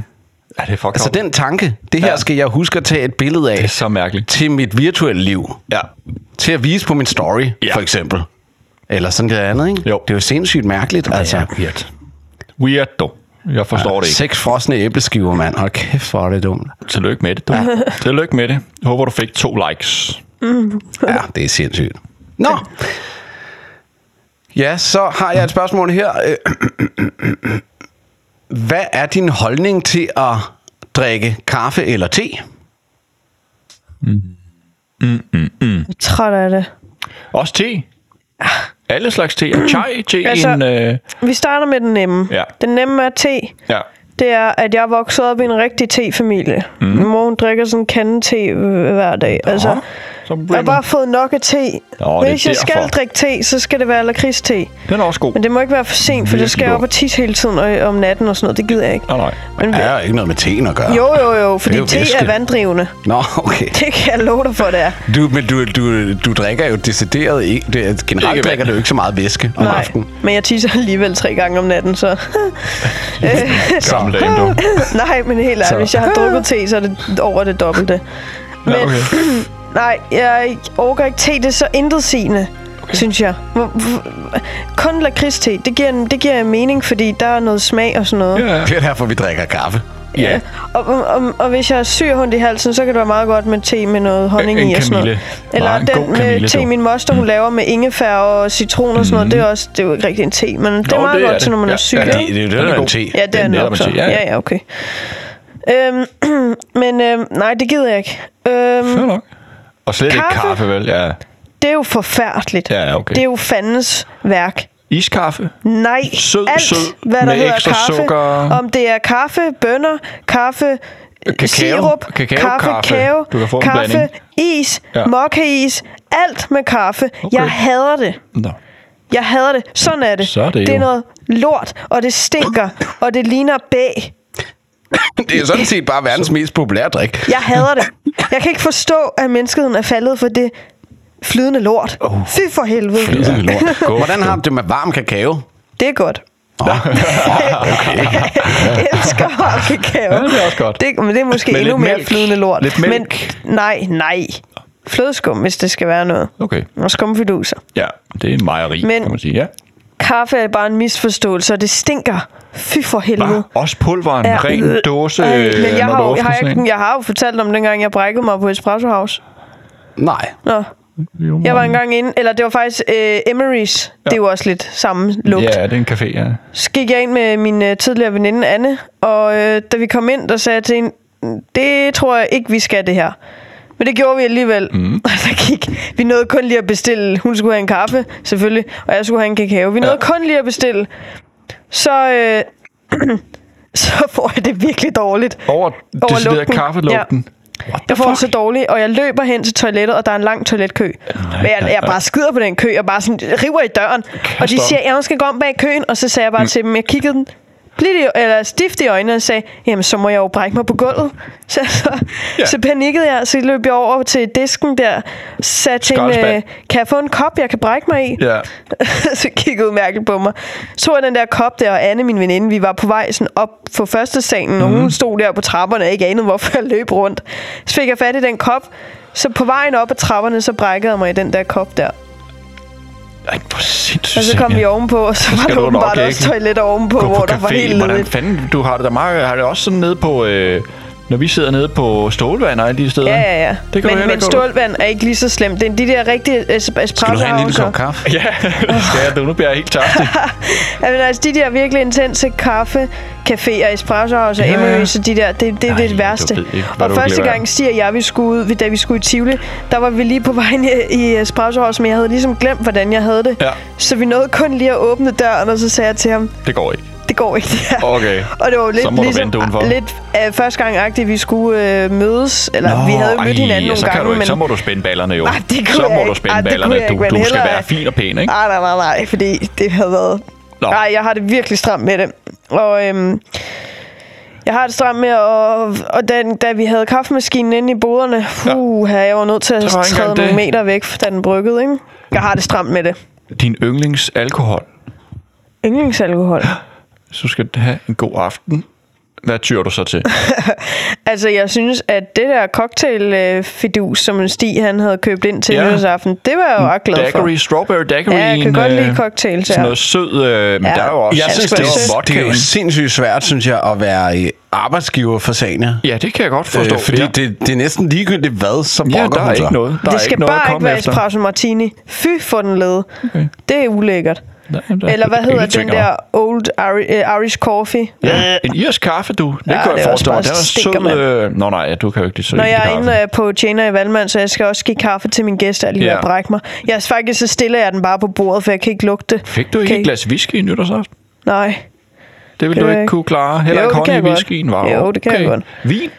Speaker 3: Ja, det er fucked
Speaker 2: Altså
Speaker 3: up.
Speaker 2: den tanke, det her
Speaker 3: Ja.
Speaker 2: ja. skal jeg huske at tage et billede af
Speaker 3: Det er så mærkeligt.
Speaker 2: til mit virtuelle liv.
Speaker 3: Ja.
Speaker 2: Til at vise på min story,
Speaker 3: Ja.
Speaker 2: ja. for eksempel. Eller sådan noget andet, ikke?
Speaker 3: Jo.
Speaker 2: Det er jo sindssygt mærkeligt, altså.
Speaker 3: Ja, weird. Weird, dog. Jeg forstår ja, det ikke.
Speaker 2: Seks frosne æbleskiver, mand. Hold kæft, hvor er det dumt.
Speaker 3: Tillykke med det, du. Tillykke med det. Jeg håber, du fik to likes.
Speaker 2: Ja, det er sindssygt. Nå! Ja, så har jeg et spørgsmål her. Øh, Hvad er din holdning til at drikke kaffe eller te?
Speaker 1: Jeg er træt af det.
Speaker 3: Også te. Alle slags te. Chai te.
Speaker 1: Altså-
Speaker 3: Altså, en, øh,
Speaker 1: Vi starter med den nemme.
Speaker 3: Ja.
Speaker 1: Den nemme er te.
Speaker 3: ja.
Speaker 1: Det er, at jeg er vokset op i en rigtig tefamilie. Mm. Min mor hun drikker sådan en kande te øh, hver dag. Altså,
Speaker 3: Så
Speaker 1: jeg har bare fået nok af te.
Speaker 3: Nå, det er
Speaker 1: Hvis jeg skal
Speaker 3: derfor.
Speaker 1: drikke te, så skal det være lakridste.
Speaker 3: Den er også god.
Speaker 1: Men det må ikke være for sent, for så
Speaker 3: Virkelig
Speaker 1: skal jeg op
Speaker 3: god.
Speaker 1: og tisse hele tiden og, om natten og sådan noget. Det gider jeg ikke.
Speaker 3: Nej, nej.
Speaker 1: Men,
Speaker 2: Det er jo ikke noget med teen at gøre.
Speaker 1: jo, jo, jo, fordi
Speaker 2: Det er jo
Speaker 1: te er
Speaker 2: væske.
Speaker 1: vanddrivende.
Speaker 2: Nå, okay.
Speaker 1: Det kan jeg love dig for, det er.
Speaker 2: Du, men du, du, du drikker jo decideret ikke. Det, generelt
Speaker 3: Ikke
Speaker 2: drikker
Speaker 3: vand.
Speaker 2: du jo ikke så meget væske om
Speaker 1: Nej,
Speaker 2: aftenen.
Speaker 1: men jeg tisser alligevel tre gange om natten, så... Øh,
Speaker 3: Gammel dame, du.
Speaker 1: nej, men helt ærligt, hvis jeg har drukket te, så er det over det dobbelte. Men, ja, okay. nej, jeg overgår ikke te, det er så intetsigende, okay. synes jeg. Hvor- hvor- Kun lakridste, det giver, det giver mening, fordi der er noget smag og sådan noget.
Speaker 3: Ja.
Speaker 2: Det er derfor, vi drikker kaffe.
Speaker 3: ja.
Speaker 1: Og, og, og, og hvis jeg har syg hund i halsen, så kan det være meget godt med te med noget honning
Speaker 3: En
Speaker 1: i og sådan noget.
Speaker 3: kamille.
Speaker 1: Eller
Speaker 3: Bare en
Speaker 1: den
Speaker 3: god
Speaker 1: med
Speaker 3: kamille,
Speaker 1: te,
Speaker 3: du. Mm.
Speaker 1: min moster, hun laver med ingefær og citron og sådan noget. Det er, også, det er jo ikke rigtig en te, men det er
Speaker 3: Nå,
Speaker 1: meget
Speaker 3: det er
Speaker 1: godt
Speaker 3: det.
Speaker 1: til, når man
Speaker 3: Ja,
Speaker 1: er syg.
Speaker 3: ja,
Speaker 1: ikke?
Speaker 2: Det, det er jo det,
Speaker 3: Den
Speaker 2: der
Speaker 3: er
Speaker 2: er en
Speaker 3: god.
Speaker 2: te.
Speaker 1: Ja, det er
Speaker 3: Den
Speaker 1: nok
Speaker 3: netop
Speaker 1: så.
Speaker 3: en te,
Speaker 1: Ja,
Speaker 3: ja, ja.
Speaker 1: ja, okay. Øhm, men øhm, nej, det gider jeg ikke. Øhm,
Speaker 3: Fair nok. Og slet kaffe? ikke
Speaker 1: Kaffe?
Speaker 3: kaffe, vel? Ja.
Speaker 1: det er jo forfærdeligt.
Speaker 3: Ja, ja, okay.
Speaker 1: Det er jo fandens værk.
Speaker 3: Iskaffe?
Speaker 1: Nej,
Speaker 3: Sød,
Speaker 1: alt,
Speaker 3: sød,
Speaker 1: hvad der
Speaker 3: med
Speaker 1: hedder
Speaker 3: ekstra
Speaker 1: kaffe.
Speaker 3: sukker. Øh,
Speaker 1: Om det er kaffe, bønner, kaffe, kakao, sirup,
Speaker 3: Kakao,
Speaker 1: kaffe,
Speaker 3: kaffe.
Speaker 1: kakao,
Speaker 3: Du kan få en
Speaker 1: kaffe,
Speaker 3: blanding.
Speaker 1: is,
Speaker 3: Ja.
Speaker 1: ja. mokkais, alt med kaffe. Okay. Jeg hader det.
Speaker 3: Nå.
Speaker 1: Jeg hader det. Sådan er det.
Speaker 3: Så er det
Speaker 1: det er
Speaker 3: jo.
Speaker 1: noget lort, og det stinker, og det ligner bag.
Speaker 2: Det er jo sådan set bare verdens mest populære drik.
Speaker 1: Jeg hader det. Jeg kan ikke forstå, at menneskeheden er faldet for det flydende lort. Oh. Fy for helvede.
Speaker 2: Ja. Hvordan har du det med varm kakao?
Speaker 1: Det er godt. jeg elsker varm kakao.
Speaker 3: Ja, det er også godt.
Speaker 1: Det, men det er måske
Speaker 3: Med
Speaker 1: men endnu
Speaker 3: lidt
Speaker 1: mere
Speaker 3: mælk.
Speaker 1: flydende lort.
Speaker 3: Lidt mælk.
Speaker 1: Men, nej, nej. Flødeskum, hvis det skal være noget.
Speaker 3: Okay.
Speaker 1: Og skumfiduser.
Speaker 3: Ja, det er en mejeri,
Speaker 1: Men-
Speaker 3: kan man sige. Ja.
Speaker 1: Kaffe er bare en misforståelse, og det stinker. Fy for helvede. Øh,
Speaker 3: Bare også pulveren, ja. ren dåse.
Speaker 1: Ej, men jeg
Speaker 3: når
Speaker 1: har,
Speaker 3: du
Speaker 1: jo,
Speaker 3: åbner
Speaker 1: jeg, har
Speaker 3: sådan
Speaker 1: ikke,
Speaker 3: en.
Speaker 1: jeg har jo fortalt om dengang, jeg brækkede mig på Espresso House.
Speaker 2: Nej.
Speaker 1: Nå. Jeg var engang inde, eller det var faktisk øh, Emery's. Ja. Det er jo også lidt samme lugt.
Speaker 3: Ja, det er en café, ja.
Speaker 1: Så gik jeg ind med min øh, tidligere veninde Anne, og øh, da vi kom ind, der sagde jeg til hende, det tror jeg ikke, vi skal det her. Men det gjorde vi alligevel. Mm. Og der gik, vi nåede kun lige at bestille, hun skulle have en kaffe, selvfølgelig, og jeg skulle have en kakao. Vi nåede kun lige at bestille. Så, øh, så får jeg det virkelig dårligt.
Speaker 3: Over,
Speaker 1: Over
Speaker 3: over decideret
Speaker 1: lugten.
Speaker 3: kaffelugten.
Speaker 1: Jeg får det så dårligt, og jeg løber hen til toilettet, og der er en lang toiletkø. Men jeg, jeg bare skider på den kø, jeg bare sådan river i døren. Og de
Speaker 3: op.
Speaker 1: siger, jeg skal gå om bag køen, og så sagde jeg bare til dem, jeg kiggede den blidt i, eller stift i øjnene og sagde, jamen så må jeg jo brække mig på gulvet. Så, så,
Speaker 3: Ja.
Speaker 1: ja. så panikkede jeg, så løb jeg over til disken der, satte til hende,
Speaker 3: Skraldespand.
Speaker 1: øh, kan jeg få en kop, jeg kan brække mig i?
Speaker 3: Ja.
Speaker 1: så kiggede hun mærkeligt på mig. Så jeg den der kop der, og Anne, min veninde, vi var på vej sådan op på første salen, og
Speaker 3: Mhm.
Speaker 1: hun stod der på trapperne og ikke anede, hvorfor jeg løb rundt. Så fik jeg fat i den kop, så på vejen op ad trapperne, så brækkede jeg mig i den der kop der.
Speaker 3: Ej, hvor sindssygt.
Speaker 1: Og så kom vi ovenpå, og så var der
Speaker 3: skal du nok
Speaker 1: åbenbart
Speaker 3: ikke
Speaker 1: også toilet ovenpå,
Speaker 3: Gå på
Speaker 1: hvor der var
Speaker 3: café.
Speaker 1: helt
Speaker 3: Hvordan
Speaker 1: ledigt.
Speaker 3: fanden, du har det der meget, har det også sådan nede på, øh, når vi sidder nede på Stålvand og alle de steder?
Speaker 1: Ja, ja, ja.
Speaker 3: Det kan du
Speaker 1: men
Speaker 3: heller
Speaker 1: men
Speaker 3: ikke gå ud.
Speaker 1: stålvand er ikke lige så slemt. Det er de der rigtige øh, es-
Speaker 2: Skal du
Speaker 1: espresso
Speaker 2: have en lille kop
Speaker 1: house.
Speaker 2: kaffe?
Speaker 3: Ja, det skal jeg. Du, nu bliver jeg helt tørstig.
Speaker 1: Jamen, altså, de der virkelig intense kaffe, caféer, espresso house og
Speaker 3: Ja, ja.
Speaker 1: ja. så de der, det, det, det er
Speaker 3: Nej,
Speaker 1: det værste.
Speaker 3: du ved ikke, hvad
Speaker 1: og
Speaker 3: du
Speaker 1: første
Speaker 3: glemmer.
Speaker 1: gang siger jeg, vi skulle ud, da vi skulle i Tivoli, der var vi lige på vejen i- i espresso house, men jeg havde ligesom glemt, hvordan jeg havde det.
Speaker 3: Ja.
Speaker 1: Så vi nåede kun lige at åbne døren, og så sagde jeg til ham,
Speaker 3: Det går ikke.
Speaker 1: det går ikke det her.
Speaker 3: Okay.
Speaker 1: Og det var jo lidt,
Speaker 3: Så må du
Speaker 1: ligesom,
Speaker 3: vente udenfor.
Speaker 1: lidt øh, første gang agtigt, vi skulle øh, mødes, eller Nå, vi havde jo mødt hinanden nogle
Speaker 3: så
Speaker 1: gange,
Speaker 3: Kan du ikke,
Speaker 1: men
Speaker 3: Så må du spænde ballerne jo.
Speaker 1: Ej, det kunne
Speaker 3: så
Speaker 1: jeg
Speaker 3: må du
Speaker 1: ikke.
Speaker 3: spænde
Speaker 1: Ej, det kunne
Speaker 3: ballerne.
Speaker 1: jeg ikke, men
Speaker 3: du, du skal
Speaker 1: hellere-
Speaker 3: være fin og pæn, ikke?
Speaker 1: Nej, nej, nej, nej, fordi det havde været...
Speaker 3: Nå.
Speaker 1: Nå. Nej, jeg har det virkelig stramt med det. Og øhm, jeg har det stramt med, og, og da, da vi havde kaffemaskinen inde i boderne, puh, ja. jeg var nødt til at
Speaker 3: var ikke
Speaker 1: træde
Speaker 3: engang
Speaker 1: nogle
Speaker 3: det.
Speaker 1: meter væk, da den bryggede, ikke? Jeg har det stramt med det.
Speaker 3: Din yndlingsalkohol.
Speaker 1: Yndlingsalkohol.
Speaker 3: Så skal du have en god aften hvad tyrer du så til?
Speaker 1: Altså, jeg synes, at det der cocktail-fidus, som Stig han havde købt ind til
Speaker 3: Ja.
Speaker 1: ja. nytårsaften, det var jeg jo ret glad for.
Speaker 3: Daiquiri, strawberry daiquiri.
Speaker 1: Ja, jeg kan
Speaker 3: en,
Speaker 1: godt
Speaker 3: øh,
Speaker 1: lide cocktails,
Speaker 3: Sådan
Speaker 1: ja.
Speaker 3: noget sød, øh, men
Speaker 1: Ja.
Speaker 3: der er jo også...
Speaker 2: Jeg synes, det
Speaker 3: jo
Speaker 2: er, det er jo
Speaker 3: vodkaen.
Speaker 2: sindssygt svært, synes jeg, at være øh, arbejdsgiver for Sania.
Speaker 3: Ja, det kan jeg godt forstå.
Speaker 2: Øh, fordi
Speaker 3: ja.
Speaker 2: det, det er næsten ligegyldigt hvad, så brokker
Speaker 3: ja, der
Speaker 2: hun
Speaker 3: er ikke
Speaker 2: sig.
Speaker 3: noget. Der
Speaker 1: det
Speaker 3: er
Speaker 1: skal
Speaker 3: ikke noget at
Speaker 1: bare ikke
Speaker 3: komme
Speaker 1: være
Speaker 3: efter.
Speaker 1: espresso martini. Fy for den led. Okay. Det er ulækkert.
Speaker 3: Nej, der er
Speaker 1: Eller hvad
Speaker 3: ingen
Speaker 1: hedder den
Speaker 3: tvinger
Speaker 1: der Old Iri- øh, Irish Coffee?
Speaker 3: Ja. En irsk kaffe, du. Det
Speaker 1: Ja,
Speaker 3: ja, kan
Speaker 1: det
Speaker 3: jeg
Speaker 1: er også
Speaker 3: forestille
Speaker 1: bare
Speaker 3: mig. Det er også
Speaker 1: stinker,
Speaker 3: sød... Øh... Nå nej, ja, du kan jo ikke lide så
Speaker 1: Når jeg er
Speaker 3: kaffe.
Speaker 1: inde øh, på Tjener i Valmand, så jeg skal også give kaffe til min gæst, og lige
Speaker 3: Ja.
Speaker 1: yeah. brække mig. Jeg, faktisk så stiller jeg den bare på bordet, for jeg kan ikke lugte det.
Speaker 3: Fik du ikke
Speaker 1: øh, Kan
Speaker 3: et glas whisky i nytårsaften?
Speaker 1: Nej.
Speaker 3: Det ville
Speaker 1: Kan
Speaker 3: du
Speaker 1: jeg
Speaker 3: ikke
Speaker 1: ikke.
Speaker 3: kunne klare. Heller
Speaker 1: Jo,
Speaker 3: ikke
Speaker 1: det kan
Speaker 3: hånd i
Speaker 1: jeg godt.
Speaker 3: whiskyen, var
Speaker 1: Jo, det kan jeg godt.
Speaker 3: Vin?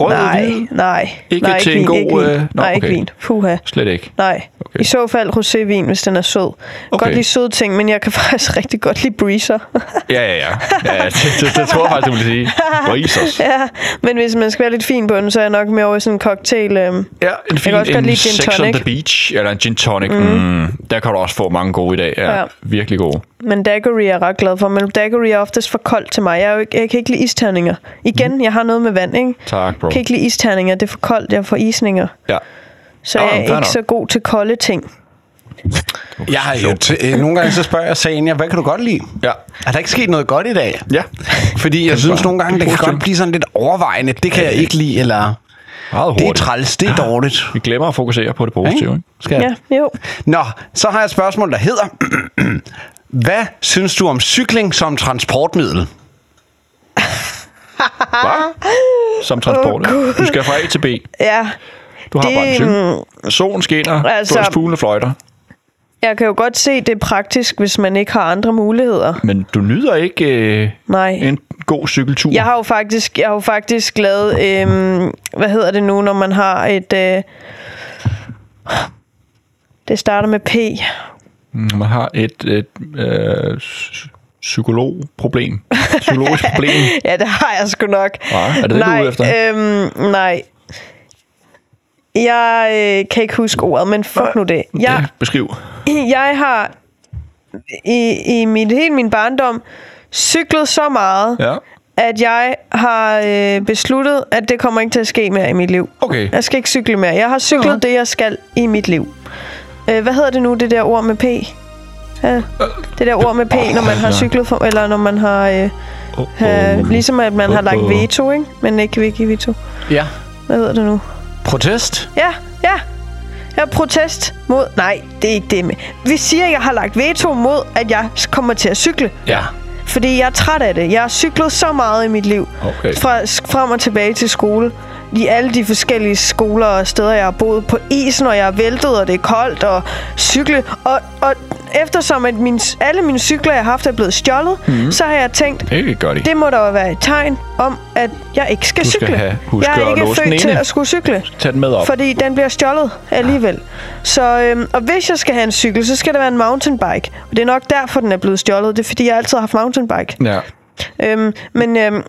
Speaker 3: Rød
Speaker 1: nej,
Speaker 3: hvid?
Speaker 1: nej.
Speaker 3: Ikke
Speaker 1: nej,
Speaker 3: til en
Speaker 1: vin,
Speaker 3: god,
Speaker 1: Ikke vin.
Speaker 3: øh, nå,
Speaker 1: nej, ikke
Speaker 3: okay.
Speaker 1: vin. Puha.
Speaker 3: Slet ikke.
Speaker 1: Nej.
Speaker 3: Okay.
Speaker 1: Okay. I så fald rosévin, hvis den er sød. Okay.
Speaker 3: Okay.
Speaker 1: Godt lide søde ting, men jeg kan faktisk rigtig godt lide breezer.
Speaker 3: Ja, ja, ja. ja det, det, det, tror jeg faktisk, du vil sige. Risos.
Speaker 1: ja, men hvis man skal være lidt fin på den, så er jeg nok mere over i sådan en cocktail. Øh,
Speaker 3: Ja, en fin
Speaker 1: kan også godt
Speaker 3: en
Speaker 1: lide gin
Speaker 3: Sex on
Speaker 1: tonic.
Speaker 3: the Beach, eller en gin tonic. Mm. Mm, der kan du også få mange gode i dag. Ja, ja.
Speaker 1: Ja.
Speaker 3: Virkelig gode.
Speaker 1: men daiquiri er jeg ret glad for. Men daiquiri er oftest for koldt til mig. Jeg, er jo ikke, jeg kan ikke lide isterninger. Igen, jeg har noget med vand, ikke?
Speaker 3: Mhm. Tak, bro.
Speaker 1: Jeg kan ikke lide isterninger. Det er for koldt. Jeg får isninger.
Speaker 3: Ja.
Speaker 1: Så
Speaker 3: Nå,
Speaker 1: jeg er
Speaker 3: men
Speaker 1: ikke
Speaker 3: fair nok.
Speaker 1: så god til kolde ting.
Speaker 2: Jeg har jo t- øh, nogle gange så spørger jeg Sania, hvad kan du godt lide?
Speaker 3: Ja.
Speaker 2: Er der ikke sket noget godt i dag?
Speaker 3: Ja.
Speaker 2: Fordi jeg synes nogle gange, det kan godt blive sådan lidt overvejende. Det kan jeg ikke lide, eller
Speaker 3: Meget
Speaker 2: det er
Speaker 3: hurtigt.
Speaker 2: træls, det er dårligt.
Speaker 3: Vi glemmer at fokusere på det positive. Ikke?
Speaker 2: Skal jeg?
Speaker 1: Ja, jo.
Speaker 2: Nå, så har jeg et spørgsmål, der hedder... Hvad synes du om cykling som transportmiddel?
Speaker 1: Ah.
Speaker 3: Som transport. Oh, du skal fra A til B.
Speaker 1: Ja,
Speaker 3: Du har
Speaker 1: Det,
Speaker 3: bare en cykel. Solen skinner,
Speaker 1: altså-
Speaker 3: altså, fuglene fløjter.
Speaker 1: jeg kan jo godt se, det er praktisk, hvis man ikke har andre muligheder.
Speaker 3: Men du nyder ikke øh,
Speaker 1: Nej.
Speaker 3: en god cykeltur.
Speaker 1: Jeg har jo faktisk, jeg har jo faktisk lavet, øhm, hvad hedder det nu, når man har et... Øh, det starter med P.
Speaker 3: Man har et, et øh, s- psykologproblem. Psykologisk problem.
Speaker 1: Ja, det har jeg sgu nok.
Speaker 3: Nej, er det det, du er
Speaker 1: nej,
Speaker 3: ude efter?
Speaker 1: Øhm, nej. Jeg øh, kan ikke huske ordet, men fuck nu det.
Speaker 3: Ja.
Speaker 1: Jeg,
Speaker 3: Beskriv.
Speaker 1: jeg har i, i mit, hele min barndom cyklet så meget,
Speaker 3: Ja.
Speaker 1: at jeg har øh, besluttet, at det kommer ikke til at ske mere i mit liv.
Speaker 3: Okay.
Speaker 1: Jeg skal ikke cykle mere. Jeg har cyklet det, jeg skal i mit liv. Øh, hvad hedder det nu, det der ord med P? Ja, det der ord med P, når man har cyklet, for, eller når man har... Øh, øh, ligesom at man har lagt veto, ikke? Men ikke ikke veto.
Speaker 2: Ja.
Speaker 1: Hvad hedder det nu?
Speaker 2: Protest?
Speaker 1: Ja, ja. Jeg er protest mod... Nej, det er ikke det med. Vi siger, at jeg har lagt veto mod, at jeg kommer til at cykle.
Speaker 2: Ja.
Speaker 1: Fordi jeg er træt af det. Jeg har cyklet så meget i mit liv.
Speaker 3: Okay.
Speaker 1: Fra, frem og tilbage til skole. I alle de forskellige skoler og steder, jeg har boet på isen, og jeg er væltet, og det er koldt, og cykle. Og, og eftersom at min, alle mine cykler, jeg har haft, er blevet stjålet, mm. så har jeg tænkt,
Speaker 3: Ikke gør Mhm. det.
Speaker 1: det må da jo være et tegn om, at jeg ikke skal
Speaker 3: Du skal
Speaker 1: cykle.
Speaker 3: have- huske
Speaker 1: jeg er
Speaker 3: at
Speaker 1: ikke
Speaker 3: låse den
Speaker 1: født til
Speaker 3: ene.
Speaker 1: at skulle cykle.
Speaker 3: Tag den med op.
Speaker 1: Fordi den bliver stjålet alligevel. Så, øhm, og hvis jeg skal have en cykel, så skal det være en mountainbike. Og det er nok derfor, den er blevet stjålet. Det er, fordi jeg altid har haft mountainbike.
Speaker 3: Ja.
Speaker 1: Øhm, men øhm,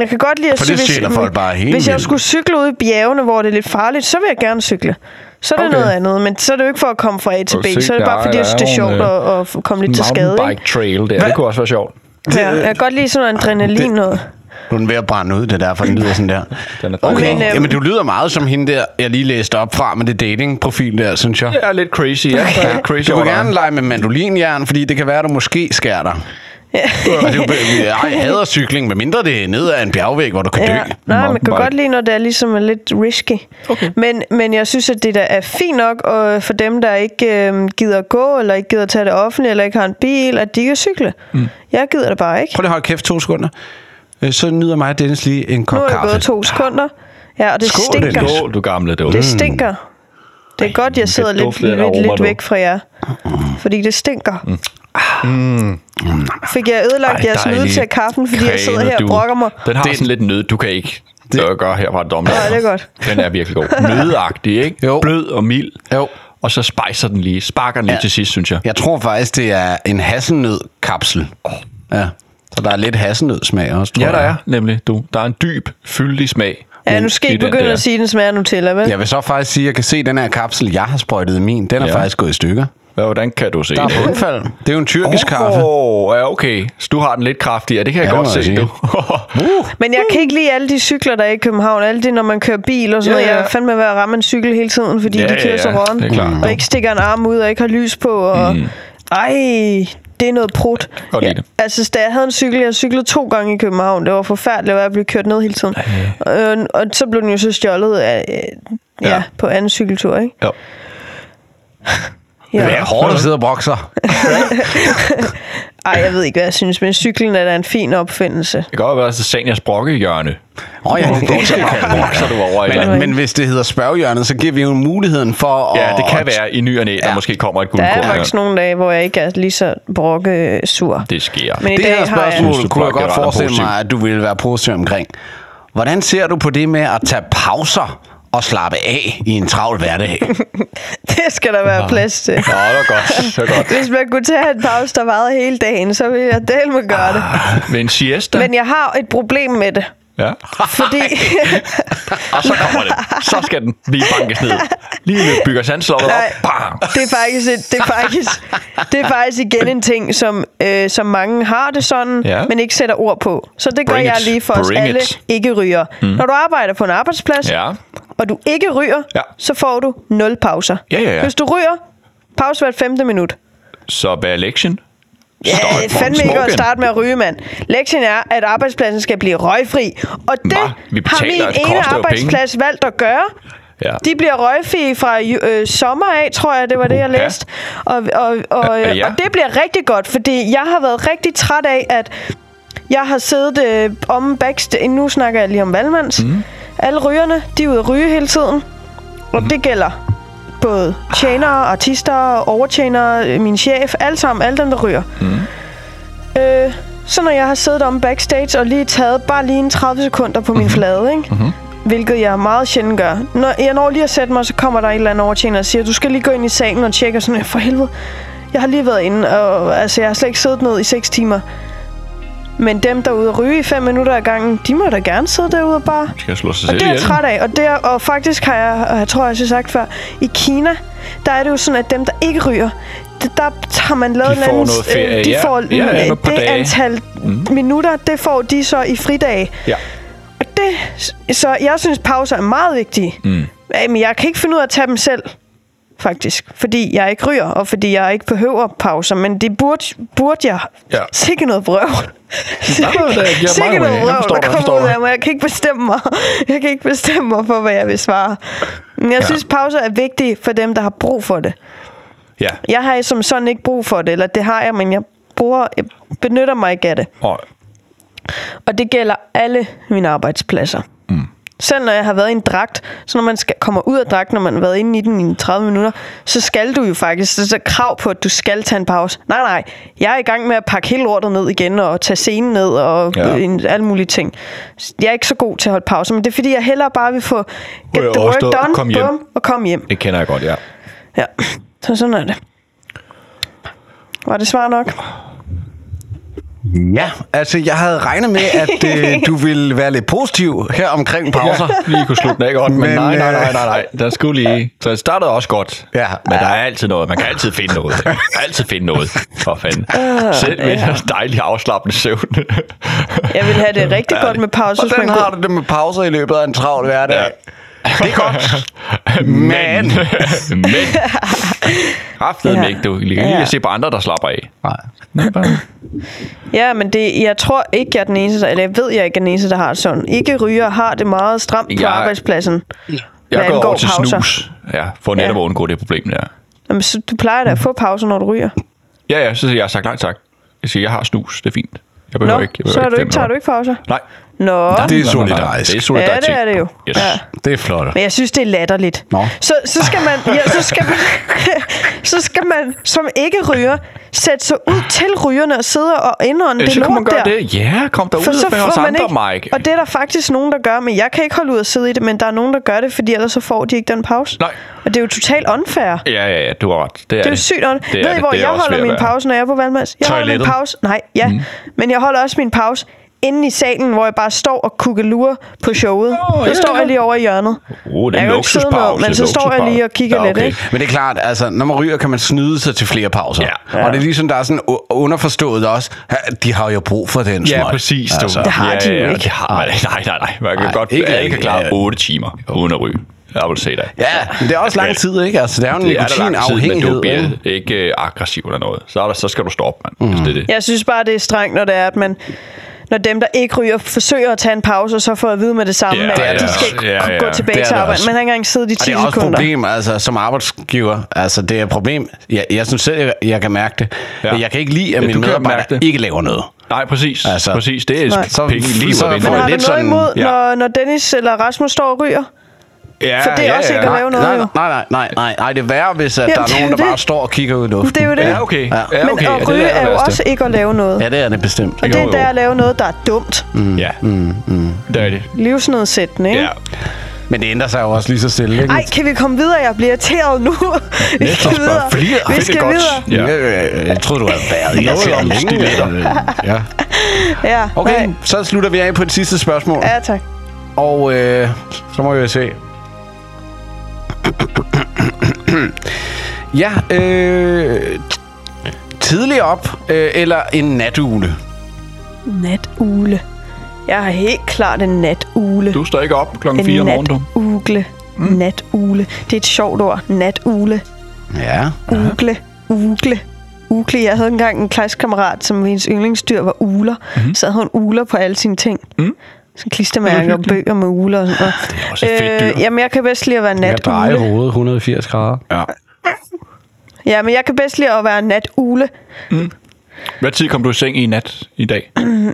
Speaker 1: jeg kan godt lide at
Speaker 2: For det
Speaker 1: hvis-
Speaker 2: stjæler folk bare hele
Speaker 1: Hvis jeg
Speaker 2: vildt.
Speaker 1: skulle cykle ud i bjergene, hvor det er lidt farligt, så vil jeg gerne cykle. Så er det
Speaker 3: Okay.
Speaker 1: okay. noget andet, men så er det jo ikke for at komme fra A til
Speaker 3: Og
Speaker 1: B.
Speaker 3: se,
Speaker 1: Så er det
Speaker 3: der
Speaker 1: bare fordi,
Speaker 3: er
Speaker 1: jeg synes, det er
Speaker 3: jo en,
Speaker 1: sjovt at, at f- komme lidt til skade. Ikke?
Speaker 3: Mountainbike trail der. Det kunne også være sjovt.
Speaker 1: Ja, jeg kan godt lide sådan noget adrenalin noget.
Speaker 2: Nu er den ved at brænde ud, det der, for den lyder sådan der.
Speaker 3: Den er
Speaker 2: Okay,
Speaker 1: Men,
Speaker 2: men,
Speaker 1: øhm,
Speaker 2: jamen du lyder meget som hende der, jeg lige læste op fra med det datingprofil der, synes jeg.
Speaker 3: Det er lidt crazy. Ja. Det er lidt crazy
Speaker 2: Du
Speaker 3: over
Speaker 2: vil
Speaker 3: dig.
Speaker 2: gerne lege med mandolinjern, fordi det kan være, at du måske skærer dig. Og det er jo- Jeg hader cykling, medmindre det er ned ad en bjergvæg, hvor du kan dø.
Speaker 1: Ja. Nej, man kan
Speaker 3: Mountainbike.
Speaker 1: godt lide, når det er ligesom er lidt risky. Okay. Men, men jeg synes, at det der er fint nok og for dem, der ikke øh, gider at gå, eller ikke gider at tage det offentlige, eller ikke har en bil, at de kan cykle. Mm. Jeg gider det bare ikke.
Speaker 2: Prøv lige at holde kæft to sekunder. Øh, Så nyder mig og Dennis lige en
Speaker 1: Nu
Speaker 2: kop
Speaker 1: er der
Speaker 2: kaffe.
Speaker 1: gået to sekunder. Ja, og det
Speaker 2: Skål,
Speaker 1: stinker.
Speaker 2: Dennis.
Speaker 3: Skål, Mm. du gamle. Det var.
Speaker 1: Det stinker. Det er godt, jeg sidder lidt,
Speaker 3: dufte af
Speaker 1: lidt,
Speaker 3: aroma,
Speaker 1: lidt
Speaker 3: du.
Speaker 1: væk fra jer. Fordi det stinker. Mm. Fik jeg ødelagt
Speaker 3: Ej,
Speaker 1: jeres
Speaker 3: dejlig
Speaker 1: lyd til kaffen, fordi jeg sidder
Speaker 3: creme,
Speaker 1: her og
Speaker 3: du.
Speaker 1: brokker mig?
Speaker 3: Den har
Speaker 2: Det-
Speaker 3: sådan lidt nød. Du kan ikke det. gøre her fra et dommer.
Speaker 1: Nej, det er godt.
Speaker 3: Den er virkelig god. Nødagtig, ikke?
Speaker 2: Jo.
Speaker 3: Blød og mild.
Speaker 2: Jo.
Speaker 3: Og så spejser den lige. Sparker den lige
Speaker 2: Ja.
Speaker 3: til sidst, synes jeg.
Speaker 2: Jeg tror faktisk, det er en hasselnødkapsel. Ja. Så der er lidt hasselnødsmag også, tror
Speaker 3: Ja, der
Speaker 2: jeg.
Speaker 3: er nemlig. Du. Der er en dyb, fyldig smag.
Speaker 1: Ja, nu skal I ikke begynde at sige, at den smager Nutella, vel?
Speaker 2: Jeg vil så faktisk sige, at jeg kan se at den her kapsel, jeg har sprøjtet i min. Den er
Speaker 3: Ja.
Speaker 2: faktisk gået i stykker.
Speaker 3: Hvad, hvordan kan du se
Speaker 2: Der
Speaker 3: det?
Speaker 2: er bundfald. Det er jo en tyrkisk kaffe.
Speaker 3: Åh, ja, okay. Så du har den lidt kraftigere. Det kan jeg
Speaker 2: Ja,
Speaker 3: godt
Speaker 2: må jeg
Speaker 3: se,
Speaker 2: sige.
Speaker 3: du.
Speaker 1: Men jeg kan ikke lide alle de cykler, der er i København. Alle de, når man kører bil og sådan
Speaker 3: Ja,
Speaker 1: noget.
Speaker 3: ja.
Speaker 1: Jeg er fandme ved at ramme en cykel hele tiden, fordi
Speaker 3: Ja,
Speaker 1: ja, de kører
Speaker 3: ja,
Speaker 1: ja, så
Speaker 3: ja.
Speaker 1: rådent.
Speaker 3: Det er klart.
Speaker 1: Og ikke stikker en arm ud og ikke har lys på. Og... Mm. Ej, det er noget prut.
Speaker 3: godt lide det.
Speaker 1: altså, da jeg havde en cykel, jeg cyklede to gange i København. Det var forfærdeligt, at jeg blev kørt ned hele tiden. Øh, og så blev den jo så stjålet af, øh, ja,
Speaker 3: Ja.
Speaker 1: ja. på anden cykeltur, ikke?
Speaker 3: Jo.
Speaker 1: Ja.
Speaker 2: Det er hårdt at sidde og brokser.
Speaker 1: Ej, jeg ved ikke, hvad jeg synes, men cyklen er da en fin opfindelse.
Speaker 3: Det kan godt være, at Sanias brokkehjørne.
Speaker 2: Åh oh, ja, det er det, jeg kalder det.
Speaker 3: Så er du over i
Speaker 2: Men, men hvis det hedder spørghjørnet, så giver vi jo muligheden for
Speaker 3: Ja, det kan
Speaker 2: at-
Speaker 3: være i ny og næ, der måske kommer et
Speaker 1: Der er faktisk
Speaker 3: guldkorn.
Speaker 1: nogle dage, hvor jeg ikke er lige så brokke øh, sur.
Speaker 3: Det sker.
Speaker 1: Men i
Speaker 2: Det
Speaker 1: dag
Speaker 2: her
Speaker 1: har jeg...
Speaker 2: spørgsmål
Speaker 3: Synes du,
Speaker 2: kunne jeg
Speaker 3: Brock er
Speaker 2: godt
Speaker 3: ret
Speaker 2: forestille
Speaker 3: positiv?
Speaker 2: mig, at du ville være positiv omkring. Hvordan ser du på det med at tage pauser og slappe af i en travl hverdag?
Speaker 1: Det skal der være plads til.
Speaker 3: Nå, det var godt. Det var godt.
Speaker 1: Hvis man kunne tage en pause, der varede hele dagen, så ville jeg del med gøre det.
Speaker 3: Men siesta?
Speaker 1: Men jeg har et problem med det.
Speaker 3: Ja.
Speaker 1: Fordi,
Speaker 3: Og så kommer det. Så skal den lige bankes ned. Lige nu bygger sandsloppet
Speaker 1: Nej.
Speaker 3: op. Bam.
Speaker 1: det er faktisk, et, det er faktisk, det er faktisk igen en ting, som, øh, som mange har det sådan,
Speaker 3: Ja.
Speaker 1: ja. men ikke sætter ord på. Så det gør
Speaker 3: Bring
Speaker 1: jeg
Speaker 3: it.
Speaker 1: lige for os
Speaker 3: Bring
Speaker 1: alle
Speaker 3: it.
Speaker 1: ikke ryger. Mm. Når du arbejder på en arbejdsplads,
Speaker 3: Ja.
Speaker 1: og du ikke ryger, ja.
Speaker 3: Ja.
Speaker 1: så får du nul pauser.
Speaker 3: Ja, ja, ja.
Speaker 1: Hvis du ryger, pause hvert femte minut.
Speaker 3: Så hvad er lektion?
Speaker 1: Ja, det er fandme ikke at
Speaker 3: smoking.
Speaker 1: starte med at ryge, mand. Lektien er, at arbejdspladsen skal blive røgfri. Og det
Speaker 3: Hva? Vi
Speaker 1: har
Speaker 3: betaler, det
Speaker 1: min ene
Speaker 3: koster jo
Speaker 1: arbejdsplads valgt at gøre.
Speaker 3: Ja.
Speaker 1: De bliver røgfri fra ju- øh, sommer af, tror jeg, det var det, jeg
Speaker 3: Uha.
Speaker 1: læste. Og, og, og,
Speaker 3: Ja,
Speaker 1: øh,
Speaker 3: ja.
Speaker 1: og det bliver rigtig godt, fordi jeg har været rigtig træt af, at jeg har siddet øh, om backstage. Nu snakker jeg lige om Valmands. Mm. Alle rygerne, de er ude at ryge hele tiden. Og det gælder både tjenere, artister, overtjenere, øh, min chef, alle sammen, alle dem, der ryger. Mm. Øh, så når jeg har siddet om backstage og lige taget bare lige en 30 sekunder på min flade, ikke? Mm-hmm. hvilket jeg meget sjældent gør. Når jeg når lige at sætte mig, så kommer der et eller andet overtjener og siger, du skal lige gå ind i salen og tjekke, og sådan, "Ja, for helvede. Jeg har lige været inde, og altså, jeg har slet ikke siddet ned i 6 timer. Men dem, der er ude at ryge i 5 minutter ad gangen, de må da gerne sidde derude og bare
Speaker 3: Skal jeg slå sig
Speaker 1: og
Speaker 3: selv
Speaker 1: det er jeg
Speaker 3: ihjel?
Speaker 1: træt af, og, det er, og faktisk har jeg, og jeg tror, jeg også har sagt før, i Kina, der er det jo sådan, at dem, der ikke ryger, det, der har man lavet
Speaker 3: De
Speaker 1: en
Speaker 3: får
Speaker 1: anden-
Speaker 3: noget ferie,
Speaker 1: øh, de
Speaker 3: ja.
Speaker 1: får
Speaker 3: Ja, ja,
Speaker 1: øh,
Speaker 3: med et par
Speaker 1: det
Speaker 3: dage. Mhm.
Speaker 1: antal mm. minutter, det får de så i fridage.
Speaker 3: Ja.
Speaker 1: Og det, så jeg synes, pauser er meget vigtige. Mm. Men jeg kan ikke finde ud af at tage dem selv, faktisk. Fordi jeg ikke ryger, og fordi jeg ikke behøver pauser. Men det burde, burde jeg.
Speaker 3: Ja.
Speaker 1: Sikke noget brøv.
Speaker 3: det giver mig
Speaker 1: Sikke
Speaker 3: jo
Speaker 1: noget
Speaker 3: mening. Jeg forstår
Speaker 1: brøv,
Speaker 3: dig, jeg
Speaker 1: der
Speaker 3: forstår
Speaker 1: kommer ud
Speaker 3: dig.
Speaker 1: af mig. Jeg kan ikke bestemme mig. Jeg kan ikke bestemme mig for, hvad jeg vil svare. Men jeg ja. synes, pauser er vigtige for dem, der har brug for det.
Speaker 3: Ja.
Speaker 1: Jeg har som sådan ikke brug for det, eller det har jeg, men jeg bruger, jeg benytter mig ikke af det.
Speaker 3: Og
Speaker 1: Og det gælder alle mine arbejdspladser. Mm. Selv når jeg har været i en dragt, så når man skal, kommer ud af dragten, når man har været inde i den i 30 minutter, så skal du jo faktisk, så er der krav på, at du skal tage en pause. Nej, nej, jeg er i gang med at pakke hele lortet ned igen, og tage scenen ned, og
Speaker 3: Ja.
Speaker 1: ja. en, alle mulige ting. Jeg er ikke så god til at holde pause, men det er fordi, jeg hellere bare vil få get
Speaker 3: jeg
Speaker 1: the work
Speaker 3: overstået og
Speaker 1: done,
Speaker 3: komme hjem.
Speaker 1: bum, og komme hjem.
Speaker 3: det kender jeg godt, ja.
Speaker 1: Ja, så sådan er det. Var det svar nok?
Speaker 2: Ja, altså jeg havde regnet med, at øh, du ville være lidt positiv her omkring pauser.
Speaker 3: Lige kunne slutte den af godt, men, men
Speaker 2: Men,
Speaker 3: nej, nej, nej,
Speaker 2: øh,
Speaker 3: nej, nej. Den skulle lige... Så det startede også godt.
Speaker 2: Ja.
Speaker 3: Men der er altid noget. Man kan altid finde noget. Man kan altid finde noget. For fanden. Selv med en dejlig afslappende søvn.
Speaker 1: Jeg vil have det rigtig godt med pause, hvis man
Speaker 2: Hvordan
Speaker 1: kunne-
Speaker 2: har du det med pauser i løbet af en travl hverdag?
Speaker 3: Ja.
Speaker 2: Ja. Det er godt. Men.
Speaker 3: men. Haftede
Speaker 1: Ja.
Speaker 3: ja. ikke, du. Lige ja.
Speaker 1: Ja.
Speaker 3: at se på andre, der slapper af.
Speaker 2: Nej.
Speaker 1: Ja, men det, jeg tror ikke, jeg er den eneste, der, eller jeg ved, jeg ikke er den eneste, der har det sådan. Ikke ryger har det meget stramt på
Speaker 3: Jeg-
Speaker 1: arbejdspladsen.
Speaker 3: Jeg
Speaker 1: Hvad
Speaker 3: går over
Speaker 1: angår
Speaker 3: til
Speaker 1: pauser.
Speaker 3: snus. Ja, for netop
Speaker 1: Ja.
Speaker 3: at undgå det problem der.
Speaker 1: Jamen, så du plejer da at få pauser, når du ryger.
Speaker 3: Ja, ja, så siger jeg, jeg har sagt nej tak. Jeg siger, jeg har snus, det er fint. Jeg behøver
Speaker 1: Nå,
Speaker 3: ikke. Jeg behøver
Speaker 1: så er du
Speaker 3: fem
Speaker 1: ikke, tager du
Speaker 3: minutter.
Speaker 1: ikke pauser?
Speaker 3: Nej.
Speaker 1: Nå,
Speaker 2: Det er
Speaker 3: Det er
Speaker 2: solidarisk.
Speaker 1: ja,
Speaker 3: solidaritet.
Speaker 1: det er det jo.
Speaker 3: Yes.
Speaker 1: Ja.
Speaker 2: Det er flot.
Speaker 1: Men jeg synes, det er latterligt.
Speaker 2: Nå.
Speaker 1: Så, så, skal man, ja, så, skal man, så skal man som ikke ryger sætte sig ud til rygerne og sidde og indånde det
Speaker 3: Øh, så kunne man
Speaker 1: lort
Speaker 3: gøre
Speaker 1: der.
Speaker 3: det. Ja, kom der ud med os andre, Mike.
Speaker 1: Og det er der faktisk nogen, der gør, men jeg kan ikke holde ud at sidde i det, men der er nogen, der gør det, fordi ellers så får de ikke den pause.
Speaker 3: Nej.
Speaker 1: Og det er jo totalt unfair.
Speaker 3: Ja, ja, ja, du har ret. Det er,
Speaker 1: Det er jo sygt. On.
Speaker 3: er
Speaker 1: Ved I,
Speaker 3: det.
Speaker 1: hvor
Speaker 3: Det er
Speaker 1: jeg
Speaker 3: også ved
Speaker 1: holder
Speaker 3: at
Speaker 1: min
Speaker 3: være.
Speaker 1: pause, når jeg er på vandmands? Jeg holder min
Speaker 3: Toilettet.
Speaker 1: pause. Nej, ja. Mm. Men jeg holder også min pause inde i salen, hvor jeg bare står og kukkelurer på showet. Oh, så står jeg lige over i hjørnet.
Speaker 10: Uh, det er
Speaker 1: jeg
Speaker 10: en
Speaker 1: kan jo ikke sidde
Speaker 10: luksuspause,
Speaker 1: ned, men så står jeg lige og kigger
Speaker 10: luksuspause.
Speaker 1: lidt,
Speaker 10: Ja, okay.
Speaker 1: ikke?
Speaker 2: Men det er klart, altså, når man ryger, kan man snyde sig til flere pauser.
Speaker 10: Ja.
Speaker 2: Og det er ligesom, der er sådan u- underforstået også, at de har jo brug for den smøg.
Speaker 10: Ja, præcis. Du.
Speaker 2: Altså,
Speaker 10: det har
Speaker 1: de jo ikke.
Speaker 10: Det har, nej, nej, nej. Man kan
Speaker 2: Nej,
Speaker 10: godt
Speaker 2: ikke
Speaker 10: ikke, ikke
Speaker 2: rigtig,
Speaker 10: klare
Speaker 2: ja.
Speaker 10: 8 timer uden at ryge. Jeg vil se dig.
Speaker 2: ja, men det er også lang tid, ikke? Altså, det er jo en
Speaker 10: Det er der lang tid, men
Speaker 2: nikotinafhængighed.
Speaker 10: du bliver
Speaker 2: ikke?
Speaker 10: ikke øh, aggressiv eller noget. Så, er der, så skal du stoppe, mand. Hvis det er det.
Speaker 1: Jeg synes bare, det er strengt, når det er, at man... Når dem, der ikke ryger, forsøger at tage en pause, og så får at vide med det samme,
Speaker 10: Ja,
Speaker 1: at
Speaker 10: det er
Speaker 1: de skal
Speaker 10: det også.
Speaker 1: ikke
Speaker 10: Ja,
Speaker 1: kunne
Speaker 10: ja.
Speaker 1: gå tilbage
Speaker 2: Det er
Speaker 1: til
Speaker 2: det
Speaker 1: arbejde.
Speaker 2: også.
Speaker 1: Man har ikke engang siddet i 10
Speaker 2: Og det er også et
Speaker 1: sekunder.
Speaker 2: problem, altså, som arbejdsgiver. Altså, det er et problem. Jeg, jeg synes selv, jeg, jeg kan mærke det.
Speaker 10: Ja.
Speaker 2: Ja. Jeg kan ikke lide, at
Speaker 10: Ja,
Speaker 2: mine
Speaker 10: du kan
Speaker 2: medarbejdere
Speaker 10: mærke det.
Speaker 2: ikke laver noget.
Speaker 10: Nej, præcis. Altså,
Speaker 2: Altså,
Speaker 10: præcis. Det er
Speaker 1: Nej.
Speaker 10: så, penge lige
Speaker 2: så
Speaker 10: så,
Speaker 2: får
Speaker 1: Men
Speaker 2: Det
Speaker 1: har du
Speaker 2: er
Speaker 10: vinder.
Speaker 1: noget
Speaker 2: lidt sådan-
Speaker 1: imod,
Speaker 10: ja.
Speaker 1: når, når Dennis eller Rasmus står og ryger?
Speaker 10: Ja,
Speaker 1: for det er også ikke at lave noget,
Speaker 2: nej,
Speaker 1: jo.
Speaker 2: nej, nej, nej, nej, nej, det er værre, hvis at
Speaker 1: Jamen,
Speaker 2: der
Speaker 1: det
Speaker 2: er
Speaker 1: er
Speaker 2: nogen, der
Speaker 1: jo
Speaker 2: bare
Speaker 1: det.
Speaker 2: står og kigger ud i luften.
Speaker 1: Det er jo det.
Speaker 10: Ja, okay. Ja, okay.
Speaker 1: Men
Speaker 10: Ja, det
Speaker 1: at ryge
Speaker 10: det
Speaker 1: er jo
Speaker 10: værste.
Speaker 1: også ikke at lave noget.
Speaker 2: Ja, det er det bestemt.
Speaker 1: Og det
Speaker 10: Jo,
Speaker 1: er der
Speaker 10: jo.
Speaker 1: at lave noget, der er dumt.
Speaker 3: Mm.
Speaker 10: Ja, det er det.
Speaker 1: Livsnedsættende, ikke?
Speaker 10: Ja.
Speaker 2: Men det ændrer sig jo også lige så stille, ikke?
Speaker 1: Ej, kan vi komme videre? Jeg bliver irriteret nu. vi skal videre. Vi skal videre.
Speaker 10: Ja.
Speaker 2: Ja. Jeg, jeg troede, du havde været i
Speaker 10: Noget om stiletter.
Speaker 2: Ja.
Speaker 1: Ja,
Speaker 2: Okay,
Speaker 1: nej.
Speaker 2: så slutter vi af på et sidste spørgsmål.
Speaker 1: Ja, tak.
Speaker 2: Og øh, så må vi jo se. ja, øh, tidlig op øh, eller en natugle?
Speaker 1: Natugle. Jeg har helt klart en natugle.
Speaker 10: Du står ikke op klokken 4
Speaker 1: en
Speaker 10: om morgenen, du. Mm.
Speaker 1: natugle. Natugle. Det er et sjovt ord. Natugle.
Speaker 2: Ja.
Speaker 1: Ugle. Ugle. Ugle. Jeg havde engang en klassekammerat, som hendes yndlingsdyr var uler.
Speaker 10: Mhm.
Speaker 1: Mm-hmm. Så havde hun uler på alle sine ting. Mm. Sådan klistermærker og bøger med uler og sådan noget. Det er
Speaker 10: Ah, også et fedt dyr.
Speaker 1: jamen, jeg kan bedst lide at være natugle.
Speaker 2: hovedet 180 grader. Ja.
Speaker 1: Ja, men jeg kan bedst lide at være natugle.
Speaker 10: Hvad tid kom du i seng i nat i dag?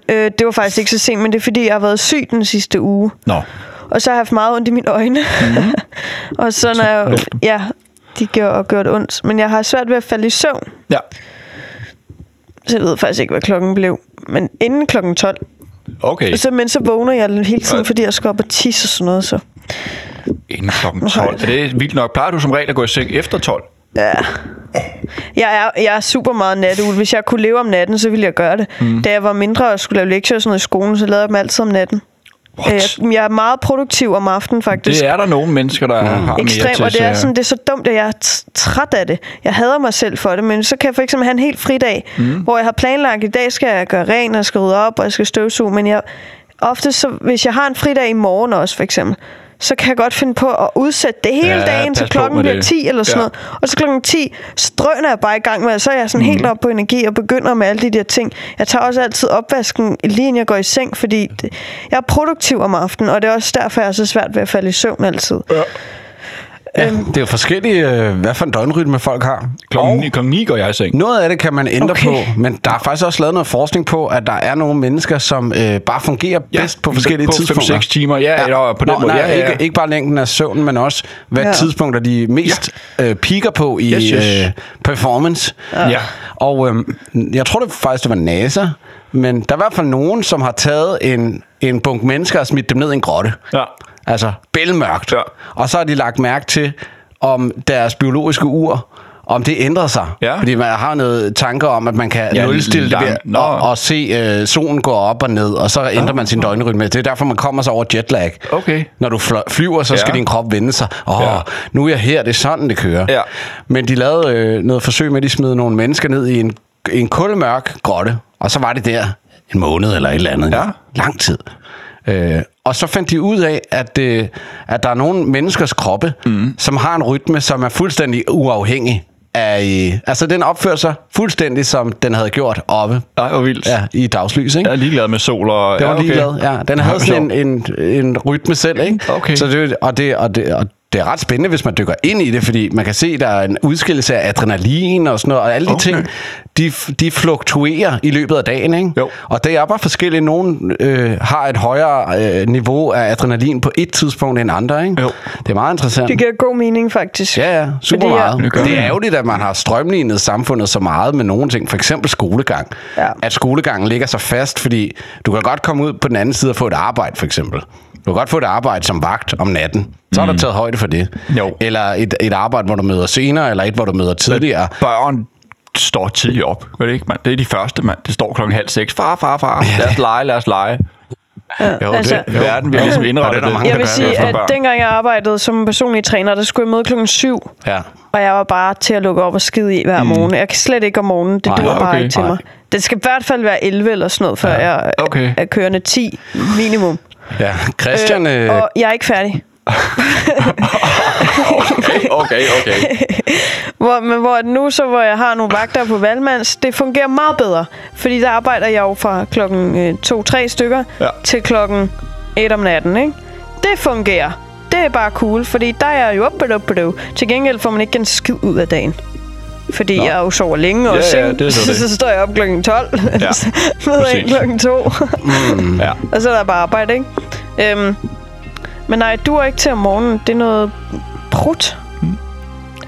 Speaker 1: Øh, det var faktisk ikke så sent, men det er fordi, jeg har været syg den sidste uge.
Speaker 10: Nå.
Speaker 1: Og så har jeg haft meget ondt i mine øjne.
Speaker 10: Mhm.
Speaker 1: Mm-hmm. og så når jeg, ja, de gjorde og gjort ondt. Men jeg har svært ved at falde i søvn.
Speaker 10: Ja.
Speaker 1: Så jeg ved faktisk ikke, hvad klokken blev. Men inden klokken 12.
Speaker 10: Okay.
Speaker 1: Så, men så vågner jeg hele tiden, fordi jeg skal op og tisse og sådan noget. Så.
Speaker 10: Inden klokken 12. Er det vildt nok? Plejer du som regel at gå i seng efter 12?
Speaker 2: Øh,
Speaker 1: Ja. Jeg er, jeg er super meget natteul. Hvis jeg kunne leve om natten, så ville jeg gøre det. Mm. Da jeg var mindre og skulle lave lektier og sådan noget i skolen, så lavede jeg dem altid om natten. Øh,
Speaker 10: What?
Speaker 1: jeg er meget produktiv om aftenen, faktisk.
Speaker 10: Det er der nogle mennesker,
Speaker 2: Mm.
Speaker 10: der har mere
Speaker 1: ekstrem,
Speaker 10: til.
Speaker 1: og det er,
Speaker 10: så-
Speaker 1: sådan, det er så dumt, at jeg er t- træt af det. Jeg hader mig selv for det, men så kan jeg for eksempel have en helt fri dag, mm. hvor jeg har planlagt, i dag skal jeg gøre ren, og jeg skal rydde op, og jeg skal støvsuge, men jeg, ofte så, hvis jeg har en fri dag i morgen også, for eksempel, så kan jeg godt finde på at udsætte det hele
Speaker 10: Ja,
Speaker 1: ja, dagen,
Speaker 10: pas
Speaker 1: til
Speaker 10: på
Speaker 1: klokken
Speaker 10: med
Speaker 1: bliver
Speaker 10: det.
Speaker 1: 10 eller sådan
Speaker 10: Ja.
Speaker 1: ja. noget. Og så klokken 10 strøner jeg bare i gang med, og så er jeg sådan mm. helt op på energi og begynder med alle de der ting. Jeg tager også altid opvasken lige inden jeg går i seng, fordi det, jeg er produktiv om aftenen, og det er også derfor, jeg er så svært ved at falde i søvn altid.
Speaker 2: Ja, det er jo forskellige, øh, hvad for en døgnrytme folk har.
Speaker 10: Klokken, ni, klokken 9 går jeg i seng.
Speaker 2: Noget af det kan man ændre
Speaker 1: Okay.
Speaker 2: okay. på, men der er faktisk også lavet noget forskning på, at der er nogle mennesker, som øh, bare fungerer
Speaker 10: Ja,
Speaker 2: bedst på forskellige
Speaker 10: på fem,
Speaker 2: tidspunkter.
Speaker 10: seks timer, ja, eller på den
Speaker 2: Nå,
Speaker 10: måde,
Speaker 2: Nej,
Speaker 10: ja, ja, ja.
Speaker 2: Ikke, ikke bare længden af søvnen, men også, hvad
Speaker 1: Ja.
Speaker 2: ja. tidspunkter de mest ja. øh, piker på i
Speaker 10: Yes, yes.
Speaker 2: Øh, performance.
Speaker 10: Ja.
Speaker 2: Og øh, jeg tror det faktisk, det var NASA, men der er i hvert fald nogen, som har taget en, en bunk mennesker og smidt dem ned i en grotte.
Speaker 10: Ja.
Speaker 2: Altså, bælmørkt.
Speaker 10: Ja.
Speaker 2: Og så har de lagt mærke til, om deres biologiske ur, om det ændrer sig.
Speaker 10: Ja.
Speaker 2: Fordi man har noget tanker om, at man kan
Speaker 10: Ja,
Speaker 2: ja, nulstille det ved
Speaker 10: lang- Nå.
Speaker 2: at, og, og se øh, solen gå op og ned, og så ændrer man sin døgnrytme. Det er derfor, man kommer sig over jetlag.
Speaker 10: Okay.
Speaker 2: Når du fly- flyver, så skal
Speaker 10: Ja.
Speaker 2: din krop vende sig. Åh,
Speaker 10: Ja.
Speaker 2: ja. nu er jeg her, det er sådan, det kører.
Speaker 10: Ja.
Speaker 2: Men de lavede øh, noget forsøg med, at de smed nogle mennesker ned i en, i en kulmørk grotte, og så var det der en måned eller et eller andet.
Speaker 10: Ja.
Speaker 2: Lang tid. Øh, og så fandt de ud af, at, øh, at der er nogle menneskers kroppe, mm. som har en rytme, som er fuldstændig uafhængig af... øh, Altså, den opfører sig fuldstændig, som den havde gjort oppe
Speaker 10: Nej, hvor vildt. Ja.
Speaker 2: Mm. ja, i dagslys, ikke?
Speaker 10: Jeg er ligeglad med sol og...
Speaker 2: Det var
Speaker 10: ja,
Speaker 2: ja, okay. ligeglad. Ja, den havde sådan en, en, en rytme selv, ikke?
Speaker 10: Okay.
Speaker 2: Så det, og, det, og, det, og det er ret spændende, hvis man dykker ind i det, fordi man kan se, der er en udskillelse af adrenalin og sådan noget, og alle de
Speaker 10: Okay.
Speaker 2: okay. ting, de, de fluktuerer i løbet af dagen, ikke?
Speaker 10: Jo.
Speaker 2: Og det er bare forskelligt. Nogle øh, har et højere øh, niveau af adrenalin på et tidspunkt end andre, ikke?
Speaker 10: Jo.
Speaker 2: Det er meget interessant.
Speaker 1: Det giver god mening, faktisk.
Speaker 2: Ja, ja, super
Speaker 1: Fordi jeg-
Speaker 2: meget.
Speaker 10: Det gør
Speaker 2: Det
Speaker 10: det.
Speaker 2: er ærgerligt, at man har strømlignet samfundet så meget med nogle ting, for eksempel skolegang.
Speaker 1: Ja.
Speaker 2: At skolegangen ligger så fast, fordi du kan godt komme ud på den anden side og få et arbejde, for eksempel. Du kan godt få et arbejde som vagt om natten. Så er der taget højde for det.
Speaker 10: Jo.
Speaker 2: Eller et, et arbejde, hvor du møder senere, eller et, hvor du møder tidligere.
Speaker 10: Børn
Speaker 3: står tidligt op. Gør det ikke, mand? Det er de første, mand. Det står klokken halv seks. Far, far, far. Lad os lege, lad os lege.
Speaker 1: Jo,
Speaker 3: Altså, det, verden bliver ligesom indrettet.
Speaker 2: der mange,
Speaker 1: Jeg vil
Speaker 2: gør det
Speaker 1: sige,
Speaker 2: efter
Speaker 1: at dengang jeg arbejdede som personlig træner, der skulle jeg møde klokken 7,
Speaker 2: Ja.
Speaker 1: og jeg var bare til at lukke op og skide i hver morgen. Jeg kan slet ikke om morgenen, det duer bare
Speaker 3: okay.
Speaker 1: ikke til
Speaker 3: Nej.
Speaker 1: mig. Det skal i hvert fald være 11 eller sådan noget, før jeg
Speaker 3: okay.
Speaker 1: okay. er kørende 10 minimum.
Speaker 2: ja. Christian, øh,
Speaker 1: Og jeg er ikke færdig.
Speaker 10: Okay, okay.
Speaker 1: Hvor, men hvor at nu, så hvor jeg har nogle vagter på Valmands, det fungerer meget bedre. Fordi der arbejder jeg jo fra klokken øh, 2-3 stykker
Speaker 3: Ja.
Speaker 1: ja. til klokken 1 om natten, ikke? Det fungerer. Det er bare cool, fordi der er jeg jo oppe op Til gengæld får man ikke en skid ud af dagen. Fordi Nå. jeg jo sover længe
Speaker 3: Ja,
Speaker 1: også,
Speaker 3: ja,
Speaker 1: ikke?
Speaker 3: det er så det.
Speaker 1: så, så står jeg op klokken 12,
Speaker 3: Ja,
Speaker 1: ja. så møder jeg
Speaker 3: præcis.
Speaker 1: klokken 2,
Speaker 3: Ja.
Speaker 1: og så er der bare arbejde, ikke? Øhm, men nej, du er ikke til om morgenen. Det er noget prut.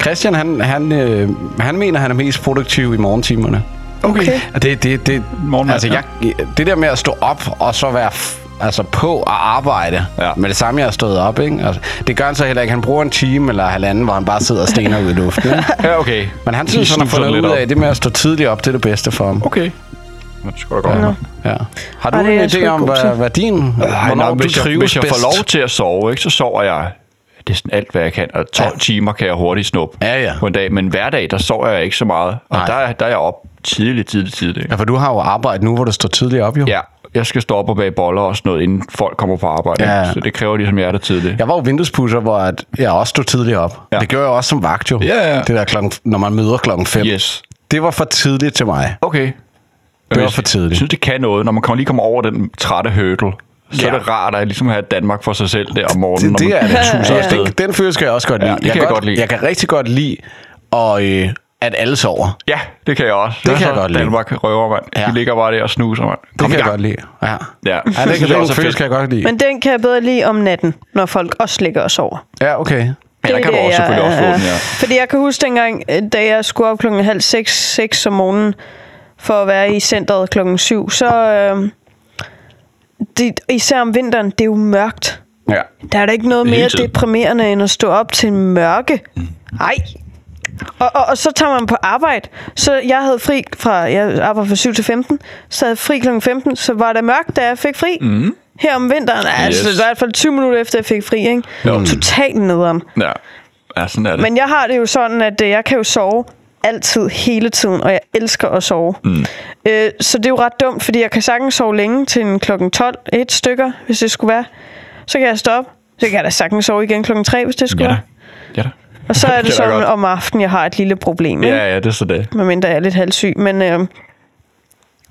Speaker 2: Christian han, han, øh, han mener, han er mest produktiv i morgentimerne.
Speaker 3: Okay.
Speaker 2: Og Det, det, det,
Speaker 3: Morgenmad,
Speaker 2: altså, jeg, det der med at stå op og så være f- altså på at arbejde
Speaker 3: Ja.
Speaker 2: ja. med det samme, jeg har stået op. Ikke? Altså, det gør han så heller ikke. Han bruger en time eller halvanden, hvor han bare sidder og stener ud i luften. Ikke?
Speaker 3: Ja, okay.
Speaker 2: Men han synes, han har
Speaker 3: Snuser
Speaker 2: fundet
Speaker 3: lidt
Speaker 2: ud af,
Speaker 3: op.
Speaker 2: at det med at stå tidligt op, det er det bedste for ham.
Speaker 3: Okay. Det skulle da godt.
Speaker 1: Nå.
Speaker 2: Ja. Har du
Speaker 1: Ej, det er
Speaker 2: en
Speaker 1: jeg sgu
Speaker 2: idé
Speaker 1: ikke
Speaker 2: om,
Speaker 1: god
Speaker 2: hvad,
Speaker 1: til.
Speaker 2: hvad din...
Speaker 3: Ej,
Speaker 2: hvornår
Speaker 3: nå,
Speaker 2: du
Speaker 3: hvis, jeg,
Speaker 2: trives
Speaker 3: hvis jeg
Speaker 2: bedst?
Speaker 3: får lov til at sove, ikke, så sover jeg det er sådan alt, hvad jeg kan. Og 12 ja. timer kan jeg hurtigt snuppe
Speaker 2: Ja, ja.
Speaker 3: på en dag. Men hver dag, der sover jeg ikke så meget. Og
Speaker 2: Nej.
Speaker 3: der, er- der er jeg op tidligt, tidligt, tidligt.
Speaker 2: Ja, for du har jo arbejde nu, hvor du står tidligt op, jo.
Speaker 3: Ja, jeg skal stå op og bage boller og sådan noget, inden folk kommer på arbejde.
Speaker 2: Ja.
Speaker 3: ikke? Så det kræver ligesom, jeg er der tidligt.
Speaker 2: Jeg var jo vinduespusser, hvor at jeg også stod tidligt op.
Speaker 3: Ja.
Speaker 2: Ja. Det gjorde jeg også som vagt, jo.
Speaker 3: Ja, ja.
Speaker 2: Det der klokken, når man møder klokken 5.
Speaker 3: Yes.
Speaker 2: Det var for tidligt til mig.
Speaker 3: Okay.
Speaker 2: Det var
Speaker 3: Jeg
Speaker 2: for tidligt.
Speaker 3: synes, det kan noget, når man kommer- lige kommer over den trætte hurdle. Så ja. er det rart at ligesom have Danmark for sig selv der om morgenen.
Speaker 2: Det, det er det.
Speaker 3: tusind
Speaker 2: Ja,
Speaker 3: afsted.
Speaker 2: Den, den følelse kan jeg også godt lide.
Speaker 3: Ja, det kan jeg godt lide.
Speaker 2: Jeg kan rigtig godt lide, og, øh, at alle sover.
Speaker 3: Ja, det kan jeg også.
Speaker 2: Det kan
Speaker 3: Så
Speaker 2: jeg godt lide.
Speaker 3: Danmark røver, mand. Ja.
Speaker 2: Ja.
Speaker 3: De ligger bare der og snuser, mand.
Speaker 2: Det kan
Speaker 3: i
Speaker 2: jeg
Speaker 3: gang.
Speaker 2: godt lide. Ja, ja
Speaker 3: Ja, Altså,
Speaker 2: det,
Speaker 3: synes
Speaker 2: kan,
Speaker 3: jeg
Speaker 2: den
Speaker 3: også er fedt.
Speaker 2: følelse kan jeg godt lide.
Speaker 1: Men den kan jeg bedre lide om natten, når folk også ligger og sover.
Speaker 2: Ja, okay.
Speaker 3: Ja, der kan du også selvfølgelig også få den, ja.
Speaker 1: Fordi jeg kan huske dengang, øh, da jeg skulle op klokken halv seks, seks om morgenen, for at være i centret klokken syv, så... Øh, det, især om vinteren, det er jo mørkt.
Speaker 2: Ja.
Speaker 1: Der er Mm. da ikke noget mere
Speaker 10: tiden.
Speaker 1: deprimerende, end at stå op til mørke. Nej. Og, og, og så tager man på arbejde. Så jeg havde fri fra, jeg arbejder fra 7 til 15, så havde jeg fri kl. 15, så var det mørkt, da jeg fik fri. Mm. Her om vinteren, altså
Speaker 3: Yes.
Speaker 1: i hvert fald 20 minutter efter, jeg fik fri, ikke?
Speaker 3: Jo.
Speaker 1: Totalt nederen.
Speaker 3: Ja. ja, sådan er det.
Speaker 1: Men jeg har det jo sådan, at øh, jeg kan jo sove altid, hele tiden, og jeg elsker at sove. Mm. Øh, så det er jo ret dumt, fordi jeg kan sagtens sove længe til en klokken 12, et stykker, hvis det skulle være. Så kan jeg stoppe. Så kan jeg da sagtens sove igen klokken 3, hvis det skulle
Speaker 3: Ja da.
Speaker 1: være.
Speaker 3: Ja, da.
Speaker 1: Og så er det
Speaker 3: Det kan jeg
Speaker 1: sådan
Speaker 3: godt.
Speaker 1: om aftenen, jeg har et lille problem, ikke?
Speaker 3: ja, ja, det er så det.
Speaker 1: medmindre jeg er lidt halvsyg. Men øh,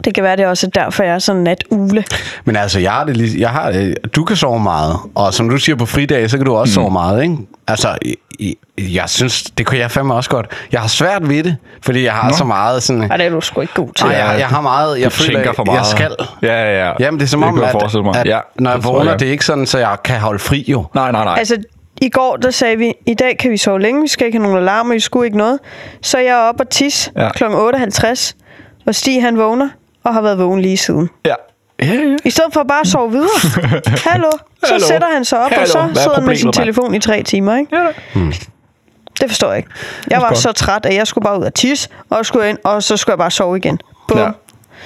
Speaker 1: det kan være, det er også derfor, jeg er sådan natugle.
Speaker 2: Men altså, jeg har det lige, jeg har, øh, du kan sove meget, og som du siger på fridage, så kan du også mm. sove meget, ikke? Altså, i- i- jeg synes, det kunne jeg fandme også godt. Jeg har svært ved det, fordi jeg har Nå. så meget sådan...
Speaker 1: Ej, det er du sgu ikke god til.
Speaker 2: Nej, jeg, jeg har meget, jeg
Speaker 3: Du
Speaker 2: føler,
Speaker 3: tænker for meget.
Speaker 2: jeg skal.
Speaker 3: Ja, ja, ja.
Speaker 2: Jamen, det er som om,
Speaker 3: kan jeg
Speaker 2: at,
Speaker 3: forestille mig.
Speaker 2: at
Speaker 3: ja,
Speaker 2: når jeg
Speaker 3: det tror
Speaker 2: vågner, det er ikke sådan, så jeg kan holde fri jo.
Speaker 3: Nej, nej, nej. Altså,
Speaker 1: Altså, i går, der sagde vi, i dag kan vi sove længe, vi skal ikke have nogen alarmer, vi skulle ikke noget. Så jeg er oppe og tis
Speaker 3: Ja.
Speaker 1: ja. kl. 8.50, og Stig han vågner og har været vågen lige siden.
Speaker 3: ja. Ja, ja.
Speaker 1: I stedet for bare at sove videre. Hallo. Så
Speaker 3: Hallo.
Speaker 1: Hallo. sætter han sig op,
Speaker 3: Hallo.
Speaker 1: og så
Speaker 3: Hvad er
Speaker 1: sidder han med
Speaker 3: problemet,
Speaker 1: sin
Speaker 3: mand? Hmm.
Speaker 1: telefon i tre timer, ikke? Ja. Det forstår jeg ikke. Jeg var så træt, at jeg skulle bare ud og tisse, og skulle ind, og så skulle jeg bare sove igen. Bum.
Speaker 3: Ja.
Speaker 1: Ja.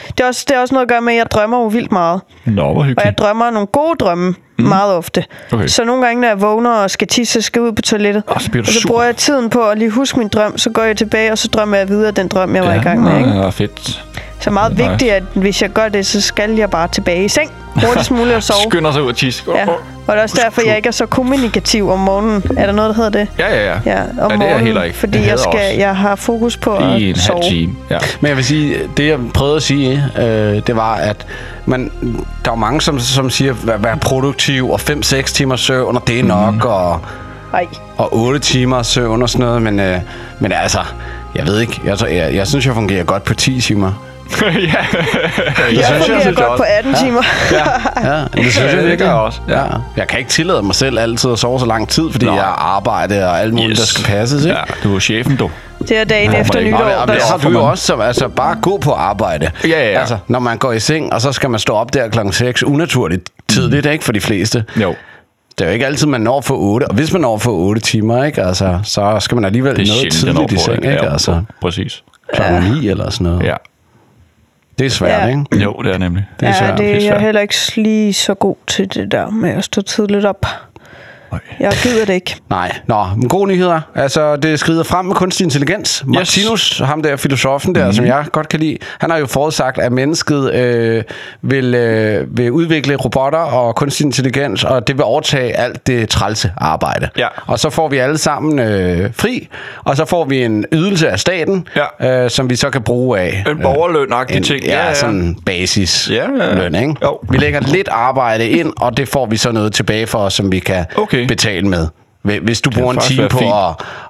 Speaker 1: Det, er også, det er også noget at gøre med, at jeg drømmer jo vildt meget.
Speaker 3: Nå, hvor
Speaker 1: Og jeg
Speaker 3: hyggeligt.
Speaker 1: drømmer nogle gode drømme mm. meget ofte.
Speaker 3: Mhm. Okay.
Speaker 1: Okay. Så nogle gange, når jeg vågner og skal tisse, så skal jeg ud på toilettet.
Speaker 3: Og så bliver du
Speaker 1: og så
Speaker 3: sur.
Speaker 1: bruger jeg tiden på at lige huske min drøm, så går jeg tilbage, og så drømmer jeg videre den drøm, jeg var ja. i gang med. Ikke?
Speaker 3: Ja, ah, fedt.
Speaker 1: Så meget vigtigt, at hvis jeg gør det, så skal jeg bare tilbage i seng. Hurtigst muligt at sove.
Speaker 3: Skynder sig ud og tisse.
Speaker 1: Ja. Og det er også derfor, jeg ikke er så kommunikativ om morgenen. Er der noget, der hedder det?
Speaker 3: Ja, ja, ja.
Speaker 1: Ja, om
Speaker 3: det er jeg
Speaker 1: morgenen,
Speaker 3: heller ikke.
Speaker 1: fordi
Speaker 3: Jeg
Speaker 1: jeg, jeg,
Speaker 3: hader
Speaker 1: skal,
Speaker 3: også.
Speaker 1: jeg har fokus på at
Speaker 3: I en
Speaker 1: sove.
Speaker 3: halv time. Ja.
Speaker 2: Men jeg vil sige, det jeg prøvede at sige, øh, det var, at man, der er jo mange, som, som siger, vær, vær produktiv, og 5-6 timer søvn, og det er nok, mm. og,
Speaker 1: Ej.
Speaker 2: og 8 timer søvn og sådan noget, men, øh, men altså, jeg ved ikke, jeg, tror- jeg, jeg synes, jeg fungerer godt på 10 timer.
Speaker 3: ja.
Speaker 1: Jeg fungerer
Speaker 3: synes
Speaker 1: godt
Speaker 3: også.
Speaker 1: på 18 timer.
Speaker 2: Ja, det synes
Speaker 3: Ja,
Speaker 2: jeg
Speaker 3: det gør
Speaker 2: virkelig.
Speaker 3: jeg også.
Speaker 2: Ja. Jeg kan ikke tillade mig selv altid at sove så lang tid, fordi Nå. jeg arbejder og alt muligt, yes. der skal passes. Ikke?
Speaker 3: Ja, du er chefen, du.
Speaker 1: Det er dagen
Speaker 3: Ja,
Speaker 1: efter
Speaker 3: det er ikke-
Speaker 1: nytår.
Speaker 3: Nå, men-
Speaker 1: der
Speaker 2: Og det
Speaker 3: Ja,
Speaker 2: har
Speaker 3: for
Speaker 2: du jo
Speaker 3: man-
Speaker 2: også, som, altså bare gå på arbejde.
Speaker 3: Ja, ja.
Speaker 2: Altså, når man går i seng, og så skal man stå op der klokken 6, unaturligt tidligt, ikke for de fleste.
Speaker 3: Mm. Jo.
Speaker 2: Det er jo ikke altid, man når for 8, og hvis man når for 8 timer, ikke, altså, så skal man alligevel
Speaker 3: Det er
Speaker 2: noget
Speaker 3: sjældent, den
Speaker 2: tidligt i
Speaker 3: overfor,
Speaker 2: seng, ikke,
Speaker 3: Ja,
Speaker 2: altså.
Speaker 3: Præcis.
Speaker 2: klokken ni eller sådan noget.
Speaker 3: Ja.
Speaker 2: Det er svært,
Speaker 1: Ja.
Speaker 2: ja. ikke?
Speaker 3: Jo, det er nemlig.
Speaker 2: Det er
Speaker 1: ja,
Speaker 2: svært.
Speaker 1: det,
Speaker 3: er
Speaker 1: jeg er
Speaker 3: svært.
Speaker 1: heller ikke lige så god til det der med at stå tidligt op. Jeg gider det ikke.
Speaker 2: Nej. Nå, men gode nyheder. Altså, det skrider frem med kunstig intelligens. Martinus, ham der filosofen
Speaker 3: Mhm.
Speaker 2: der, mm. som jeg godt kan lide, han har jo forudsagt, at mennesket øh, vil, øh, vil udvikle robotter og kunstig intelligens, og det vil overtage alt det trælse arbejde.
Speaker 3: Ja.
Speaker 2: Og så får vi alle sammen øh, fri, og så får vi en ydelse af staten,
Speaker 3: Ja.
Speaker 2: øh, som vi så kan bruge af. øh,
Speaker 3: En borgerløn-agtig ting.
Speaker 2: Ja, ja, ja. sådan basis
Speaker 3: Ja, ja.
Speaker 2: løn, ikke?
Speaker 3: Jo.
Speaker 2: Vi lægger lidt arbejde ind, og det får vi så noget tilbage for os, som vi kan
Speaker 3: Okay.
Speaker 2: betale med. Hvi- Hvis du bruger en
Speaker 3: faktisk
Speaker 2: time
Speaker 3: være
Speaker 2: på
Speaker 3: fint.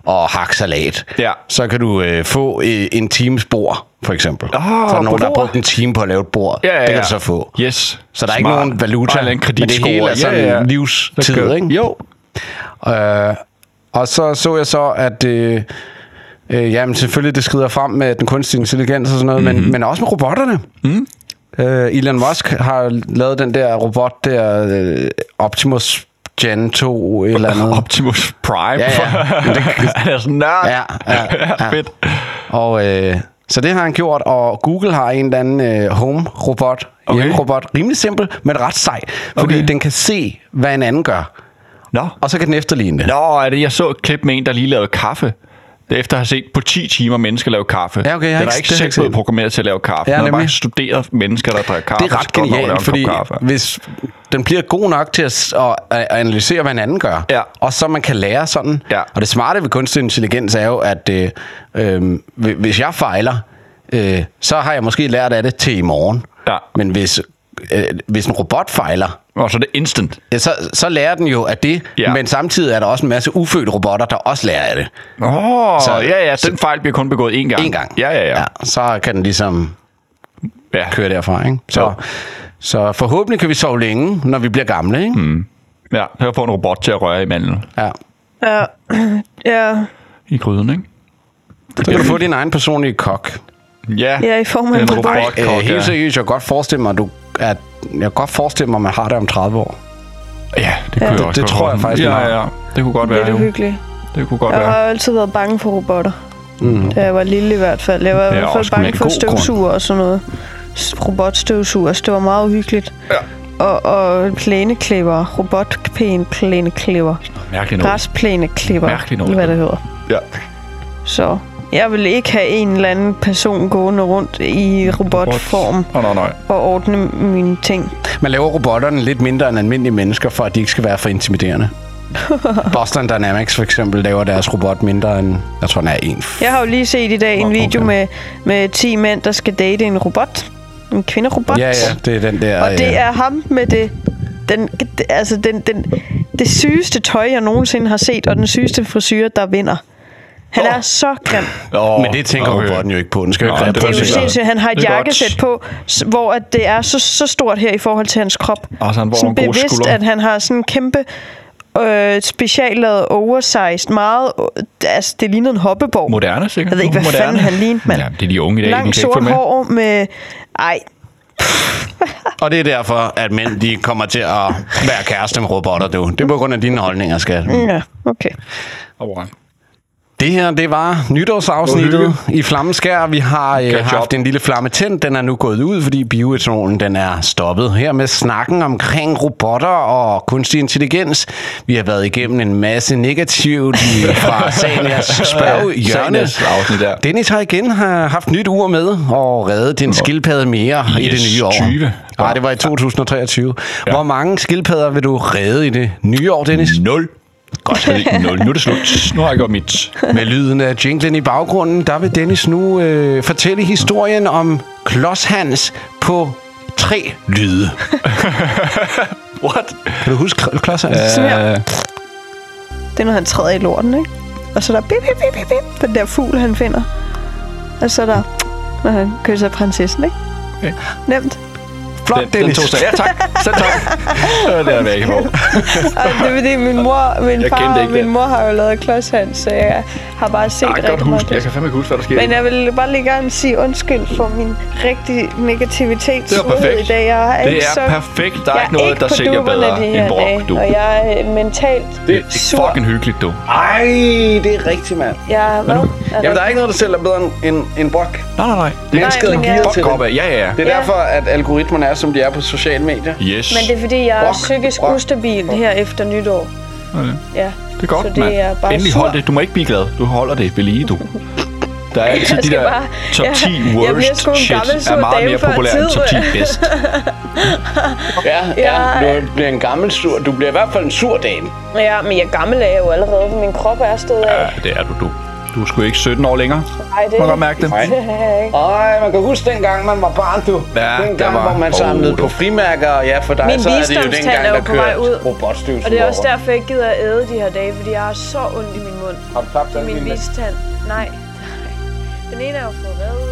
Speaker 2: at, at hakke salat,
Speaker 3: Ja.
Speaker 2: så kan du øh, få øh, en times bord, for eksempel.
Speaker 3: Ah,
Speaker 2: så er der nogen, der har
Speaker 3: bord.
Speaker 2: brugt en time på at lave et bord.
Speaker 3: Ja, ja,
Speaker 2: det kan
Speaker 3: ja.
Speaker 2: du så få.
Speaker 3: Yes.
Speaker 2: Så der er ikke
Speaker 3: Smart.
Speaker 2: nogen valuta,
Speaker 3: Og en eller anden
Speaker 2: men det hele er
Speaker 3: kreditscore.
Speaker 2: sådan
Speaker 3: Ja, ja.
Speaker 2: livstid,
Speaker 3: Så kører-
Speaker 2: ikke?
Speaker 3: Jo.
Speaker 2: Øh, og så så jeg så, at... Øh, øh, jamen, selvfølgelig, det skrider frem med den kunstige intelligens og sådan noget,
Speaker 3: Mhm.
Speaker 2: mm-hmm. men, men også med robotterne. Mm. Øh, Elon Musk har lavet den der robot der, øh, Optimus Gen 2, et eller andet.
Speaker 3: Optimus Prime.
Speaker 2: Ja, ja. Men det-
Speaker 3: Han er sådan, nørd.
Speaker 2: Ja, ja, ja.
Speaker 3: Fedt.
Speaker 2: Og øh, så det har han gjort, og Google har en eller anden øh, home-robot,
Speaker 3: Okay.
Speaker 2: okay. robot rimelig simpel, men ret sej, fordi
Speaker 3: Okay.
Speaker 2: den kan se, hvad en anden gør,
Speaker 3: Nå.
Speaker 2: og så kan den efterligne det.
Speaker 3: Nå, er det, jeg så et klip med en, der lige lavede kaffe. Det er efter at have set på 10 timer mennesker lave kaffe.
Speaker 2: Ja, okay, jeg har ikke-
Speaker 3: den er
Speaker 2: det
Speaker 3: ikke
Speaker 2: har jeg
Speaker 3: selv
Speaker 2: ikke
Speaker 3: blevet
Speaker 2: set.
Speaker 3: programmeret til at lave kaffe.
Speaker 2: Ja,
Speaker 3: Ja, den har
Speaker 2: nemlig.
Speaker 3: bare studeret mennesker, der drikker kaffe.
Speaker 2: Det er ret
Speaker 3: så går den over og laver en
Speaker 2: genialt,
Speaker 3: kop
Speaker 2: fordi
Speaker 3: kaffe.
Speaker 2: hvis den bliver god nok til at, s- at at analysere, hvad en anden gør,
Speaker 3: Ja.
Speaker 2: og så man kan lære sådan.
Speaker 3: Ja.
Speaker 2: Og det smarte ved kunstig intelligens er jo, at øh, øh, hvi- hvis jeg fejler, øh, så har jeg måske lært af det til i morgen.
Speaker 3: Ja.
Speaker 2: Men hvis, øh, hvis en robot fejler,
Speaker 3: Og så er det instant.
Speaker 2: ja, så, så lærer den jo af det,
Speaker 3: Ja.
Speaker 2: men samtidig er der også en masse ufødte robotter, der også lærer af det.
Speaker 3: Åh,
Speaker 2: Så-
Speaker 3: så, ja, ja, den fejl bliver kun begået én gang.
Speaker 2: En gang.
Speaker 3: Ja, ja, ja.
Speaker 2: Så kan den ligesom
Speaker 3: ja.
Speaker 2: køre derfra. Ikke? Så,
Speaker 3: Jo.
Speaker 2: så forhåbentlig kan vi sove længe, når vi bliver gamle. Ikke? Mm.
Speaker 3: ja. Så får en robot til at røre i mandlen.
Speaker 2: Ja.
Speaker 1: Ja, ja,
Speaker 3: I gryden, ikke?
Speaker 2: Så kan du få din egen personlige kok.
Speaker 3: Ja.
Speaker 1: ja i form af en
Speaker 3: En
Speaker 1: robot.
Speaker 3: robot.
Speaker 2: Øh,
Speaker 3: Kok, ja.
Speaker 2: helt seriøst, jeg kan godt forestille mig, at du, at jeg kan godt forestille mig, at man har det om 30 år.
Speaker 3: Ja, det kunne ja, jeg
Speaker 2: det-
Speaker 3: også
Speaker 2: det
Speaker 3: godt
Speaker 2: tror jeg
Speaker 3: forestille mig.
Speaker 2: faktisk, man har.
Speaker 3: Ja, ja, det kunne godt
Speaker 1: Det er
Speaker 3: være.
Speaker 1: lidt
Speaker 3: jo.
Speaker 1: uhyggeligt.
Speaker 3: Det kunne godt
Speaker 1: Jeg
Speaker 3: være.
Speaker 1: har altid været bange for robotter. Mm. Da jeg var lille i hvert fald. Jeg var i
Speaker 3: Det er
Speaker 1: hvert fald
Speaker 3: også med
Speaker 1: bange for
Speaker 3: god
Speaker 1: støvsuger og sådan noget. S- Robotstøvsuger. Altså, det var meget uhyggeligt. Ja. Og, og plæneklipper. Robotplæneklipper.
Speaker 3: Mærkeligt noget.
Speaker 1: Græsplæneklipper.
Speaker 3: Mærkeligt noget.
Speaker 1: Hvad det hedder.
Speaker 3: Ja.
Speaker 1: Så jeg vil ikke have en eller anden person gående rundt i robotform
Speaker 3: Åh, nej, nej.
Speaker 1: og ordne mine ting.
Speaker 2: Man laver robotterne lidt mindre end almindelige mennesker, for at de ikke skal være for intimiderende. Boston Dynamics for eksempel laver deres robot mindre end, jeg tror, den er en.
Speaker 1: Jeg har jo lige set i dag en
Speaker 2: Nå,
Speaker 1: video
Speaker 2: okay.
Speaker 1: med, med 10 mænd, der skal date en robot. En kvinderobot.
Speaker 2: Ja, ja, det er den der...
Speaker 1: Og det
Speaker 2: øh,
Speaker 1: er ham med det, den, det- altså den, den, det sygeste tøj, jeg nogensinde har set, og den sygeste frisyr, der vinder. Han er så grim.
Speaker 3: Åh,
Speaker 2: Men det tænker
Speaker 3: okay.
Speaker 2: robotten jo ikke på. Den skal jo
Speaker 3: Nå,
Speaker 2: ikke
Speaker 3: det
Speaker 1: Det er jo
Speaker 3: Præcis.
Speaker 1: sindssygt. Han har et
Speaker 3: Det er godt.
Speaker 1: jakkesæt på, s- hvor at det er så, så stort her i forhold til hans krop.
Speaker 3: Og så han får
Speaker 1: sådan
Speaker 3: nogle gode
Speaker 1: bevidst,
Speaker 3: skuldre.
Speaker 1: at han har sådan en kæmpe øh, speciallavet oversized, meget... Altså, det ligner en hoppeborg.
Speaker 3: Moderne, sikkert.
Speaker 1: Jeg ved ikke, hvad
Speaker 3: Moderne.
Speaker 1: fanden han lignede, mand.
Speaker 3: Ja, det er de unge i dag. de
Speaker 1: Langt
Speaker 3: kan ikke
Speaker 1: sort
Speaker 3: følge med.
Speaker 1: hår med... Ej,
Speaker 2: Og det er derfor, at mænd de kommer til at være kæreste med robotter, du. Det er på grund af dine holdninger, skat.
Speaker 1: ja, okay.
Speaker 3: Alright.
Speaker 2: Det her, det var nytårsafsnittet i Flammeskær. Vi har øh,
Speaker 3: Catch up.
Speaker 2: haft en lille flamme tændt. Den er nu gået ud, fordi bioetanolen den er stoppet. Her med snakken omkring robotter og kunstig intelligens. Vi har været igennem en masse negativt i- fra Sanias spørg hjørne.
Speaker 3: Sanias afsnit der.
Speaker 2: Dennis har igen har haft nyt ur med og reddet en skildpadde mere i det
Speaker 3: Yes,
Speaker 2: nye år.
Speaker 3: 20.
Speaker 2: Nej, det var i 2023. Hvor mange skildpadder vil du redde i det nye år, Dennis?
Speaker 3: Nul. Godt, nul. Nu er det slut. Nu har jeg gjort mit.
Speaker 2: Med lyden af jinglen i baggrunden, der vil Dennis nu øh, fortælle historien om Klods Hans på tre lyde.
Speaker 3: What?
Speaker 2: Kan du huske Kl- Klods Hans?
Speaker 1: Sådan
Speaker 3: Øh.
Speaker 1: her. Det er, når han træder i lorten, ikke? Og så er der bip, bip, bip, bip, bip, den der fugl, han finder. Og så er der, når han kysser prinsessen, ikke?
Speaker 3: Okay.
Speaker 1: Nemt.
Speaker 2: Flot,
Speaker 3: Den, den tog sig. Ja, tak. Selv tak. Øh, Det er jeg ikke på.
Speaker 1: Og det er fordi, min mor, min
Speaker 3: Jeg
Speaker 1: far
Speaker 3: kendte
Speaker 1: og
Speaker 3: ikke
Speaker 1: min
Speaker 3: det.
Speaker 1: mor har jo lavet klodshand, så jeg har bare set
Speaker 3: Jeg kan godt
Speaker 1: rigtig meget.
Speaker 3: huske. Jeg kan fandme ikke huske, hvad der sker.
Speaker 1: Men jeg vil bare lige gerne sige undskyld for min rigtig negativitet
Speaker 3: Det var perfekt.
Speaker 1: i dag. Jeg er
Speaker 3: Det
Speaker 1: ikke
Speaker 3: er
Speaker 1: så,
Speaker 3: perfekt. Der er
Speaker 1: jeg
Speaker 3: ikke noget, der
Speaker 1: på
Speaker 3: sælger
Speaker 1: dupperne
Speaker 3: bedre
Speaker 1: de
Speaker 3: end
Speaker 1: her
Speaker 3: brok,
Speaker 1: dage,
Speaker 3: du.
Speaker 1: Og jeg er mentalt
Speaker 3: Det er
Speaker 1: sur.
Speaker 3: fucking hyggeligt, du.
Speaker 2: Ej, det er rigtigt, mand.
Speaker 1: Jeg er, hvad? Altså,
Speaker 2: Jamen, der er ikke noget, der sælger bedre end, end, end brok.
Speaker 3: Nej, nej, nej. øh, Det
Speaker 2: Mennesket er
Speaker 1: men jeg-
Speaker 2: gearet
Speaker 1: Brok
Speaker 2: til
Speaker 3: er
Speaker 2: det.
Speaker 3: ja, ja, ja.
Speaker 2: Det er
Speaker 1: Ja.
Speaker 2: derfor, at algoritmerne er, som de er på sociale medier.
Speaker 3: Yes.
Speaker 1: Men det er, fordi jeg er
Speaker 2: Brok,
Speaker 1: psykisk
Speaker 2: brok,
Speaker 1: ustabil her efter nytår. Ja.
Speaker 3: Det er godt,
Speaker 1: Så det
Speaker 3: mand.
Speaker 1: er bare
Speaker 3: Endelig
Speaker 1: sur.
Speaker 3: hold det. Du må ikke blive glad. Du holder det ved lige, du. Der er altid
Speaker 1: Jeg
Speaker 3: de
Speaker 1: skal
Speaker 3: der
Speaker 1: bare-
Speaker 3: top
Speaker 1: jeg-
Speaker 3: 10
Speaker 1: jeg bliver
Speaker 3: worst
Speaker 1: sgu en
Speaker 3: shit
Speaker 1: gammel sur
Speaker 3: er meget
Speaker 1: dame
Speaker 3: mere
Speaker 1: før
Speaker 3: populære end
Speaker 1: tid.
Speaker 3: top 10 bedst.
Speaker 2: Ja,
Speaker 1: Ja.
Speaker 2: ja. Du bliver en gammel sur. Du bliver i hvert fald en sur dame.
Speaker 1: Ja, men jeg er gammel af jo allerede, for min krop er stået af.
Speaker 3: Ja, det er du, du. Du er sgu ikke 17 år længere.
Speaker 1: Nej, det
Speaker 3: Må godt mærke det.
Speaker 1: det.
Speaker 2: Ej, man kan huske dengang, man var barn, du.
Speaker 3: Ja,
Speaker 2: dengang,
Speaker 3: der var-
Speaker 2: hvor man samlede
Speaker 3: Oh, du.
Speaker 2: på frimærker, og ja, for dig,
Speaker 1: Min
Speaker 2: så er det jo
Speaker 1: visdomstand
Speaker 2: dengang,
Speaker 1: er jo
Speaker 2: der
Speaker 1: på vej
Speaker 2: kørte
Speaker 1: ud.
Speaker 2: robotstøvsuger.
Speaker 1: Og det er også derfor, jeg ikke gider at æde de her dage, fordi jeg har så ondt i min mund.
Speaker 2: Har du tabt den,
Speaker 1: Min
Speaker 2: Line?
Speaker 1: vistand. Nej. Nej. Den ene er jo fået revet ud.